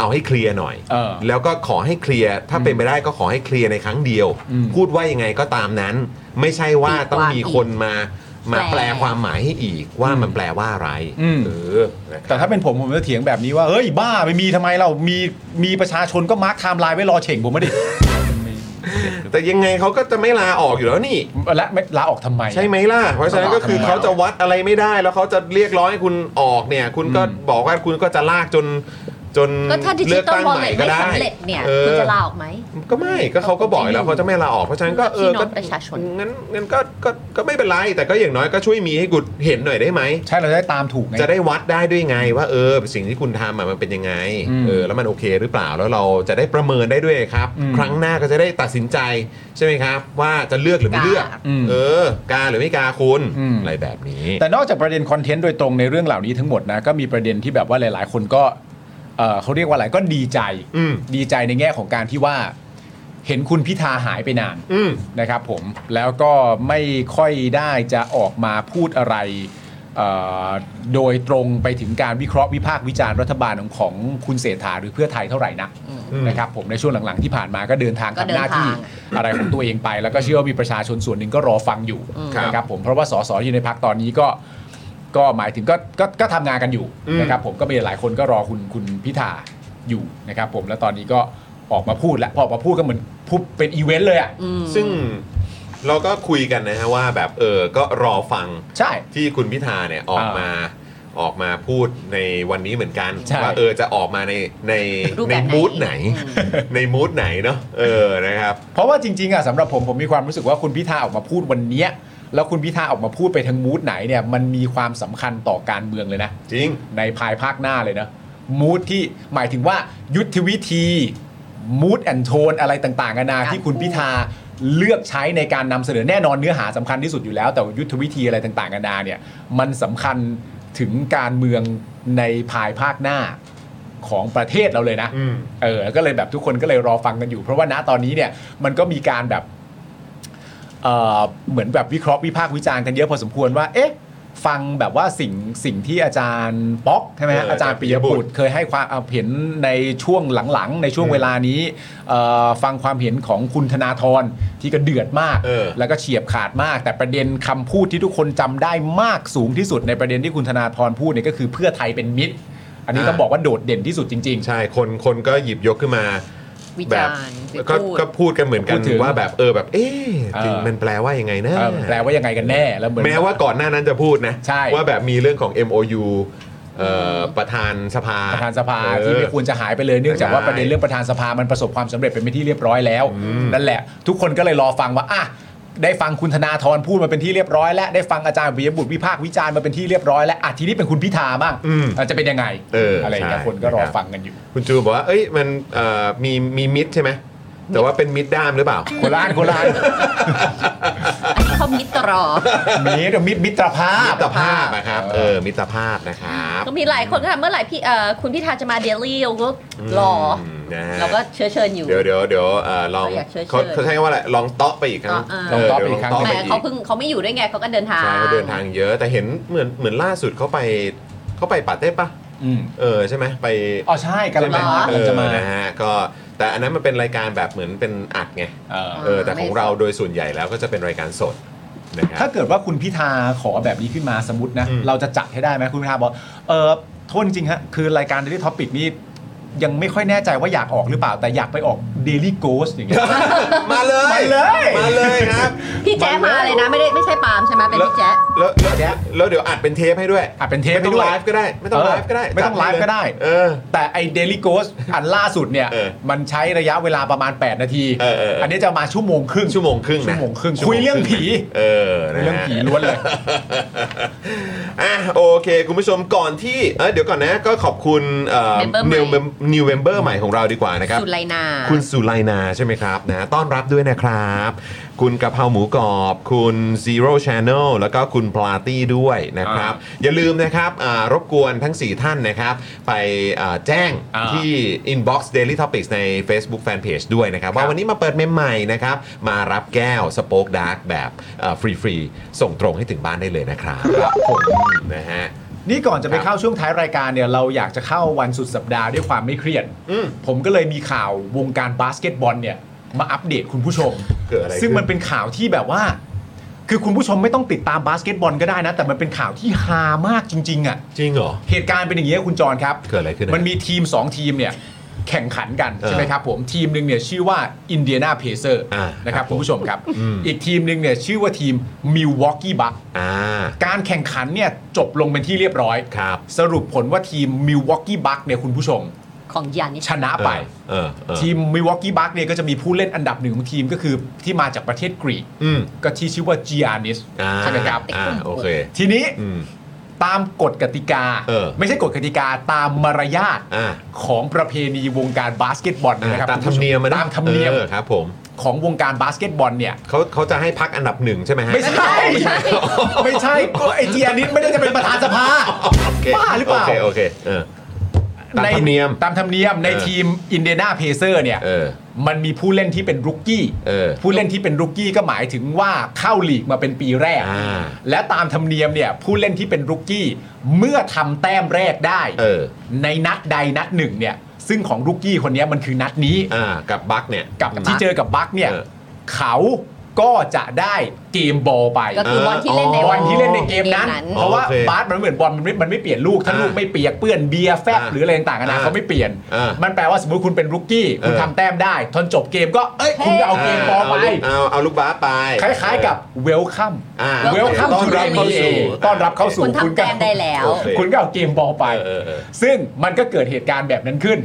[SPEAKER 3] เอาให้เคลียร์หน่อย
[SPEAKER 1] เออ
[SPEAKER 3] แล้วก็ขอให้เคลียร์ถ้าเป็นไปได้ก็ขอให้เคลียร์ในครั้งเดียว
[SPEAKER 1] อืม
[SPEAKER 3] พูดว่ายังไงก็ตามนั้น ไม่ใช่ว่าต้องมีคนมามาแป
[SPEAKER 6] แป
[SPEAKER 3] ล
[SPEAKER 6] ล
[SPEAKER 3] ความหมายให้อีกว่ามันแปลว่าอะไร
[SPEAKER 1] อืม
[SPEAKER 3] เออนะครับ
[SPEAKER 1] แต่ถ้าเป็นผมผมจะเถียงแบบนี้ว่า เฮ้ย บ้าไม่มีทำไมเรามีมีประชาชนก็มาร์คไทม์ไลน์ไว้รอเฉ่งผมไม่ดิ
[SPEAKER 3] แต่ยังไงเขาก็จะไม่ลาออกอยู่แล้วนี่
[SPEAKER 1] และไม่ลาออกทำไม
[SPEAKER 3] ใช่ไหมล่ะ เพราะฉะนั้นก็คือเขาจะวัดอะไรไม่ได้ แล้วเขาจะเรียกร้องให้คุณออกเนี่ย คุณก็
[SPEAKER 1] อืม
[SPEAKER 3] บอกว่าคุณก็จะลากจนจน
[SPEAKER 6] ก็ถ้าดิจิ
[SPEAKER 3] เลือก
[SPEAKER 6] ตอล
[SPEAKER 3] ตั้ง
[SPEAKER 6] วอล
[SPEAKER 3] ใหม่
[SPEAKER 6] เล็ต
[SPEAKER 3] ก็
[SPEAKER 6] ไม่
[SPEAKER 3] ได้
[SPEAKER 6] สำเร็จเนี่ย
[SPEAKER 3] อ
[SPEAKER 6] คุณ
[SPEAKER 3] อ
[SPEAKER 6] จะลาออกไหม
[SPEAKER 3] ก็ไม่ก็เขาก็บอกอยู่แล้วเขาจะไม่ลาออกเพราะฉะนั้นก็เออ
[SPEAKER 6] พี่น้
[SPEAKER 3] ก็
[SPEAKER 6] องประชาชน
[SPEAKER 3] งั้นงั้นก็ก็ก็ไม่เป็นไร แต่ก็อย่างน้อยก็ช่วยมีให้กูเห็นหน่อยได้ไหม
[SPEAKER 1] ใช่เราจะได้ตามถูกไง
[SPEAKER 3] จะได้วัดได้ด้วยไงว่าเออสิ่งที่คุณทำอะมันเป็นยังไง
[SPEAKER 1] อืม
[SPEAKER 3] เออแล้วมันโอเคหรือเปล่าแล้วเราจะได้ประเมินได้ด้วยครับ
[SPEAKER 1] อืม
[SPEAKER 3] ครั้งหน้าก็จะได้ตัดสินใจใช่ไหมครับ ว่าจะเลือกหรือไม่เลือก
[SPEAKER 6] กา
[SPEAKER 1] อืม
[SPEAKER 3] เออกาหรือไม่กาคุณ
[SPEAKER 1] อืม
[SPEAKER 3] อะไรแบบนี้
[SPEAKER 1] แต่นอกจากประเด็นคอนเทนต์โดยตรงในเรื่องเหล่านี้ทั้งหมดนะ ก็มีประเด็นที่แบบว่าหลาย ๆ คนก็เอ่อเขาเรียกว่าอะไรก็ดีใจ
[SPEAKER 3] อืม
[SPEAKER 1] ดีใจในแง่ของการที่ว่า เห็นคุณพิธาหายไปนาน
[SPEAKER 3] อืม
[SPEAKER 1] นะครับผมแล้วก็ไม่ค่อยได้จะออกมาพูดอะไรเอ่อโดยตรงไปถึงการวิเคราะห์วิพากษ์วิจารณ์รัฐบาลของของคุณเศรษฐาหรือเพื่อไทยเท่าไหร่นัก
[SPEAKER 3] อืม
[SPEAKER 1] นะครับผมในช่วงหลังๆที่ผ่านมาก็เดินทาง
[SPEAKER 6] ก็
[SPEAKER 1] ทำ
[SPEAKER 6] เดิน
[SPEAKER 1] หน้าที่
[SPEAKER 6] ทาง
[SPEAKER 1] อะไรของตัวเองไป แล้วก็เชื่อว่ามีประชาชนส่วนหนึ่งก็รอฟังอยู่นะครับผมเพราะว่าสสอยู่ในพักตอนนี้ก็ก็หมายถึงก็ก็ก็ทำงานกันอยู่นะครับผมก็มีหลายคนก็รอคุณคุณพิธาอยู่นะครับผมแล้วตอนนี้ก็ออกมาพูดแล้วพอออกมาพูดก็เหมือนพูดเป็นอีเวนต์เลยอ่ะ
[SPEAKER 6] อืม
[SPEAKER 3] ซึ่งเราก็คุยกันนะฮะว่าแบบเออก็รอฟัง
[SPEAKER 1] ใช่
[SPEAKER 3] ที่คุณพิธาเนี่ยออกมาออกมาพูดในวันนี้เหมือนกัน
[SPEAKER 1] ใช่
[SPEAKER 3] ว่าเออจะออกมาในใน
[SPEAKER 6] รูป
[SPEAKER 3] ใน
[SPEAKER 6] แบบไหน
[SPEAKER 3] มูดไหน
[SPEAKER 6] อืม
[SPEAKER 3] ในมูดไหนเนาะเออนะครับ
[SPEAKER 1] เพราะว่าจริงๆอะสำหรับผมผมมีความรู้สึกว่าคุณพิธาออกมาพูดวันเนี้ยแล้วคุณพิธาออกมาพูดไปทางมูดไหนเนี่ยมันมีความสำคัญต่อการเมืองเลยนะ
[SPEAKER 3] จริง
[SPEAKER 1] ในภายภาคหน้าเลยนะมูดที่หมายถึงว่ายุทธวิธีมูดแอนโทนอะไรต่างๆนานาที่คุณพิธาเลือกใช้ในการนำเสนอแน่นอนเนื้อหาสำคัญที่สุดอยู่แล้ว แต่ว่ายุทธวิธีอะไรต่างๆนานาเนี่ยมันสำคัญถึงการเมืองในภายภาคหน้าของประเทศเราเลยนะ
[SPEAKER 3] อืม
[SPEAKER 1] เออ ก็เลยแบบทุกคนก็เลยรอฟังกันอยู่ เพราะว่าณตอนนี้เนี่ยมันก็มีการแบบเอ่อเหมือนแบบวิเคราะห์วิพากษ์วิจารณ์กันเยอะพอสมควรว่า เอ๊ะ ฟังแบบว่าสิ่งสิ่งที่อาจารย์ป๊อกใช่ไหมฮะ
[SPEAKER 3] เออ
[SPEAKER 1] อาจารย์ปิยบุตรเคยให้ความเห็นในช่วงหลังๆ ในช่วง
[SPEAKER 3] อืม
[SPEAKER 1] เวลานี้เอ่อฟังความเห็นของคุณธนาธรที่ก็เดือดมาก
[SPEAKER 3] เออ
[SPEAKER 1] แล้วก็เฉียบขาดมาก แต่ประเด็นคำพูดที่ทุกคนจำได้มากสูงที่สุดในประเด็นที่คุณธนาธรพูดเนี่ยก็คือเพื่อไทยเป็นมิตร อันนี้ต้องบอกว่าโดดเด่นที่สุดจริง ๆ
[SPEAKER 3] ใช่คนคนก็หยิบยกขึ้นมา
[SPEAKER 6] วิ
[SPEAKER 3] แบ
[SPEAKER 6] จา
[SPEAKER 3] บ
[SPEAKER 6] รณ์ไป
[SPEAKER 3] ก็
[SPEAKER 6] พูด
[SPEAKER 3] ก็พูดกันเหมือนกัน
[SPEAKER 1] พูดถึง
[SPEAKER 3] ว่าแบบเออแบบเอ๊ะ
[SPEAKER 1] เออ
[SPEAKER 3] จริงมันแปลว่ายังไงนะ
[SPEAKER 1] เออแปลว่ายังไงกันแน่แล้วเหมือน
[SPEAKER 3] แม้ว่าก่อนหน้านั้นจะพูดนะ
[SPEAKER 1] ใช่
[SPEAKER 3] ว่าแบบมีเรื่องของ MOU เอ่อประธานสภา
[SPEAKER 1] ประธานสภา
[SPEAKER 3] เออ
[SPEAKER 1] ที่ไม่ควรจะหายไปเลยเนื่องจากว่า
[SPEAKER 3] ใช่
[SPEAKER 1] ประเด็นเรื่องประธานสภามันประสบความสำเร็จเป็นไปที่เรียบร้อยแล้ว
[SPEAKER 3] อืม
[SPEAKER 1] นั่นแหละ ทุกคนก็เลยรอฟังว่าอ่ะได้ฟังคุณธนาธรพูดมาเป็นที่เรียบร้อยแล้วได้ฟังอาจารย์ปิยบุตรวิพากษ์วิจารณ์มาเป็นที่เรียบร้อยแล้วอ่ะทีนี้เป็นคุณพิธาบ้าง
[SPEAKER 3] อืม
[SPEAKER 1] อ่ะจะเป็นยังไง
[SPEAKER 3] เออ
[SPEAKER 1] อะไรอย่างเงี้ย
[SPEAKER 3] ใช่
[SPEAKER 1] คนก็รอ
[SPEAKER 3] นะครับ
[SPEAKER 1] ฟังกันอยู่
[SPEAKER 3] คุณจูบอกว่า เอ้ย มันเอ่อมี มีมิดใช่ไหม แต่ว่าเป็นมิดด้ามหรือเปล่า
[SPEAKER 1] โคราชโคราช
[SPEAKER 6] อันนี้เขามิตร รอ
[SPEAKER 1] มีเดี๋ยวมิตรมิตรภาพ
[SPEAKER 3] มิตรภาพนะครับ เออ มิตรภาพนะครับ
[SPEAKER 6] ก็มีหลายคนก็ถามเมื่อไหร่พี่เอ่อคุณพิธาจะมาเดลี่เราก็รอ
[SPEAKER 3] อืมนะฮะ
[SPEAKER 6] เราก็เชื้อเชิญอยู่
[SPEAKER 3] เดี๋ยวเดี๋ยวเดี๋ยวเอ่อลอง
[SPEAKER 6] เราอยากเชิญ
[SPEAKER 3] เขาเขาใช้คำว่าอะไร ลองเตาะไปอีกครั้ง
[SPEAKER 6] เตาะอ่า
[SPEAKER 3] เล
[SPEAKER 1] องเตาะไปอีกครั้ง
[SPEAKER 3] ลเตาะไป
[SPEAKER 6] แต่
[SPEAKER 3] อีก
[SPEAKER 6] เขาเพิ่งเขาไม่อยู่ด้วยไงเขาก็เดินทาง
[SPEAKER 3] ใช่เขาเดินทางเยอะ แต่เห็นเหมือน เหมือนล่าสุดเขาไป เขาไปปาเต้ปะ
[SPEAKER 1] อืม
[SPEAKER 3] เออ ใช่ไหมไป
[SPEAKER 1] อ๋อใช่กำลั
[SPEAKER 3] ใช่
[SPEAKER 1] น
[SPEAKER 3] ไหม
[SPEAKER 1] มากำลังจะมา
[SPEAKER 3] เออนะฮะ ก็ แต่อันนั้นมันเป็นรายการแบบเหมือนเป็นอัดไง
[SPEAKER 1] เออ
[SPEAKER 3] เออแต่ของเราโดยส่วนใหญ่แล้วก็จะเป็นรายการสดนะครั
[SPEAKER 1] ถ้า
[SPEAKER 3] บ
[SPEAKER 1] เกิดว่าคุณพิธาขอแบบนี้ขึ้นมาสมมตินะ
[SPEAKER 3] อืม
[SPEAKER 1] เราจะจัดให้ได้ไหมคุณพิธาบอกเออโทษจริงๆฮะคือรายการ Daily Topic นี่ยังไม่ค่อยแน่ใจว่าอยากออกหรือเปล่า แต่อยากไปออก Daily Ghost อย่างเงี้ย
[SPEAKER 3] มาเลย
[SPEAKER 1] มาเลย
[SPEAKER 3] มาเลยครับ
[SPEAKER 6] พี่แจ๊มาเลยนะไม่ได้ไม่ใช่ปาล์มใช่ไหมเป็นพี่แจ๊
[SPEAKER 3] แล้วแล้วแล้วแล้วเดี๋ยวอัดเป็นเทปให้ด้วย
[SPEAKER 1] อ่ะเป็นเทป
[SPEAKER 3] ไม่ต้อง
[SPEAKER 1] ด้วย
[SPEAKER 3] ไลฟ์ก็ได้ไม่ต้อง
[SPEAKER 1] เอ
[SPEAKER 3] ไล
[SPEAKER 1] อ
[SPEAKER 3] ฟ์ก็ได้
[SPEAKER 1] ไม่ต้องไลฟ์ก็ได้
[SPEAKER 3] เออ
[SPEAKER 1] แต่ไอเดลิโกสอันล่าสุดเนี่ย
[SPEAKER 3] เออ
[SPEAKER 1] มันใช้ระยะเวลาประมาณ 8 นาที
[SPEAKER 3] เออเออเอออั
[SPEAKER 1] อันนี้จะมาชั่วโมงครึ่ง
[SPEAKER 3] ชั่วโมงครึ่งนะ
[SPEAKER 1] ชั่วโมงครึ่ง
[SPEAKER 3] วโม
[SPEAKER 1] คุยเรื่องผี
[SPEAKER 3] เออนะฮะ
[SPEAKER 1] เรื่องผีล้วนเลย
[SPEAKER 3] อ่ะโอเค คุณผู้ชมก่อนที่เอ้ยเดี๋ยวก่อนนะก็ขอบคุณเอ่อ new mem- new member ใหม่ของเราดีกว่านะครับ
[SPEAKER 6] สุไลนา
[SPEAKER 3] คุณสุไลนาใช่ไหมครับนะต้อนรับด้วยนะครับ คุณกะเพราหมูกรอบ คุณ Zero Channel แล้วก็คุณพลาตี้ด้วยนะครับ อย่าลืมนะครับอ่ารบกวนทั้ง 4 ท่านนะครับ ไปอ่าแจ้ง
[SPEAKER 1] อ่า
[SPEAKER 3] ที่ Inbox Daily Topics ใน Facebook Fanpage ด้วยนะครับ ว่าวันนี้มาเปิดเมมใหม่นะครับ มารับแก้วสโป๊กดาร์กแบบฟรีๆ ส่งตรงให้ถึงบ้านได้เลยนะครับ
[SPEAKER 1] ครับผม
[SPEAKER 3] นะฮะ
[SPEAKER 1] นี่ก่อนจะไป
[SPEAKER 3] ครับ
[SPEAKER 1] เข้าช่วงท้ายรายการเนี่ยเราอยากจะเข้าวันสุดสัปดาห์ด้วยความไม่เครียด
[SPEAKER 3] อืม
[SPEAKER 1] ผมก็เลยมีข่าววงการบาสเกตบอลเนี่ย มาอัปเดตคุณผู้ชม
[SPEAKER 3] เกิดอะไรขึ้น
[SPEAKER 1] ซึ่งมันเป็นข่าวที่แบบว่า คือคุณผู้ชมไม่ต้องติดตามบาสเกตบอลก็ได้นะ แต่มันเป็นข่าวที่ฮามากจริง ๆอะ่ะ
[SPEAKER 3] จริงเหรอ
[SPEAKER 1] เหตุการณ์เป็นอย่างนี้ยคุณจรครับ
[SPEAKER 3] เกิดอะไรขึ้นนะ
[SPEAKER 1] มันมีทีม 2 ทีมเนี่ยแข่งขันกัน ใช่ไหมครับผมทีมหนึ่งเนี่ยชื่อว่าอินเดียนาเพเซอร์
[SPEAKER 3] อ่า
[SPEAKER 1] นะค
[SPEAKER 3] ครั
[SPEAKER 1] รับบ
[SPEAKER 3] ผม
[SPEAKER 1] คุณผู้ชมครับ
[SPEAKER 3] อืม
[SPEAKER 1] อีกทีมหนึ่งเนี่ยชื่อว่าทีมมิลวอกกี้บัค
[SPEAKER 3] อ่า
[SPEAKER 1] การแข่งขันเนี่ยจบลงเป็นที่เรียบร้อย
[SPEAKER 3] ครับ
[SPEAKER 1] สรุปผลว่าทีมมิลวอกกี้บัคเนี่ยคุณผู้ชม
[SPEAKER 6] ของยานิช
[SPEAKER 1] ชนะไป
[SPEAKER 3] เออเออเออ
[SPEAKER 1] ทีมมิลวอกกี้บัคเนี่ยก็จะมีผู้เล่นอันดับหนึ่งของทีมก็คือที่มาจากประเทศกรีก
[SPEAKER 3] อืม
[SPEAKER 1] ก็ที่ชื่อว่าจีอานิส
[SPEAKER 3] อ่า
[SPEAKER 1] ใช่ไหมครับ
[SPEAKER 3] อ่าโอเค
[SPEAKER 1] ทีนี้
[SPEAKER 3] อืม
[SPEAKER 1] ตามกฎกติกา
[SPEAKER 3] เออ
[SPEAKER 1] ไม่ใช่กฎกติกาตามมารยาท
[SPEAKER 3] อ่า
[SPEAKER 1] ของประเพณีวงการบาสเกตบอล
[SPEAKER 3] อ่า
[SPEAKER 1] นะครับ
[SPEAKER 3] ตามธรรมเนียมอะะ
[SPEAKER 1] ตามธรรมเนียม
[SPEAKER 3] ออครับผม
[SPEAKER 1] ของวงการบาสเกตบอลเนี่ย
[SPEAKER 3] เขาเขาจะให้พักอันดับหนึ่งใช่ไหมฮะ
[SPEAKER 1] ไม่ใช่ ไม่ใช่ก็ไอเจียนิดไม่ได้จะเป็นประธานสภา
[SPEAKER 3] โเค
[SPEAKER 1] บ้าหรือเปล่า
[SPEAKER 3] โอเคโอเคเออ ตามธรรมเนียม
[SPEAKER 1] ใตามธรรมเนียมใน
[SPEAKER 3] เออ
[SPEAKER 1] ทีมอินเด a าเพเซอร์เนี่ย
[SPEAKER 3] เออ
[SPEAKER 1] มันมีผู้เล่นที่เป็นรุกกี้
[SPEAKER 3] เออ
[SPEAKER 1] ผู้เล่นที่เป็นรุกกี้ก็หมายถึงว่าเข้าลีกมาเป็นปีแรก
[SPEAKER 3] อ่า
[SPEAKER 1] และตามธรรมเนียมเนี่ยผู้เล่นที่เป็นรุกกี้เมื่อทำแต้มแรกได้
[SPEAKER 3] เออ
[SPEAKER 1] ในนัดใดนัดหนึ่งเนี่ยซึ่งของรุกกี้คนเนี้ยมันคือนัดนี้
[SPEAKER 3] อ่ากับบัคเนี่ย
[SPEAKER 1] กับที่เจอกับบัคเนี่ย
[SPEAKER 3] เออ
[SPEAKER 1] เขาก็จะได้เกมบอลไป
[SPEAKER 6] ก็คือบอลที่เล่นใน
[SPEAKER 1] บอล
[SPEAKER 6] น
[SPEAKER 1] ที่เล่นในเกมนั้น
[SPEAKER 6] เกมนั้น
[SPEAKER 1] เพราะว่า
[SPEAKER 3] โอเค
[SPEAKER 1] บาสมันเหมือนบอลมันไม่มันไม่เปลี่ยนลูกถ้า
[SPEAKER 3] อ่า
[SPEAKER 1] ลูกไม่เปียกเปื้อนเบียร์แฟบ
[SPEAKER 3] อ่า
[SPEAKER 1] หรืออะไรต่างๆนะ
[SPEAKER 3] อ่า
[SPEAKER 1] เขาไม่เปลี่ยน
[SPEAKER 3] อ่ามั
[SPEAKER 1] มันแปลว่าสมมติคุณเป็นรุกกี้คุณ
[SPEAKER 3] เออ
[SPEAKER 1] ทำแต้มได้ทอนจบเกมก็เอ้ยคุณเอาเกมบอลไป
[SPEAKER 3] เอาเอาเอาลูกบาสไป
[SPEAKER 1] คล้ายๆกับเวลคัม
[SPEAKER 3] อ่า
[SPEAKER 1] เวลคัม
[SPEAKER 3] ต้อน
[SPEAKER 1] ทู
[SPEAKER 3] รั
[SPEAKER 1] เอบ
[SPEAKER 3] เข้า
[SPEAKER 1] เอ
[SPEAKER 3] สู่
[SPEAKER 1] ต้อนรับเข้าสู่
[SPEAKER 6] คุณ
[SPEAKER 1] คุณ
[SPEAKER 6] ทำ
[SPEAKER 1] ก็
[SPEAKER 6] แต้มได้แล้ว
[SPEAKER 3] โอเค
[SPEAKER 1] คุณก็เอาเกมบอลไป
[SPEAKER 3] เออเออ
[SPEAKER 1] ซึ่งมันก็เกิดเหตุการณ์แบบนั้นขึ้น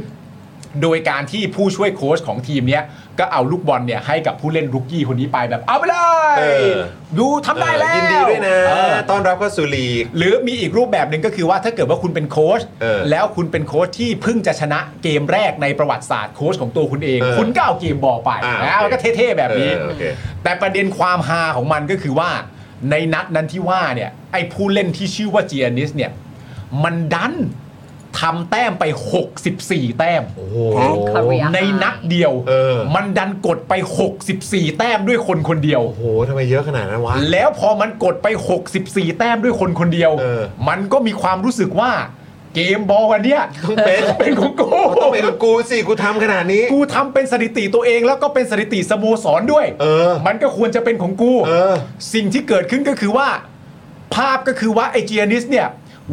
[SPEAKER 1] โดยการที่ผู้ช่วยโค้ชของทีมเนี้ยก็เอาลูกบอลเนี่ยให้กับผู้เล่นรุกกี้คนนี้ไปแบบเอาไปเล
[SPEAKER 3] เอย อ
[SPEAKER 1] ดูทำได้แล้ว
[SPEAKER 3] ยินดีด้วยนะ
[SPEAKER 1] เออ
[SPEAKER 3] ต้อนรับเข้าสู่ลีก
[SPEAKER 1] หรือมีอีกรูปแบบหนึ่งก็คือว่าถ้าเกิดว่าคุณเป็นโค้ช
[SPEAKER 3] เออ
[SPEAKER 1] แล้วคุณเป็นโค้ชที่เพิ่งจะชนะเกมแรกในประวัติศาสตร์โค้ชของตัวคุณเอง
[SPEAKER 3] เออ
[SPEAKER 1] คุณก็เอาเกมบอลไป
[SPEAKER 3] อ่า
[SPEAKER 1] แล้ว
[SPEAKER 3] โอเค
[SPEAKER 1] ก็เท่ๆแบบนี้
[SPEAKER 3] เออโอเค
[SPEAKER 1] แต่ประเด็นความฮาของมันก็คือว่าในนัดนั้นที่ว่าเนี่ยไอ้ผู้เล่นที่ชื่อว่าเจียนิสเนี่ยมันดันทำแต้มไป 64 แต้ม
[SPEAKER 3] โอ้โห
[SPEAKER 6] คาเรีย
[SPEAKER 1] ในนัดเดียว
[SPEAKER 3] เออ
[SPEAKER 1] มันดันกดไป 64 แต้มด้วยคนคนเดียว
[SPEAKER 3] โอ้โหทำไมเยอะขนาดนั้นวะ
[SPEAKER 1] แล้วพอมันกดไป 64 แต้มด้วยคนคนเดียว
[SPEAKER 3] เออ
[SPEAKER 1] มันก็มีความรู้สึกว่าเกมบอลวันเนี้ย
[SPEAKER 3] ต้องเป็น
[SPEAKER 1] เป็นของกู
[SPEAKER 3] ต้องเป็นกับกูสิกูทำขนาดนี้
[SPEAKER 1] กูทำเป็นสถิติตัวเองแล้วก็เป็นสถิติสโมสรด้วย
[SPEAKER 3] เออ
[SPEAKER 1] มันก็ควรจะเป็นของกู
[SPEAKER 3] เออ
[SPEAKER 1] สิ่งที่เกิดขึ้นก็คือว่า ภาพก็คือว่าไอเจียนิสเนี่ย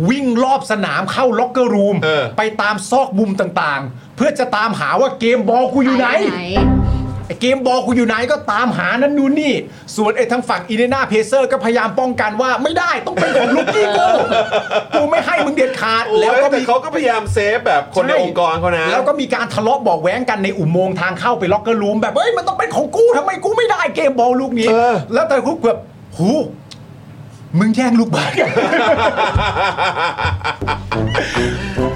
[SPEAKER 1] วิ่งรอบสนามเข้าล็อกเกอร์รูม
[SPEAKER 3] เออ
[SPEAKER 1] ไปตามซอกมุมต่างๆ เพื่อจะตามหาว่าเกมบอลกูอยู่ไหน ไอ้เกมบอลกูอยู่ไหนก็ตามหานั้นนู่นนี่ ส่วนไอ้ทางฝั่งอีเดนาเพเซอร์ก็พยายามป้องกันว่าไม่ได้ต้องเป็นของลูกกี้กูกูไม่ให้มึงเด็ดขาด
[SPEAKER 3] แล้
[SPEAKER 1] แล้ว ว
[SPEAKER 3] ก็
[SPEAKER 1] ก็
[SPEAKER 3] มี
[SPEAKER 1] มี
[SPEAKER 3] เขาก็พยายามเซฟแบบคนในองค์กรเขานะ
[SPEAKER 1] แล้วก็มีการทะเลาะเบอกแว้งกันในอุโมงค์ทางเข้าไปล็อกเกอร์รูมแบบเฮ้ยมันต้องเป็นของกูทำไมกูไม่ได้เกมบอลลูกนี้
[SPEAKER 3] เออ
[SPEAKER 1] แล้วแต่คุกแบบหูมึงแย่งลูกบาสกัน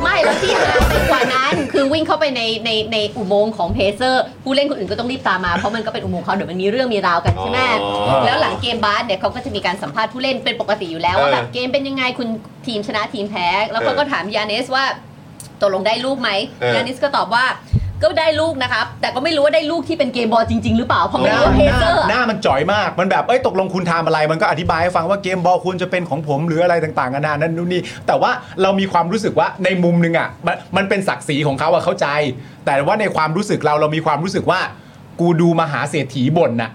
[SPEAKER 6] ไม่แล้วที่ฮาไปกว่านั้น คือวิ่งเข้าไปในในในอุโมงค์ของเพเซอร์ ผู้เล่นคนอื่นก็ต้องรีบตามมา เพราะมันก็เป็นอุโมงค์เขาเดี๋ยวมันมีเรื่องมีราวกันใช่ไหม
[SPEAKER 3] อ๋อ
[SPEAKER 6] แล้วหลังเกมบาสเนี่ยเขาก็จะมีการสัมภาษณ์ผู้เล่นเป็นปกติอยู่แล้ว ว่า
[SPEAKER 3] เออ
[SPEAKER 6] แบบเกมเป็นยังไงคุณทีมชนะทีมแพ้ แล้วเขา
[SPEAKER 3] เออ
[SPEAKER 6] ก็ถามยาเนสว่าตกลงได้ลูกไหม
[SPEAKER 3] เออย
[SPEAKER 6] าเนสก็ตอบว่า ก็ได้ลูกนะครับ แต่ก็ไม่รู้ว่าได้ลูกที่เป็นเกย์บอยจริง ๆ หรือเปล่า เพราะ
[SPEAKER 1] ห
[SPEAKER 6] ไม่
[SPEAKER 1] น้า
[SPEAKER 6] รู้ว่าเพ
[SPEAKER 1] ห
[SPEAKER 6] เซ
[SPEAKER 1] น้า
[SPEAKER 6] อร์
[SPEAKER 1] หน้ามันจ่อยมาก มันแบบ เอ้ย ตกลงคุณทำอะไร มันก็อธิบายให้ฟังว่าเกมบอลคุณจะเป็นของผมหรืออะไรต่างๆนานานั่นนู่นนี่ แต่ว่าเรามีความรู้สึกว่าในมุมหนึงอ่ะ มันมันเป็นศักดิ์ศรีของเขาอะเข้าใจ แต่ว่าในความรู้สึกเราเรามีความรู้สึกว่า กูดูมหาเศรษฐีบ่นน่ะ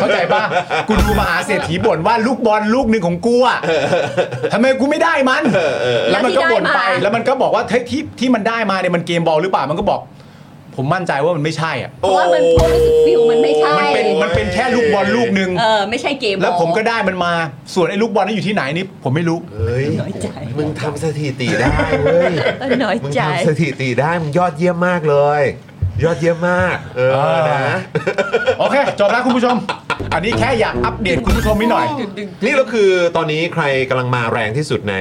[SPEAKER 1] เข้าใจป่ะ กูดูมหาเศรษฐีบ่นว่าลูกบอลลูกหนึ่งของกูอะทำไมกูไม่ได้มัน แล้วมันก็บ่นไป แล้วมันก็บอกว่าเฮ้ยที่ที่มันได้มาเนี่ยมันเกมบอลหรือเปล่า มันก็บอก ผมมั่นใจว่ามันไม่ใช่อ่ะ
[SPEAKER 6] เพราะว่ามันเพราะรู้สึกฟิลมันไม่ใช่
[SPEAKER 1] มันเป็นมันเป็นแค่ลูกบอลลูกหนึ่ง
[SPEAKER 6] เออไม่ใช่เกย์บอย
[SPEAKER 1] แล้วผมก็ได้มันมา ส่วนไอ้ลูกบอลนี่อยู่ที่ไหนนี่ผมไม่รู้
[SPEAKER 3] เฮ้ย
[SPEAKER 6] น้อยใจ
[SPEAKER 3] มึงทำสถิติได้เว้ย
[SPEAKER 6] เออน้อย
[SPEAKER 3] มึง
[SPEAKER 6] ใจ
[SPEAKER 3] ทำสถิติได้มึงยอดเยี่ยมมากเลย ยอดเยี่ยมมาก เออ
[SPEAKER 1] อ่าน
[SPEAKER 3] นะ
[SPEAKER 1] โอเค จบแล้วคุณผู้ชม อันนี้แค่อยากอัปเดตคุณผู้ชมนิดหน่อย
[SPEAKER 3] นี่ก็คือตอนนี้ใครกำลังมาแรงที่สุดใน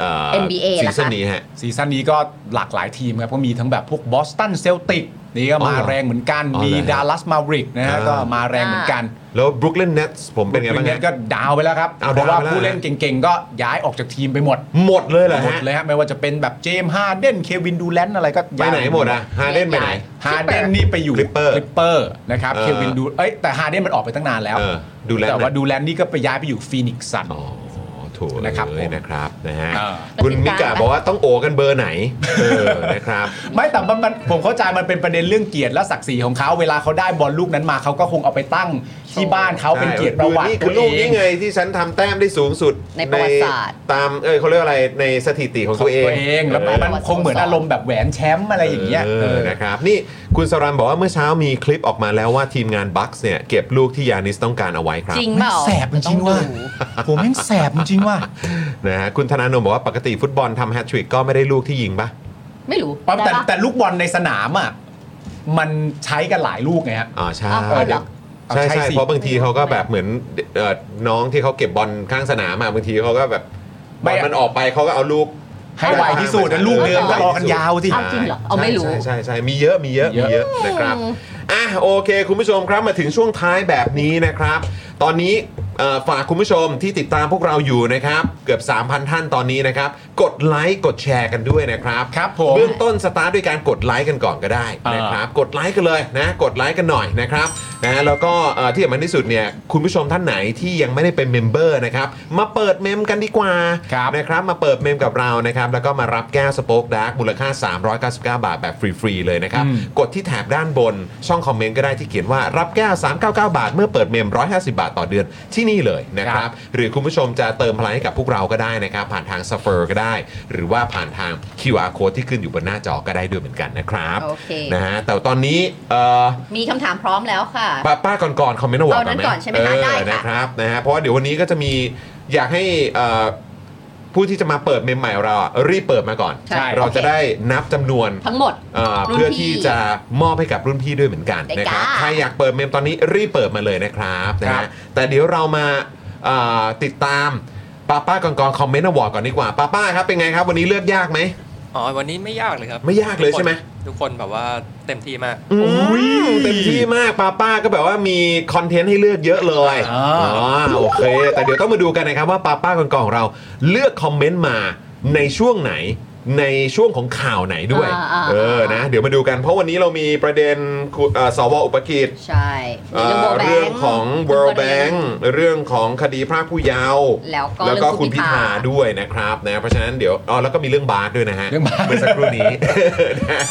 [SPEAKER 3] เอ่อ
[SPEAKER 6] NBA
[SPEAKER 3] ซีซั่น
[SPEAKER 6] ล่ะคะ
[SPEAKER 3] นี้ฮะ
[SPEAKER 1] ซีซั่นนี้ก็หลากหลายทีมครับ ก็มีทั้งแบบพวกบอสตันเซลติกนี่ก็มาแรงเหมือนกัน
[SPEAKER 3] อ๋อเหรอ
[SPEAKER 1] มีดั l ลัสมาริกนะฮะ
[SPEAKER 3] อ่า
[SPEAKER 1] ก็มาแรงเหมือนกัน
[SPEAKER 3] แล้วบรุกลินเน t ตผมเป็นไงบ้าง
[SPEAKER 1] เงี้
[SPEAKER 3] ฮะ
[SPEAKER 1] ก็ดาวไปแล้วครับ
[SPEAKER 3] เอา
[SPEAKER 1] เพราะ
[SPEAKER 3] ดาวไปแล้ว
[SPEAKER 1] ว่าผู้เล่นเก่งๆ ก็ย้ายออกจากทีมไปหมด
[SPEAKER 3] หมดเลยเหรอ
[SPEAKER 1] หมด
[SPEAKER 3] ฮะ
[SPEAKER 1] เลยฮะไม่ว่าจะเป็นแบบเจมส์ฮาร์เดนเควินดูแลนอะไรก็
[SPEAKER 3] ไป
[SPEAKER 1] ย้าย
[SPEAKER 3] ไหนหมดอ่ะฮาเดนไปไหน
[SPEAKER 1] ฮาร์เดนนี่ไปอยู่
[SPEAKER 3] Clipper
[SPEAKER 1] คลิปเปอร์นะครับ
[SPEAKER 3] เออ
[SPEAKER 1] เควินดู เอ้ยแต่ฮาร์เดนมันออกไปตั้งนานแล้ว
[SPEAKER 3] เออดูแลนด์
[SPEAKER 1] แต่ว่าดูแลนด์นี่ก็ไปย้ายไปอยู่ฟีนิกซ์ซัน
[SPEAKER 3] อ๋อถูก
[SPEAKER 1] นะครับผม
[SPEAKER 3] เลยนะครับนะฮะ
[SPEAKER 1] เออ
[SPEAKER 3] คุณมิกาบอกว่าต้องโอกันเบอร์ไหน เออนะครับ
[SPEAKER 1] ไม่แต่มันมันผมเข้าใจมันเป็นประเด็นเรื่องเกียรติและศักดิ์ศรีของเขาเวลาเขาได้บอลลูกนั้นมาเขาก็คงเอาไปตั้งที่บ้านเขาเป็นเกียรติประวัติ
[SPEAKER 3] ใช่คือ
[SPEAKER 1] ตั
[SPEAKER 3] คือ
[SPEAKER 1] วเอ
[SPEAKER 3] ลูก
[SPEAKER 1] ง
[SPEAKER 3] นี้ไงที่ฉันทำแต้มได้สูงสุด
[SPEAKER 6] ในประวัติศาสตร์
[SPEAKER 3] ในตามเออเขาเรียกอะไรในสถิติของตัวเอง
[SPEAKER 1] ตัวเองแล้วมันคงเหมือนอารมณ์แบบแหวนแชมป์อะไรอย่างเงี้ย
[SPEAKER 3] เอ
[SPEAKER 1] เอ
[SPEAKER 3] อ
[SPEAKER 1] อ
[SPEAKER 3] นะครับนี่คุณสรันบอกว่าเมื่อเช้ามีคลิปออกมาแล้วว่าทีมงานบัคส์เนี่ยเก็บลูกที่ยานิสต้องการเอาไว้ครับ
[SPEAKER 6] จริงเปล่า
[SPEAKER 1] แสบจริงๆว่ะ ผมแม่งแสบจริงๆว่ะ
[SPEAKER 3] นะฮะคุณธนาโนมบอกว่าปกติฟุตบอลทำแฮตทริกก็ไม่ได้ลูกที่ยิงปะ
[SPEAKER 6] ไม่รู้
[SPEAKER 1] ปั๊บแต่
[SPEAKER 6] ได้ปะ
[SPEAKER 1] แต่ลูกบอลในสนามอ่ะมันใช้กันหลายลูกไงฮะ
[SPEAKER 3] อ๋อใช่
[SPEAKER 6] อ๋อเหรอ
[SPEAKER 3] ใช่
[SPEAKER 1] ใช่
[SPEAKER 3] ใช่
[SPEAKER 1] สิ
[SPEAKER 3] เพราะบางทีเขาก็แบบเหมือนเอ่อน้องที่เขาเก็บบอลข้างสนามอะบางทีเขาก็แบบบอลมันออกไปเขาก็เอาลูก
[SPEAKER 1] ให้ไวที่สุดนะลูกเดิมก็รอกันยาวสิ
[SPEAKER 6] เอาจริงเหรอเอาไม่รู้
[SPEAKER 3] ใช่ใช่ใช่ใช่มีเยอะมีเยอะ
[SPEAKER 1] มี
[SPEAKER 3] มี
[SPEAKER 1] เย
[SPEAKER 3] เย
[SPEAKER 1] อะ
[SPEAKER 3] อะนะครับอ่ะโอเค คุณผู้ชมครับมาถึงช่วงท้ายแบบนี้นะครับ ตอนนี้เอ่อฝากคุณผู้ชมที่ติดตามพวกเราอยู่นะครับ เกือบ 3,000 ท่านตอนนี้นะครับ กดไลค์กดแชร์กันด้วยนะครับ
[SPEAKER 1] ครับผม
[SPEAKER 3] เบื้องต้นสตาร์ทด้วยการกดไลค์กันก่อนก็ได้
[SPEAKER 1] อ่าน
[SPEAKER 3] นะครับกดไลค์กันเลยนะกดไลค์กันหน่อยนะครับนะแล้วก็เอ่อที่สำคัญที่สุดเนี่ยคุณผู้ชมท่านไหนที่ยังไม่ได้เป็นเมมเบอร์นะครับมาเปิดเมมกันดีกว่า
[SPEAKER 1] ครับ
[SPEAKER 3] นะครับมาเปิดเมมกับเรานะครับแล้วก็มารับแก้วสป็อกดาร์กมูลค่า 399 บาทแบบฟรีๆเลยนะครับ
[SPEAKER 1] อืม
[SPEAKER 3] กดที่แถบด้านบนช่องคอมเมนต์ก็ได้ที่เขียนว่ารับแก้ว 399 บาท เมื่อเปิดเมม 150 บาทต่อเดือนที่นี่เลยนะครับหรือคุณผู้ชมจะเติมพลังให้กับพวกเราก็ได้นะครับผ่านทาง s เฟอร์ก็ได้ หรือว่าผ่านทาง QR code ที่ขึ้นอยู่บนหน้าจอก็ได้ด้วยเหมือนกันนะครับ
[SPEAKER 6] โอเค
[SPEAKER 3] นะฮะแต่ตอนนี้เอ่อ
[SPEAKER 6] มีคำถามพร้อมแล้วค่ะ
[SPEAKER 3] ป้าป้าก่อนก่อนคอมเมนต์อวอร์ด
[SPEAKER 6] เอานั้นก่อนใช่ไหม
[SPEAKER 3] เอ
[SPEAKER 6] คะได้
[SPEAKER 3] อ
[SPEAKER 6] ค่ะ
[SPEAKER 3] นะครับนะฮะเพราะว่าเดี๋ยววันนี้ก็จะมีอยากให้เอ่อผู้ที่จะมาเปิดเมมใหม่ของเราอ่ะรีบเปิดมาก่อน
[SPEAKER 1] ใช่
[SPEAKER 3] เราจะได้นับจำนวน
[SPEAKER 6] ทั้งหมด
[SPEAKER 3] เอ่อ
[SPEAKER 6] รุ่นพี่
[SPEAKER 3] เพื่อที่จะมอบให้กับรุ่นพี่ด้วยเหมือนกัน
[SPEAKER 6] ได้
[SPEAKER 3] นะครับ
[SPEAKER 6] จ้า
[SPEAKER 3] ใครอยากเปิดเมมตอนนี้รีบเปิดมาเลยนะครับนะ
[SPEAKER 1] ครั
[SPEAKER 3] ฮะ
[SPEAKER 1] บ
[SPEAKER 3] แต่เดี๋ยวเรามาเอ่อติดตามป้าป้าก่อนก่อนคอมเมนต์อวอร์ดก่อนดีกว่าป้าป้าครับเป็นไงครับวันนี้เลือกยากไหม
[SPEAKER 8] อ๋อวันนี้ไม่ยากเลยครับ
[SPEAKER 3] ไม่ยากเลยใช่ไหม
[SPEAKER 8] ทุกคนแบบว่าเต็มที่มาก
[SPEAKER 3] อืม
[SPEAKER 1] อุ๊ย
[SPEAKER 3] เต็มที่มากป้าป้าก็แบบว่ามีคอนเทนต์ให้เลือกเยอะเลย
[SPEAKER 1] อ่า
[SPEAKER 3] โอเค แต่เดี๋ยวต้องมาดูกันนะครับว่าป้าป้ากองกองเราเลือกคอมเมนต์มาในช่วงไหนในช่วงของข่าวไหนด้วย
[SPEAKER 6] อ่าอ่า
[SPEAKER 3] เออนะ เดี๋ยวมาดูกันเพราะวันนี้เรามีประเด็นคุณเอ่อสวอุปกิจ
[SPEAKER 6] ใช่
[SPEAKER 3] เอ่อ
[SPEAKER 6] World Bank
[SPEAKER 3] เรื่องของ World Bank เรื่องของคดีพรากผู้เยาว์
[SPEAKER 6] แล้วก็
[SPEAKER 3] แล้วก็
[SPEAKER 6] เรื่องคุ
[SPEAKER 3] คุณ
[SPEAKER 6] ณ
[SPEAKER 3] พิธา
[SPEAKER 6] พิธา
[SPEAKER 3] ด้วยนะครับนะเพราะฉะนั้นเดี๋ยวอ๋อแล้วก็มีเรื่องบาสด้วยนะฮะ
[SPEAKER 1] เรื่องบาส
[SPEAKER 3] เมื่อสักครู่นี้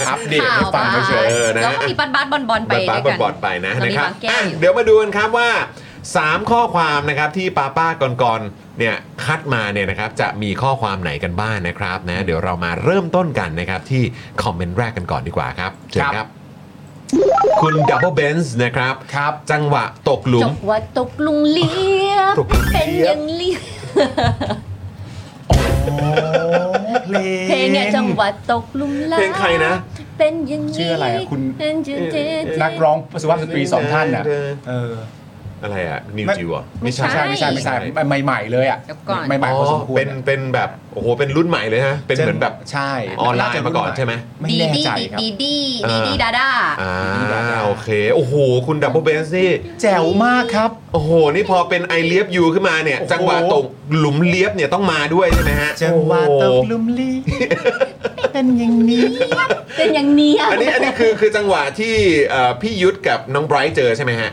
[SPEAKER 1] อัปเดต
[SPEAKER 6] ข่า
[SPEAKER 1] ให้
[SPEAKER 6] ว
[SPEAKER 1] ฟังเฉย
[SPEAKER 3] ๆเออนะ
[SPEAKER 6] แล้วก็มีบัตบัตบอลบอลไป
[SPEAKER 3] ไป
[SPEAKER 6] ด้
[SPEAKER 3] ป้า
[SPEAKER 6] วย
[SPEAKER 3] บ
[SPEAKER 6] กัน
[SPEAKER 3] อดไปนะ
[SPEAKER 6] เรา
[SPEAKER 3] นะ
[SPEAKER 6] มี
[SPEAKER 3] ครับ
[SPEAKER 6] บางแก้
[SPEAKER 3] อ่ะ
[SPEAKER 6] วอยู่
[SPEAKER 3] เดี๋ยวมาดูกันครับว่า 3 ข้อความนะครับที่ป้าป้าก่อนๆเนี่ยคัดมาเนี่ยนะครับจะมีข้อความไหนกันบ้างนะครับนะเดี๋ยวเรามาเริ่มต้นกันนะครับที่คอมเมนต์แรกกันก่อนดีกว่าครับเชิญครับ คุณดับเบิลเบนส์นะครับ
[SPEAKER 1] ๆครับ
[SPEAKER 3] จังหวะตกหลุ
[SPEAKER 6] จ
[SPEAKER 3] ม
[SPEAKER 6] บว่าตกลุงเลียบ
[SPEAKER 3] ตกลุงเลียบ
[SPEAKER 6] เป็นอยังเลียบเพลงเนี่ยจังหวัดตกลุมลา
[SPEAKER 3] เพลงใครนะ
[SPEAKER 6] เป็นอยังเลียบ
[SPEAKER 1] ชื่ออะไรอะคุณ
[SPEAKER 6] เป็นอยังเลียบ
[SPEAKER 1] นักร้องสุภาพสตรีสองท่านน่ะ เออ
[SPEAKER 3] อะไรอ่ะนิว
[SPEAKER 1] ไม่
[SPEAKER 3] จิวอ่ะ
[SPEAKER 6] ไม่
[SPEAKER 1] ไม่ใช่
[SPEAKER 6] ใช่
[SPEAKER 1] ไม่ใช่ไม่ใช่ใหม่ ๆ เลยอ่ะ
[SPEAKER 6] เดี๋ยวก่อน
[SPEAKER 1] ใหม่ๆพอสมควร
[SPEAKER 3] เป็นเป็นแบบโอ้โหเป็นรุ่นใหม่เลยฮะเป็นเหมือนแบบ
[SPEAKER 1] ใช่
[SPEAKER 3] ออนไลน์มาก่อนใช่ไหม
[SPEAKER 1] ไม่
[SPEAKER 6] ดี
[SPEAKER 1] แน่
[SPEAKER 6] ดี
[SPEAKER 1] ใจครับ
[SPEAKER 6] ดีดี
[SPEAKER 3] เอ
[SPEAKER 6] ดี
[SPEAKER 3] อ
[SPEAKER 6] ดีดาดา
[SPEAKER 3] อ่าโอเคโอ้โหคุณดับเบิลเบนส์นี่
[SPEAKER 1] แจ๋วมากครับ
[SPEAKER 3] โอ้โห นี่พอเป็นไอเลียบยูขึ้นมาเนี่ย
[SPEAKER 1] โอ้โห
[SPEAKER 3] จังหวะตกหลุมเลียบเนี่ยต้องมาด้วยใช่ไหมฮะ
[SPEAKER 1] จังหวะตก
[SPEAKER 3] โอ้โห
[SPEAKER 1] ลุมลี เป็นอย่างนี้
[SPEAKER 6] เป็นอย่างเนี้ย
[SPEAKER 3] อันนี้อันนี้คือคือจังหวะที่เอ่อพี่ยุทธกับน้องไบรท์เจอใช่ไหมฮะ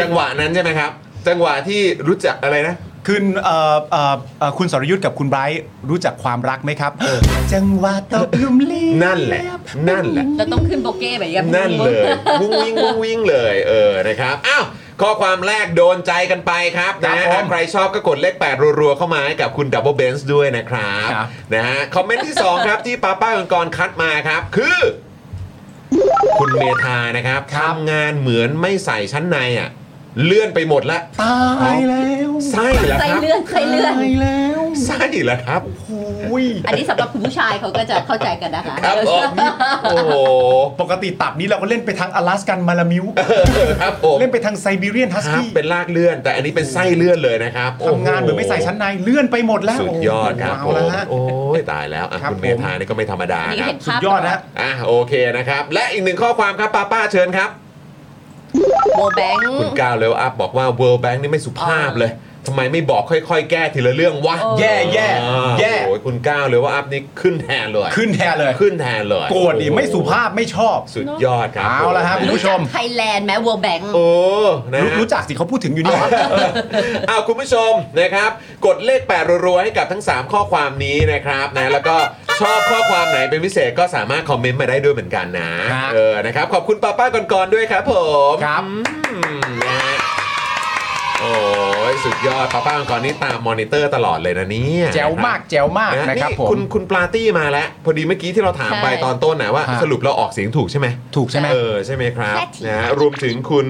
[SPEAKER 3] จังหวะนั้นใช่ไหมครับ จังหวะที่รู้จักอะไรนะ
[SPEAKER 1] คืนเอ่อเอ่อเอ่อคุณสรยุทธ์กับคุณไบรท์รู้จักความรักไหมครับ จังหวะตกหลุมเลียบ
[SPEAKER 3] นั่นแหละ นั่นแหละ
[SPEAKER 6] เราต้องขึ้นโบเก้แบบนี้
[SPEAKER 3] นั่นเลยวุ้งวิ่งวุ้งวิ่งเลยเออนะครับอ้าวข้อความแรกโดนใจกันไปครับนะฮะใครชอบก็กดเลข 8 รัวๆ เข้ามาให้กับคุณดับเบิลเบนซ์ด้วยนะครับนะฮะคอมเมนต์ที่ 2 ครับ ที่ป้าป้ากังกรคัดมาครับ คือ คุณเมธานะครับทำงานเหมือนไม่ใส่ชั้นในอ่ะ เลื่อนไปหมดละ
[SPEAKER 1] ตายแล้ว
[SPEAKER 3] ไส้ละ
[SPEAKER 6] ใส่
[SPEAKER 3] ครับ
[SPEAKER 6] เลื่อนใส่เลื่อน
[SPEAKER 1] ตายแล้ว
[SPEAKER 3] ไส้ละครับ
[SPEAKER 1] อุ้ย
[SPEAKER 6] อันนี้สำหรับคุณผู้ชายเขาก็จะเข้าใจกันนะคะ
[SPEAKER 3] ครับผมโอ้โห
[SPEAKER 1] ปกติตับนี้เราก็เล่นไปทางอลาสกันมาลามิว
[SPEAKER 3] ครับผม
[SPEAKER 1] เล่นไปทางไซบีเรียนฮัส
[SPEAKER 3] ครับ
[SPEAKER 1] กี้
[SPEAKER 3] เป็นลากเลื่อน แต่อันนี้เป็นไส้เลื่อนเลยนะครับโโ
[SPEAKER 1] ทำงานเหมือนไม่ใส่ชั้นในเลื่อนไปหมดแล้ว
[SPEAKER 3] สุดยอดครับ
[SPEAKER 1] เอา
[SPEAKER 3] ผม
[SPEAKER 1] ละฮะ
[SPEAKER 3] โอ้ยตายแล้วอ่ะ
[SPEAKER 1] ครับ
[SPEAKER 3] คุณเม
[SPEAKER 1] ผม
[SPEAKER 3] ธานี่ก็ไม่ธรรมดา
[SPEAKER 6] อัน
[SPEAKER 3] ค
[SPEAKER 6] นี้
[SPEAKER 3] รับ
[SPEAKER 6] เห็น
[SPEAKER 1] สุ
[SPEAKER 6] ภา
[SPEAKER 1] ด
[SPEAKER 6] พ
[SPEAKER 1] ยอดนะ
[SPEAKER 3] อ่ะโอเคนะครับ และอีกหนึ่งข้อความครับป้าป้าเชิญครับ
[SPEAKER 6] โบแบงค์
[SPEAKER 3] คุณก้าวเลวอัพบอกว่า World Bank นี่ไม่สุภาพเลยทำไมไม่บอกค่อยๆ แก้ทีละเรื่องวะ
[SPEAKER 6] เออ
[SPEAKER 1] แย่แย่
[SPEAKER 3] อ่า
[SPEAKER 1] แย่
[SPEAKER 3] โอ้ยคุณก้าวเลวอัพนี่ขึ้นแทนเลย
[SPEAKER 1] ขึ้นแทนเลย
[SPEAKER 3] ขึ้นแทนเลย
[SPEAKER 1] โกรธดิไม่สุภาพไม่ชอบ
[SPEAKER 3] สุดยอดครับ
[SPEAKER 1] เอาละครับ
[SPEAKER 3] ผม
[SPEAKER 1] ณผู้ชม
[SPEAKER 6] ไทยแลนด์แม้วอลแบงค์
[SPEAKER 3] โอ้นะ
[SPEAKER 1] รู้
[SPEAKER 3] ฮะ
[SPEAKER 1] รู้จักสิเขาพูดถึงอยู่นี่
[SPEAKER 3] อ้าวคุณผู้ชมนะครับ กดเลข8รัวๆให้กับทั้ง 3 ข้อความนี้นะครับนะแล้วก็ชอบข้อความไหนเป็นพิเศษก็สามารถคอมเมนต์มาได้ด้วยเหมือนกันนะครับ เออนะครับ ขอบคุณป้าป้าก่อนๆด้วยครับผม
[SPEAKER 1] ครับ
[SPEAKER 3] อืมนะฮะโอ้ยสุดยอดป้าป้าก่อนๆนี่ตามมอนิเตอร์ตลอดเลยนะเนี่ย
[SPEAKER 1] แจ๋วมากแจ๋วมาก
[SPEAKER 3] นะฮะ
[SPEAKER 1] นะครับ
[SPEAKER 3] นี่
[SPEAKER 1] ผม
[SPEAKER 3] คุณคุณปลาตี้มาแล้ว พอดีเมื่อกี้ที่เราถามไป
[SPEAKER 6] ใช่
[SPEAKER 3] ตอนต้นนะว่า
[SPEAKER 1] ฮะ
[SPEAKER 3] สรุปเราออกเสียงถูกใช่ไหม
[SPEAKER 1] ถูกใช่ไหม
[SPEAKER 3] เออใช่ไหมครับ
[SPEAKER 6] แค่ที
[SPEAKER 3] นะฮะรวมถึงคุณ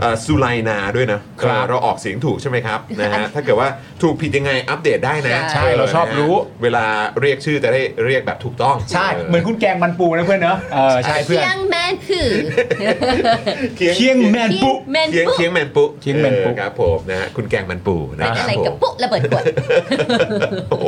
[SPEAKER 3] เอ่อสุไลนาด้วยนะครับ เออเราออกเสียงถูกใช่ไหมครับนะฮะถ้าเกิดว่าถูกผิดยังไงอัปเดตได้นะ
[SPEAKER 6] ใช่
[SPEAKER 3] นะฮะ
[SPEAKER 1] เราชอบรู้
[SPEAKER 3] เวลาเรียกชื่อจะได้เรียกแบบถูกต้อง
[SPEAKER 1] ใช่เหมือนคุณแกงมันปูนะเพื่อนเนอะเออใช่เพื่อน
[SPEAKER 6] เที่ยงแมนคือ
[SPEAKER 1] เคียงแมนปุ๊
[SPEAKER 6] แมน
[SPEAKER 3] เคียง
[SPEAKER 6] ปุ๊
[SPEAKER 3] เคียงแมนปุ
[SPEAKER 1] เคียงแมนปุ
[SPEAKER 3] ออครับผมนะฮะคุณแกงแมนปูนะ
[SPEAKER 6] เป็น
[SPEAKER 3] ค
[SPEAKER 6] อะ
[SPEAKER 3] รับ
[SPEAKER 6] ไร
[SPEAKER 3] ผ
[SPEAKER 6] กับ
[SPEAKER 3] ม
[SPEAKER 6] ปุ๊ระเบิดขวด
[SPEAKER 3] โอ้โห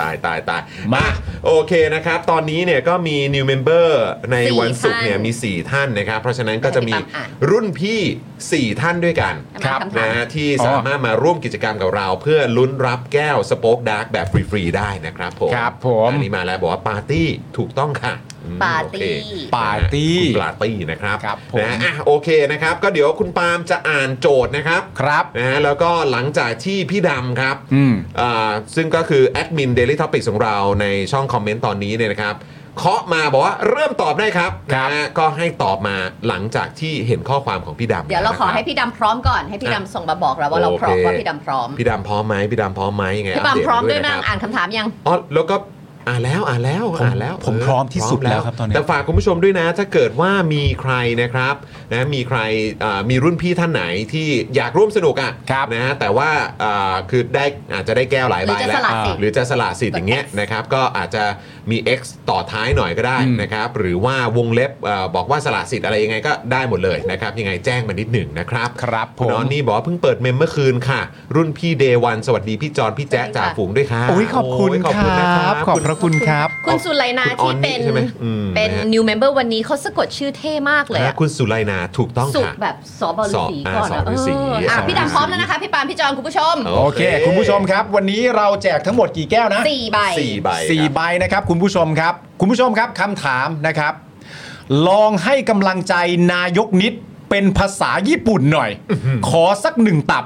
[SPEAKER 3] ตายตายตายมาโอเคนะครับ ตอนนี้เนี่ยก็มี new member ใน
[SPEAKER 6] สี่
[SPEAKER 3] วันศุกร์เนี่ย
[SPEAKER 6] ท่าน
[SPEAKER 3] มี 4 ท่านนะครับ เพราะฉะนั้นก็จะมี
[SPEAKER 6] ให้ติดตามอ่าน
[SPEAKER 3] รุ่นพี่ 4 ท่านด้วยกัน
[SPEAKER 6] ครับ
[SPEAKER 3] นะฮะที่สามารถมาร่วมกิจกรรมกับเรา เพื่อลุ้นรับแก้วสป็อกดาร์กแบบฟรี ๆ ได้นะครับผม
[SPEAKER 1] ครับผม
[SPEAKER 3] อันนี้มาแล้วบอกว่าปาร์ตี้ถูกต้องค่ะอืม
[SPEAKER 6] ปาร์ตี้
[SPEAKER 3] โอเค
[SPEAKER 1] ปาร์ตี้
[SPEAKER 3] คุณปาร์ตี้นะครับ
[SPEAKER 1] ครับผม
[SPEAKER 3] นะฮะอ่ะโอเคนะครับ ก็เดี๋ยวคุณปาล์มจะอ่านโจทย์นะครับ
[SPEAKER 1] ครับ
[SPEAKER 3] นะฮะแล้วก็หลังจากที่พี่ดำครับ
[SPEAKER 1] อืม
[SPEAKER 3] อ่าซึ่งก็คือแอดมิน Daily Topics ของเราในช่องคอมเมนต์ตอนนี้เนี่ยนะครับเคาะมาบอกว่าเริ่มตอบได้ครับ
[SPEAKER 1] ครับ
[SPEAKER 3] นะฮะก็ให้ตอบมาหลังจากที่เห็นข้อความของพี่ดำ
[SPEAKER 6] เดี๋ยวเราขอให้
[SPEAKER 3] นะค
[SPEAKER 6] พี่ดำพร้อมก่อนให้พี่
[SPEAKER 3] อ่ะ
[SPEAKER 6] ดำส่งมาบอกเราว่าเรา
[SPEAKER 3] โอเค
[SPEAKER 6] พร้อมว่าพี่ดำพร้อม
[SPEAKER 3] บพี่ดำพร้อมไหมพี่ดำพร้อมไหมยังไงอั
[SPEAKER 6] พี่
[SPEAKER 3] ปเต
[SPEAKER 6] ดำพร้อมด้วยนะ
[SPEAKER 3] คบ
[SPEAKER 6] อ่านคำถามยัง
[SPEAKER 3] อ๋อแล้วก็อ่านแล้วอ่านแล้ว
[SPEAKER 1] ผม
[SPEAKER 3] อ่านแล้ว
[SPEAKER 1] ผม
[SPEAKER 3] เพ
[SPEAKER 1] ร้อมที่สุดแล้วครับตอนเนี้ย
[SPEAKER 3] แต่ฝากคุณผู้ชมด้วยนะ ถ้าเกิดว่ามีใครนะครับนะมีใครอ่ามีรุ่นพี่ท่านไหนที่อยากร่วมสนุกอ่ะ
[SPEAKER 1] ครับ
[SPEAKER 3] นะฮะแต่ว่าอ่าคือได้อาจจะได้แก้วหลายใบ
[SPEAKER 6] หรือจะ
[SPEAKER 3] แล้ว
[SPEAKER 6] สละสิทธิ์
[SPEAKER 3] หรือจะสละสิทธิ์อย่างเงี้ยนะครับก็อาจจะมี X ต่อท้ายหน่อยก็ได้
[SPEAKER 1] อืม
[SPEAKER 3] นะครับหรือว่าวงเล็บเอ่อบอกว่าสละสิทธิ์อะไรยังไงก็ได้หมดเลยนะครับยังไงแจ้งมานิดหนึ่งนะครับ
[SPEAKER 1] ครับ
[SPEAKER 3] คุณ
[SPEAKER 1] ผม
[SPEAKER 3] นอนนี่บอกว่าเพิ่งเปิดเมมเมื่อคืนค่ะ รุ่นพี่เดวันสวัสดีพี่จอนพี่แจ๊ะ
[SPEAKER 6] สวัสดีค่ะ
[SPEAKER 3] จ่าฝูงด้วยค่ะ
[SPEAKER 1] โอ้ยขอบคุณ
[SPEAKER 3] โยขอบ
[SPEAKER 1] ค
[SPEAKER 3] คุณนะค
[SPEAKER 1] รั
[SPEAKER 3] รั
[SPEAKER 1] บบ ขอบพระคุณครับ
[SPEAKER 6] คุณสุไลนา
[SPEAKER 3] คุณออนนี่
[SPEAKER 6] ที่เป็น
[SPEAKER 3] ใช่ไหมอืม
[SPEAKER 6] เป็น
[SPEAKER 3] นะฮะ
[SPEAKER 6] new member วันนี้เขาสะกดชื่อเท่มากเลย
[SPEAKER 3] นะ
[SPEAKER 6] อะ
[SPEAKER 3] คุณสุไลนาถูกต้อง
[SPEAKER 6] สุ
[SPEAKER 3] ค่ะ
[SPEAKER 6] แบบสอบอลสี
[SPEAKER 3] สอ
[SPEAKER 6] ก่อน
[SPEAKER 3] อ่าสอ
[SPEAKER 6] อะ
[SPEAKER 3] ฤาษี
[SPEAKER 6] เอออ่ะพี่ดำพร้อมแล้วนะคะ พี่ปาล์มพี่จอนคุณผู้ชม
[SPEAKER 1] โอเค คุณผู้ชมครับ วันนี้เราแจกทั้งหมดกี่แก้วนะ
[SPEAKER 6] สี่ใบ
[SPEAKER 3] สี่ใบครับ
[SPEAKER 1] สี่ใบนะครับ คุณผู้ชมครับ คุณผู้ชมครับคำถามนะครับ ลองให้กำลังใจนายกนิดเป็นภาษาญี่ปุ่นหน่อย ขอสักหนึ่งตับ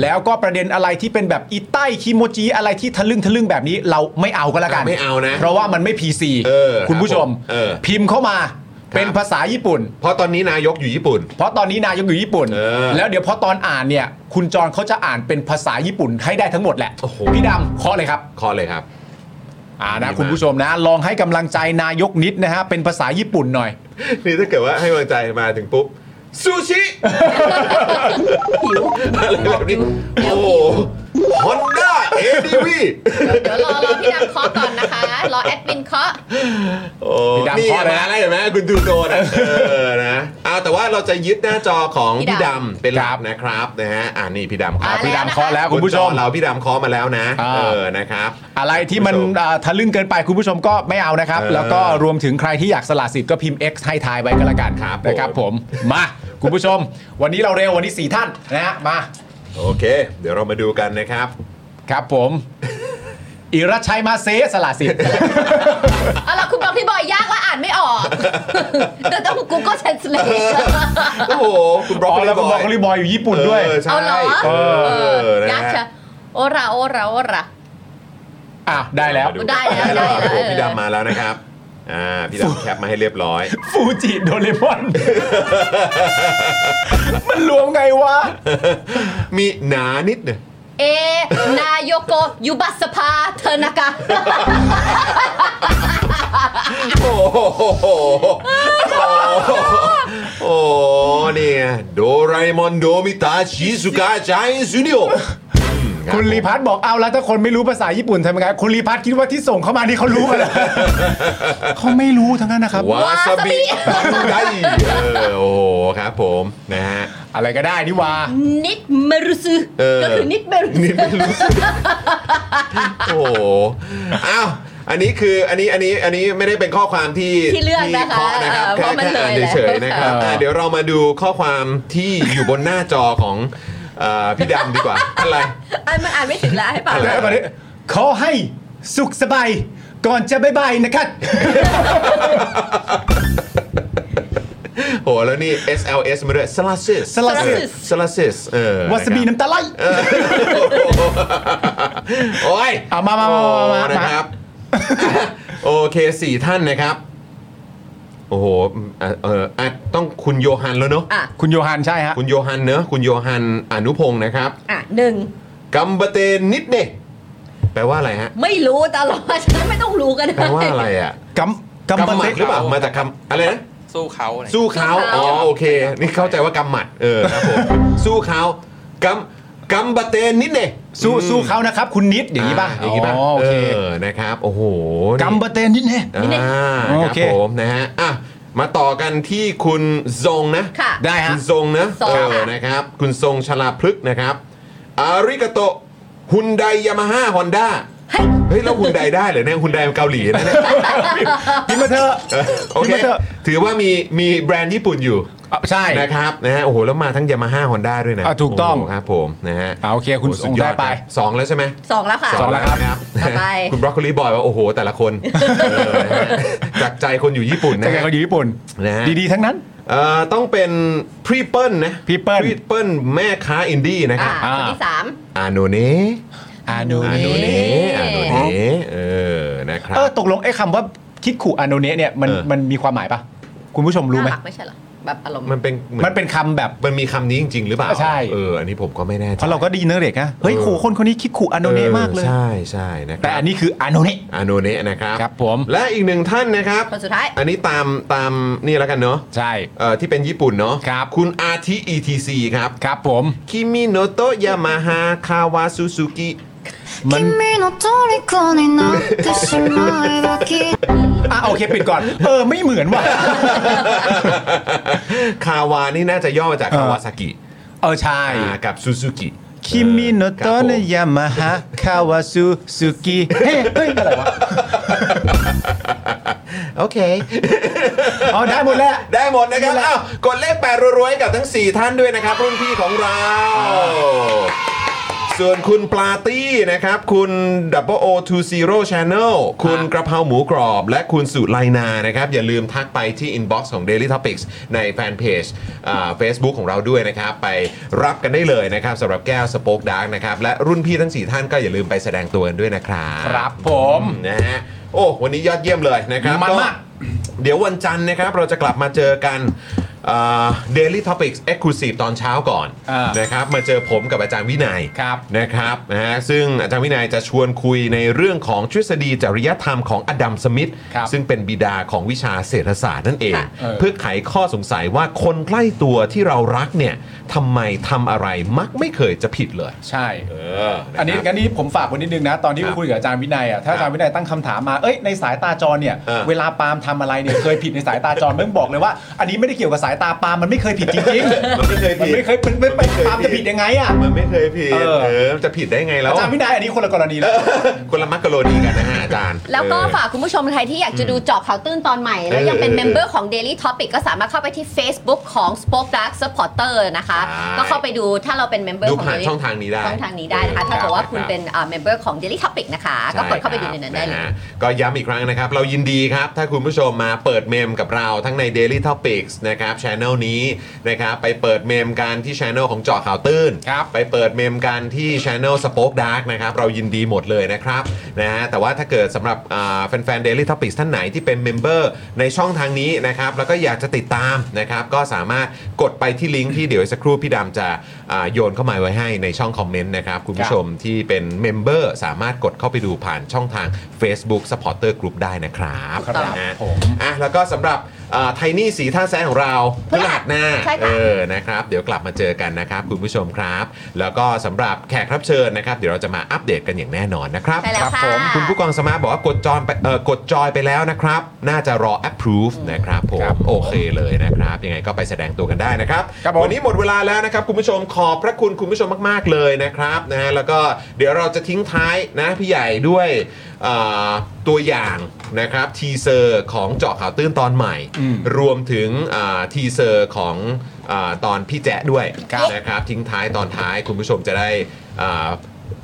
[SPEAKER 1] แล้วก็ประเด็นอะไรที่เป็นแบบอีใต้คิโมจิอะไรที่ทะลึ่งทะลึ่งแบบนี้เราไม่เอาก็แล้วกัน
[SPEAKER 3] อ่ะไม่เอานะ
[SPEAKER 1] เพราะว่ามันไม่ PC
[SPEAKER 3] เออ
[SPEAKER 1] คุณผู้ชม
[SPEAKER 3] ครับผมเออ
[SPEAKER 1] พิมพ์เข้ามา
[SPEAKER 3] ครับ
[SPEAKER 1] เป็นภาษาญี่ปุ่น
[SPEAKER 3] เพราะตอนนี้นายกอยู่ญี่ปุ่น
[SPEAKER 1] เพราะตอนนี้นายกอยู่ญี่ปุ่น
[SPEAKER 3] เออ
[SPEAKER 1] แล้วเดี๋ยวพอตอนอ่านเนี่ย คุณจรเขาจะอ่านเป็นภาษาญี่ปุ่นให้ได้ทั้งหมดแหละ
[SPEAKER 3] โอ้โห
[SPEAKER 1] พี่ดำเคาะเลยครับ
[SPEAKER 3] ขอเลยครับ
[SPEAKER 1] อ่า
[SPEAKER 3] ดี
[SPEAKER 1] นะ
[SPEAKER 3] มาก
[SPEAKER 1] คุณผู้ชมนะ ลองให้กำลังใจนายกนิดนะฮะเป็นภาษาญี่ปุ่นหน่อย
[SPEAKER 3] นี่ถ้าเกิดว่าให้กำลังใจมาถึงปุ๊บซูชิ
[SPEAKER 6] หิว
[SPEAKER 3] อะไรแบบนี้
[SPEAKER 6] เดี๋ยว
[SPEAKER 3] โอ้
[SPEAKER 6] หิว
[SPEAKER 3] ฮอนด้าเอดีวี
[SPEAKER 6] เดี๋ยวรอรอพี่ดำเคาะก่อนนะคะ รอแอดมินเคาะ
[SPEAKER 3] โอ้
[SPEAKER 1] พี่ดำ
[SPEAKER 3] นี่
[SPEAKER 1] พอแล้ว
[SPEAKER 3] นะอะไรเห็นไหมคุณดูโดนอะเออนะเอาแต่ว่าเราจะยึดหน้าจอของ
[SPEAKER 6] พี่
[SPEAKER 3] พี่
[SPEAKER 6] ด
[SPEAKER 3] ดำเป็นหลั
[SPEAKER 1] ครั
[SPEAKER 3] ก
[SPEAKER 1] บ
[SPEAKER 3] นะครับนะฮะอ่านี่พี่ดำค
[SPEAKER 6] อ่
[SPEAKER 3] รับ
[SPEAKER 1] พี่
[SPEAKER 6] แล้ว
[SPEAKER 1] ดำ
[SPEAKER 6] นะคะ
[SPEAKER 1] เคาะแล้วคุณผู้ชม
[SPEAKER 3] บนจอเราพี่ดำเคอมาแล้วนะ
[SPEAKER 1] อ่า
[SPEAKER 3] เออนะครับ
[SPEAKER 1] อะไรที่มัน
[SPEAKER 3] คุณผู้ชม
[SPEAKER 1] อ่าทะลึ่งเกินไปคุณผู้ชมก็ไม่เอานะครับ
[SPEAKER 3] เออ
[SPEAKER 1] แล้วก็รวมถึงใครที่อยากสละสิทธิ์ก็พิมพ์ X ให้ทายไว้ก็แล้วกัน
[SPEAKER 3] ครับ
[SPEAKER 1] นะครับผมมาคุณผู้ชม วันนี้เราเร็ววันนี้สี่ท่านนะฮะมา
[SPEAKER 3] โอเค เดี๋ยวเรามาดูกันนะครับ
[SPEAKER 1] ครับผม
[SPEAKER 3] น
[SPEAKER 1] อิรัชชัยมาเซสละสิทธิ์
[SPEAKER 6] เอาล่ะคุณบอกพี่บอยยากและอ่านไม่ออกเดี๋ยวต้องกูก็เชนสเล
[SPEAKER 3] โอ้โห คุณบรอก
[SPEAKER 1] อ๋อแล้วคุณบรอกโคลีบอยอยู่ญี่ปุ่นด้วย
[SPEAKER 3] เออใช่
[SPEAKER 6] เอาเหรอ
[SPEAKER 3] เอ
[SPEAKER 6] เอ
[SPEAKER 3] อนะ
[SPEAKER 6] ยาก
[SPEAKER 3] ฮะ
[SPEAKER 6] เชยวโอราโอราโอรา
[SPEAKER 1] อ่ะได้แล้ว
[SPEAKER 6] ได้แล้วได้แล้ว
[SPEAKER 3] โอ้โหพี่
[SPEAKER 6] เออ
[SPEAKER 3] ดำมาแล้วนะครับ อ่า พี่ดำแคปมาให้เรียบร้อย
[SPEAKER 1] ฟูจิโดเรมอน มันรวมไงวะ
[SPEAKER 3] มีหนานิดหนึ่ง
[SPEAKER 6] เอ นายโกยุบัสภาเธอนากะ
[SPEAKER 3] โอ้โหโอ้โหโอ้โหนี่ไงโดราเอมอนโดมิตาชิซุกะจายซูนิโอ
[SPEAKER 1] คุณรีพัฒน์บอกเอาแล้วถ้าคนไม่รู้ภาษาญี่ปุ่นทำยังไงคุณรีพัฒน์คิดว่าที่ส่งเข้ามานี่เขารู้กันเหรอ เขาไม่รู้ทั้งนั้นนะครับ
[SPEAKER 3] วาซาบิ
[SPEAKER 6] วาซาบิ
[SPEAKER 3] ได้เออโอ้โหครับผมนะฮะ
[SPEAKER 1] อะไรก็ได้นี่วา
[SPEAKER 6] นิดเมรุซึ
[SPEAKER 3] เออ
[SPEAKER 6] ก็คือนิดเมรุซึ
[SPEAKER 3] นี่ไม่รู้สึกโอ้โหอ้าวอันนี้คืออันนี้อันนี้อันนี้ไม่ได้เป็นข้อความที่
[SPEAKER 6] ที่เลือกนะคะ
[SPEAKER 3] เคานะครับ
[SPEAKER 6] เออเพ
[SPEAKER 3] แค่
[SPEAKER 6] ราะมัน
[SPEAKER 3] แค่
[SPEAKER 6] เล
[SPEAKER 3] อ่าย น
[SPEAKER 6] แหละ
[SPEAKER 3] เฉยๆนะครับอ่ะเดี๋ยวเรามาดูข้อความที่อยู่บนหน้าจอของเอ่อพี่ดำดีกว่า อะไร
[SPEAKER 6] อันมันอ่านไม่ถึงแล้วให้ป่า
[SPEAKER 3] อะไร
[SPEAKER 1] แล้วตอนนี้ขอให้สุขสบาย ก่อนจะบายบายนะครับ
[SPEAKER 3] โหแล้วนี่ SLS มาด้วยสลัสซิส
[SPEAKER 1] Salasis
[SPEAKER 3] สลัสซิสเออ
[SPEAKER 1] วาซาบิ
[SPEAKER 3] ะครับ
[SPEAKER 1] น้ำตาไหล
[SPEAKER 3] โอ้ย
[SPEAKER 1] เอามามามามามา
[SPEAKER 3] โอ้นะครับ โอเคสี่ท่านนะครับ โอ้โหอ่ะเอออ่ะต้องคุณโยฮันแล้วเนอะ
[SPEAKER 6] อ่ะ
[SPEAKER 1] คุณโยฮันใช่ฮะ
[SPEAKER 3] คุณโยฮันเนอะคุณโยฮันอนุพงศ์นะครับ
[SPEAKER 6] อ่ะหนึ่ง
[SPEAKER 3] กัมบะเตนนิดเดแปลว่าอะไรฮะ
[SPEAKER 6] ไม่รู้ตลอด ฉันไม่ต้องรู้ก็ได้
[SPEAKER 3] แปลว่าอะไรอ่ะ
[SPEAKER 1] กัมกัม
[SPEAKER 3] กำ
[SPEAKER 1] บัน
[SPEAKER 3] หมั
[SPEAKER 1] เต
[SPEAKER 3] ดหรือเปล่า มาจากคำอะไรนะ
[SPEAKER 8] สู้เขาอะไรอย่างเงี้ย
[SPEAKER 3] สู้เขา
[SPEAKER 6] สู้
[SPEAKER 3] อ๋
[SPEAKER 6] เขา
[SPEAKER 3] อโอเค นี่เข้าใจว่ากำหมัด เออครับผม สู้เขากัมกัมบะเตนนิดเด
[SPEAKER 1] สู้สู้เขานะครับ คุณนิดอย่างนี้ป่ะ
[SPEAKER 3] อย่างนี้ป่ะ
[SPEAKER 1] อ๋อโอเค
[SPEAKER 3] ออนะครับ โอ้โหนี่
[SPEAKER 1] กัมบะเตนนิดเนี่ย
[SPEAKER 3] อ่า
[SPEAKER 1] โอ
[SPEAKER 3] ครับ
[SPEAKER 1] เค
[SPEAKER 3] ผมนะฮะ อ่ะ มาต่อกันที่คุณทรงนะ
[SPEAKER 6] ค่ะ
[SPEAKER 1] ได้ฮะ
[SPEAKER 3] คุณทรงนะ
[SPEAKER 6] ทรง
[SPEAKER 3] เอ
[SPEAKER 6] ค่ะ
[SPEAKER 3] อนะครับ คุณทรงชลาพฤกษ์นะครับ อาริกาโตฮุนไดยามาฮ่าฮอนด้าเฮ้ย แล้วฮุนไดได้เหรอเนี่ยฮุนไดเกาหลีนะเนี่ย
[SPEAKER 1] พิมพ์มาเถอะ
[SPEAKER 3] เออโอเค
[SPEAKER 1] นี่มันเถอะ
[SPEAKER 3] ถือว่ามีมีแบรนด์ญี่ปุ่นอยู่
[SPEAKER 1] อ่ะใช่
[SPEAKER 3] นะครับนะฮะโอ้โห แล้วมาทั้งยามาฮ่าฮอนด้าด้วยนะ
[SPEAKER 1] อ่ะถูกต้อง
[SPEAKER 3] โโหครับผมนะฮะ
[SPEAKER 1] อ่ะโอเคคุณ
[SPEAKER 3] ห
[SPEAKER 1] ทรงได้ไป
[SPEAKER 3] ครับสองแล้วใช่ไหม
[SPEAKER 6] สองแล้วค่ะ
[SPEAKER 1] สองแล้ว
[SPEAKER 3] นะ
[SPEAKER 6] ต่อไป
[SPEAKER 3] คุณบรอกโคลีบอยว่าโอ้โห แต่ละคนเออนะฮะจากใจคนอยู่ญี่ปุ่นนะ
[SPEAKER 1] จาก
[SPEAKER 3] ฮะ
[SPEAKER 1] เขาอยู่ญี่ปุ่น
[SPEAKER 3] นะฮะ
[SPEAKER 1] ดีๆทั้งนั้น
[SPEAKER 3] เอ่อต้องเป็นพรีเปิลนะ
[SPEAKER 1] People
[SPEAKER 3] พรีเปิลแม่ค้าอินดี้นะครับ
[SPEAKER 6] อ่ะ
[SPEAKER 1] อ่า
[SPEAKER 6] คนที่สาม
[SPEAKER 3] อาโนเน่
[SPEAKER 1] อาโน
[SPEAKER 3] อา
[SPEAKER 1] เน
[SPEAKER 3] โน
[SPEAKER 6] เน่
[SPEAKER 3] เน่อาโนเน่เออ นะครับ
[SPEAKER 1] เออตกลงไอ้คำว่าคิดขู่อาโนเนะเนี่ยมัน
[SPEAKER 3] เออ
[SPEAKER 1] มันมีความหมายปะคุณผู้ชมรู้ไหม
[SPEAKER 6] น่ารักไม่ใช่เหรอ แบบอารมณ์
[SPEAKER 3] มันเป็นหอ
[SPEAKER 1] มันเป็นคำแบบ
[SPEAKER 3] มันมีคำนี้จริง ๆ หรือเปล่า
[SPEAKER 1] ใช่
[SPEAKER 3] เออ อันนี้ผมก็ไม่แน่ใจ
[SPEAKER 1] เพราะเราก็ไดีนักเด็กนะเฮ้ยขู่คนคนนี้คิดขู่อาโนเนะมากเลย
[SPEAKER 3] ออใช่ใช่นะครับ
[SPEAKER 1] แต่อันนี้คืออาโนเนะ
[SPEAKER 3] อาโนเน่นะครับ
[SPEAKER 1] ครับผม
[SPEAKER 3] และอีกหนึ่งท่านนะครับ
[SPEAKER 6] คนสุดท้าย
[SPEAKER 3] อันนี้ตามตามนี่แล้วกันเนาะ
[SPEAKER 1] ใช่
[SPEAKER 3] เอ่อที่เป็นญี่ปุ่นเนาะ
[SPEAKER 1] ครับ
[SPEAKER 3] คุณอาทิ ETC ครับ
[SPEAKER 1] ครับผม
[SPEAKER 3] คิมิโนโตะยามาฮาคาวาซูซู กิ
[SPEAKER 1] มัน
[SPEAKER 7] 君の虜になってしまえばきっと
[SPEAKER 1] อ่ะโอเคปิดก่อน เออไม่เหมือนว่ะ
[SPEAKER 3] คาวานี่น่าจะย่อมาจาก
[SPEAKER 1] เออ
[SPEAKER 3] คาวาซากิ
[SPEAKER 1] เออใช่
[SPEAKER 3] อ่ากับซูซูกิ
[SPEAKER 1] คิมิโน
[SPEAKER 3] ค
[SPEAKER 1] โต
[SPEAKER 3] รับผม
[SPEAKER 1] ะยามาฮะคาวาซูซูกิเฮ้ยเฮ้ยอะไรวะ
[SPEAKER 3] โอเค
[SPEAKER 1] อ๋อได้หมดแล้ว
[SPEAKER 3] ได้หมดนะครับอ้าวกดเลขแปดรวยๆให้กับทั้ง 4 ท่านด้วยนะครับ รุ่นพี่ของเรา ส่วนคุณปลาตี้นะครับ คุณ Double O Two Zero Channel คุณกระเพราหมูกรอบ และคุณสุไลนานะครับ อย่าลืมทักไปที่ inbox ของ Daily Topics ในแฟนเพจเฟซบุ๊กของเราด้วยนะครับ ไปรับกันได้เลยนะครับสำหรับแก้วสโป๊กดาร์กนะครับ และรุ่นพี่ทั้ง 4 ท่านก็อย่าลืมไปแสดงตัวกันด้วยนะครับ
[SPEAKER 1] ครับผม
[SPEAKER 3] นะฮะโอ้วันนี้ยอดเยี่ยมเลยนะครับ
[SPEAKER 1] มันมาก
[SPEAKER 3] เดี๋ยววันจันทร์นะครับ เราจะกลับมาเจอกันเดลี่ท็อปิกส์เอ็กซ์คลูซีฟตอนเช้าก่อน
[SPEAKER 1] อ่าน
[SPEAKER 3] นะครับมาเจอผมกับอาจารย์วินัย
[SPEAKER 1] ครับ
[SPEAKER 3] นะครับนะฮะซึ่งอาจารย์วินัยจะชวนคุยในเรื่องของทฤษฎีจริยธรรมของอดัมสมิธ
[SPEAKER 1] ครับ
[SPEAKER 3] ซึ่งเป็นบิดาของวิชาเศรษฐศาสตร์นั่นเอง
[SPEAKER 1] เออ
[SPEAKER 3] เพื่อไขข้อสงสัยว่าคนใกล้ตัวที่เรารักเนี่ยทำไมทำอะไรมักไม่เคยจะผิดเลย
[SPEAKER 1] ใช่
[SPEAKER 3] เออ
[SPEAKER 1] อัน
[SPEAKER 3] ะ
[SPEAKER 1] นี้
[SPEAKER 3] ครับ
[SPEAKER 1] กันนี้ผมฝากไว้นิดนึงนะ ตอนที่
[SPEAKER 3] ครับ
[SPEAKER 1] คุยกับอาจารย์วินัยอ่ะถ้าอาจารย์วินัยตั้งคำถามมาเอ้ยในสายตาจรเนี่ย
[SPEAKER 3] เออ
[SPEAKER 1] เวลาปาล์มทำอะไรเนี่ยเคยผิดในสายตาจรเริ่มบอกเลยว่า อันนี้ไม่ได้เกี่ยวกับสาย ายตาปาล์มมันไม่เคยผิดจริงๆ
[SPEAKER 3] มันไม่เคย
[SPEAKER 1] มัน
[SPEAKER 3] ผิด
[SPEAKER 1] ไม่เคยมันไม่ไปปาล์มจะผิดยังไงอ่ะ
[SPEAKER 3] มันไม่เคยผิด
[SPEAKER 1] เออ
[SPEAKER 3] เออ จะผิดได้ไงแล้
[SPEAKER 1] อาว จารย์วินัยอันนี้คนละกรณีแล้ว
[SPEAKER 3] คนละมักกะโรนีกันนะฮะอาจารย์
[SPEAKER 6] แล้วก็
[SPEAKER 3] เออ
[SPEAKER 6] ฝากคุณผู้ชมใครที่อยากจะดูเจอบข่าวตื้นตอนใหม่ แล้วยังเป็น
[SPEAKER 3] เออ
[SPEAKER 6] เมมเบอร์ของ Daily Topic ก็สามารถเข้าไปที่ Facebook ของ Spoke Dark Supporter นะคะ
[SPEAKER 3] ใช่
[SPEAKER 6] ก็เข้าไปดูถ้าเราเป็นเมมเบอร์
[SPEAKER 3] ดู
[SPEAKER 6] ของ
[SPEAKER 3] ผ่าน
[SPEAKER 6] Daily
[SPEAKER 3] ช่องทางนี้ได้
[SPEAKER 6] ช่องทางนี้ได้นะคะ ถ้าเกิดว่าคุณเป็นเมมเบอร์ของ Daily Topic นะคะ ก็กดเข้าไปดูในนั้นได้เล
[SPEAKER 3] ใช่ค
[SPEAKER 6] ย
[SPEAKER 3] รับะฮะก็ย้ำอีกครั้งนะครับ เรายินดีครับ ถ้าคุณผู้ชมมาเปิดเมมกับเราทั้งใน Daily Topics นะครับช anel นี้นะครับ ไปเปิดเมมกันที่ช anel ของเจอข่าวตื้น
[SPEAKER 1] ครับ
[SPEAKER 3] ไปเปิดเมมกันที่ช anel Spoke Dark นะครับ เรายินดีหมดเลยนะครับนะฮะแต่ว่าถ้าเกิดสำหรับอ่าแฟนๆ Daily Topics ท่านไหนที่เป็นเมมเบอร์ในช่องทางนี้นะครับ แล้วก็อยากจะติดตามนะครับ ก็สามารถกดไปที่ลิงก์ที่เดี๋ยวสักครู่พี่ดำจะอ่าโยนเข้ามาไว้ให้ในช่องคอมเมนต์นะครับ คุณผู้ชมที่เป็นเมมเบอร์สามารถกดเข้าไปดูผ่านช่องทาง Facebook Supporter Group ได้นะครับ
[SPEAKER 6] ครับ
[SPEAKER 3] นะฮะ
[SPEAKER 1] ผม
[SPEAKER 3] อ่ะแล้วก็สำหรับไทนี่สีท่าแซงของเราพ
[SPEAKER 6] พ
[SPEAKER 3] ฤ
[SPEAKER 6] ฤหัส
[SPEAKER 3] หัสหน้า
[SPEAKER 6] ใช่ค่ะ
[SPEAKER 3] เออนะครับ เดี๋ยวกลับมาเจอกันนะครับ คุณผู้ชมครับ แล้วก็สำหรับแขกรับเชิญนะครับ เดี๋ยวเราจะมาอัปเดตกันอย่างแน่นอนนะครับ
[SPEAKER 6] ใช่แล้วค่ะ
[SPEAKER 3] คุณผู้กองสมาร์ทบอกว่ากดจอยไปเอ่อกดจอยไปแล้วนะครับ น่าจะรอ approve นะครับผม โอเคเลยนะครับ ยังไงก็ไปแสดงตัวกันได้นะครับ
[SPEAKER 1] ครับผม
[SPEAKER 3] วันนี้หมดเวลาแล้วนะครับ คุณผู้ชมขอบพระคุณคุณผู้ชมมาก ๆ เลยนะครับนะฮะแล้วก็เดี๋ยวเราจะทิ้งท้ายนะพี่ใหญ่ด้วยเอ่อตัวอย่างนะครับทีเซอร์ของเจาะข่าวตื้นตอนใหม่
[SPEAKER 1] อืม
[SPEAKER 3] รวมถึงทีเซอร์ของอาตอนพี่แจ๊ะด้วย
[SPEAKER 1] ครับ
[SPEAKER 3] นะครับทิ้งท้ายตอนท้ายคุณผู้ชมจะได้อ่า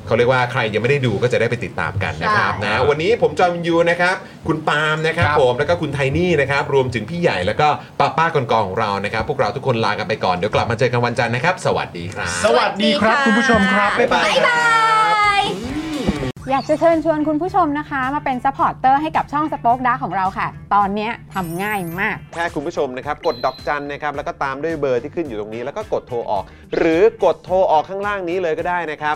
[SPEAKER 3] เขาเรียกว่าใครยังไม่ได้ดูก็จะได้ไปติดตามกัน
[SPEAKER 6] ใช่
[SPEAKER 3] นะครับนะวันนี้ผมจอมยูนะครับคุณปาล์มนะครับ
[SPEAKER 1] ครับ
[SPEAKER 3] ผมแล้วก็คุณไทนี่นะครับรวมถึงพี่ใหญ่แล้วก็ป้าป้ากองๆของเรานะครับ พวกเราทุกคนลากันไปก่อนเดี๋ยวกลับมาเจอกันวันจันทร์นะครับ สวัสดีครับ
[SPEAKER 1] สวัสดีครับคุณผู้ชมครับ บ๊ายบาย
[SPEAKER 6] บ๊ายบาย
[SPEAKER 10] อยากจะเชิญชวนคุณผู้ชมนะคะ มาเป็นซัพพอร์ตเตอร์ให้กับช่องสป็อคดาของเราค่ะ ตอนเนี้ยทำง่ายมาก
[SPEAKER 3] แค่คุณผู้ชมนะครับกดดอกจันนะครับแล้วก็ตามด้วยเบอร์ที่ขึ้นอยู่ตรงนี้แล้วก็กดโทรออก หรือกดโทรออกข้างล่างนี้เลยก็ได้นะครับ